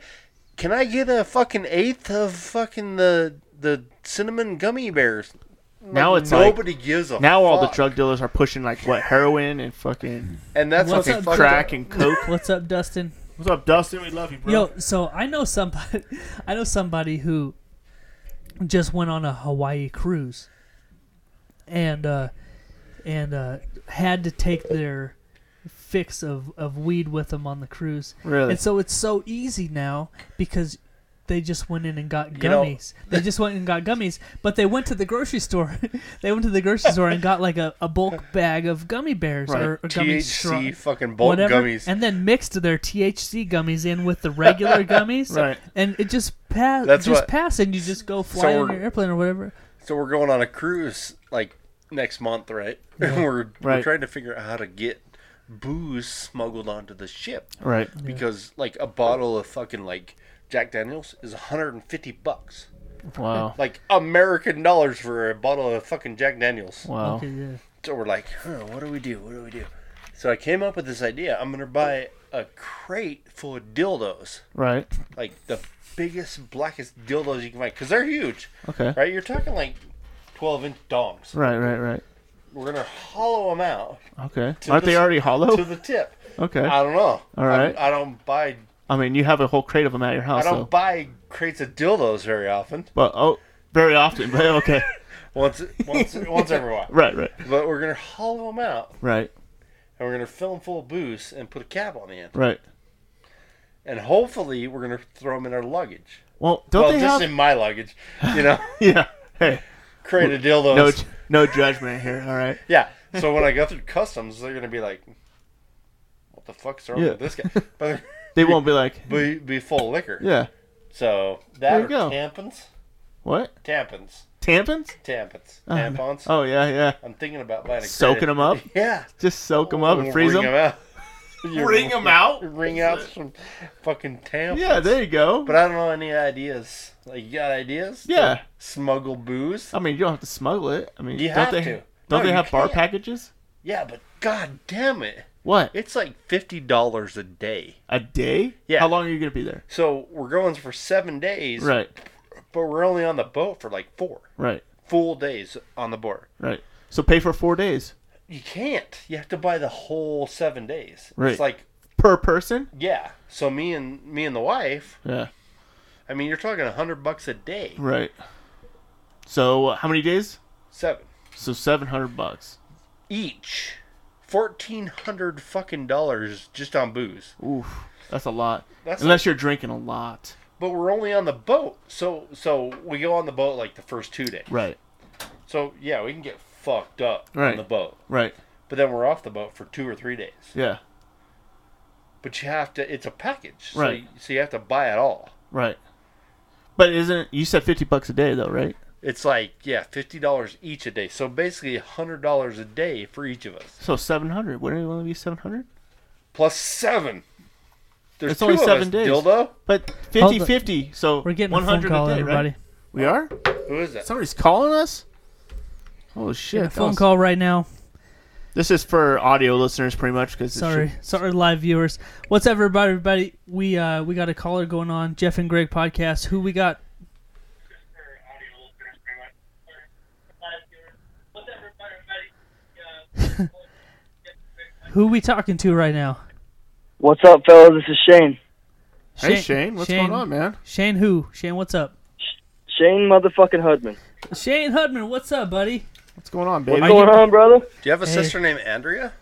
[SPEAKER 6] can I get a fucking eighth of fucking the the cinnamon gummy bears? Like,
[SPEAKER 5] Now it's like-
[SPEAKER 6] nobody gives a
[SPEAKER 5] Now all the
[SPEAKER 6] fuck.
[SPEAKER 5] drug dealers are pushing like what heroin and fucking
[SPEAKER 6] And that's
[SPEAKER 5] fucking
[SPEAKER 6] what's up,
[SPEAKER 5] crack
[SPEAKER 6] Dustin?
[SPEAKER 5] and coke.
[SPEAKER 4] What's up, Dustin?
[SPEAKER 5] What's up, Dustin? We love you, bro.
[SPEAKER 4] Yo, so I know somebody I know somebody who just went on a Hawaii cruise and uh and uh had to take their fix of, of weed with them on the cruise.
[SPEAKER 5] Really?
[SPEAKER 4] And so it's so easy now because they just went in and got
[SPEAKER 6] You know-
[SPEAKER 4] gummies. they just went and got gummies, but they went to the grocery store. they went to the grocery store and got like a, a bulk bag of gummy bears
[SPEAKER 6] Right.
[SPEAKER 4] or, or gummy
[SPEAKER 6] THC
[SPEAKER 4] straw-
[SPEAKER 6] fucking bulk
[SPEAKER 4] whatever,
[SPEAKER 6] gummies.
[SPEAKER 4] and then mixed their THC gummies in with the regular gummies,
[SPEAKER 6] Right.
[SPEAKER 4] And it just pass,
[SPEAKER 6] That's
[SPEAKER 4] just
[SPEAKER 6] what-
[SPEAKER 4] pass, and you just go
[SPEAKER 6] So
[SPEAKER 4] fly on
[SPEAKER 6] we're-
[SPEAKER 4] your airplane or whatever.
[SPEAKER 6] So we're going on a cruise like next month, right? And
[SPEAKER 4] Yeah.
[SPEAKER 6] we're, we're
[SPEAKER 5] Right.
[SPEAKER 6] trying to figure out how to get booze smuggled onto the ship.
[SPEAKER 5] Right. Yeah.
[SPEAKER 6] Because like a bottle of fucking like Jack Daniels is 150 bucks.
[SPEAKER 5] Wow.
[SPEAKER 6] Like American dollars for a bottle of fucking Jack Daniels.
[SPEAKER 5] Wow.
[SPEAKER 4] Okay, yeah.
[SPEAKER 6] So we're like, huh, what do we do? What do we do? So I came up with this idea. I'm gonna buy a crate full of dildos.
[SPEAKER 5] Right.
[SPEAKER 6] Like the biggest, blackest dildos you can find, because they're huge.
[SPEAKER 5] Okay.
[SPEAKER 6] Right? You're talking like 12 inch dongs.
[SPEAKER 5] Right, right, right.
[SPEAKER 6] We're gonna hollow them out.
[SPEAKER 5] Okay.
[SPEAKER 6] to
[SPEAKER 5] Aren't
[SPEAKER 6] the-
[SPEAKER 5] they already hollow?
[SPEAKER 6] To the tip.
[SPEAKER 5] Okay.
[SPEAKER 6] I don't know.
[SPEAKER 5] All right.
[SPEAKER 6] I, I don't buy.
[SPEAKER 5] I mean, you have a whole crate of them at your
[SPEAKER 6] I
[SPEAKER 5] house,
[SPEAKER 6] don't
[SPEAKER 5] though.
[SPEAKER 6] buy crates of dildos very often.
[SPEAKER 5] Well, oh, very often, but okay.
[SPEAKER 6] Once, once, once every while.
[SPEAKER 5] Right, right.
[SPEAKER 6] But we're gonna hollow them out,
[SPEAKER 5] Right,
[SPEAKER 6] and we're gonna fill them full of booze and put a cap on the end.
[SPEAKER 5] right.
[SPEAKER 6] and hopefully we're gonna throw them in our luggage.
[SPEAKER 5] Well, don't
[SPEAKER 6] well,
[SPEAKER 5] they
[SPEAKER 6] just
[SPEAKER 5] have-
[SPEAKER 6] in my luggage, you know?
[SPEAKER 5] Yeah. Hey.
[SPEAKER 6] Crate of dildos.
[SPEAKER 5] No, ju- no judgment here. All right.
[SPEAKER 6] yeah. So when I go through customs, they're gonna be like, "What the fuck's wrong
[SPEAKER 5] Yeah.
[SPEAKER 6] with this guy?" But
[SPEAKER 5] They won't be like-
[SPEAKER 6] be, be full of liquor.
[SPEAKER 5] Yeah.
[SPEAKER 6] So
[SPEAKER 5] There
[SPEAKER 6] that
[SPEAKER 5] you
[SPEAKER 6] or
[SPEAKER 5] go.
[SPEAKER 6] tampons,
[SPEAKER 5] What?
[SPEAKER 6] tampons,
[SPEAKER 5] Tampons?
[SPEAKER 6] tampons,
[SPEAKER 5] Oh, no.
[SPEAKER 6] tampons.
[SPEAKER 5] Oh, yeah, yeah.
[SPEAKER 6] I'm thinking about buying a crate
[SPEAKER 5] Soaking
[SPEAKER 6] of-
[SPEAKER 5] them up?
[SPEAKER 6] Yeah.
[SPEAKER 5] Just soak them up and freeze
[SPEAKER 6] Wring
[SPEAKER 5] them?
[SPEAKER 6] out.
[SPEAKER 5] Wring 'em out?
[SPEAKER 6] Ring out some fucking tampons.
[SPEAKER 5] Yeah, there you go.
[SPEAKER 6] But I don't know any ideas. Like you got ideas? to
[SPEAKER 5] Yeah.
[SPEAKER 6] smuggle booze.
[SPEAKER 5] I mean, you don't have to smuggle it. I mean,
[SPEAKER 6] You
[SPEAKER 5] don't
[SPEAKER 6] have
[SPEAKER 5] they
[SPEAKER 6] to.
[SPEAKER 5] don't
[SPEAKER 6] No,
[SPEAKER 5] they
[SPEAKER 6] you
[SPEAKER 5] have bar
[SPEAKER 6] can't.
[SPEAKER 5] packages
[SPEAKER 6] Yeah, but god damn it.
[SPEAKER 5] What?
[SPEAKER 6] It's like fifty dollars a day.
[SPEAKER 5] a day?
[SPEAKER 6] Yeah.
[SPEAKER 5] How long are you gonna be there?
[SPEAKER 6] So we're going for seven days.
[SPEAKER 5] Right.
[SPEAKER 6] But we're only on the boat for like four.
[SPEAKER 5] Right,
[SPEAKER 6] Full days on the boat.
[SPEAKER 5] right. So pay for four days,
[SPEAKER 6] You can't. You have to buy the whole seven days.
[SPEAKER 5] Right.
[SPEAKER 6] It's like
[SPEAKER 5] per person.
[SPEAKER 6] yeah. So me and me and the wife
[SPEAKER 5] Yeah,
[SPEAKER 6] I mean you're talking a hundred bucks a day.
[SPEAKER 5] right. So uh, how many days?
[SPEAKER 6] Seven.
[SPEAKER 5] So seven hundred bucks.
[SPEAKER 6] Each. Fourteen hundred fucking dollars just on booze.
[SPEAKER 5] Oof, that's a lot.
[SPEAKER 6] That's
[SPEAKER 5] Unless you're drinking a lot.
[SPEAKER 6] But we're only on the boat. So so we go on the boat like the first two days.
[SPEAKER 5] Right,
[SPEAKER 6] So yeah, we can get fucked up
[SPEAKER 5] Right.
[SPEAKER 6] on the boat.
[SPEAKER 5] right.
[SPEAKER 6] But then we're off the boat for two or three days.
[SPEAKER 5] Yeah,
[SPEAKER 6] But you have to. It's a package. So
[SPEAKER 5] Right.
[SPEAKER 6] You, so you have to buy it all.
[SPEAKER 5] right. But isn't you said fifty bucks a day though, right?
[SPEAKER 6] It's like yeah, fifty dollars each a day. So basically, hundred dollars a day for each of us,
[SPEAKER 5] So seven hundred. Wouldn't it only be seven hundred?
[SPEAKER 6] plus seven. There's
[SPEAKER 5] It's only
[SPEAKER 6] two of
[SPEAKER 5] seven
[SPEAKER 6] us,
[SPEAKER 5] days.
[SPEAKER 6] Dildo.
[SPEAKER 5] But
[SPEAKER 4] Hold the-
[SPEAKER 5] 50-50, So
[SPEAKER 4] We're getting a phone
[SPEAKER 5] 100
[SPEAKER 4] call,
[SPEAKER 5] a day,
[SPEAKER 4] everybody.
[SPEAKER 5] Right? We are.
[SPEAKER 6] Who is that?
[SPEAKER 5] Somebody's calling us. Oh shit!
[SPEAKER 4] Get a
[SPEAKER 5] that
[SPEAKER 4] phone
[SPEAKER 5] was-
[SPEAKER 4] call right now.
[SPEAKER 5] This is for audio listeners, pretty much. Because
[SPEAKER 4] Sorry, sorry, live viewers. What's up, everybody? Everybody, we uh we got a caller going on. Jeff and Greg podcast. Who we got? Who we talking to right now?
[SPEAKER 13] What's up, fellas? This is Shane.
[SPEAKER 5] Hey, Shane, what's going on, man?
[SPEAKER 4] Shane, who? Shane, what's up?
[SPEAKER 13] Shane motherfucking Hudman.
[SPEAKER 4] Shane Hudman, what's up, buddy?
[SPEAKER 5] What's going on,
[SPEAKER 13] What's going on, brother?
[SPEAKER 6] Do you have a
[SPEAKER 4] Hey.
[SPEAKER 6] sister named Andrea?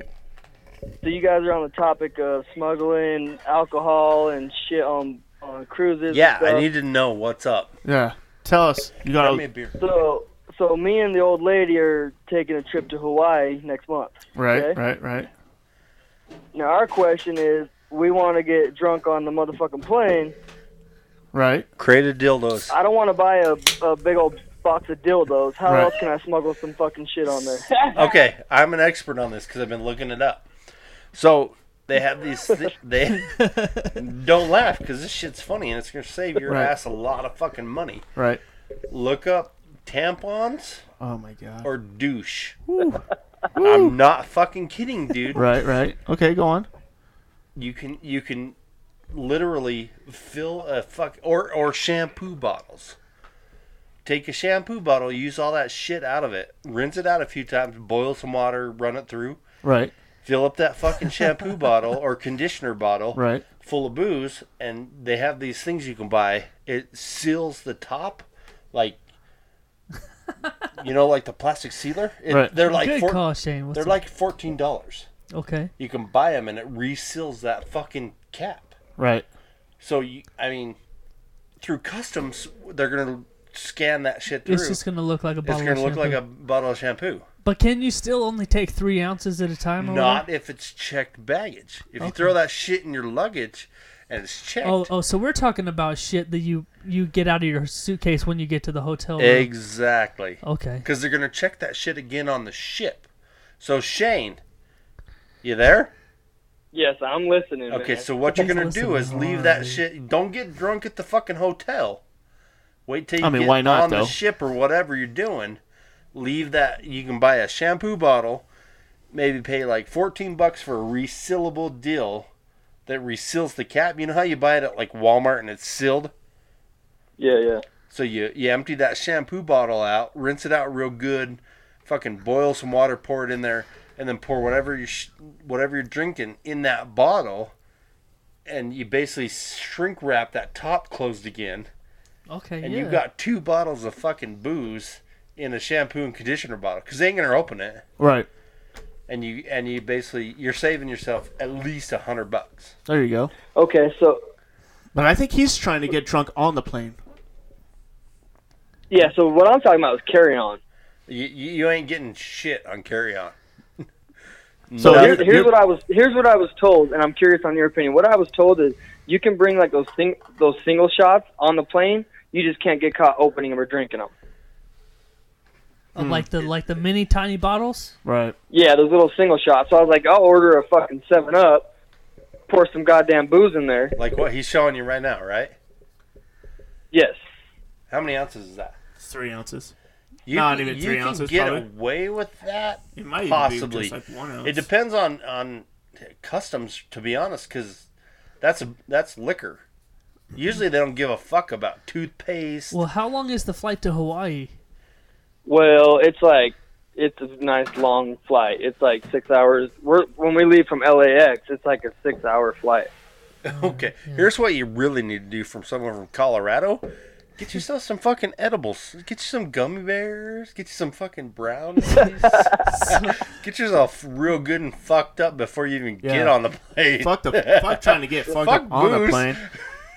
[SPEAKER 13] So you guys are on the topic of smuggling alcohol and shit on on cruises. and
[SPEAKER 6] Yeah, I
[SPEAKER 13] stuff.
[SPEAKER 6] need to know what's up.
[SPEAKER 5] Yeah. Tell us. You got
[SPEAKER 6] Grab me a beer.
[SPEAKER 13] So, so me and the old lady are taking a trip to Hawaii next month.
[SPEAKER 5] Right,
[SPEAKER 13] okay?
[SPEAKER 5] right, right.
[SPEAKER 13] Now our question is, we want to get drunk on the motherfucking plane.
[SPEAKER 5] Right.
[SPEAKER 6] Created dildos.
[SPEAKER 13] I don't want to buy a, a big old box of dildos. How
[SPEAKER 6] Right.
[SPEAKER 13] else can I smuggle some fucking shit on there?
[SPEAKER 6] Okay, I'm an expert on this because I've been looking it up. So they have these. Th- they don't laugh because this shit's funny and it's gonna save your
[SPEAKER 5] Right.
[SPEAKER 6] ass a lot of fucking money.
[SPEAKER 5] Right.
[SPEAKER 6] Look up tampons
[SPEAKER 5] Oh my god.
[SPEAKER 6] or douche. I'm not fucking kidding, dude.
[SPEAKER 5] Right, right. Okay, go on.
[SPEAKER 6] You can you can literally fill a fuck or or shampoo bottles. Take a shampoo bottle, use all that shit out of it, rinse it out a few times, boil some water, run it through,
[SPEAKER 5] Right.
[SPEAKER 6] fill up that fucking shampoo bottle or conditioner bottle
[SPEAKER 5] Right.
[SPEAKER 6] full of booze and they have these things you can buy it seals the top like you know like the plastic sealer It-
[SPEAKER 4] Right.
[SPEAKER 6] they're like
[SPEAKER 4] Good call, Shane. What's
[SPEAKER 6] they're
[SPEAKER 4] up?
[SPEAKER 6] like $14
[SPEAKER 4] Okay.
[SPEAKER 6] you can buy them and it reseals that fucking cap
[SPEAKER 5] Right.
[SPEAKER 6] so you i mean through customs they're gonna scan that shit through
[SPEAKER 4] It's just gonna look like a bottle
[SPEAKER 6] it's gonna
[SPEAKER 4] of
[SPEAKER 6] look like a
[SPEAKER 4] shampoo.
[SPEAKER 6] bottle of shampoo
[SPEAKER 4] But can you still only take three ounces at a time? or
[SPEAKER 6] Not if it's checked baggage. If you
[SPEAKER 4] Okay.
[SPEAKER 6] throw that shit in your luggage and it's
[SPEAKER 4] whatever?
[SPEAKER 6] checked,
[SPEAKER 4] Oh, oh, so we're talking about shit that you you get out of your suitcase when you get to the hotel. room.
[SPEAKER 6] exactly.
[SPEAKER 4] oh. Okay.
[SPEAKER 6] Because they're gonna check that shit again on the ship. So Shane, you there?
[SPEAKER 13] yes, I'm listening.
[SPEAKER 6] Okay. So what you're gonna do is leave that shit. Don't get drunk at the fucking hotel. Wait till you
[SPEAKER 5] I mean,
[SPEAKER 6] get
[SPEAKER 5] why not,
[SPEAKER 6] on
[SPEAKER 5] though?
[SPEAKER 6] the ship or whatever you're doing. Leave that. You can buy a shampoo bottle. Maybe pay like 14 bucks for a resealable deal that reseals the cap. You know how you buy it at like Walmart and it's sealed.
[SPEAKER 13] Yeah, yeah.
[SPEAKER 6] So you you empty that shampoo bottle out, rinse it out real good, fucking boil some water, pour it in there, and then pour whatever you sh- whatever you're drinking in that bottle, and you basically shrink wrap that top closed again,
[SPEAKER 4] Okay.
[SPEAKER 6] and
[SPEAKER 4] yeah.
[SPEAKER 6] you got two bottles of fucking booze in a shampoo and conditioner bottle because they ain't gonna open it,
[SPEAKER 5] Right.
[SPEAKER 6] and you and you basically you're saving yourself at least a hundred bucks.
[SPEAKER 5] There you go.
[SPEAKER 13] Okay, so
[SPEAKER 5] But I think he's trying to get drunk on the plane.
[SPEAKER 13] yeah, so what I'm talking about is carry on.
[SPEAKER 6] You, you, you ain't getting shit on carry on. Mm.
[SPEAKER 13] So here, here's what I was here's what I was told, and I'm curious on your opinion. What I was told is you can bring like those thing those single shots on the plane. You just can't get caught opening them or drinking them.
[SPEAKER 4] Uh, like the like the mini tiny bottles.
[SPEAKER 5] Hmm. Right.
[SPEAKER 13] Yeah, those little single shots. So I was like, I'll order a fucking Seven Up, pour some goddamn booze in there.
[SPEAKER 6] Like what he's showing you right now, right?
[SPEAKER 13] Yes.
[SPEAKER 6] How many ounces is that?
[SPEAKER 5] Three ounces.
[SPEAKER 6] You
[SPEAKER 5] Not
[SPEAKER 6] can-
[SPEAKER 5] even
[SPEAKER 6] you
[SPEAKER 5] three
[SPEAKER 6] can
[SPEAKER 5] ounces,
[SPEAKER 6] Get
[SPEAKER 5] probably.
[SPEAKER 6] away with that?
[SPEAKER 5] It might even be
[SPEAKER 6] possibly.
[SPEAKER 5] just like one ounce.
[SPEAKER 6] It depends on on customs, to be honest, because that's a, that's liquor. Usually they don't give a fuck about toothpaste.
[SPEAKER 4] Well, how long is the flight to Hawaii?
[SPEAKER 13] Well, it's like it's a nice long flight. It's like six hours. We're when we leave from LAX, it's like a six hour flight.
[SPEAKER 6] Okay,
[SPEAKER 5] Oh,
[SPEAKER 6] here's what you really need to do from someone from Colorado. Get yourself some fucking edibles. Get you some gummy bears. Get you some fucking brownies. get yourself real good and fucked up before you even
[SPEAKER 5] Yeah.
[SPEAKER 6] get on the plane.
[SPEAKER 5] Fuck the fuck trying to get fucked
[SPEAKER 6] Fuck
[SPEAKER 5] up on the
[SPEAKER 6] booze.
[SPEAKER 5] plane.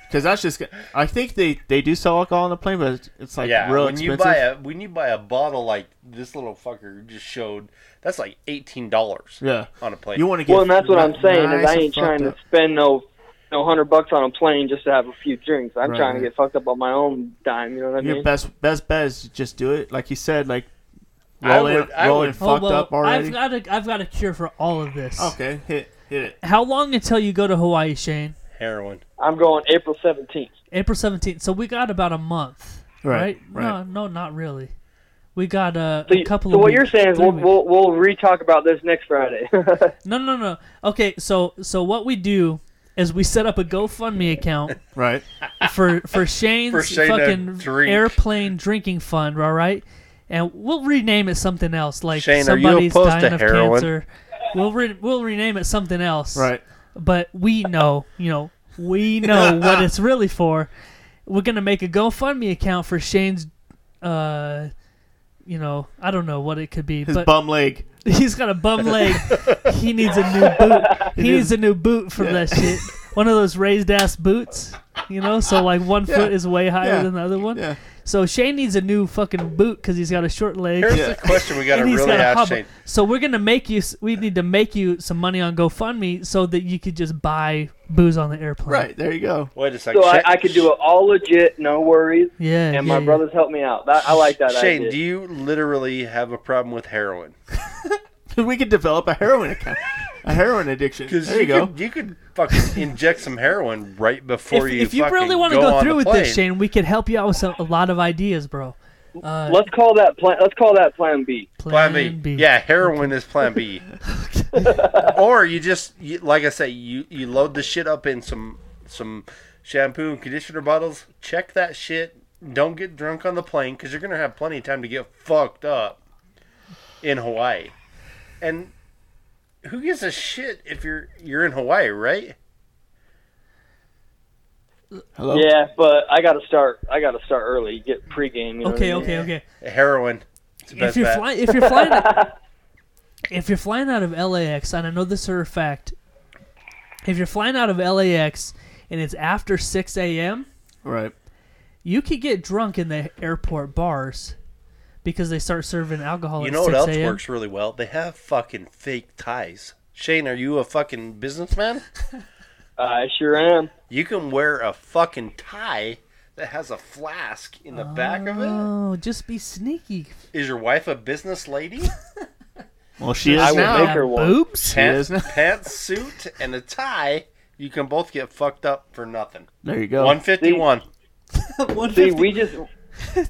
[SPEAKER 5] Because that's just. I think they they do sell alcohol on the plane, but it's, it's like
[SPEAKER 6] yeah,
[SPEAKER 5] real
[SPEAKER 6] when
[SPEAKER 5] expensive.
[SPEAKER 6] you buy a when you buy a bottle like this little fucker just showed, that's like eighteen dollars.
[SPEAKER 5] Yeah.
[SPEAKER 6] on a plane.
[SPEAKER 5] You wanna
[SPEAKER 13] Well, and that's what I'm saying is
[SPEAKER 5] nice
[SPEAKER 13] I
[SPEAKER 5] and
[SPEAKER 13] ain't trying
[SPEAKER 5] fucked
[SPEAKER 13] to spend no no hundred bucks on a plane just to have a few drinks. I'm
[SPEAKER 5] Right,
[SPEAKER 13] trying
[SPEAKER 5] right.
[SPEAKER 13] to get fucked up on my own dime. You know what I
[SPEAKER 5] Your
[SPEAKER 13] mean?
[SPEAKER 5] best best bet is to just do it, like you said, like
[SPEAKER 4] I
[SPEAKER 5] rolling,
[SPEAKER 4] would- I
[SPEAKER 5] rolling
[SPEAKER 4] would-
[SPEAKER 5] fucked
[SPEAKER 4] Oh, well,
[SPEAKER 5] up already.
[SPEAKER 4] I've got a I've got a cure for all of this.
[SPEAKER 5] Okay, hit hit it.
[SPEAKER 4] How long until you go to Hawaii, Shane?
[SPEAKER 6] Heroin.
[SPEAKER 13] I'm going April 17th.
[SPEAKER 4] April seventeenth. So we got about a month,
[SPEAKER 13] Right,
[SPEAKER 4] right?
[SPEAKER 13] right.
[SPEAKER 4] No, no, not really. We got uh,
[SPEAKER 13] So,
[SPEAKER 4] a couple
[SPEAKER 13] so
[SPEAKER 4] of.
[SPEAKER 13] what
[SPEAKER 4] weeks-
[SPEAKER 13] you're saying is
[SPEAKER 4] three
[SPEAKER 13] we'll,
[SPEAKER 4] weeks.
[SPEAKER 13] we'll we'll re-talk about this next Friday.
[SPEAKER 4] No, no, no. Okay, so so what we do is we set up a GoFundMe account,
[SPEAKER 5] right,
[SPEAKER 4] for for Shane's
[SPEAKER 6] For Shane to
[SPEAKER 4] fucking
[SPEAKER 6] drink.
[SPEAKER 4] airplane drinking fund. All right, and we'll rename it something else, like
[SPEAKER 6] Shane, are you
[SPEAKER 4] somebody's
[SPEAKER 6] opposed
[SPEAKER 4] dying
[SPEAKER 6] to
[SPEAKER 4] of
[SPEAKER 6] heroin?
[SPEAKER 4] cancer. We'll re- we'll rename it something else,
[SPEAKER 5] Right.
[SPEAKER 4] But we know, you know, we know what it's really for. We're gonna make a GoFundMe account for Shane's, uh, you know, I don't know what it could be,
[SPEAKER 5] His
[SPEAKER 4] but
[SPEAKER 5] bum leg.
[SPEAKER 4] He's got a bum leg. He needs a new boot. He, needs a new boot for that shit. One of those raised ass boots, you know. So like one
[SPEAKER 5] Yeah.
[SPEAKER 4] foot is way higher
[SPEAKER 5] Yeah.
[SPEAKER 4] than the other one. So Shane needs a new fucking boot because he's got a short leg.
[SPEAKER 6] Here's the question we gotta
[SPEAKER 4] And he's
[SPEAKER 6] really
[SPEAKER 4] gotta
[SPEAKER 6] ask
[SPEAKER 4] hobble.
[SPEAKER 6] Shane.
[SPEAKER 4] So we're gonna make you. s- We need to make you some money on GoFundMe so that you could just buy booze on the airplane.
[SPEAKER 6] Wait a second.
[SPEAKER 13] So I,
[SPEAKER 6] Shane-
[SPEAKER 13] I could do it all legit, no worries.
[SPEAKER 4] Yeah,
[SPEAKER 13] And
[SPEAKER 4] yeah,
[SPEAKER 13] my
[SPEAKER 4] yeah.
[SPEAKER 13] brothers helped me out. That, I like that
[SPEAKER 6] Shane,
[SPEAKER 13] idea.
[SPEAKER 6] do you literally have a problem with heroin?
[SPEAKER 5] we could develop a heroin account, a heroin addiction.
[SPEAKER 6] Because
[SPEAKER 5] There you, go.
[SPEAKER 6] Could, you could fucking inject some heroin right before
[SPEAKER 4] if,
[SPEAKER 6] you.
[SPEAKER 4] if you
[SPEAKER 6] fucking
[SPEAKER 4] really want to
[SPEAKER 6] go,
[SPEAKER 4] go
[SPEAKER 6] on
[SPEAKER 4] through
[SPEAKER 6] the
[SPEAKER 4] with this,
[SPEAKER 6] plane.
[SPEAKER 4] Shane, we could help you out with some, a lot of ideas, bro. Uh,
[SPEAKER 13] let's call that plan. Let's call that Plan B.
[SPEAKER 6] Plan, B. Yeah, heroin is Plan B. or you just, you, like I say, you you load the shit up in some some shampoo and conditioner bottles. Check that shit. Don't get drunk on the plane because you're gonna have plenty of time to get fucked up in Hawaii. And who gives a shit if you're you're in Hawaii, right? Hello?
[SPEAKER 13] Yeah, but I got to start. I got to start early. Get pregame. You know
[SPEAKER 4] Okay,
[SPEAKER 13] what I mean?
[SPEAKER 4] okay, okay.
[SPEAKER 6] Heroin. It's the
[SPEAKER 4] If
[SPEAKER 6] best
[SPEAKER 4] you're
[SPEAKER 6] bet.
[SPEAKER 4] flying, if you're flying, if you're flying out of LAX, and I know this for a fact, if you're flying out of LAX and it's after six a.m.,
[SPEAKER 5] Right.
[SPEAKER 4] you could get drunk in the airport bars because they start serving alcohol.
[SPEAKER 6] You
[SPEAKER 4] at
[SPEAKER 6] know what
[SPEAKER 4] 6
[SPEAKER 6] else
[SPEAKER 4] a.m..
[SPEAKER 6] works really well? They have fucking fake ties. Shane, are you a fucking businessman?
[SPEAKER 13] I sure am.
[SPEAKER 6] You can wear a fucking tie that has a flask in the back of it.
[SPEAKER 4] Oh, just be sneaky.
[SPEAKER 6] Is your wife a business lady?
[SPEAKER 5] Well, she is
[SPEAKER 4] I will
[SPEAKER 5] now.
[SPEAKER 4] make her one. Boobs? She
[SPEAKER 6] Pants,
[SPEAKER 5] is now.
[SPEAKER 6] pants suit, and a tie. You can both get fucked up for nothing.
[SPEAKER 5] There you go.
[SPEAKER 6] One fifty-one.
[SPEAKER 13] See, we just,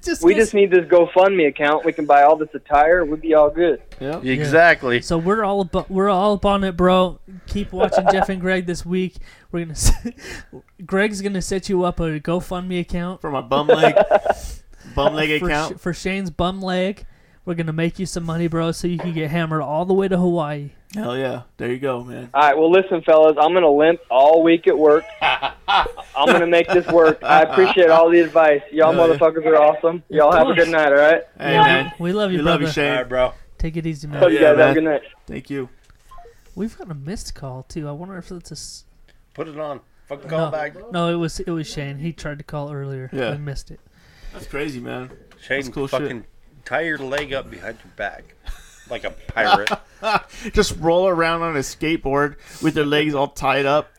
[SPEAKER 4] just
[SPEAKER 13] we just need this GoFundMe account. We can buy all this attire. We'd be all good.
[SPEAKER 4] Yeah. So we're all about, we're all up on it, bro. Keep watching Jeff and Greg this week. We're gonna s- Greg's gonna set you up a GoFundMe account for
[SPEAKER 5] my bum leg- bum leg account.
[SPEAKER 4] for Shane's bum leg. We're gonna make you some money, bro, so you can get hammered all the way to Hawaii.
[SPEAKER 5] Hell yeah. There you go, man.
[SPEAKER 13] All right. Well, listen, fellas, I'm gonna limp all week at work. I'm gonna make this work. I appreciate all the advice. Y'all
[SPEAKER 5] Hell yeah.
[SPEAKER 13] motherfuckers are awesome. Y'all have a good night. All right.
[SPEAKER 5] Hey, man.
[SPEAKER 4] We love you,
[SPEAKER 5] We love you,
[SPEAKER 4] brother.
[SPEAKER 5] Shane.
[SPEAKER 6] All right, bro.
[SPEAKER 4] Take it easy, man.
[SPEAKER 13] Love you guys. Oh, Have a good
[SPEAKER 5] man.
[SPEAKER 13] night.
[SPEAKER 5] Thank you.
[SPEAKER 4] We've got a missed call too. I wonder if that's a s-
[SPEAKER 6] Put it on. Fucking call
[SPEAKER 4] no,
[SPEAKER 6] back.
[SPEAKER 4] no. It was it was Shane. He tried to call earlier.
[SPEAKER 5] Yeah.
[SPEAKER 4] we missed it.
[SPEAKER 5] That's crazy, man.
[SPEAKER 6] Shane,
[SPEAKER 5] That's cool shit.
[SPEAKER 6] fucking tie your leg up behind your back like a pirate.
[SPEAKER 5] Just roll around on a skateboard with their legs all tied up.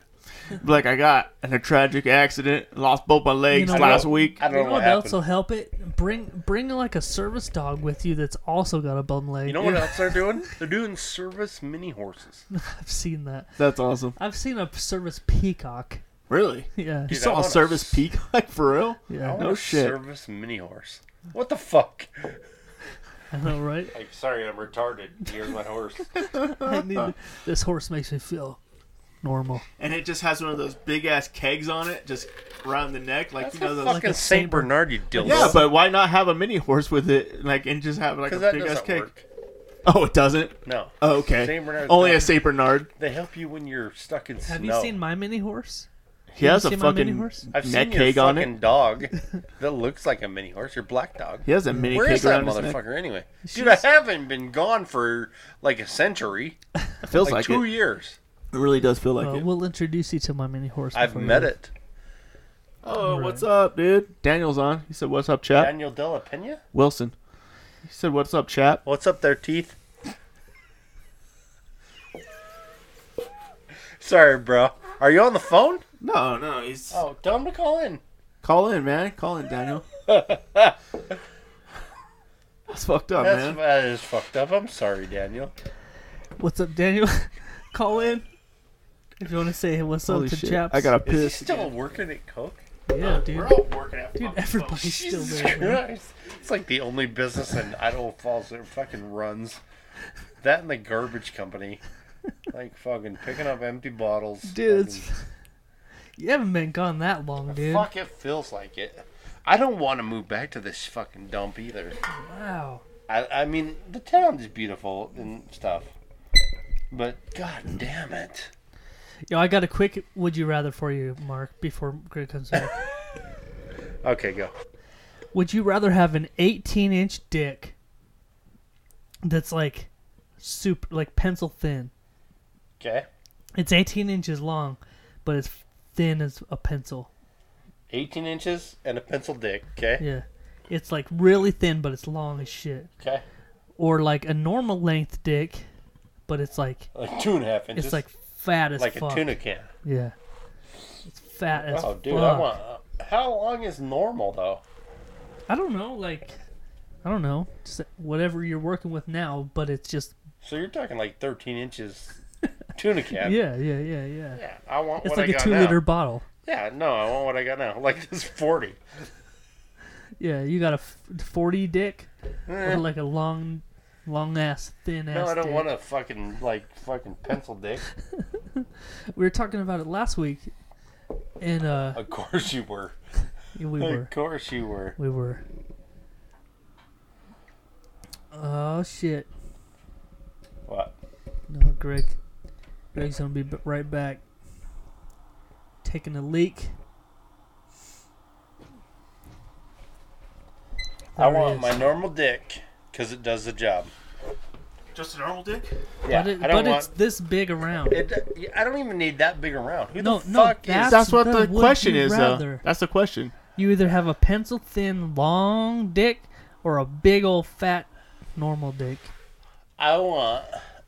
[SPEAKER 5] Be Like I got in a tragic accident, lost both my legs
[SPEAKER 4] know
[SPEAKER 5] last
[SPEAKER 4] what?
[SPEAKER 5] week.
[SPEAKER 4] you know what else will help it? Bring bring like a service dog with you that's also got a bum leg.
[SPEAKER 6] You know what else they're doing? They're doing service mini horses.
[SPEAKER 4] I've seen that.
[SPEAKER 5] That's awesome.
[SPEAKER 4] I've seen a service peacock.
[SPEAKER 5] Really?
[SPEAKER 4] Yeah.
[SPEAKER 5] You
[SPEAKER 4] Dude, I
[SPEAKER 5] saw a
[SPEAKER 4] want a
[SPEAKER 5] service peak like for real?
[SPEAKER 6] I want
[SPEAKER 5] No
[SPEAKER 6] a
[SPEAKER 5] shit.
[SPEAKER 6] Service mini horse. What the fuck?
[SPEAKER 4] I know, right?
[SPEAKER 6] Like, sorry, I'm retarded. Here's my horse.
[SPEAKER 4] I need to- this horse makes me feel normal.
[SPEAKER 5] and it just has one of those big ass kegs on it, just around the neck, like you know those
[SPEAKER 6] fucking Saint Bernard, you dildo.
[SPEAKER 5] Yeah, but why not have a mini horse with it, like, and just have like
[SPEAKER 6] 'Cause
[SPEAKER 5] a
[SPEAKER 6] that
[SPEAKER 5] big ass
[SPEAKER 6] doesn't
[SPEAKER 5] keg?
[SPEAKER 6] work.
[SPEAKER 5] Oh, it doesn't.
[SPEAKER 6] No.
[SPEAKER 5] Oh, okay.
[SPEAKER 6] Saint Bernard's
[SPEAKER 5] Only a
[SPEAKER 6] not-
[SPEAKER 5] Saint Bernard.
[SPEAKER 6] They help you when you're stuck in
[SPEAKER 4] Have
[SPEAKER 6] snow.
[SPEAKER 4] you seen my mini horse?
[SPEAKER 5] He
[SPEAKER 4] Have
[SPEAKER 5] has
[SPEAKER 4] you
[SPEAKER 5] a
[SPEAKER 4] seen my mini
[SPEAKER 5] fucking
[SPEAKER 4] horse?
[SPEAKER 6] I've
[SPEAKER 5] neck
[SPEAKER 6] seen your
[SPEAKER 5] cake on
[SPEAKER 6] fucking
[SPEAKER 5] it.
[SPEAKER 6] dog that looks like a mini horse. Your black dog.
[SPEAKER 5] He has a mini
[SPEAKER 6] Where
[SPEAKER 5] cake
[SPEAKER 6] is that
[SPEAKER 5] around his neck.
[SPEAKER 6] motherfucker anyway? Dude, I haven't been gone for like a century.
[SPEAKER 5] feels like
[SPEAKER 6] two
[SPEAKER 5] it.
[SPEAKER 6] years.
[SPEAKER 5] It really does feel like
[SPEAKER 4] Well,
[SPEAKER 5] it.
[SPEAKER 4] Uh, We'll introduce you to my mini horse.
[SPEAKER 6] I've
[SPEAKER 4] before you
[SPEAKER 6] met
[SPEAKER 4] leave.
[SPEAKER 6] it.
[SPEAKER 5] Oh, what's up, dude? Daniel's on. He said, "What's up, chap?"
[SPEAKER 6] Daniel Della Pena.
[SPEAKER 5] Wilson. He said, "What's up, chap?"
[SPEAKER 6] What's up there, teeth? Sorry, bro. Are you on the phone?
[SPEAKER 5] No, no, he's
[SPEAKER 6] Oh, tell him to call in.
[SPEAKER 5] call in, man. Call in, Daniel. That's fucked up,
[SPEAKER 6] That's,
[SPEAKER 5] man.
[SPEAKER 6] that is fucked up. I'm sorry, Daniel.
[SPEAKER 4] What's up, Daniel? Call in if you want to say hey, what's
[SPEAKER 5] Holy
[SPEAKER 4] up to
[SPEAKER 5] shit,
[SPEAKER 4] chaps.
[SPEAKER 5] I gotta
[SPEAKER 6] Is he
[SPEAKER 5] piss.
[SPEAKER 6] still working at Coke?
[SPEAKER 4] Yeah, dude.
[SPEAKER 6] Uh, We're all working at
[SPEAKER 4] Dude,
[SPEAKER 6] Coke.
[SPEAKER 4] everybody's still
[SPEAKER 6] Jesus
[SPEAKER 4] there. man.
[SPEAKER 6] Christ. It's like the only business in Idaho Falls that fucking runs. That and the garbage company. Like fucking picking up empty bottles.
[SPEAKER 4] Dude, it's,
[SPEAKER 6] Fucking-
[SPEAKER 4] you haven't been gone that long, dude.
[SPEAKER 6] Fuck, it feels like it. I don't want to move back to this fucking dump either.
[SPEAKER 4] Wow.
[SPEAKER 6] I, I mean, the town's beautiful and stuff. But god damn it.
[SPEAKER 4] Yo, I got a quick would you rather for you, Mark, before Greg comes back.
[SPEAKER 6] Okay, go.
[SPEAKER 4] would you rather have an 18 inch dick that's like super like pencil thin.
[SPEAKER 6] Okay.
[SPEAKER 4] It's 18 inches long, but it's thin as a pencil.
[SPEAKER 6] 18 inches and a pencil dick. Okay.
[SPEAKER 4] Yeah. It's like really thin, but it's long as shit.
[SPEAKER 6] Okay.
[SPEAKER 4] Or like a normal length dick, but it's like
[SPEAKER 6] Like two and a half inches.
[SPEAKER 4] It's like fat as
[SPEAKER 6] Like a
[SPEAKER 4] fuck.
[SPEAKER 6] tuna can.
[SPEAKER 4] Yeah. It's fat as
[SPEAKER 6] Oh, dude, I
[SPEAKER 4] fuck.
[SPEAKER 6] want. how long is normal though?
[SPEAKER 4] I don't know, like I don't know, just whatever you're working with now, but it's just
[SPEAKER 6] So you're talking like 13 inches tuna
[SPEAKER 4] yeah,
[SPEAKER 6] can.
[SPEAKER 4] yeah, yeah, yeah. yeah
[SPEAKER 6] I want
[SPEAKER 4] It's
[SPEAKER 6] what
[SPEAKER 4] like a
[SPEAKER 6] I got now.
[SPEAKER 4] two-liter bottle.
[SPEAKER 6] Yeah, no, I want what I got now. Like this 40.
[SPEAKER 4] Yeah, you got a f- 40 dick
[SPEAKER 6] Eh.
[SPEAKER 4] or like a long long ass thin ass
[SPEAKER 6] No, I don't
[SPEAKER 4] dick.
[SPEAKER 6] want a fucking like fucking pencil dick.
[SPEAKER 4] We were talking about it last week and uh
[SPEAKER 6] Of course you were.
[SPEAKER 4] we were
[SPEAKER 6] Of course you were.
[SPEAKER 4] we were Oh shit.
[SPEAKER 6] What?
[SPEAKER 4] No, Greg. Greg's gonna be b- right back. Taking a leak.
[SPEAKER 6] I
[SPEAKER 4] There it
[SPEAKER 6] want
[SPEAKER 4] is.
[SPEAKER 6] my normal dick because it does the job.
[SPEAKER 5] Just a normal dick?
[SPEAKER 6] Yeah,
[SPEAKER 4] but it,
[SPEAKER 6] I don't
[SPEAKER 4] but
[SPEAKER 6] want.
[SPEAKER 4] it's this big around.
[SPEAKER 6] It, I don't even need that big around. Who
[SPEAKER 4] No,
[SPEAKER 6] the
[SPEAKER 4] no,
[SPEAKER 6] fuck
[SPEAKER 4] that's-
[SPEAKER 6] is?
[SPEAKER 5] That's what
[SPEAKER 4] the
[SPEAKER 5] the
[SPEAKER 4] would
[SPEAKER 5] question
[SPEAKER 4] you
[SPEAKER 5] is, though.
[SPEAKER 4] rather.
[SPEAKER 5] That's the question.
[SPEAKER 4] You either have a pencil thin long dick or a big old fat normal dick.
[SPEAKER 6] I want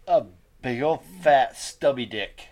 [SPEAKER 6] a big old fat stubby dick.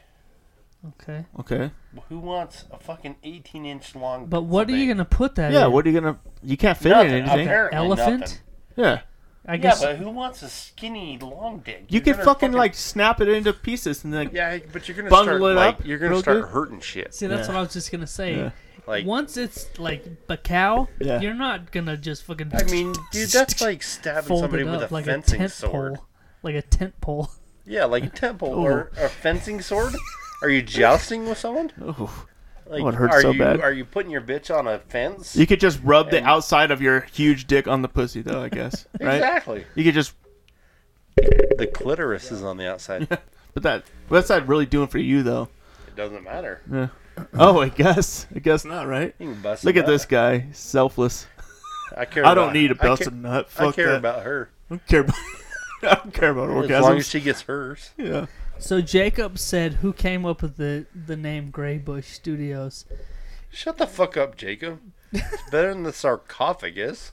[SPEAKER 4] Okay.
[SPEAKER 5] Okay.
[SPEAKER 6] Who wants a fucking 18 inch long?
[SPEAKER 4] But what are you gonna put that
[SPEAKER 5] yeah,
[SPEAKER 4] in?
[SPEAKER 5] what are you gonna? You can't fit
[SPEAKER 6] Nothing,
[SPEAKER 5] in anything.
[SPEAKER 6] apparently
[SPEAKER 4] Elephant?
[SPEAKER 6] nothing.
[SPEAKER 5] Yeah.
[SPEAKER 4] I guess
[SPEAKER 6] Yeah, but who wants a skinny long dick?
[SPEAKER 5] You
[SPEAKER 6] You're
[SPEAKER 5] can
[SPEAKER 6] gonna
[SPEAKER 5] fucking, like snap it into pieces and like
[SPEAKER 6] Yeah, but you're gonna
[SPEAKER 5] bungle
[SPEAKER 6] start,
[SPEAKER 5] it
[SPEAKER 6] like,
[SPEAKER 5] up.
[SPEAKER 6] you're gonna
[SPEAKER 5] real
[SPEAKER 6] start
[SPEAKER 5] good.
[SPEAKER 6] hurting shit.
[SPEAKER 4] See, that's
[SPEAKER 5] Yeah.
[SPEAKER 4] what I was just gonna say.
[SPEAKER 5] Yeah.
[SPEAKER 6] Like-
[SPEAKER 4] once it's like Bacau,
[SPEAKER 5] Yeah.
[SPEAKER 4] you're not gonna just fucking.
[SPEAKER 6] I mean, dude, that's like stabbing
[SPEAKER 4] fold
[SPEAKER 6] somebody
[SPEAKER 4] it
[SPEAKER 6] with
[SPEAKER 4] up
[SPEAKER 6] a
[SPEAKER 4] like
[SPEAKER 6] fencing
[SPEAKER 4] a tent
[SPEAKER 6] sword.
[SPEAKER 4] pole, like a tent pole.
[SPEAKER 6] Yeah, like a temple or a fencing sword. Are you jousting with someone?
[SPEAKER 5] Oh.
[SPEAKER 6] Like,
[SPEAKER 5] would hurt
[SPEAKER 6] are
[SPEAKER 5] so
[SPEAKER 6] you
[SPEAKER 5] bad.
[SPEAKER 6] are you putting your bitch on a fence?
[SPEAKER 5] You could just rub the outside of your huge dick on the pussy, though. I guess. Right.
[SPEAKER 6] Exactly.
[SPEAKER 5] You could just.
[SPEAKER 6] The clitoris is on the outside.
[SPEAKER 5] But that what's that really doing for you though?
[SPEAKER 6] It doesn't matter.
[SPEAKER 5] Yeah. Oh, I guess. I guess not. Right.
[SPEAKER 6] You can bust a
[SPEAKER 5] Look at
[SPEAKER 6] nut.
[SPEAKER 5] this guy, selfless.
[SPEAKER 6] I care.
[SPEAKER 5] I don't
[SPEAKER 6] about-
[SPEAKER 5] need to
[SPEAKER 6] I
[SPEAKER 5] bust
[SPEAKER 6] ca-
[SPEAKER 5] a nut.
[SPEAKER 6] I
[SPEAKER 5] Fuck
[SPEAKER 6] care
[SPEAKER 5] that.
[SPEAKER 6] about her.
[SPEAKER 5] I don't care about. I don't care about orgasms.
[SPEAKER 6] As long as she gets hers.
[SPEAKER 5] yeah.
[SPEAKER 4] So Jacob said, "Who came up with the the name Graybush Studios?"
[SPEAKER 6] Shut the fuck up, Jacob. It's better than the sarcophagus.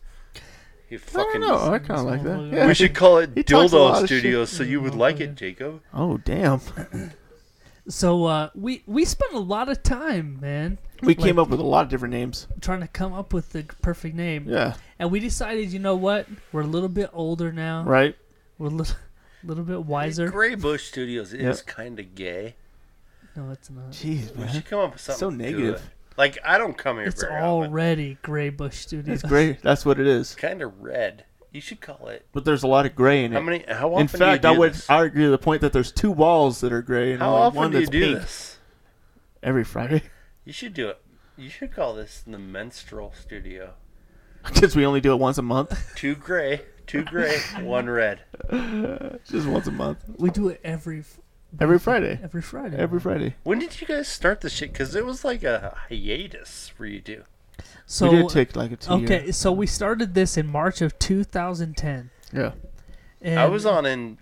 [SPEAKER 6] You fucking.
[SPEAKER 5] No, Oh, I kind of like that. Yeah.
[SPEAKER 6] We should call it
[SPEAKER 5] He talks a lot
[SPEAKER 6] Dildo
[SPEAKER 5] of shit.
[SPEAKER 6] Studios so you would like it, Jacob.
[SPEAKER 5] Oh damn!
[SPEAKER 4] So uh, we we spent a lot of time, man.
[SPEAKER 5] We came
[SPEAKER 4] like,
[SPEAKER 5] up with a lot of different names.
[SPEAKER 4] trying to come up with the perfect name.
[SPEAKER 5] Yeah.
[SPEAKER 4] And we decided, you know what? We're a little bit older now.
[SPEAKER 5] Right.
[SPEAKER 4] We're a little, little bit wiser.
[SPEAKER 6] Gray Bush Studios is
[SPEAKER 5] Yep.
[SPEAKER 6] kind of gay.
[SPEAKER 4] No, it's not.
[SPEAKER 5] Jeez,
[SPEAKER 6] We
[SPEAKER 5] man.
[SPEAKER 6] should come up with something
[SPEAKER 5] So negative.
[SPEAKER 6] good. Like I don't come here
[SPEAKER 4] It's
[SPEAKER 6] very often.
[SPEAKER 4] already Graybush Studios.
[SPEAKER 5] It's gray. That's what it is.
[SPEAKER 6] It's kind of red. You should call it.
[SPEAKER 5] But there's a lot of gray in it.
[SPEAKER 6] How many? How often?
[SPEAKER 5] in fact,
[SPEAKER 6] do you
[SPEAKER 5] I
[SPEAKER 6] do
[SPEAKER 5] would
[SPEAKER 6] This?
[SPEAKER 5] I agree to the point that there's two walls that are gray and
[SPEAKER 6] How
[SPEAKER 5] only
[SPEAKER 6] often
[SPEAKER 5] one
[SPEAKER 6] do you
[SPEAKER 5] that's
[SPEAKER 6] do
[SPEAKER 5] pink
[SPEAKER 6] this?
[SPEAKER 5] every Friday
[SPEAKER 6] You should do it. You should call this the Menstrual Studio.
[SPEAKER 5] because we only do it once a month.
[SPEAKER 6] Two gray, two gray, one red.
[SPEAKER 5] Just once a month,
[SPEAKER 4] we do it every f-
[SPEAKER 5] every Friday,
[SPEAKER 4] every Friday.
[SPEAKER 5] every Friday.
[SPEAKER 6] When did you guys start this shit? Because it was like a hiatus for you two.
[SPEAKER 4] so
[SPEAKER 5] we did take like a two
[SPEAKER 4] okay, so we started this in March of 2010.
[SPEAKER 5] year. Yeah,
[SPEAKER 4] And
[SPEAKER 6] I was on in,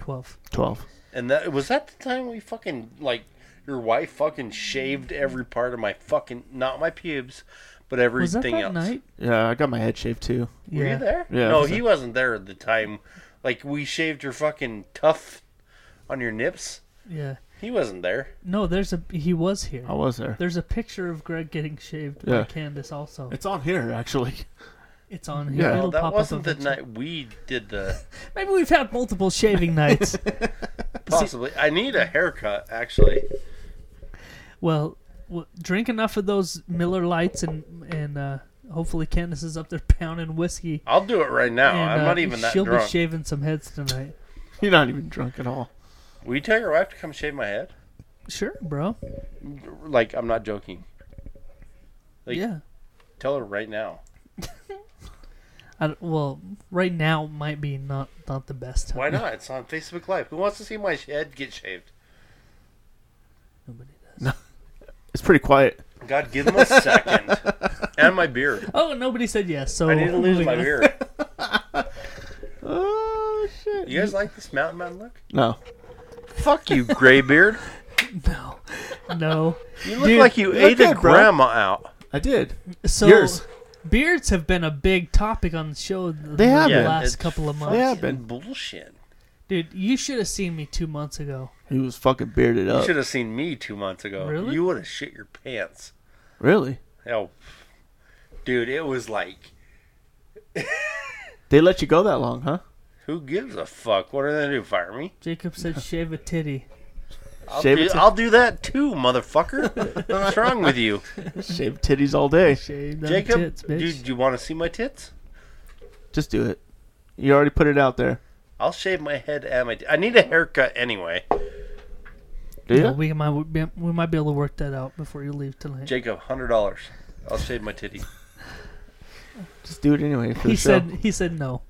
[SPEAKER 4] 12.
[SPEAKER 5] twelve.
[SPEAKER 6] and that was that the time we fucking like your wife fucking shaved every part of my fucking not my pubes, but
[SPEAKER 4] Was that
[SPEAKER 6] everything
[SPEAKER 4] that
[SPEAKER 6] else.
[SPEAKER 4] night?
[SPEAKER 5] Yeah, I got my head shaved too.
[SPEAKER 6] Were
[SPEAKER 4] Yeah.
[SPEAKER 6] you there?
[SPEAKER 5] Yeah, I
[SPEAKER 6] No,
[SPEAKER 5] was
[SPEAKER 6] he
[SPEAKER 5] there.
[SPEAKER 6] wasn't there at the time. Like we shaved your fucking tuft on your nips.
[SPEAKER 4] Yeah.
[SPEAKER 6] He wasn't there.
[SPEAKER 4] No, there's a he was here.
[SPEAKER 5] I was there.
[SPEAKER 4] There's a picture of Greg getting shaved by
[SPEAKER 5] Yeah.
[SPEAKER 4] Candace. Also,
[SPEAKER 5] It's on here actually.
[SPEAKER 4] it's on here.
[SPEAKER 5] Yeah.
[SPEAKER 4] It'll
[SPEAKER 5] Well,
[SPEAKER 6] That
[SPEAKER 4] pop
[SPEAKER 6] wasn't
[SPEAKER 4] up
[SPEAKER 6] the
[SPEAKER 4] eventually.
[SPEAKER 6] night we did the
[SPEAKER 4] Maybe we've had multiple shaving nights.
[SPEAKER 6] possibly. I need a haircut actually.
[SPEAKER 4] Well, w- drink enough of those Miller Lights, and and uh, hopefully Candace is up there pounding whiskey.
[SPEAKER 6] I'll do it right now.
[SPEAKER 4] and,
[SPEAKER 6] I'm
[SPEAKER 4] uh,
[SPEAKER 6] not even that
[SPEAKER 4] She'll
[SPEAKER 6] drunk.
[SPEAKER 4] be shaving some heads tonight.
[SPEAKER 5] You're not even drunk at all.
[SPEAKER 6] Will you tell your wife to come shave my head?
[SPEAKER 4] Sure, bro.
[SPEAKER 6] Like I'm not joking. Like-
[SPEAKER 4] yeah.
[SPEAKER 6] Tell her right now.
[SPEAKER 4] I d well, right now might be not not the best time.
[SPEAKER 6] Why not? It's on Facebook Live. Who wants to see my head get shaved?
[SPEAKER 4] Nobody does.
[SPEAKER 5] It's pretty quiet.
[SPEAKER 6] God, give him a second. and my beard.
[SPEAKER 4] Oh, nobody said yes. So
[SPEAKER 6] I need to lose
[SPEAKER 4] moving
[SPEAKER 6] my
[SPEAKER 4] on.
[SPEAKER 6] beard.
[SPEAKER 5] Oh shit!
[SPEAKER 6] You You guys like this mountain man look?
[SPEAKER 5] No.
[SPEAKER 6] Fuck you, graybeard.
[SPEAKER 4] No.
[SPEAKER 6] You look like you ate a grandma out.
[SPEAKER 5] I did.
[SPEAKER 4] So
[SPEAKER 5] Yours.
[SPEAKER 4] beards have been a big topic on the show th-
[SPEAKER 5] They have
[SPEAKER 4] the
[SPEAKER 5] been.
[SPEAKER 4] last
[SPEAKER 5] It's
[SPEAKER 4] couple of
[SPEAKER 5] fucking
[SPEAKER 4] months.
[SPEAKER 5] They have been.
[SPEAKER 6] bullshit.
[SPEAKER 4] Dude, you should have seen me two months ago.
[SPEAKER 5] He was fucking bearded
[SPEAKER 6] You
[SPEAKER 5] up.
[SPEAKER 6] should have seen me two months ago.
[SPEAKER 4] Really?
[SPEAKER 6] You would have shit your pants.
[SPEAKER 5] Really?
[SPEAKER 6] Hell, dude, it was like,
[SPEAKER 5] They let you go that long, huh?
[SPEAKER 6] who gives a fuck? What are they gonna do? Fire me?
[SPEAKER 4] Jacob said shave a titty.
[SPEAKER 6] I'll,
[SPEAKER 5] Shave
[SPEAKER 6] do,
[SPEAKER 5] it to-
[SPEAKER 6] I'll do that too, motherfucker. What's wrong with you,
[SPEAKER 5] Shave titties all day.
[SPEAKER 4] Shave them
[SPEAKER 6] Jacob?
[SPEAKER 4] tits, bitch.
[SPEAKER 6] dude, do you want to see my tits?
[SPEAKER 5] Just do it. You already put it out there.
[SPEAKER 6] I'll shave my head and my. T- I need a haircut anyway.
[SPEAKER 5] Do you?
[SPEAKER 4] No, we might be, we might be able to work that out before you leave tonight.
[SPEAKER 6] Jacob, hundred dollars. I'll shave my titty.
[SPEAKER 5] Just do it anyway. For
[SPEAKER 4] He
[SPEAKER 5] the show.
[SPEAKER 4] said he said no.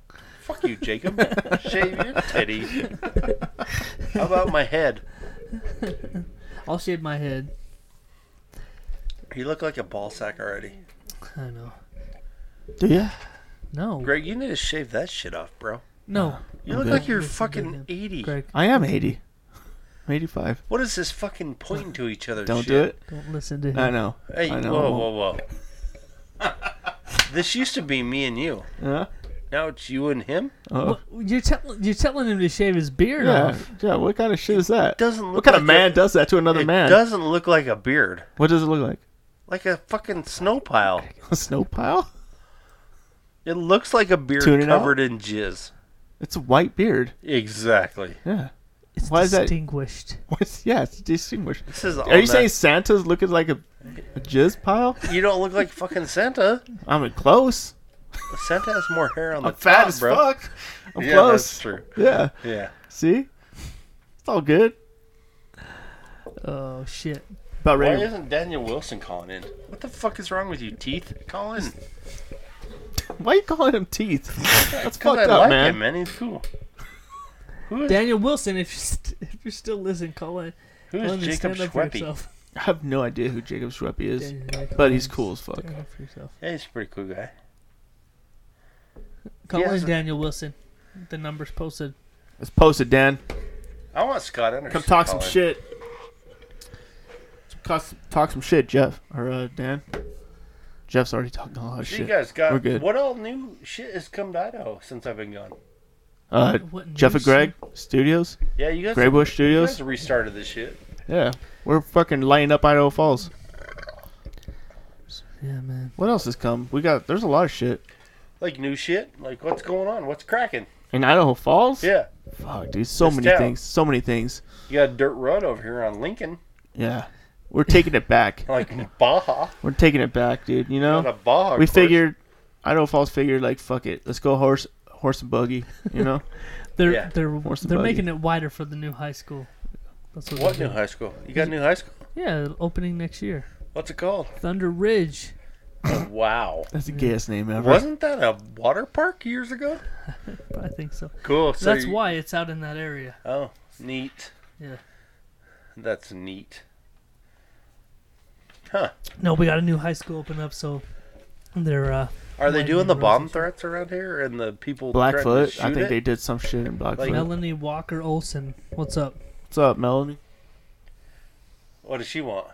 [SPEAKER 6] Fuck you, Jacob. Shave your titty. How about my head?
[SPEAKER 4] I'll shave my head.
[SPEAKER 6] You look like a ball sack already.
[SPEAKER 4] I know.
[SPEAKER 5] Do you?
[SPEAKER 4] No.
[SPEAKER 6] Greg, you need to shave that shit off, bro.
[SPEAKER 4] No.
[SPEAKER 6] You
[SPEAKER 5] I'm
[SPEAKER 6] look
[SPEAKER 5] good.
[SPEAKER 6] like you're fucking 80.
[SPEAKER 5] I am 80. I'm 85.
[SPEAKER 6] What is this fucking pointing to each other
[SPEAKER 5] Don't
[SPEAKER 6] shit?
[SPEAKER 5] do it.
[SPEAKER 4] Don't listen to him.
[SPEAKER 5] I know.
[SPEAKER 6] Hey,
[SPEAKER 5] I know.
[SPEAKER 6] whoa, whoa, whoa. this used to be me and you.
[SPEAKER 5] Huh?
[SPEAKER 6] Now it's you and him?
[SPEAKER 5] Oh.
[SPEAKER 4] What, you're telling you're telling him to shave his beard
[SPEAKER 5] Yeah.
[SPEAKER 4] off.
[SPEAKER 5] yeah. What kind of shit is that?
[SPEAKER 6] doesn't
[SPEAKER 5] what
[SPEAKER 6] look
[SPEAKER 5] kind of
[SPEAKER 6] like
[SPEAKER 5] man
[SPEAKER 6] it-
[SPEAKER 5] does that to another
[SPEAKER 6] it
[SPEAKER 5] man?
[SPEAKER 6] doesn't look like a beard.
[SPEAKER 5] What does it look like?
[SPEAKER 6] Like a fucking snow pile.
[SPEAKER 5] A snow pile?
[SPEAKER 6] It looks like a beard
[SPEAKER 5] Tune it out?
[SPEAKER 6] covered in jizz.
[SPEAKER 5] It's a white beard.
[SPEAKER 6] Exactly.
[SPEAKER 5] Yeah.
[SPEAKER 4] It's
[SPEAKER 5] Why is that?
[SPEAKER 4] distinguished.
[SPEAKER 5] What's, yeah, it's distinguished.
[SPEAKER 6] This is all
[SPEAKER 5] Are you
[SPEAKER 6] that-
[SPEAKER 5] saying Santa's looking like a, a jizz pile?
[SPEAKER 6] You don't look like fucking Santa.
[SPEAKER 5] I'm mean, close.
[SPEAKER 6] Santa has more hair on the
[SPEAKER 5] I'm fat
[SPEAKER 6] top,
[SPEAKER 5] as
[SPEAKER 6] bro.
[SPEAKER 5] fuck. I'm
[SPEAKER 6] Yeah,
[SPEAKER 5] close.
[SPEAKER 6] that's true.
[SPEAKER 5] Yeah.
[SPEAKER 6] Yeah.
[SPEAKER 5] See? It's all good.
[SPEAKER 4] Oh shit.
[SPEAKER 5] About
[SPEAKER 6] Why
[SPEAKER 5] ready.
[SPEAKER 6] isn't Daniel Wilson calling in? What the fuck is wrong with you, teeth? Call in.
[SPEAKER 5] Why are you calling him teeth? That's
[SPEAKER 6] 'Cause
[SPEAKER 5] fucked
[SPEAKER 6] I
[SPEAKER 5] up,
[SPEAKER 6] like
[SPEAKER 5] man.
[SPEAKER 6] him, man. He's cool. Who is,
[SPEAKER 4] Daniel Wilson, if you're, st- if you're still listening, call in.
[SPEAKER 6] who
[SPEAKER 4] call in
[SPEAKER 6] is
[SPEAKER 4] and
[SPEAKER 6] Jacob
[SPEAKER 4] stand up for
[SPEAKER 6] Schweppe?
[SPEAKER 4] yourself.
[SPEAKER 5] I have no idea who Jacob Schweppe is,
[SPEAKER 4] Daniel
[SPEAKER 5] but he's cool as fuck.
[SPEAKER 4] Stand up for yourself.
[SPEAKER 6] Yeah, he's a pretty cool guy.
[SPEAKER 4] Call
[SPEAKER 6] Yes.
[SPEAKER 4] in Daniel Wilson. The number's posted.
[SPEAKER 5] Let's post it, Dan.
[SPEAKER 6] I want Scott Anderson.
[SPEAKER 5] Come talk some
[SPEAKER 6] calling.
[SPEAKER 5] shit. Talk some- Talk some shit, Jeff or uh, Dan. Jeff's already talking a lot of
[SPEAKER 6] So
[SPEAKER 5] shit.
[SPEAKER 6] you guys got
[SPEAKER 5] We're good.
[SPEAKER 6] what all new shit has come to Idaho since I've been gone?
[SPEAKER 5] uh,
[SPEAKER 4] What
[SPEAKER 5] Jeff and
[SPEAKER 4] news?
[SPEAKER 5] Greg Studios,
[SPEAKER 6] Yeah, you guys.
[SPEAKER 5] Graybush
[SPEAKER 6] you
[SPEAKER 5] Studios.
[SPEAKER 6] guys restarted this shit.
[SPEAKER 5] Yeah, we're fucking lighting up Idaho Falls.
[SPEAKER 4] Yeah, man.
[SPEAKER 5] What else has come? We got there's a lot of shit
[SPEAKER 6] Like new shit. Like what's going on? What's cracking?
[SPEAKER 5] in Idaho Falls.
[SPEAKER 6] Yeah,
[SPEAKER 5] fuck, dude, so
[SPEAKER 6] This
[SPEAKER 5] many
[SPEAKER 6] town.
[SPEAKER 5] things, so many things.
[SPEAKER 6] you got a dirt road over here on Lincoln,
[SPEAKER 5] Yeah, we're taking it back.
[SPEAKER 6] like Baja.
[SPEAKER 5] We're taking it back, dude. You know,
[SPEAKER 6] Not a Baja.
[SPEAKER 5] we
[SPEAKER 6] course.
[SPEAKER 5] figured Idaho Falls figured like fuck it, let's go horse horse and buggy. You know,
[SPEAKER 4] They're
[SPEAKER 6] Yeah.
[SPEAKER 4] they're
[SPEAKER 5] Horse and
[SPEAKER 4] they're
[SPEAKER 5] buggy.
[SPEAKER 4] making it wider for the new high school. That's what,
[SPEAKER 6] What
[SPEAKER 4] they're
[SPEAKER 6] new high school? You got a new high school?
[SPEAKER 4] doing. Yeah, opening next year.
[SPEAKER 6] What's it called?
[SPEAKER 4] Thunder Ridge.
[SPEAKER 6] Oh, wow.
[SPEAKER 5] that's the gayest name ever.
[SPEAKER 6] Wasn't that a water park years ago?
[SPEAKER 4] I think so.
[SPEAKER 6] Cool. So
[SPEAKER 4] That's
[SPEAKER 6] you-
[SPEAKER 4] why it's out in that area.
[SPEAKER 6] Oh, neat.
[SPEAKER 4] Yeah.
[SPEAKER 6] That's neat.
[SPEAKER 4] No, we got a new high school open up, so they're uh,
[SPEAKER 6] Are they
[SPEAKER 4] Lightning
[SPEAKER 6] doing the
[SPEAKER 4] rods
[SPEAKER 6] bomb
[SPEAKER 4] and shit.
[SPEAKER 6] threats around here and the people? threatening to
[SPEAKER 5] Blackfoot. I
[SPEAKER 6] shoot
[SPEAKER 5] think
[SPEAKER 6] it?
[SPEAKER 5] they did some shit in Blackfoot.
[SPEAKER 4] Melanie Walker Olson. What's up?
[SPEAKER 5] What's up, Melanie?
[SPEAKER 6] What does she want?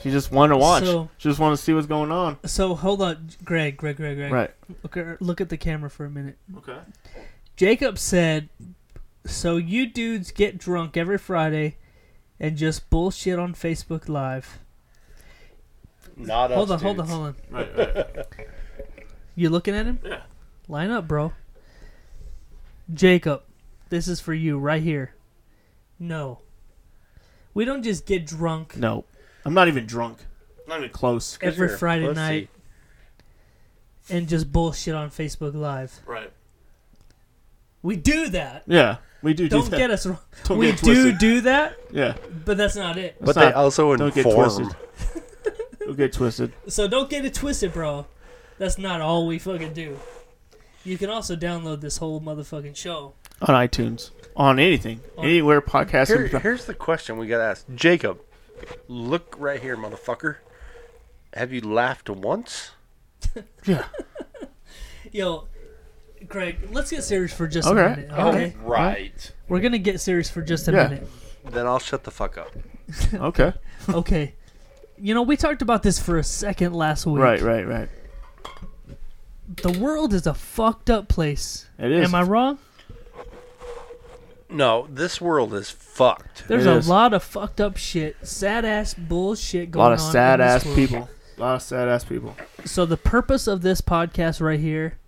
[SPEAKER 5] She just wanted to watch.
[SPEAKER 4] So-
[SPEAKER 5] she just wanted to see what's going on.
[SPEAKER 4] So hold on, Greg, Greg, Greg, Greg.
[SPEAKER 5] Right.
[SPEAKER 4] Look, look at the camera for a minute.
[SPEAKER 5] Okay.
[SPEAKER 4] Jacob said, "So you dudes get drunk every Friday, and just bullshit on Facebook Live."
[SPEAKER 6] Not
[SPEAKER 4] hold on,
[SPEAKER 6] us.
[SPEAKER 4] hold on,
[SPEAKER 6] dudes.
[SPEAKER 4] hold on.
[SPEAKER 5] Right. right.
[SPEAKER 4] You looking at him? Yeah. Line up, bro. Jacob, this is for you right here. No. We don't just get drunk
[SPEAKER 5] no, I'm not even drunk. Not even close.
[SPEAKER 4] every
[SPEAKER 6] you're a
[SPEAKER 4] Friday
[SPEAKER 6] pussy.
[SPEAKER 4] night and just bullshit on Facebook Live.
[SPEAKER 5] Right.
[SPEAKER 4] We do that.
[SPEAKER 5] Yeah, we do.
[SPEAKER 4] Don't
[SPEAKER 5] do that.
[SPEAKER 4] get us wrong.
[SPEAKER 5] Don't
[SPEAKER 4] we
[SPEAKER 5] get
[SPEAKER 4] do
[SPEAKER 5] twisted.
[SPEAKER 4] do that,
[SPEAKER 5] Yeah.
[SPEAKER 4] but that's not it.
[SPEAKER 6] But
[SPEAKER 5] Stop.
[SPEAKER 6] they also
[SPEAKER 5] Don't get
[SPEAKER 6] inform.
[SPEAKER 5] twisted. Don't get twisted.
[SPEAKER 4] So don't get it twisted, bro. That's not all we fucking do. You can also download this whole motherfucking show.
[SPEAKER 5] on iTunes, on anything, anywhere podcast.
[SPEAKER 6] Here,
[SPEAKER 5] can be found.
[SPEAKER 6] here's the question we got to ask Jacob. Look right here, motherfucker. Have you laughed once?
[SPEAKER 5] yeah,
[SPEAKER 4] Yo, Greg, let's get serious for just
[SPEAKER 6] Okay.
[SPEAKER 4] a minute.
[SPEAKER 6] All
[SPEAKER 4] Okay.
[SPEAKER 6] right. Right.
[SPEAKER 4] We're gonna get serious for just a
[SPEAKER 6] Yeah.
[SPEAKER 4] minute.
[SPEAKER 6] Then I'll shut the fuck up.
[SPEAKER 5] Okay.
[SPEAKER 4] okay. You know, we talked about this for a second last week.
[SPEAKER 5] Right, right, right.
[SPEAKER 4] The world is a fucked up place.
[SPEAKER 5] It is.
[SPEAKER 4] Am I wrong?
[SPEAKER 6] No, this world is fucked.
[SPEAKER 4] There's a lot of fucked up shit, sad ass bullshit
[SPEAKER 5] A
[SPEAKER 4] going on.
[SPEAKER 5] lot of
[SPEAKER 4] in
[SPEAKER 5] sad
[SPEAKER 4] this
[SPEAKER 5] ass
[SPEAKER 4] world.
[SPEAKER 5] people. A lot of sad ass people.
[SPEAKER 4] So the purpose of this podcast right here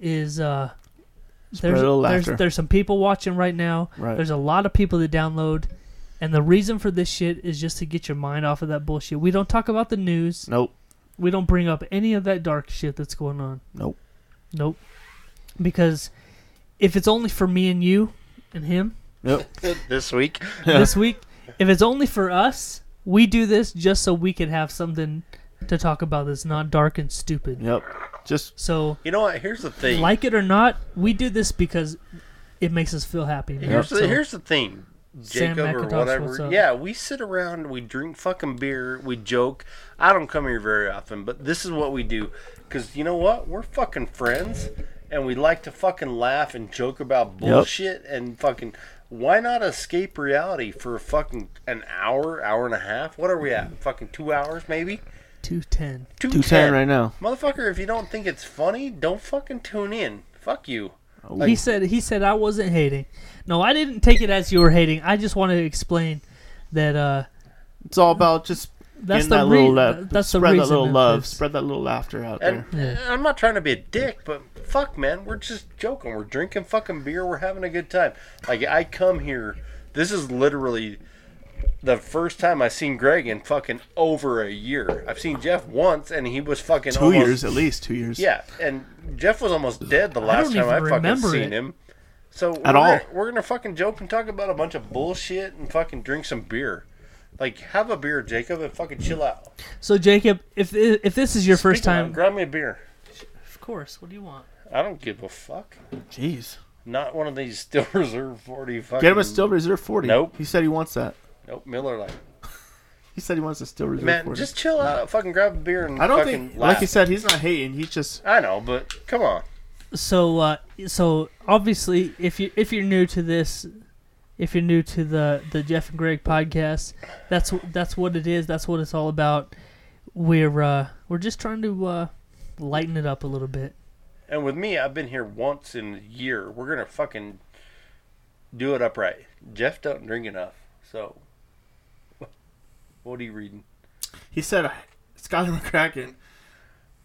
[SPEAKER 4] is uh
[SPEAKER 5] Spread
[SPEAKER 4] there's,
[SPEAKER 5] a little
[SPEAKER 4] there's
[SPEAKER 5] laughter.
[SPEAKER 4] there's some people watching right now.
[SPEAKER 5] Right.
[SPEAKER 4] There's a lot of people that download and the reason for this shit is just to get your mind off of that bullshit. We don't talk about the news.
[SPEAKER 5] Nope.
[SPEAKER 4] We don't bring up any of that dark shit that's going on.
[SPEAKER 5] Nope.
[SPEAKER 4] Nope. Because if it's only for me and you and him,
[SPEAKER 5] Yep.
[SPEAKER 6] this week.
[SPEAKER 4] this week. If it's only for us, we do this just so we can have something to talk about that's not dark and stupid.
[SPEAKER 5] Yep. Just
[SPEAKER 4] so
[SPEAKER 6] You know what? Here's the thing.
[SPEAKER 4] like it or not, we do this because it makes us feel happy. man.
[SPEAKER 6] Here's, the,
[SPEAKER 4] So-
[SPEAKER 6] here's the thing,
[SPEAKER 4] Sam
[SPEAKER 6] Jacob
[SPEAKER 4] McIntosh,
[SPEAKER 6] or
[SPEAKER 4] what's
[SPEAKER 6] whatever.
[SPEAKER 4] up?
[SPEAKER 6] Yeah, we sit around, we drink fucking beer, we joke. I don't come here very often, but this is what we do. Because you know what? We're fucking friends, and we like to fucking laugh and joke about bullshit and fucking. Why not escape reality for fucking an hour, hour and a half? What are we at? Fucking two hours, maybe?
[SPEAKER 4] 210.
[SPEAKER 5] 210 right now.
[SPEAKER 6] Motherfucker, if you don't think it's funny, don't fucking tune in. Fuck you.
[SPEAKER 5] oh.
[SPEAKER 4] he said he said I wasn't hating. No, I didn't take it as you were hating. I just wanted to explain that uh
[SPEAKER 5] it's all about just
[SPEAKER 4] that's
[SPEAKER 5] Getting
[SPEAKER 4] the
[SPEAKER 5] that little
[SPEAKER 4] rea-
[SPEAKER 5] love.
[SPEAKER 4] th- that's the
[SPEAKER 5] spread
[SPEAKER 4] reason
[SPEAKER 5] that little
[SPEAKER 4] of
[SPEAKER 5] love.
[SPEAKER 4] this.
[SPEAKER 5] Spread that little laughter out
[SPEAKER 6] And,
[SPEAKER 5] there.
[SPEAKER 6] and I'm not trying to be a dick, but fuck, man, we're just joking. We're drinking fucking beer. We're having a good time. Like I come here, this is literally the first time I've seen Greg in fucking over a year. I've seen Jeff once, and he was fucking
[SPEAKER 5] Two
[SPEAKER 6] almost-
[SPEAKER 5] years, at least two years.
[SPEAKER 6] Yeah, and Jeff was almost dead the
[SPEAKER 5] I
[SPEAKER 6] last
[SPEAKER 5] don't
[SPEAKER 6] time
[SPEAKER 5] even
[SPEAKER 6] I fucking
[SPEAKER 5] remember
[SPEAKER 6] seen
[SPEAKER 5] it.
[SPEAKER 6] him. So we're
[SPEAKER 5] At all.
[SPEAKER 6] gonna- we're gonna fucking joke and talk about a bunch of bullshit and fucking drink some beer. Like have a beer, Jacob, and fucking chill out.
[SPEAKER 4] So Jacob, if if this is your first
[SPEAKER 6] Speaking of,
[SPEAKER 4] time,
[SPEAKER 6] grab me a beer.
[SPEAKER 4] of course, what do you want?
[SPEAKER 6] I don't give a fuck.
[SPEAKER 5] Jeez.
[SPEAKER 6] Not one of these still reserve forty. Fucking
[SPEAKER 5] Get him a still reserve forty.
[SPEAKER 6] Nope.
[SPEAKER 5] He said he wants that.
[SPEAKER 6] Nope. Miller Lite.
[SPEAKER 5] He said he wants a still reserve
[SPEAKER 6] Man,
[SPEAKER 5] forty.
[SPEAKER 6] just chill out. Fucking grab a beer and
[SPEAKER 5] I don't
[SPEAKER 6] fucking
[SPEAKER 5] think,
[SPEAKER 6] laugh.
[SPEAKER 5] like he said, he's not hating. He just
[SPEAKER 6] I know, but come on.
[SPEAKER 4] so uh, so obviously if you if you're new to this if you're new to the the Jeff and Greg podcast that's that's what it is that's what it's all about we're uh, we're just trying to uh, lighten it up a little bit
[SPEAKER 6] And with me, I've been here once in a year. We're gonna fucking do it upright. Jeff don't drink enough, so what are you reading?
[SPEAKER 5] he said uh, Skyler McCracken.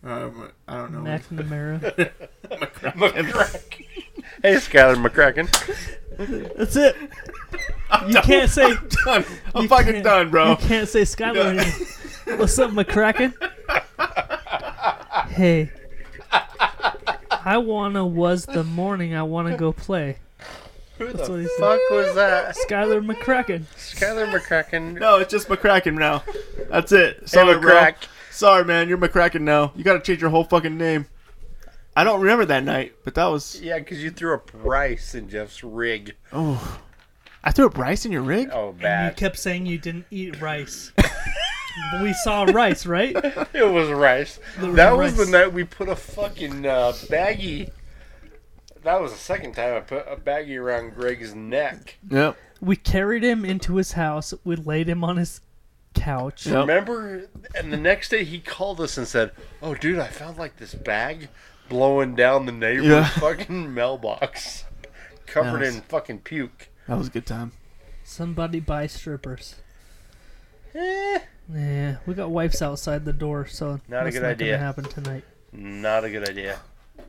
[SPEAKER 5] Um, I don't know.
[SPEAKER 4] McNamara.
[SPEAKER 5] McCracken.
[SPEAKER 6] Hey, Skyler McCracken.
[SPEAKER 4] that's it you can't say
[SPEAKER 5] I'm done. I'm fucking
[SPEAKER 4] can't-
[SPEAKER 5] done, bro.
[SPEAKER 4] you can't say Skyler anymore. what's up McCracken hey I wanna was the morning I wanna go play
[SPEAKER 6] Who
[SPEAKER 4] That's what he
[SPEAKER 6] the
[SPEAKER 4] said.
[SPEAKER 6] fuck was that?
[SPEAKER 4] Skyler McCracken
[SPEAKER 6] Skyler McCracken.
[SPEAKER 5] No, it's just McCracken now. That's it. Sorry, bro.
[SPEAKER 6] McCrack.
[SPEAKER 5] Sorry, man. You're McCracken now. You got to change your whole fucking name. I don't remember that night, but that was.
[SPEAKER 6] Yeah, because you threw a price in Jeff's rig.
[SPEAKER 5] Oh, I threw a Bryce in your rig.
[SPEAKER 6] Oh,
[SPEAKER 4] You
[SPEAKER 6] bad.
[SPEAKER 4] kept saying you didn't eat rice. we saw rice, right?
[SPEAKER 6] It was rice.
[SPEAKER 4] There
[SPEAKER 6] that
[SPEAKER 4] was
[SPEAKER 6] was
[SPEAKER 4] rice.
[SPEAKER 6] the night we put a fucking uh, baggie. That was the second time I put a baggie around Greg's neck.
[SPEAKER 5] Yep.
[SPEAKER 4] We carried him into his house. We laid him on his couch.
[SPEAKER 6] Remember? And the next day he called us and said, "Oh, dude, I found like this bag blowing down the neighbor's
[SPEAKER 5] Yeah.
[SPEAKER 6] fucking mailbox, covered
[SPEAKER 5] Nice.
[SPEAKER 6] in fucking puke."
[SPEAKER 5] That was a good time.
[SPEAKER 4] Somebody buy strippers.
[SPEAKER 6] Eh,
[SPEAKER 4] Yeah, we got wipes outside the door, so
[SPEAKER 6] Not a
[SPEAKER 4] that's
[SPEAKER 6] good
[SPEAKER 4] not
[SPEAKER 6] idea.
[SPEAKER 4] gonna happen tonight.
[SPEAKER 6] not a good idea.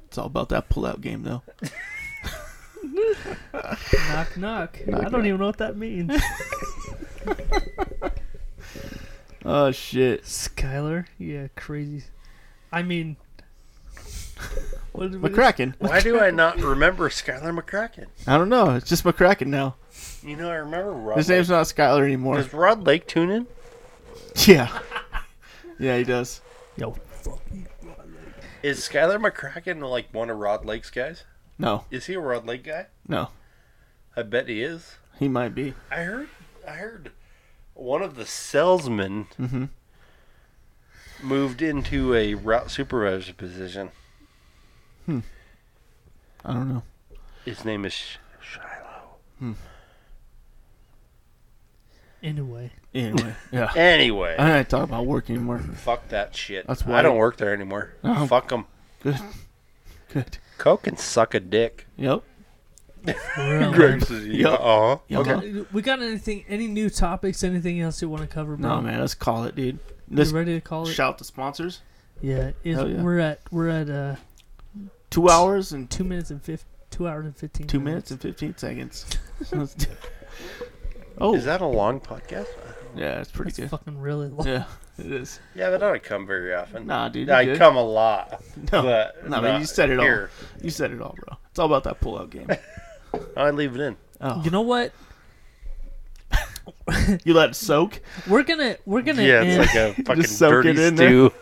[SPEAKER 5] It's all about that pull-out game, though.
[SPEAKER 4] knock, knock.
[SPEAKER 5] Knock,
[SPEAKER 4] I don't
[SPEAKER 5] knock.
[SPEAKER 4] even know what that means.
[SPEAKER 5] Oh shit.
[SPEAKER 4] Skyler, yeah, crazy. I mean, what did we-
[SPEAKER 5] McCracken.
[SPEAKER 6] Why do I not remember Skylar McCracken?
[SPEAKER 5] I don't know. It's just McCracken now.
[SPEAKER 6] You know, I remember Rod.
[SPEAKER 5] His name's
[SPEAKER 6] Lake.
[SPEAKER 5] not Skyler anymore.
[SPEAKER 6] Does Rod Lake tune in?
[SPEAKER 5] Yeah. Yeah, he does.
[SPEAKER 4] Yo.
[SPEAKER 6] Is Skylar McCracken like one of Rod Lake's guys?
[SPEAKER 5] No.
[SPEAKER 6] Is he a Rod Lake guy?
[SPEAKER 5] No.
[SPEAKER 6] I bet he is.
[SPEAKER 5] He might be.
[SPEAKER 6] I heard. I heard one of the salesmen
[SPEAKER 5] Mm-hmm.
[SPEAKER 6] moved into a route supervisor position.
[SPEAKER 5] Hmm. I don't know.
[SPEAKER 6] His name is Sh- Shiloh.
[SPEAKER 5] Hmm.
[SPEAKER 4] Anyway.
[SPEAKER 5] Anyway, yeah.
[SPEAKER 6] Anyway.
[SPEAKER 5] I ain't talking about work anymore.
[SPEAKER 6] Fuck that shit.
[SPEAKER 5] That's why
[SPEAKER 6] I don't work there anymore.
[SPEAKER 5] Oh.
[SPEAKER 6] Fuck them.
[SPEAKER 5] Good. Good.
[SPEAKER 6] Coke can suck a dick.
[SPEAKER 5] Yep.
[SPEAKER 4] real,
[SPEAKER 6] Greg
[SPEAKER 4] man.
[SPEAKER 6] says,
[SPEAKER 5] Yep.
[SPEAKER 6] "Uh-uh."
[SPEAKER 5] Yep.
[SPEAKER 6] Okay.
[SPEAKER 4] We got anything? Any new topics? Anything else you want to cover? Bro?
[SPEAKER 5] No man, let's call it, dude.
[SPEAKER 4] You ready to call it?
[SPEAKER 5] Shout the sponsors.
[SPEAKER 4] Yeah, is,
[SPEAKER 5] Hell yeah.
[SPEAKER 4] we're at we're at uh,
[SPEAKER 5] Two hours and
[SPEAKER 4] two minutes and fif- two hours and fifteen.
[SPEAKER 5] two minutes and fifteen seconds.
[SPEAKER 6] Oh. Is that a long podcast?
[SPEAKER 5] yeah, it's pretty
[SPEAKER 4] That's
[SPEAKER 5] good.
[SPEAKER 4] fucking really long.
[SPEAKER 5] Yeah, it is.
[SPEAKER 6] Yeah, but I don't come very often.
[SPEAKER 5] Nah, dude.
[SPEAKER 6] I
[SPEAKER 5] you good?
[SPEAKER 6] come a lot.
[SPEAKER 5] No,
[SPEAKER 6] but
[SPEAKER 5] no, man, you said it
[SPEAKER 6] here.
[SPEAKER 5] all. You said it all, bro. It's all about that pullout game.
[SPEAKER 6] I leave it in.
[SPEAKER 5] Oh,
[SPEAKER 4] You know what?
[SPEAKER 5] you let it soak.
[SPEAKER 4] We're gonna we're gonna
[SPEAKER 6] Yeah, it's
[SPEAKER 4] end,
[SPEAKER 6] like a fucking
[SPEAKER 5] soak
[SPEAKER 6] dirty
[SPEAKER 5] it in there.
[SPEAKER 6] stew.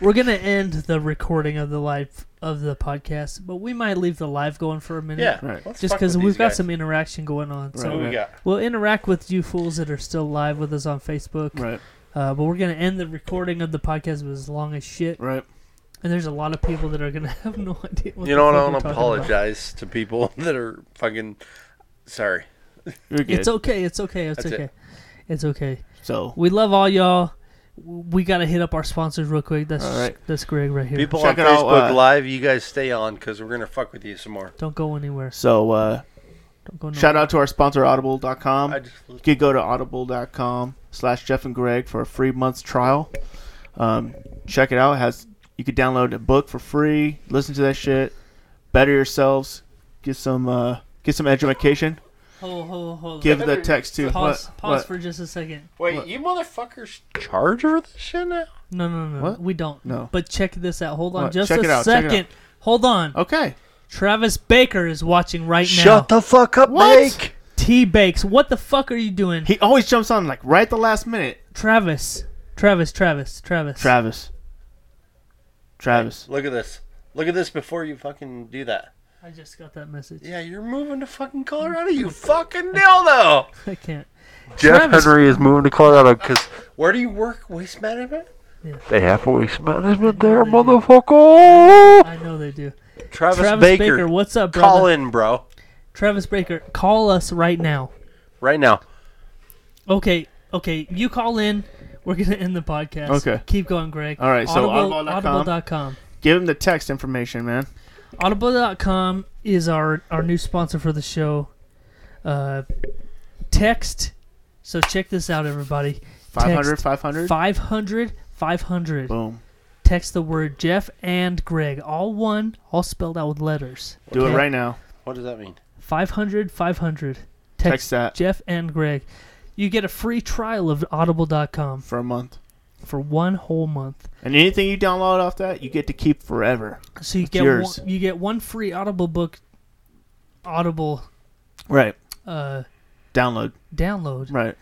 [SPEAKER 4] we're gonna end the recording of the live of the podcast, but we might leave the live going for a minute.
[SPEAKER 6] Yeah, Right. let's
[SPEAKER 4] just
[SPEAKER 6] fuck with
[SPEAKER 4] because we've
[SPEAKER 6] these
[SPEAKER 4] got
[SPEAKER 6] guys.
[SPEAKER 4] some interaction going on.
[SPEAKER 6] What
[SPEAKER 4] So
[SPEAKER 6] do we got?
[SPEAKER 4] we'll interact with you fools that are still live with us on Facebook.
[SPEAKER 5] Right.
[SPEAKER 4] Uh, but we're gonna end the recording of the podcast was long as shit.
[SPEAKER 5] Right.
[SPEAKER 4] And there's a lot of people that are gonna have no idea. What
[SPEAKER 6] you
[SPEAKER 4] the fuck we're
[SPEAKER 6] know, and I don't
[SPEAKER 4] talking about.
[SPEAKER 6] apologize to people that are fucking sorry.
[SPEAKER 5] You're good.
[SPEAKER 4] It's okay. It's okay. It's
[SPEAKER 6] That's it.
[SPEAKER 4] okay. It's okay.
[SPEAKER 5] So-
[SPEAKER 4] we love all y'all. We gotta hit up our sponsors real quick. That's
[SPEAKER 5] All right.
[SPEAKER 4] that's Greg right here.
[SPEAKER 6] People
[SPEAKER 5] Check
[SPEAKER 6] on
[SPEAKER 5] it out,
[SPEAKER 6] Facebook
[SPEAKER 5] uh,
[SPEAKER 6] Live, you guys stay on because we're gonna fuck with you some more.
[SPEAKER 4] Don't go anywhere.
[SPEAKER 5] So uh,
[SPEAKER 4] Don't go
[SPEAKER 5] shout out to our sponsor audible.com.
[SPEAKER 6] I just-
[SPEAKER 5] You can go to audible.com slash Jeff and Greg for a free month's trial. Um, check it out. It has you could download a book for free, listen to that shit, better yourselves, get some uh, get some education.
[SPEAKER 4] Hold, hold, hold.
[SPEAKER 5] Give the text to
[SPEAKER 4] pause.
[SPEAKER 5] what-
[SPEAKER 4] pause
[SPEAKER 5] what?
[SPEAKER 4] for just a second.
[SPEAKER 6] Wait, you motherfuckers charge for this shit now?
[SPEAKER 4] No, no, no.
[SPEAKER 5] What?
[SPEAKER 4] We don't.
[SPEAKER 5] No.
[SPEAKER 4] But check this out. Hold on,
[SPEAKER 5] What?
[SPEAKER 4] just
[SPEAKER 5] Check
[SPEAKER 4] a
[SPEAKER 5] it out, check it out.
[SPEAKER 4] second. Hold on.
[SPEAKER 5] Okay.
[SPEAKER 4] Travis Baker is watching right now.
[SPEAKER 6] Shut the fuck up,
[SPEAKER 5] What?
[SPEAKER 6] Mike.
[SPEAKER 4] T Bakes, what the fuck are you doing?
[SPEAKER 5] He always jumps on like right at the last minute.
[SPEAKER 4] Travis, Travis, Travis, Travis.
[SPEAKER 5] Travis. Travis.
[SPEAKER 6] Look at this. Look at this before you fucking do that.
[SPEAKER 4] I just got that message.
[SPEAKER 6] Yeah, you're moving to fucking Colorado, you fucking dildo.
[SPEAKER 4] I can't.
[SPEAKER 6] Jeff
[SPEAKER 4] Travis-
[SPEAKER 6] Henry is moving to Colorado because where do you work? Waste management.
[SPEAKER 4] Yeah.
[SPEAKER 6] They have waste management there, motherfucker.
[SPEAKER 4] I know they do.
[SPEAKER 6] Travis,
[SPEAKER 4] Travis
[SPEAKER 6] Baker.
[SPEAKER 4] Baker, what's up,
[SPEAKER 6] Call
[SPEAKER 4] brother?
[SPEAKER 6] in, bro,
[SPEAKER 4] Travis Baker, call us right now.
[SPEAKER 6] right now.
[SPEAKER 4] Okay, okay, you call in. We're gonna end the podcast.
[SPEAKER 5] Okay.
[SPEAKER 4] Keep going, Greg.
[SPEAKER 5] All right, so audible.com.
[SPEAKER 4] audible.com.
[SPEAKER 5] Give him the text information, man.
[SPEAKER 4] Audible.com is our our new sponsor for the show. Uh, text. So check this out, everybody.
[SPEAKER 5] 500,
[SPEAKER 4] Text
[SPEAKER 5] 500?
[SPEAKER 4] 500, 500.
[SPEAKER 5] Boom.
[SPEAKER 4] Text the word Jeff and Greg, all one, all spelled out with letters.
[SPEAKER 5] Do it
[SPEAKER 4] Okay?
[SPEAKER 5] right now.
[SPEAKER 6] What does that mean?
[SPEAKER 4] 500 500
[SPEAKER 5] Text that.
[SPEAKER 4] jeff and greg you get a free trial of audible.com
[SPEAKER 5] For a month.
[SPEAKER 4] for one whole month
[SPEAKER 5] And anything you download off that, you get to keep forever.
[SPEAKER 4] so you
[SPEAKER 5] It's
[SPEAKER 4] get
[SPEAKER 5] yours.
[SPEAKER 4] one, you get one free audible book audible
[SPEAKER 5] Right.
[SPEAKER 4] uh,
[SPEAKER 5] Download.
[SPEAKER 4] download
[SPEAKER 5] Right.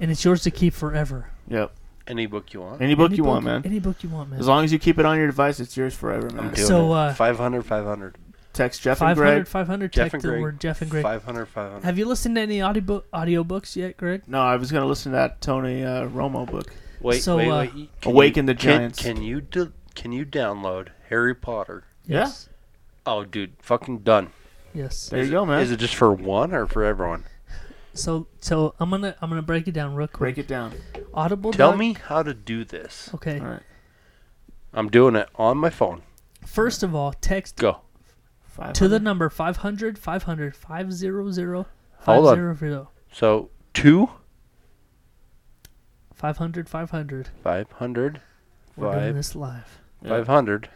[SPEAKER 4] and it's yours to keep forever
[SPEAKER 5] Yep.
[SPEAKER 6] Any book you want.
[SPEAKER 5] Any book
[SPEAKER 4] Any
[SPEAKER 5] you want, man.
[SPEAKER 4] any book you want man
[SPEAKER 5] As long as you keep it on your device, it's yours forever, man.
[SPEAKER 6] Doing
[SPEAKER 4] so
[SPEAKER 6] it.
[SPEAKER 4] uh
[SPEAKER 6] 500, 500.
[SPEAKER 5] Text Jeff and
[SPEAKER 4] 500
[SPEAKER 5] Greg.
[SPEAKER 4] 500
[SPEAKER 6] Jeff
[SPEAKER 4] text
[SPEAKER 6] and
[SPEAKER 4] the
[SPEAKER 6] Greg.
[SPEAKER 4] word jeff and greg
[SPEAKER 6] 500, 500.
[SPEAKER 4] have you listened to any audio audiobooks yet greg
[SPEAKER 5] No, I was gonna listen to that Tony uh, Romo book.
[SPEAKER 6] Wait,
[SPEAKER 4] so,
[SPEAKER 6] wait,
[SPEAKER 4] uh,
[SPEAKER 6] wait. Can
[SPEAKER 5] Awaken
[SPEAKER 6] you-
[SPEAKER 5] the
[SPEAKER 6] can-
[SPEAKER 5] Giants.
[SPEAKER 6] Can, you do, can you download Harry Potter?
[SPEAKER 4] yes
[SPEAKER 6] Oh, dude, fucking done.
[SPEAKER 4] yes
[SPEAKER 5] There you go, man.
[SPEAKER 6] Is it just for one or for everyone?
[SPEAKER 4] so so i'm gonna i'm gonna break it down real quick
[SPEAKER 5] Break it down.
[SPEAKER 4] audible
[SPEAKER 6] Tell
[SPEAKER 4] dot-
[SPEAKER 6] me how to do this.
[SPEAKER 4] okay
[SPEAKER 5] All right.
[SPEAKER 6] I'm doing it on my phone.
[SPEAKER 4] first of all text
[SPEAKER 6] Go.
[SPEAKER 5] Five
[SPEAKER 4] to the number 500 500 500
[SPEAKER 6] Hold on.
[SPEAKER 4] 500
[SPEAKER 6] So two,
[SPEAKER 4] 500 500
[SPEAKER 6] five hundred,
[SPEAKER 4] we're doing
[SPEAKER 6] five,
[SPEAKER 4] this live
[SPEAKER 6] five hundred.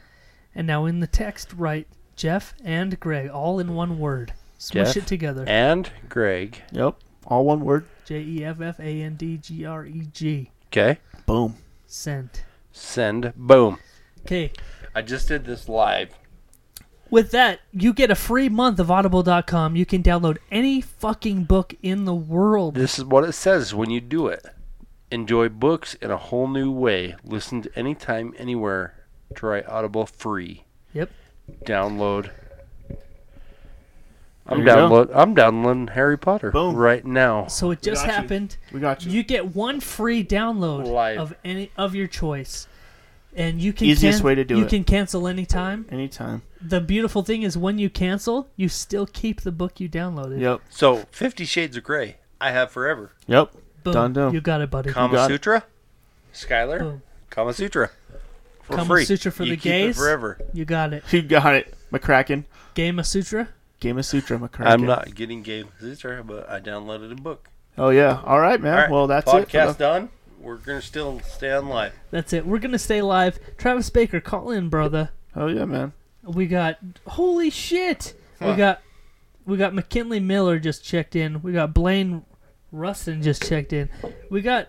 [SPEAKER 4] and now in the text write jeff and greg all in one word smush
[SPEAKER 6] Jeff
[SPEAKER 4] it together
[SPEAKER 6] And Greg.
[SPEAKER 5] Yep. All one word.
[SPEAKER 4] E j-e-f-f-a-n-d-g-r-e-g
[SPEAKER 6] Okay.
[SPEAKER 5] Boom.
[SPEAKER 4] send
[SPEAKER 6] Send. Boom.
[SPEAKER 4] okay
[SPEAKER 6] I just did this live.
[SPEAKER 4] with that you get a free month of audible.com you can download any fucking book in the world
[SPEAKER 6] This is what it says when you do it. Enjoy books in a whole new way. Listen to anytime, anywhere. Try Audible free.
[SPEAKER 4] yep
[SPEAKER 6] Download. I'm
[SPEAKER 5] There you go.
[SPEAKER 6] download. I'm downloading Harry Potter
[SPEAKER 5] Boom.
[SPEAKER 6] right now.
[SPEAKER 4] so it just
[SPEAKER 5] got you.
[SPEAKER 4] happened
[SPEAKER 5] We got you.
[SPEAKER 4] You get one free download
[SPEAKER 6] Live.
[SPEAKER 4] of any of your choice. and you can
[SPEAKER 5] Easiest way to do
[SPEAKER 4] you
[SPEAKER 5] it.
[SPEAKER 4] can cancel anytime.
[SPEAKER 5] Anytime.
[SPEAKER 4] The beautiful thing is when you cancel, you still keep the book you downloaded.
[SPEAKER 5] Yep.
[SPEAKER 6] So Fifty Shades of Grey, I have forever.
[SPEAKER 5] Yep.
[SPEAKER 4] Boom.
[SPEAKER 5] Done, done.
[SPEAKER 4] You got it, buddy.
[SPEAKER 6] Kama
[SPEAKER 4] You got it.
[SPEAKER 6] Sutra, Skylar,
[SPEAKER 4] Boom.
[SPEAKER 6] Kama Sutra. For
[SPEAKER 4] Kama
[SPEAKER 6] free.
[SPEAKER 4] Sutra for
[SPEAKER 6] You
[SPEAKER 4] the
[SPEAKER 6] keep it
[SPEAKER 4] gays.
[SPEAKER 6] forever.
[SPEAKER 4] You got it.
[SPEAKER 5] You got it. McCracken.
[SPEAKER 4] Game of Sutra.
[SPEAKER 5] Game of Sutra, McCracken.
[SPEAKER 6] I'm not getting Game of Sutra, but I downloaded a book.
[SPEAKER 5] Oh yeah. All right, man.
[SPEAKER 6] All right,
[SPEAKER 5] Well, that's
[SPEAKER 6] podcast
[SPEAKER 5] it. for the-
[SPEAKER 6] done. We're gonna still stay on live.
[SPEAKER 4] That's it. We're gonna stay live. Travis Baker, call in, brother.
[SPEAKER 5] Oh yeah, man.
[SPEAKER 4] We got holy shit. We
[SPEAKER 6] Huh.
[SPEAKER 4] got we got McKinley Miller just checked in. We got Blaine Rustin just checked in. We got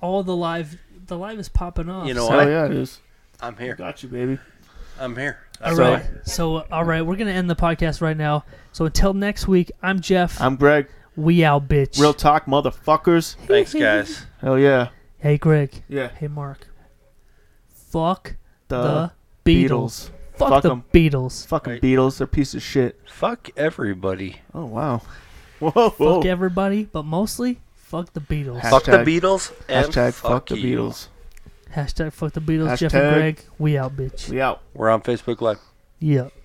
[SPEAKER 4] all the live. The live is popping
[SPEAKER 5] Oh,
[SPEAKER 4] off.
[SPEAKER 6] You know
[SPEAKER 4] so-
[SPEAKER 6] what?
[SPEAKER 5] I'm
[SPEAKER 6] here.
[SPEAKER 5] Got you, baby.
[SPEAKER 6] I'm here.
[SPEAKER 4] All
[SPEAKER 6] That's
[SPEAKER 4] right.
[SPEAKER 6] why.
[SPEAKER 4] So, all right, we're gonna end the podcast right now. So until next week, I'm Jeff.
[SPEAKER 5] I'm Greg.
[SPEAKER 4] We out, bitch.
[SPEAKER 5] Real talk, motherfuckers.
[SPEAKER 6] Thanks, guys.
[SPEAKER 5] Hell yeah.
[SPEAKER 4] hey, Greg.
[SPEAKER 5] Yeah.
[SPEAKER 4] Hey, Mark. Fuck
[SPEAKER 5] The
[SPEAKER 4] the, Beatles. Fuck, the
[SPEAKER 5] 'em.
[SPEAKER 4] Beatles.
[SPEAKER 5] Fucking Beatles. They're a piece of shit.
[SPEAKER 6] Fuck everybody.
[SPEAKER 5] Oh wow. Whoa. whoa.
[SPEAKER 4] Fuck everybody, but mostly fuck the Beatles.
[SPEAKER 6] Fuck the Beatles and
[SPEAKER 5] hashtag
[SPEAKER 6] fuck
[SPEAKER 5] fuck the
[SPEAKER 6] you.
[SPEAKER 5] Beatles.
[SPEAKER 4] Hashtag fuck the Beatles. Jeff and
[SPEAKER 5] Hashtag-
[SPEAKER 4] Greg. We out, bitch.
[SPEAKER 5] We out.
[SPEAKER 6] We're on Facebook Live.
[SPEAKER 4] Yep.